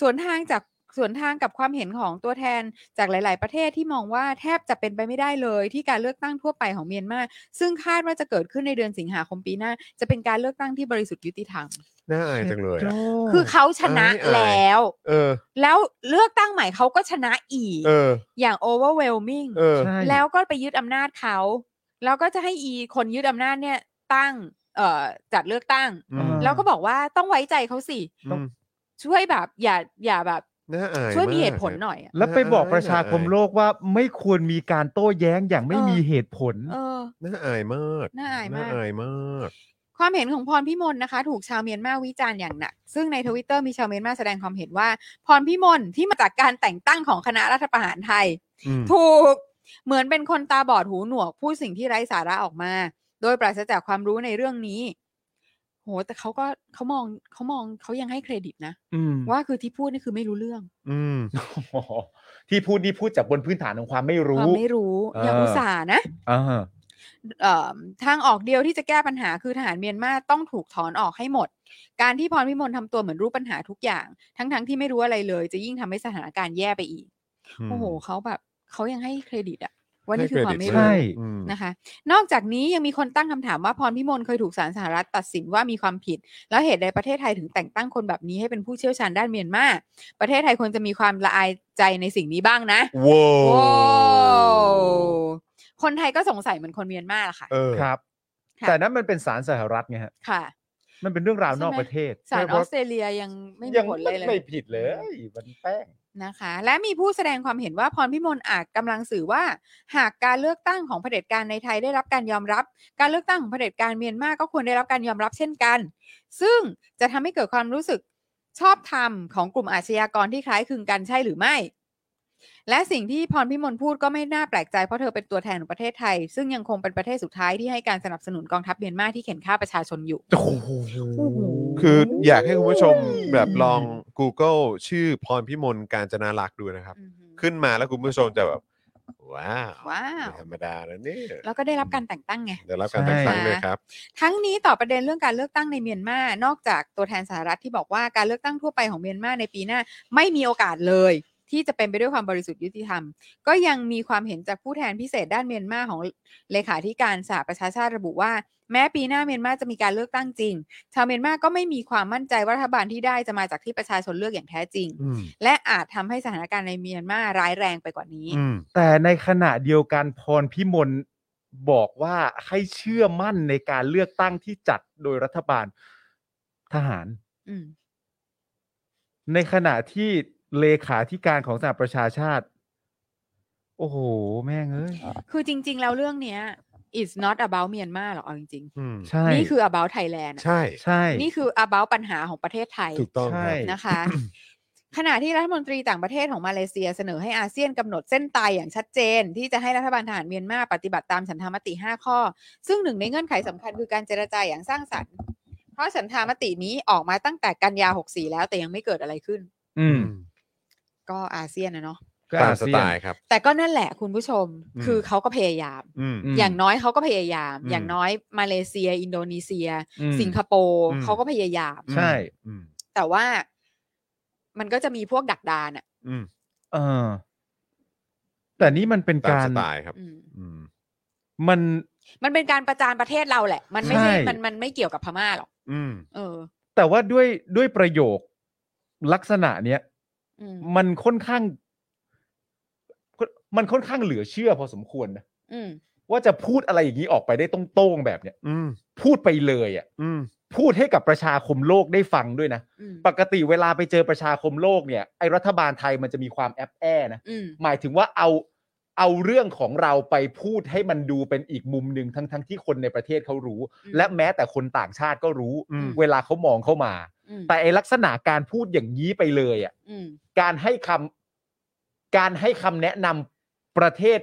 Speaker 4: สวนทางจากสวนทางกับความเห็นของตัวแทนจากหลาย ๆ ประเทศที่มองว่าแทบจะเป็นไปไม่ได้เลย ที่การเลือกตั้งทั่วไปของเมียนมาซึ่งคาดว่าจะเกิดขึ้นในเดือนสิงหาคมปีหน้า จะเป็นการเลือกตั้งที่บริสุทธิ์ยุติธรรม
Speaker 2: น่าอายจังเลยอะ
Speaker 4: คือเขาชนะ
Speaker 2: อายอาย
Speaker 4: แล้ว
Speaker 2: เออ
Speaker 4: แล้วเลือกตั้งใหม่เขาก็ชนะอีก
Speaker 2: เออ
Speaker 4: อย่าง overwhelming
Speaker 2: เออ
Speaker 4: แล้วก็ไปยึดอำนาจเขา แล้วก็จะให้อีคนยึดอำนาจเนี่ยตั้งเอ่อจัดเลือกตั้ง
Speaker 2: อืม
Speaker 4: แล้วก็บอกว่าต้องไว้ใจเขาสิ
Speaker 2: อืม
Speaker 4: ช่วยแบบอย่าอย่าแบบ
Speaker 2: น่าอาย
Speaker 4: ช่วยมีเหตุ
Speaker 2: าก
Speaker 4: ผลหน่อยอะ
Speaker 3: แล้วไปบอกประชาคมโลกว่าไม่ควรมีการโต้แย้งอย่างไม่มีเหตุผล
Speaker 4: เออ
Speaker 2: น่าอายมาก
Speaker 4: น่าอายมาก
Speaker 2: น่าอายมาก
Speaker 4: ความเห็นของพรพิมลนะคะ ถูกชาวเมียนมาวิจารณ์อย่างหนัก ซึ่งในทวิตเตอร์มีชาวเมียนมาแสดงความเห็นว่า พรพิมลที่มาจากการแต่งตั้งของคณะรัฐประหารไทย
Speaker 2: อืม
Speaker 4: ถูกเหมือนเป็นคนตาบอดหูหนวก พูดสิ่งที่ไร้สาระออกมา โดยปราศจากความรู้ในเรื่องนี้ โห แต่เขาก็เขามองเขามองเขายังให้เครดิตนะ
Speaker 3: อืม
Speaker 4: ว่าคือที่พูดนี่คือไม่รู้เรื่อง
Speaker 2: อืม
Speaker 3: โอ้โหที่พูดนี่พูดจากบนพื้นฐานของความไม่
Speaker 4: ค
Speaker 3: รู้
Speaker 4: วามไม่รู้
Speaker 3: เออ
Speaker 4: อ
Speaker 3: อ
Speaker 4: ย่างอุตส่าห์นะ
Speaker 1: À
Speaker 3: อ่า
Speaker 4: เอิ่มทางออกเดียวที่จะแก้ปัญหาคือทหารเมียนมาต้องถูกถอนออกให้หมด การที่พรพิมลทำตัวเหมือนรู้ปัญหาทุกอย่าง ทั้งๆทที่ไม่รู้อะไรเลย จะยิ่งทำให้สถานการณ์แย่ไปอีก โอ้โหเขาแบบเขายังให้เครดิตอะว่านี่คือความไม่
Speaker 2: ห้เครดิตใช่
Speaker 4: รู้
Speaker 3: ใช่
Speaker 2: อืม
Speaker 4: นะคะ นอกจากนี้ยังมีคนตั้งคำถามว่าพรพิมลเคยถูกศาลสหรัฐตัดสินว่ามีความผิด แล้วเหตุใดประเทศไทยถึงแต่งตั้งคนแบบนี้ให้เป็นผู้เชี่ยวชาญด้านเมียนมาประเทศไทยควรจะมีความละอายใจในสิ่งนี้บ้างนะ
Speaker 2: โว้
Speaker 4: โอ้
Speaker 2: ว
Speaker 4: คนไทยก็สงสัยเหมือนคนเมียนมาล่ะค่ะ
Speaker 2: เออ
Speaker 3: ครับ
Speaker 4: ค่ะ
Speaker 3: แต่นั้นมันเป็นสารสหรัฐไงฮะ
Speaker 4: ค่ะ
Speaker 3: มันเป็นเรื่องราว
Speaker 4: ใช่ไหม
Speaker 3: นอกประเทศ
Speaker 4: ศาล
Speaker 3: ใช่
Speaker 4: อ
Speaker 3: พ
Speaker 4: อ
Speaker 3: ราะ
Speaker 4: สเตรเลียยังไม่มี
Speaker 3: ยัง
Speaker 4: ผลเลยเลย
Speaker 3: ไม่ผิดเลย มันแป้ง
Speaker 4: นะคะ และมีผู้แสดงความเห็นว่าพรพิมลอาจกำลังสื่อว่า หากการเลือกตั้งของเผด็จการในไทยได้รับการยอมรับ การเลือกตั้งของเผด็จการเมียนมาก็ควรได้รับการยอมรับเช่นกัน ซึ่งจะทำให้เกิดความรู้สึกชอบธรรมของกลุ่มอาชญากรที่คล้ายคลึงกันใช่หรือไม่ และสิ่งที่พรพิมลพูดก็ไม่น่าแปลกใจเพราะเธอเป็นตัวแทนของประเทศไทย ซึ่งยังคงเป็นประเทศสุดท้ายที่ให้การสนับสนุนกองทัพเมียนมาที่เข็นฆ่าประชาชนอยู่
Speaker 2: โอ้โหคืออยากให้คุณผู้ชมแบบลอง Google ชื่อพรพิมลการจนาลักษ์ดูนะครับ ขึ้นมาแล้วคุณผู้ชมจะแบบ ว้าว
Speaker 4: ว้าว
Speaker 2: ไม่ธรรมดาแล้วเนี่ย
Speaker 4: แล้วก็ได้รับการแต่งตั้งไง
Speaker 2: ได้รับการแต่งตั้ง
Speaker 4: ใช่
Speaker 2: ด้วยครับ
Speaker 4: ทั้งนี้ต่อประเด็นเรื่องการเลือกตั้งในเมียนมา นอกจากตัวแทนสหรัฐที่บอกว่าการเลือกตั้งทั่วไปของเมียนมาในปีหน้า ไม่มีโอกาสเลย ที่จะเป็นไปด้วยความบริสุทธิ์ยุติธรรม ก็ยังมีความเห็นจากผู้แทนพิเศษด้านเมียนมาของเลขาธิการสหประชาชาติระบุว่า แม้ปีหน้าเมียนมาจะมีการเลือกตั้งจริง ชาวเมียนมาก็ไม่มีความมั่นใจว่ารัฐบาลที่ได้จะมาจากที่ประชาชนเลือกอย่างแท้จริง
Speaker 1: อืม
Speaker 4: และอาจทำให้สถานการณ์ในเมียนมาร้ายแรงไปกว่านี้
Speaker 1: อืม
Speaker 3: แต่ในขณะเดียวกันพรพิมลบอกว่าให้เชื่อมั่นในการเลือกตั้งที่จัดโดยรัฐบาลทหาร
Speaker 4: อืม
Speaker 3: ในขณะที่เลขาธิการของสหประชาชาติ โอ้โห แม่งเอ้ย
Speaker 4: คือจริง ๆ แล้วเรื่องเนี้ย it's not about เมียนมาหรอกเอาจริง
Speaker 1: อืม
Speaker 3: ใช่
Speaker 4: ๆ นี่คือ about Thailand อะ
Speaker 2: ใช่
Speaker 3: ใช่
Speaker 4: นี่คือ about ปัญหาของประเทศไทย
Speaker 2: ถูกต้องค
Speaker 3: ใช่
Speaker 2: รับ
Speaker 4: นะคะ ขณะที่รัฐมนตรีต่างประเทศของมาเลเซียเสนอให้อาเซียนกำหนดเส้นตายอย่างชัดเจน ที่จะให้รัฐบาลทหารเมียนมาปฏิบัติตามฉันทามติ 5 ข้อ ซึ่งหนึ่งในเงื่อนไขสำคัญคือการเจรจาอย่างสร้างสรรค์ เพราะฉันทามตินี้ออกมาตั้งแต่กันยา 64 แล้วแต่ยังไม่เกิดอะไรขึ้น
Speaker 3: อืม
Speaker 4: ก็อาเซียนนะเนาะ
Speaker 3: ก็
Speaker 2: ตาม
Speaker 3: อา
Speaker 2: ส
Speaker 3: เซีย
Speaker 2: ไต
Speaker 3: น
Speaker 2: ล์ครับ
Speaker 4: แต่ก็นั่นแหละคุณผู้ชม คือเขาก็พยายาม
Speaker 1: อืม
Speaker 3: ม
Speaker 4: อย่างน้อยเขาก็พยายาม
Speaker 1: อืม
Speaker 4: อย่างน้อยมาเลเซีย อินโดนีเซีย
Speaker 3: อืม
Speaker 4: สิงคโปร์
Speaker 1: อืม
Speaker 4: เขาก็พยายาม
Speaker 3: ใช่
Speaker 1: อืม
Speaker 4: แต่ว่ามันก็จะมีพวกดักดานอ่ะ
Speaker 1: อืม
Speaker 3: เออ แต่นี่มันเป็น
Speaker 2: ตาม
Speaker 3: การ
Speaker 2: สไตล์ครับ
Speaker 4: อืม
Speaker 1: อืม
Speaker 3: มัน
Speaker 4: มันเป็นการประจานประเทศเราแหละ มันไม่ใช่
Speaker 3: ใช่
Speaker 4: มันมันไม่เกี่ยวกับพม่าหรอก
Speaker 1: อืม
Speaker 4: เออ
Speaker 3: แต่ว่าด้วยด้วยประโยคลักษณะเนี้ย
Speaker 4: อืม
Speaker 3: มันค่อนข้าง มันค่อนข้างเหลือเชื่อพอสมควรนะ
Speaker 4: อืม
Speaker 3: ว่าจะพูดอะไรอย่างนี้ออกไปได้ตรงๆแบบเนี้ย
Speaker 1: อืม
Speaker 3: พูดไปเลยอ่ะ
Speaker 1: อืม
Speaker 3: พูดให้กับประชาคมโลกได้ฟังด้วยนะ
Speaker 4: อืม
Speaker 3: ปกติเวลาไปเจอประชาคมโลกเนี่ยไอรัฐบาลไทยมันจะมีความแอบแอนะ
Speaker 4: อืม
Speaker 3: หมายถึงว่าเอาเอาเรื่องของเราไปพูดให้มันดูเป็นอีกมุมหนึ่งทั้งทั้งที่คนในประเทศเขารู้ และแม้แต่คนต่างชาติก็รู้
Speaker 1: อืม
Speaker 3: เวลาเขามองเข้ามา
Speaker 4: อืม
Speaker 3: แต่ไอลักษณะการพูดอย่างนี้ไปเลยอ่ะ
Speaker 4: อืม
Speaker 3: การให้คำการให้คำแนะนำประเทศ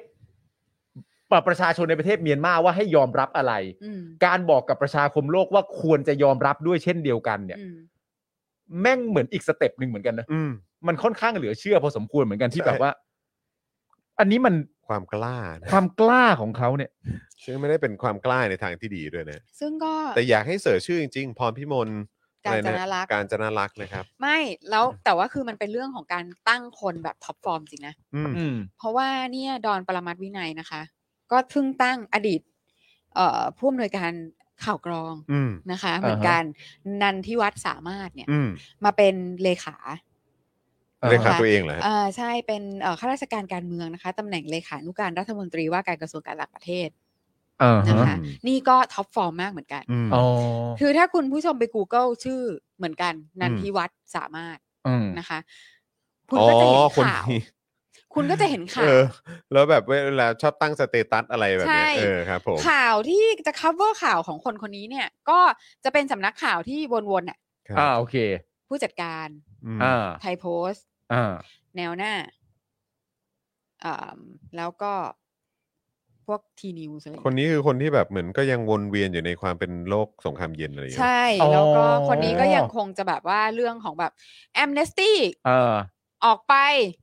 Speaker 3: ปะประชาชนในประเทศเมียนมาว่าให้ยอมรับอะไร
Speaker 4: อืม
Speaker 3: การบอกกับประชาคมโลกว่าควรจะยอมรับด้วยเช่นเดียวกันเนี่ย
Speaker 4: อืม
Speaker 3: แม่งเหมือนอีกสเต็ปหนึ่งเหมือนกันนะ
Speaker 1: อืม
Speaker 3: มันค่อนข้างเหลือเชื่อพอสมควรเหมือนกันที่
Speaker 2: ใช่
Speaker 3: แบบว่า อันนี้มัน
Speaker 2: ความกล้านะ
Speaker 3: ความกล้าของเขาเนี่ย
Speaker 2: ซึ่งไม่ได้เป็นความกล้าในทางที่ดีด้วยนะ
Speaker 4: ซึ่งก็
Speaker 2: แต่อยากให้เสิร์ชชื่อจริงๆ พรพิมล
Speaker 4: กาญจนา
Speaker 2: อะ
Speaker 4: รั
Speaker 2: ไะ
Speaker 4: กษ์
Speaker 2: การจนารักษ์นะครับ
Speaker 4: ไม่แล้วแต่ว่าคือมันเป็นเรื่องของการตั้งคนแบบท็อปฟอร์มจริงนะ
Speaker 1: อืม
Speaker 3: อืม
Speaker 4: เพราะว่าเนี่ยดอนปรมัตถวินัยนะคะ ก็เพิ่งตั้งอดีต เอ่อผู้อำนวยการข่าวกรอง
Speaker 1: อืม
Speaker 4: นะคะ เหมือนกันนันทิวัฒน์สามารถเนี่ย
Speaker 1: อืม
Speaker 4: มาเป็นเลขา
Speaker 2: เลขา
Speaker 4: ค่ะ
Speaker 2: ตัวเองเหรอฮะ
Speaker 4: อ่าใช่เป็นเอ่อข้าราชการการเมืองนะคะตำแหน่งเลขานุการรัฐมนตรีว่าการกระทรวงการต่างประเทศ
Speaker 3: เออ
Speaker 4: นะ
Speaker 3: ฮะ
Speaker 4: คะ นี่ก็ท็อปฟอร์มมากเหมือนกัน
Speaker 1: อืม
Speaker 3: อ๋อ
Speaker 4: คือถ้าคุณผู้ชมไป Google ชื่อเหมือนกัน นันทิวัฒน์สามารถ
Speaker 3: อืม
Speaker 4: นะคะ คุณก็จะเห็น
Speaker 2: คน
Speaker 4: ข่าว
Speaker 2: นี้
Speaker 4: คุณก็จะเห็นข่า
Speaker 2: เอ
Speaker 4: ว
Speaker 2: อ แล้วแบบเวลาชอบตั้งสเตตัสอะไรแบบเนี้ย
Speaker 4: ใช่
Speaker 2: เออครับผม
Speaker 4: ข่าวที่จะ cover ข่าวของคนคนนี้เนี่ย ก็จะเป็นสำนักข่าวที่วนๆน่ะ
Speaker 3: อ่าโอเค
Speaker 4: ผู้จัดการ
Speaker 1: อืม
Speaker 3: อ่า
Speaker 4: ไทยโพสต์
Speaker 3: อ่า
Speaker 4: แนวหน้าอ่าแล้วก็พวกทีนิวอะไรอย่าง
Speaker 2: คน
Speaker 4: เงี้ย
Speaker 2: นี้คือคนที่แบบเหมือนก็ยังวนเวียนอยู่ในความเป็นโลกสงครามเย็นอะไรอย่างเงี้ย
Speaker 4: ใช่ แล้วก็
Speaker 3: อ๋อ
Speaker 4: คนนี้ก็ยังคงจะแบบว่าเรื่องของแบบแอมเนสตี้
Speaker 3: เออ
Speaker 4: ออกไป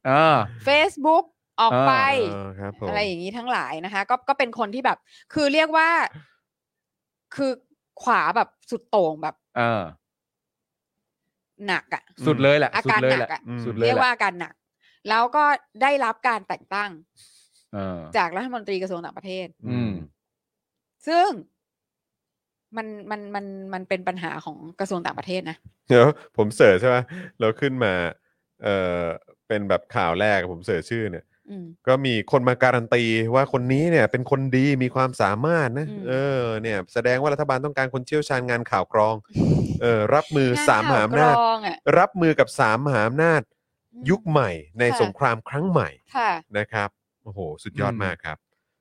Speaker 3: เออ
Speaker 1: À.
Speaker 4: Facebook ออกไป
Speaker 2: เออครับผม
Speaker 4: อะไรอย่างนี้ทั้งหลายนะคะ ก็ก็เป็นคนที่แบบ คือเรียกว่า คือขวาแบบสุดโต่งแบบ
Speaker 3: เออ
Speaker 1: À.
Speaker 4: หนักอะ
Speaker 3: สุดเลยแหละ
Speaker 4: อา
Speaker 3: สุ
Speaker 4: การ
Speaker 3: ดเลย
Speaker 4: ห
Speaker 3: แห
Speaker 4: นัก
Speaker 3: ละ
Speaker 4: อะ
Speaker 3: สุดเล
Speaker 4: เรี
Speaker 3: ย
Speaker 4: ยก
Speaker 3: แห
Speaker 4: ว่า
Speaker 3: ละ
Speaker 4: อาการหนัก แล้วก็ได้รับการแต่งตั้ง
Speaker 3: เออ
Speaker 4: จากรัฐมนตรีกระทรวงต่างประเทศ
Speaker 3: อืม
Speaker 4: ซึ่งมันมันมันมันเป็นปัญหาของกระทรวงต่างประเทศนะ
Speaker 2: เดี๋ยวผมเสิร์ชใช่ไหมเราขึ้นมาเออเป็นแบบข่าวแรกผมเสิร์ชชื่อเนี่ย
Speaker 4: อืม
Speaker 2: ก็มีคนมาการันตีว่าคนนี้เนี่ยเป็นคนดีมีความสามารถนะ
Speaker 4: อืม
Speaker 2: เออเนี่ย แสดงว่ารัฐบาลต้องการคนเชี่ยวชาญงานข่าวกรอง เออรับมือสามหาอำนาจ
Speaker 4: ข่วกรองอะ
Speaker 2: รับมือกับสามหาอำนาจ
Speaker 4: อืม
Speaker 2: ยุคใหม่ใน
Speaker 4: ค่ะ
Speaker 2: สงครามครั้งใหม่
Speaker 4: ค่ะ
Speaker 2: นะครับโอ้โห สุดยอด
Speaker 3: อืม
Speaker 2: มากครับ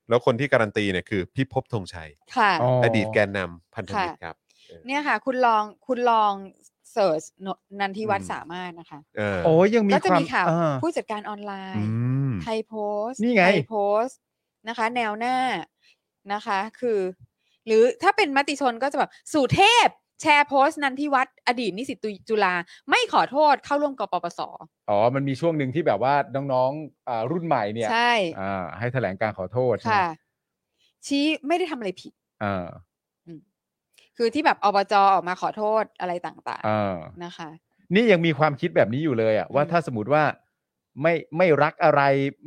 Speaker 2: แล้วคนที่การันตีเนี่ยคือพิภพธงชัย
Speaker 4: ค่ะ
Speaker 2: อดีตแกนนำพันธมิตรครับ
Speaker 4: เนี่ยค่ะ คุณลองคุณลองเสิร์ชนันทิวัฒ
Speaker 2: อื
Speaker 4: น์
Speaker 2: ม
Speaker 4: สามารถนะคะ
Speaker 2: เออ
Speaker 3: โอ้ยยังมี
Speaker 4: ก็จะ
Speaker 3: ความ
Speaker 4: มีข่าว
Speaker 3: เออ
Speaker 4: ผู้จัดการออนไล
Speaker 2: อื
Speaker 4: น์
Speaker 2: ม
Speaker 4: ไทยโพสต์
Speaker 3: นี่ไง
Speaker 4: ทยโพสต์นะคะ แนวหน้านะคะ คือ หรือถ้าเป็นมติชนก็จะแบบสุเทพ แชร์โพสต์นันทิวัฒน์อดีตนิสิตจุฬาไม่ขอโทษเข้าร่วมกปปส
Speaker 3: อ๋อ มันมีช่วงหนึ่งที่แบบว่าน้องๆอ่ารุ่นใหม่เนี่ย
Speaker 4: ใช่
Speaker 3: อ่า ให้แถลงการขอโทษใช่ไหม
Speaker 4: ค่ะ ชี้ไม่ได้ทำอะไรผิด
Speaker 3: เอ่า
Speaker 4: คือที่แบบอบจออกมาขอโทษอะไรต่าง
Speaker 3: อ่า
Speaker 4: ๆนะคะ
Speaker 3: นี่ยังมีความคิดแบบนี้อยู่เลยอะว่า
Speaker 4: อืม
Speaker 3: ถ้าสมมติว่า ไม่ไม่รักอะไร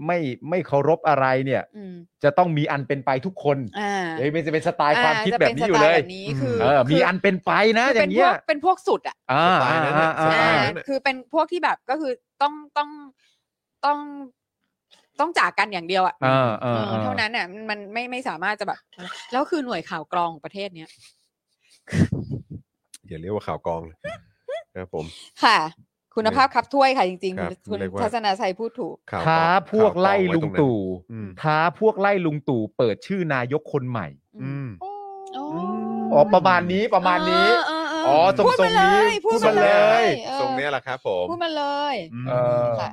Speaker 3: ไม่ไม่เคารพอะไรเนี่ย
Speaker 4: อืม
Speaker 3: จะต้องมีอันเป็นไปทุกคน
Speaker 4: อ่า
Speaker 3: เฮ้ยมันจะเป็นสไตล์ความ
Speaker 4: อ่า
Speaker 3: คิด
Speaker 4: จะ
Speaker 3: แบ
Speaker 4: เป็น
Speaker 3: บนี้อยู่เล
Speaker 4: สไต
Speaker 3: ย
Speaker 4: ล์แบบนี้คือ
Speaker 3: เออ
Speaker 4: คือ
Speaker 3: มีอันเป็นไปนะ
Speaker 4: คือ
Speaker 3: อย่า
Speaker 4: เป็
Speaker 3: น ง
Speaker 4: พ
Speaker 3: เงี้
Speaker 4: วย กเป็นพวกสุดอ่ะ
Speaker 3: อ่า
Speaker 2: สไตล์นั้นน่ะส
Speaker 3: อ่า
Speaker 2: ไตล์
Speaker 3: อ่า
Speaker 2: นั้
Speaker 4: อ่าน คือเป็นพวกที่แบบก็คือต้องต้องต้องต้องจากกันอย่างเดียวอ่ะ
Speaker 3: อ่าอ่า
Speaker 4: เออ
Speaker 3: อ่า
Speaker 4: เท่านั้นอ่ะมันมันไม่ไม่สามารถจะแบบ แล้วคือหน่วยข่าวกรองของประเทศเนี้ย
Speaker 2: อย่าเรียกว่าข่าวกองเลยนะครับผม
Speaker 4: ค่ะ คุณภาพครับถ้วยค่ะจริง
Speaker 2: ครับ
Speaker 4: ๆคุณ
Speaker 2: เรียกว่า
Speaker 4: ทัศนาชัยพูดถูก
Speaker 2: ข่าวกอง
Speaker 3: ท้าพวกไล่ลุงตู่
Speaker 2: ข่าวกองไว้ตรงนั้นอืม
Speaker 3: ท้าพวกไล่ลุงตู่เปิดชื่อนายกคนใหม่
Speaker 2: อืม
Speaker 4: อ๋อ
Speaker 3: อ๋อประมาณนี้ประมาณนี้
Speaker 4: เออเออ
Speaker 3: อ๋อ
Speaker 4: เออ
Speaker 3: ทรง
Speaker 4: พูด
Speaker 3: ทร
Speaker 4: มาง เล
Speaker 3: นี้
Speaker 4: ยพู
Speaker 3: พู
Speaker 4: ด
Speaker 3: ด
Speaker 4: มา
Speaker 3: มา
Speaker 4: เล
Speaker 3: เลย ย
Speaker 4: เออ
Speaker 2: ตรงเนี้ยแหละครับผม
Speaker 4: พูดมาเลย
Speaker 3: เออ
Speaker 4: ค่ะ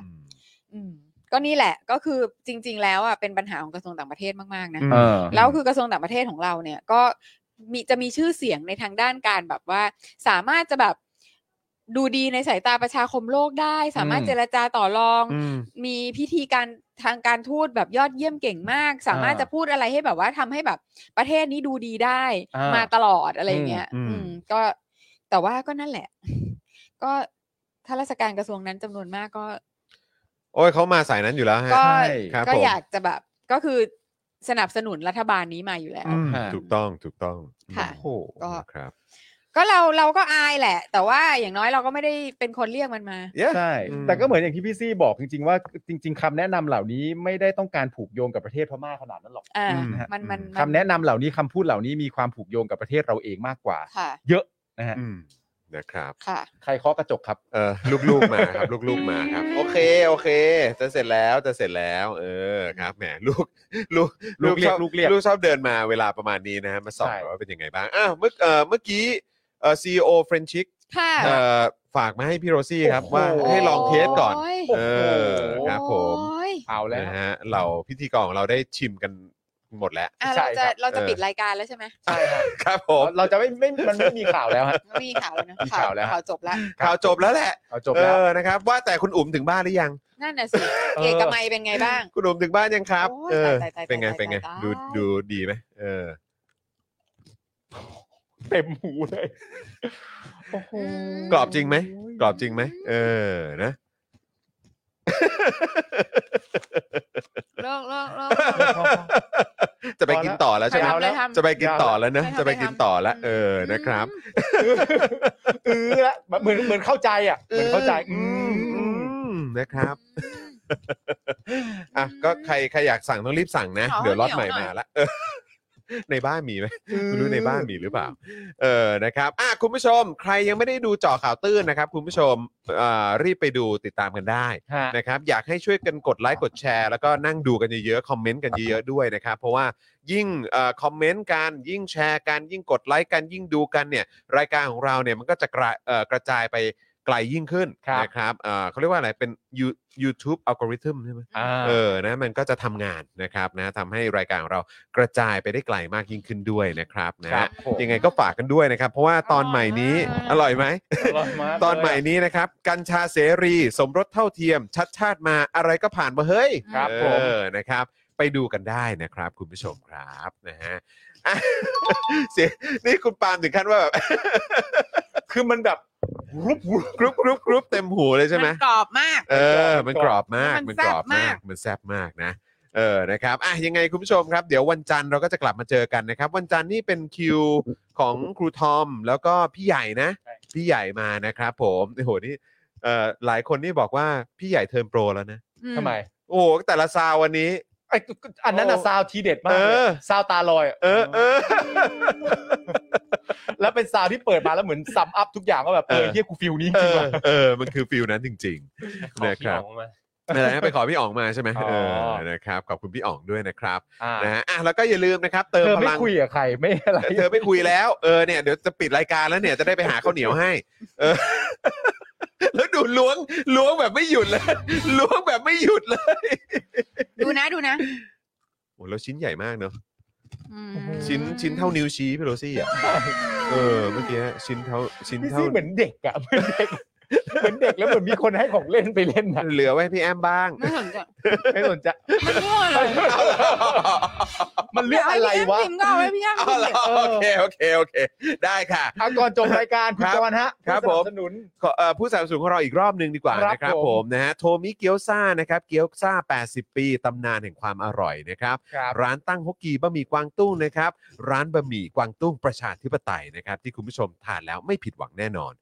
Speaker 4: อืมก็นี่แหละก็คือจริง ๆ แล้วอ่ะเป็นปัญหาของกระทรวงต่างประเทศมากๆนะ
Speaker 3: เออ
Speaker 4: แล้วคือกระทรวงต่างประเทศของเราเนี่ยก็มีจะมีชื่อเสียงในทางด้านการแบบว่า สามารถจะแบบดูดีในสายตาประชาคมโลกได้ สามารถ
Speaker 3: อืม
Speaker 4: เจรจาต่อรอง
Speaker 2: อืม
Speaker 4: มีพิธีการทางการทูตแบบยอดเยี่ยมเก่งมาก สามารถ
Speaker 3: อ่า
Speaker 4: จะพูดอะไรให้แบบว่าทำให้แบบประเทศนี้ดูดีได้
Speaker 3: อ่าม
Speaker 4: มาตลอดอะไรอย่างเงี้ย
Speaker 2: อืม
Speaker 4: อืม ก็แต่ว่าก็นั่นแหละ ก็ถ้าราชการกระทรวงนั้นจำนวนมากก็
Speaker 2: โอ้ยเขามาสายนั้นอยู่แล้วฮะ
Speaker 4: ก็
Speaker 3: ใช่
Speaker 2: ครับ
Speaker 4: ก็
Speaker 2: ผม
Speaker 4: อยากจะแบบก็คือสนับสนุนรัฐบาลนี้มาอยู่แล้ว
Speaker 2: อืม
Speaker 3: ค่ะ
Speaker 2: ถูกต้องถูกต้อง
Speaker 4: ค่ะ
Speaker 3: โอ้โห
Speaker 4: ก็
Speaker 2: ครับ
Speaker 4: ก็เราเราก็อายแหละ แต่ว่าอย่างน้อยเราก็ไม่ได้เป็นคนเรียกมันมา
Speaker 2: เย้
Speaker 3: ใช่
Speaker 2: อืม
Speaker 3: แต่ก็เหมือนอย่างที่พี่ซี่บอกจริง ๆ ว่าจริง ๆคำแนะนำเหล่านี้ไม่ได้ต้องการผูกโยงกับประเทศพม่าขนาดนั้นหรอก
Speaker 4: อ่า
Speaker 2: อืม
Speaker 4: มันมัน
Speaker 3: คำแนะนำเหล่านี้คำพูดเหล่านี้มีความผูกโยงกับประเทศเราเองมากกว่า
Speaker 4: ค่ะ
Speaker 3: เยอะนะฮะ
Speaker 2: อืมนะครับ
Speaker 4: ค่ะ
Speaker 3: ใครเคาะกระจกครับ
Speaker 2: เออลูกๆมาครับ ลูกๆมาครับ โอเคโอเค จะเสร็จแล้วจะเสร็จแล้ว เออครับแหมลูกลูก
Speaker 3: ลูกเรียก
Speaker 2: ชอบ
Speaker 3: ลูกเรียก
Speaker 2: ลูกชอบเดินมาเวลาประมาณนี้นะฮะมาสอบ
Speaker 3: ใช่
Speaker 2: ว่าเป็นยังไงบ้างอ้าวเมื่อเออเมื่อกี้เออซีโอเฟรนชิก
Speaker 4: ค่ะ
Speaker 2: เออฝากมาให้พี่โรซี่ครับ
Speaker 3: โอ้โห
Speaker 2: ว่าให้ลองเทสก่อน
Speaker 4: โย
Speaker 2: เออครับผม
Speaker 4: โอ้ย
Speaker 3: เอาแล้ว
Speaker 2: นะฮะเราพิธีกรของเราได้ชิมกันหมดแล้ว
Speaker 4: อ่ะ
Speaker 3: ใช่
Speaker 4: เราจะ
Speaker 3: ครับ
Speaker 4: เราจะ
Speaker 2: เออ
Speaker 4: ปิดรายการแล้วใช่ไหม
Speaker 3: ใช่ครับ
Speaker 2: ครับผม
Speaker 3: เราจะไม่ไม่มันไม่มีข่าวแล้วฮะ
Speaker 4: ไม่มีข่าวแล้วนะ
Speaker 3: มีข่าวแล้ว
Speaker 4: ข่าวจบแล้ว
Speaker 2: ข่าวจบแล้วแหละ
Speaker 3: เอาจบ
Speaker 2: เอ
Speaker 3: แล้ว
Speaker 2: อนะครับ ว่าแต่คุณอุ๋มถึงบ้านหรือยัง
Speaker 4: นั่นน่ะสิ
Speaker 3: เออ
Speaker 4: เอกมัยเป็นไงบ้าง
Speaker 2: คุณอุ๋มถึงบ้านยังครับ
Speaker 4: โอ้ย
Speaker 2: เออ
Speaker 4: ตายตายตาย
Speaker 2: เป็นไง
Speaker 4: ตาย
Speaker 2: เป็นไง
Speaker 4: ตาย
Speaker 2: ดูดูดีไหมเออ
Speaker 3: เต็มหูเลยโอ้โห
Speaker 2: กรอบจริงไหม กรอบจริงไหมเออนะ
Speaker 4: เลิกเลิกเลิก
Speaker 2: จะไปกินต่อแล้วใช่ไหม
Speaker 4: ไปทำไปทำ
Speaker 2: จะไปกินต่อแล้วนะ
Speaker 4: ไปทำ
Speaker 2: จะไปกินต่อแล้ว
Speaker 4: ไปทำ
Speaker 2: เออนะครับ
Speaker 3: เออละเหมือนเหมือนเข้าใจอ่ะเหมือนเข้าใจ
Speaker 2: อื
Speaker 3: อื
Speaker 2: ม
Speaker 3: ม
Speaker 2: อื
Speaker 3: อืม
Speaker 2: มนะครับ
Speaker 4: อืม
Speaker 2: อ่ะก็ใครใครอยากสั่งต้องรีบสั่งนะ
Speaker 4: ขอ
Speaker 2: เดี๋ยวล็อตใหม่
Speaker 4: เหนียวหน่
Speaker 2: มา
Speaker 4: อย
Speaker 2: ละเออในบ้านมีไหม ไม่รู้ในบ้านมีหรือเปล่า เออ นะครับ อ่ะคุณผู้ชม ใครยังไม่ได้ดูเจาะข่าวตื้นนะครับ คุณผู้ชมอ่ารีบไปดูติดตามกันได้
Speaker 3: ฮะ
Speaker 2: นะครับ อยากให้ช่วยกันกดไลค์ กดแชร์ แล้วก็นั่งดูกันเยอะๆ คอมเมนต์กันเยอะๆ ด้วยนะครับ เพราะว่ายิ่งเอ่อคอมเมนต์กัน ยิ่งแชร์กัน ยิ่งกดไลค์กัน ยิ่งดูกันเนี่ย รายการของเราเนี่ย มันก็จะกระเอ่อกระจายไปไกลยิ่งขึ้น
Speaker 3: ครับ
Speaker 2: นะครับเอ่อเขาเรียกว่าอะไร เป็น You- YouTube algorithm ใช่ไหม
Speaker 3: อ่า
Speaker 2: เออ นะ มันก็จะทำงานนะครับนะทำให้รายการของเรากระจายไปได้ไกลมากยิ่งขึ้นด้วยนะครับนะ
Speaker 3: ครั
Speaker 2: ฮะ
Speaker 3: บผม
Speaker 2: ยังไงก็ฝากกันด้วยนะครับ เพราะว่าตอนใหม่นี้ อ
Speaker 4: อร่
Speaker 2: ร่อ
Speaker 4: อย ย
Speaker 2: ไหม
Speaker 4: มา
Speaker 3: ร่
Speaker 4: ก
Speaker 3: ยาก
Speaker 2: ตอนใหม่นี้นะครับ กัญชาเสรี สมรสเท่าเทียม ชัดชาติมาอะไรก็ผ่านมาเฮ้ย
Speaker 3: ครับ
Speaker 2: เอ
Speaker 3: ผม
Speaker 2: อนะครับ ไปดูกันได้นะครับ คุณผู้ชมครับนะ ฮะอ่ะเสียงนี่คุณปาล์มถึงขั้นว่าแบบ
Speaker 3: คือมันแบบรุบรุบ
Speaker 2: กรุบกรุบกรุบเต็มหูเลยใช่ไหม
Speaker 4: นกรอบมาก
Speaker 2: เออ มันกรอบมาก
Speaker 4: มั
Speaker 2: มัน
Speaker 4: น
Speaker 2: ก
Speaker 4: ก
Speaker 2: ร
Speaker 4: ร
Speaker 2: อ
Speaker 4: อ
Speaker 2: บบ มาม
Speaker 4: าก ก
Speaker 2: มันแซ่บมากนะ เออ นะครับ อ่ะ ยังไงคุณผู้ชมครับ เดี๋ยววันจันทร์เราก็จะกลับมาเจอกันนะครับ วันจันทร์นี่เป็นคิวของครูทอม แล้วก็พี่ใหญ่นะ
Speaker 5: ใช่
Speaker 2: พี่ใหญ่มานะครับผม โอ้โห นี่ เอ่อ หลายคนนี่บอกว่าพี่ใหญ่เทิร์นโปรแล้วนะ
Speaker 4: อืม
Speaker 3: ทำไม
Speaker 2: โอ้โห แต่ละซาววันนี้
Speaker 3: ไอ้ตุ๊กอันนั้นอะ
Speaker 2: โอ้
Speaker 3: ซาวทีเด็ดมาก
Speaker 2: เอ
Speaker 3: เลย
Speaker 2: อ
Speaker 3: ซาวตาลอยะ
Speaker 2: เออ เออ
Speaker 3: แล้วเป็นซาวที่เปิดมาแล้วเหมือนซัมอัพทุกอย่างว่าแบบเอ
Speaker 2: เอ
Speaker 3: อ
Speaker 2: อ
Speaker 3: เฮียกูฟิลนี้จ
Speaker 2: เอ
Speaker 3: ริง
Speaker 2: อ
Speaker 3: ว่ะ
Speaker 2: เออ มันคือฟิลนั้นจริง
Speaker 5: ขอ
Speaker 2: นะครับ
Speaker 5: พี่อ๋องมา
Speaker 2: ๆอะไรนะไปขอพี่อ๋องมาใช่ไหม
Speaker 3: อ๋อ
Speaker 2: เออ นะครับ ขอบคุณพี่อ๋องด้วยนะครับ
Speaker 3: อ่า
Speaker 2: นะฮะ อ่ะ แล้วก็อย่าลืมนะครับ เติม
Speaker 3: เธอ
Speaker 2: พ
Speaker 3: ไม่
Speaker 2: ลัง
Speaker 3: คุยกับใครไม่อะไร
Speaker 2: เธอไม่คุยแล้ว เออเนี่ยเดี๋ยวจะปิดรายการแล้วเนี่ยจะได้ไปหาข้าวเหนียวให้ เออ แล้วดูล้วงล้วงแบบไม่หยุดเลยล้วงแบบไม่หยุดเลย
Speaker 4: ดูนะดูนะ
Speaker 2: โอ้แล้วชิ้นใหญ่มากเนอะ
Speaker 4: อืม
Speaker 2: ชิ้นชิ้นเท่านิ้วชี้พี่โรซี่อ่ะเออเมื่อกี้ชิ้นเท่าชิ้น
Speaker 3: พี่
Speaker 2: เท่า
Speaker 3: ซี่เหมือนเด็กอะเหมือนเด็กเหมือนเด็กแล้วเหมือนมีคนให้ของเล่นไปเล่นนะ
Speaker 2: เหลือไว้ให้พี่แอมบ้าง
Speaker 4: ไม่สนใจ
Speaker 3: ไม่สนใจ
Speaker 4: มันมั่วเลย
Speaker 2: เอาเหรอ
Speaker 3: มัน เรื่องอะไรวะ
Speaker 4: เดี๋ยพี่แอมพิมพ์ก็เอาไว้พี่แอม
Speaker 2: อ๋
Speaker 4: พิ
Speaker 2: อ
Speaker 4: มพ์
Speaker 2: เหร
Speaker 4: เดี๋ยว
Speaker 2: อโอเคโอเคโอเค ได้ค่ะ
Speaker 3: อ่ะก่อนจบรายการคุณ
Speaker 2: ครับ
Speaker 3: จอนฮะ
Speaker 2: ครับผม
Speaker 3: ผู้สนัสนุน
Speaker 2: ขอเอ่อผู้สนับสนุนของเราอีกรอบหนึ่งดีกว่า
Speaker 3: ครับ
Speaker 2: นะครับ
Speaker 3: ผ
Speaker 2: ผม มนะฮะโทมิเกียวซ่านะครับเกียวซ่า 80 ปีตำนานแห่งความอร่อยนะครับ
Speaker 3: ครับ
Speaker 2: ร้านตั้งฮกกีบะหมี่กวางตุ้งนะครับ ร้านบะหมี่กวางตุ้งประชาธิปไตยนะครับ ที่คุณผู้ชมทานแล้วไม่ผิดหวังแน่นอน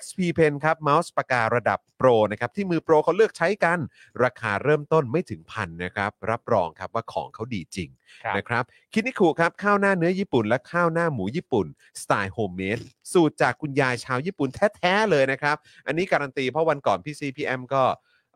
Speaker 2: XP Pen ครับเมาส์ปากการะดับโปรนะครับ ที่มือโปรเขาเลือกใช้กัน ราคาเริ่มต้นไม่ถึงพันนะครับ รับรองครับว่าของเขาดีจริง
Speaker 3: ครับ
Speaker 2: นะครับคินิคุครับ ข้าวหน้าเนื้อญี่ปุ่น และข้าวหน้าหมูญี่ปุ่น สไตล์โฮมเมดสูตรจากคุณยายชาวญี่ปุ่นแท้ๆเลยนะครับ อันนี้การันตีเพราะวันก่อนพี่ซีพีแอมก็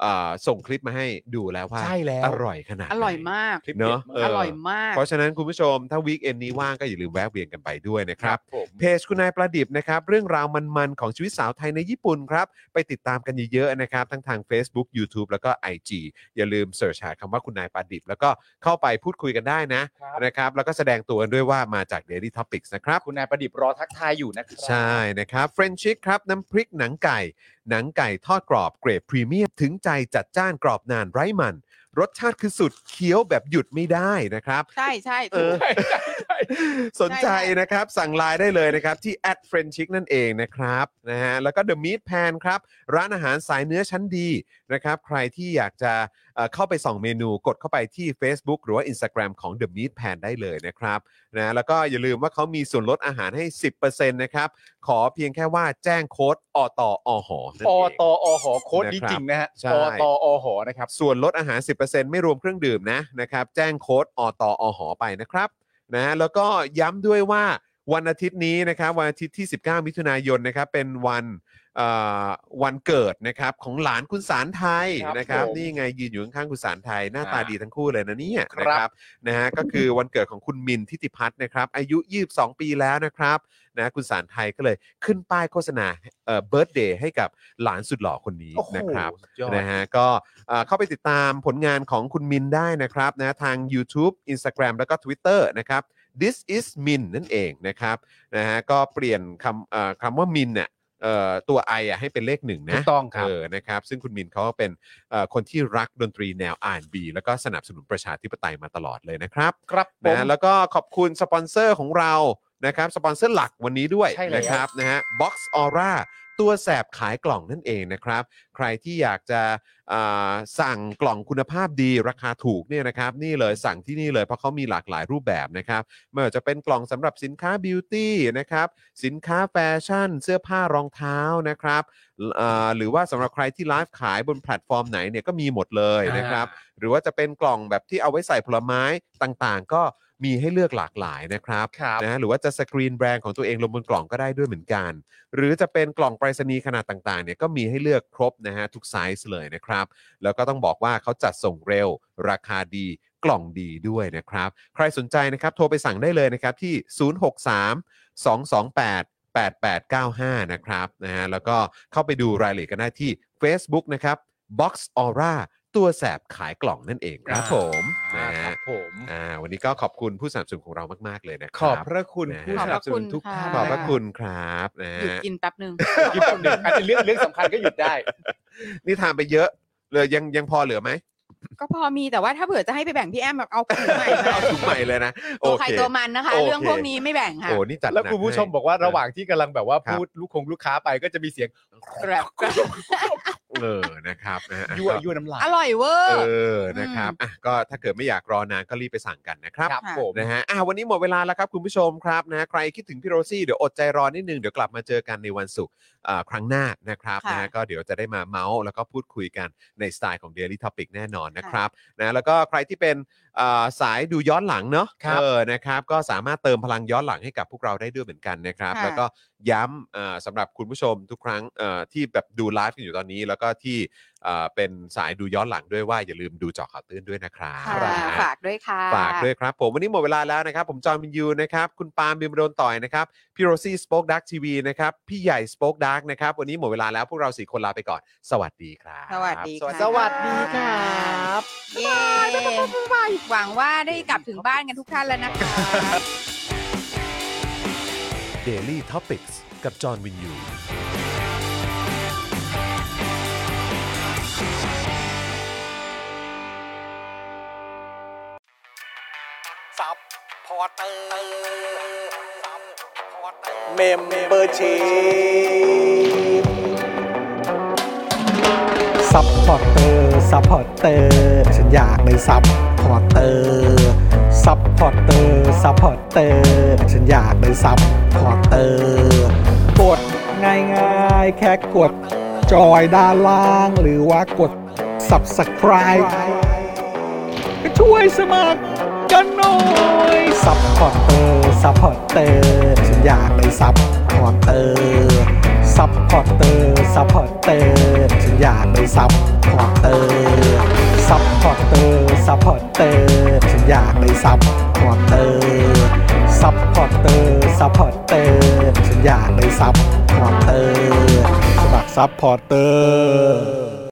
Speaker 2: เอ่อส่งคลิปมาให้ดูแล้วว่า
Speaker 3: ใช่แล้ว
Speaker 2: อร่อยขนาดไหน
Speaker 4: อร่อยมาก
Speaker 3: คลิป
Speaker 2: เน
Speaker 3: เด็ด
Speaker 2: อะ
Speaker 3: มาก
Speaker 2: เออ
Speaker 4: อ
Speaker 2: อ
Speaker 4: ร่อยมาก
Speaker 2: เพราะฉะนั้นคุณผู้ชมถ้าวีคเอนนี้ว่างก็อย่าลืมแวะเวียนกันไปด้วยนะครับ
Speaker 3: ผม
Speaker 2: เพจคุณนายประดิบนะครับ เรื่องราวมันๆ ของชีวิตสาวไทยในญี่ปุ่นครับ ไปติดตามกันเยอะๆนะครับ ทั้งทาง Facebook YouTube แล้วก็ IG อย่าลืมเสิร์ชหาคำว่าคุณนายประดิบ แล้วก็เข้าไปพูดคุยกันได้นะครับ นะครับ แล้วก็แสดงตัวกันด้วยว่ามาจาก Daily Topics นะครับ
Speaker 3: คุณนายประดิษฐ์รอทักทายอยู่นะครับ
Speaker 2: ใช่นะครับเฟรนชิกครับ น้ำพริกหนังไก่ หนังไก่ทอดกรอบเกรดพรีเมียม ถึงใจจัดจ้านกรอบนานไร้มัน รสชาติคือสุดเคี้ยวแบบหยุดไม่ได้นะครับ
Speaker 4: ใช่ใช่
Speaker 2: เอ
Speaker 4: ถู
Speaker 2: อ
Speaker 4: ก
Speaker 2: สนใจนะครับ สั่งไลน์ได้เลยนะครับ ที่ at f r e n c h i c นั่นเองนะครับนะฮะแล้วก็ The Meat Pan ครับ ร้านอาหารสายเนื้อชั้นดีนะครับ ใครที่อยากจะเอ่อเข้าไปส่องเมนูกดเข้าไปที่ Facebook หรือว่า Instagram ของ The Meat Pan ได้เลยนะครับนะแล้วก็อย่าลืมว่าเขามีส่วนลดอาหารให้ 10%นะครับ ขอเพียงแค่ว่าแจ้งโค้ดอตออหอนั่น
Speaker 3: อ
Speaker 2: เอง
Speaker 3: ตออหอโค้ดนี้จริงนะฮะ
Speaker 2: ใช่
Speaker 3: อตออหอนะครับ
Speaker 2: ส่วนลดอาหาร 10%ไม่รวมเครื่องดื่มนะนะครับ แจ้งโค้ดอตออหอไปนะครับนะแล้วก็ย้ำด้วยว่าวันอาทิตย์นี้นะครับวันอาทิตย์ที่ 19 มิถุนายนนะครับเป็นวันเอ่อวันเกิดนะครับของหลานคุณสารไทย
Speaker 3: ครับ
Speaker 2: นะครับ
Speaker 3: ผม
Speaker 2: นี่ไงยืนอยู่ข้างๆคุณสารไทย หน้าตา
Speaker 3: อ่า
Speaker 2: ดีทั้งคู่เลยนะเนี่ย
Speaker 3: ครับ
Speaker 2: นะครับนะฮะก็คือวันเกิดของคุณมินทิติพัฒน์นะครับอายุ 22 ปีแล้วนะครับนะคุณสารไทยก็เลยขึ้นป้ายโฆษณาเอ่อเบิร์ตเดย์ให้กับหลานสุดหล่อคนนี้
Speaker 3: โอ้โห
Speaker 2: นะครับ
Speaker 3: สุดยอด
Speaker 2: นะฮะก็เอ่อเข้าไปติดตามผลงานของคุณมินได้นะครับนะทาง YouTube Instagram แล้วก็ Twitter นะครับ this is min นั่นเองนะครับนะฮะก็เปลี่ยนคำเอ่อคำว่ามินเนี่ยเอ่อตัว I อ่ะให้เป็นเลขหนึ่ง
Speaker 3: ถู
Speaker 2: นะ
Speaker 3: กต้องครับ
Speaker 2: เออนะครับซึ่งคุณมินเขาก็เป็นเอ่อคนที่รักดนตรีแนว R&B แล้วก็สนับสนุนประชาธิปไตยมาตลอดเลยนะครับ
Speaker 3: ครับผม
Speaker 2: นะแล้วก็ขอบคุณสปอนเซอร์ของเรานะครับสปอนเซอร์หลักวันนี้ด้วย
Speaker 3: ใช่แล้ว
Speaker 2: นะครับนะฮะ Box Aura ตัวแสบขายกล่องนั่นเองนะครับ ใครที่อยากจะอ่าสั่งกล่องคุณภาพดีราคาถูกเนี่ยนะครับ นี่เลยสั่งที่นี่เลยเพราะเขามีหลากหลายรูปแบบนะครับไม่ว่าจะเป็นกล่องสำหรับสินค้าบิวตี้นะครับ สินค้าแฟชั่น เสื้อผ้ารองเท้านะครับอ่าหรือว่าสำหรับใครที่ไลฟ์ขายบนแพลตฟอร์มไหนเนี่ยก็มีหมดเลยนะครับ หรือว่าจะเป็นกล่องแบบที่เอาไว้ใส่ผลไม้ต่างๆ ก็มีให้เลือกหลากหลายนะครับ
Speaker 3: ครับ
Speaker 2: นะหรือว่าจะสกรีนแบรนด์ของตัวเองลงบนกล่องก็ได้ด้วยเหมือนกัน หรือจะเป็นกล่องไปรษณีย์ขนาดต่างๆเนี่ยก็มีให้เลือกครบนะฮะทุกไซส์เลยนะครับ แล้วก็ต้องบอกว่าเขาจัดส่งเร็ว ราคาดีกล่องดีด้วยนะครับ ใครสนใจนะครับโทรไปสั่งได้เลยนะครับที่ 063 228 8895 นะครับนะฮะแล้วก็เข้าไปดูรายละเอียดกันได้ที่ Facebook นะครับ Box Aura ตัวแสบขายกล่องนั่นเองครับผม
Speaker 3: อ่า
Speaker 2: นะครับ ฮะ
Speaker 3: ผม
Speaker 2: อ่าวันนี้ก็ขอบคุณผู้สนับสนุนของเรามาก ๆ เลยนะค
Speaker 3: ข
Speaker 2: รั
Speaker 3: อ
Speaker 2: บบ
Speaker 3: พระคุณผู้สนับสนุนทุกท่าน
Speaker 2: ขอบพ
Speaker 4: ขอบพ
Speaker 2: ระ
Speaker 4: ระคุ
Speaker 2: คุณ ณครับนะ
Speaker 4: หยุด
Speaker 2: ฮะ
Speaker 4: กินแป๊บหนึ่ง
Speaker 3: หยุดหนึ่งอันนี้เรื่องเรื่องสำคัญก็หยุดได้
Speaker 2: นี่ทานไปเยอะเลยยังยังพอเหลือไหม
Speaker 4: ก็พอมีแต่ว่าถ้าเผื่อจะให้ไปแบ่งพี่แอมแบบเอาถุงใหม่มา
Speaker 2: เอาถุงใหม่เลยนะ โอ
Speaker 4: ตัวใคร
Speaker 2: เค
Speaker 4: ตัวมันนะคะ
Speaker 2: โอเค
Speaker 4: เรื่องพวกนี้ไม่แบ่งค่ะ
Speaker 2: โอ้นี่จัดหนั
Speaker 3: แล้วคุณผู้ชม
Speaker 2: ให้
Speaker 3: บอกว่าระหว่างที่กำลังแบบว่า
Speaker 2: ครับ
Speaker 3: พูดลูกคงลูกค้าไปก็จะมีเสียง
Speaker 4: แกรบแกรบ
Speaker 2: เออนะครับนะฮะ
Speaker 3: ยั่วยั่วน้ำลาย
Speaker 4: อร่อยเวอ
Speaker 2: เอ
Speaker 4: ร์
Speaker 2: อนะครับอ่ะก็ถ้าเกิดไม่อยากรอนานก็รีบไปสั่งกันนะครับ
Speaker 3: ครับ
Speaker 4: ค่ะ
Speaker 3: ผม
Speaker 2: นะฮะอ่ะวันนี้หมดเวลาแล้วครับคุณผู้ชมครับนะฮะใครคิดถึงพี่โรซี่เดี๋ยวอดใจรอนิดนึงเดี๋ยวกลับมาเจอกันในวันศุกร์อ่าครั้งหน้านะครับ
Speaker 4: ค่ะ
Speaker 2: นะฮะก็เดี๋ยวจะได้มาเมาส์แล้วก็พูดคุยกันในสไตล์ของ Daily Topic แน่นอนนะครับนะแล้วก็ใครที่เป็น อ่าสายดูย้อนหลังเนาะ
Speaker 3: ครับ
Speaker 2: เออนะครับก็สามารถเติมพลังย้อนหลังให้กับพวกเราได้ด้วยเหมือนกันนะครับ
Speaker 4: ค่ะ
Speaker 2: แล้วก็ย้ำเอ่อสำหรับคุณผู้ชมทุกครั้งเอ่อที่แบบดูไลฟ์กันอยู่ตอนนี้ แล้วก็ที่เอ่อเป็นสายดูย้อนหลังด้วยว่าอย่าลืมดูเจอข่าวตื้นด้วยนะครับ
Speaker 4: ค่ะ
Speaker 2: นะฮะ
Speaker 4: ฝากด้วยค่ะ
Speaker 2: ฝากด้วยครับ ผมวันนี้หมดเวลาแล้วนะครับ ผมจอห์นวินยูนะครับ คุณปาล์มบิมโดนต่อยนะครับพี่โรซี่สป็อคดักทีวีนะครับพี่ใหญ่สป็อคดักนะครับวันนี้หมดเวลาแล้วพวกเราสี่คนลาไปก่อน สวัสดีครับ
Speaker 4: สวัสดีค่ะ
Speaker 3: สวัสดีครับ
Speaker 4: เย้หวังว่าได้กลับถึงบ้านกันทุกท่านแล้วนะคะ
Speaker 1: Daily Topics กับจอห์นวินยู
Speaker 6: สับพ พอร์เตอร์ซัพพอร์เตอร์
Speaker 7: เมมเบอร์ชีพซัพพอร์เตอร์ซัพพอร์เตอร์ฉันอยากเป็นซัพพอร์เตอร์ซัพพอร์เตอร์ซัพพอร์เตอร์ฉันอยากเป็นซัพพอร์เตอร์กดง่ายๆ แค่กดจอยด้านล่าง หรือว่ากด subscribe ก็ช่วยสมัคร กันหน่อยซัพพอร์เตอร์ซัพพอร์เตอร์ฉันอยากเป็นซัพพอร์เตอร์ซัพพอร์เตอร์ซัพพอร์เตอร์ฉันอยากเป็นซัพพอร์เตอร์ซัพพอร์เตอร์ซัพพอร์เตอร์ฉันอยากเป็นซัพพอร์เตอร์ซัพพอร์เตอร์ซัพพอร์เตอร์ฉันอยากเป็นซัพพอร์เตอร์สมัครซัพพอร์เตอร์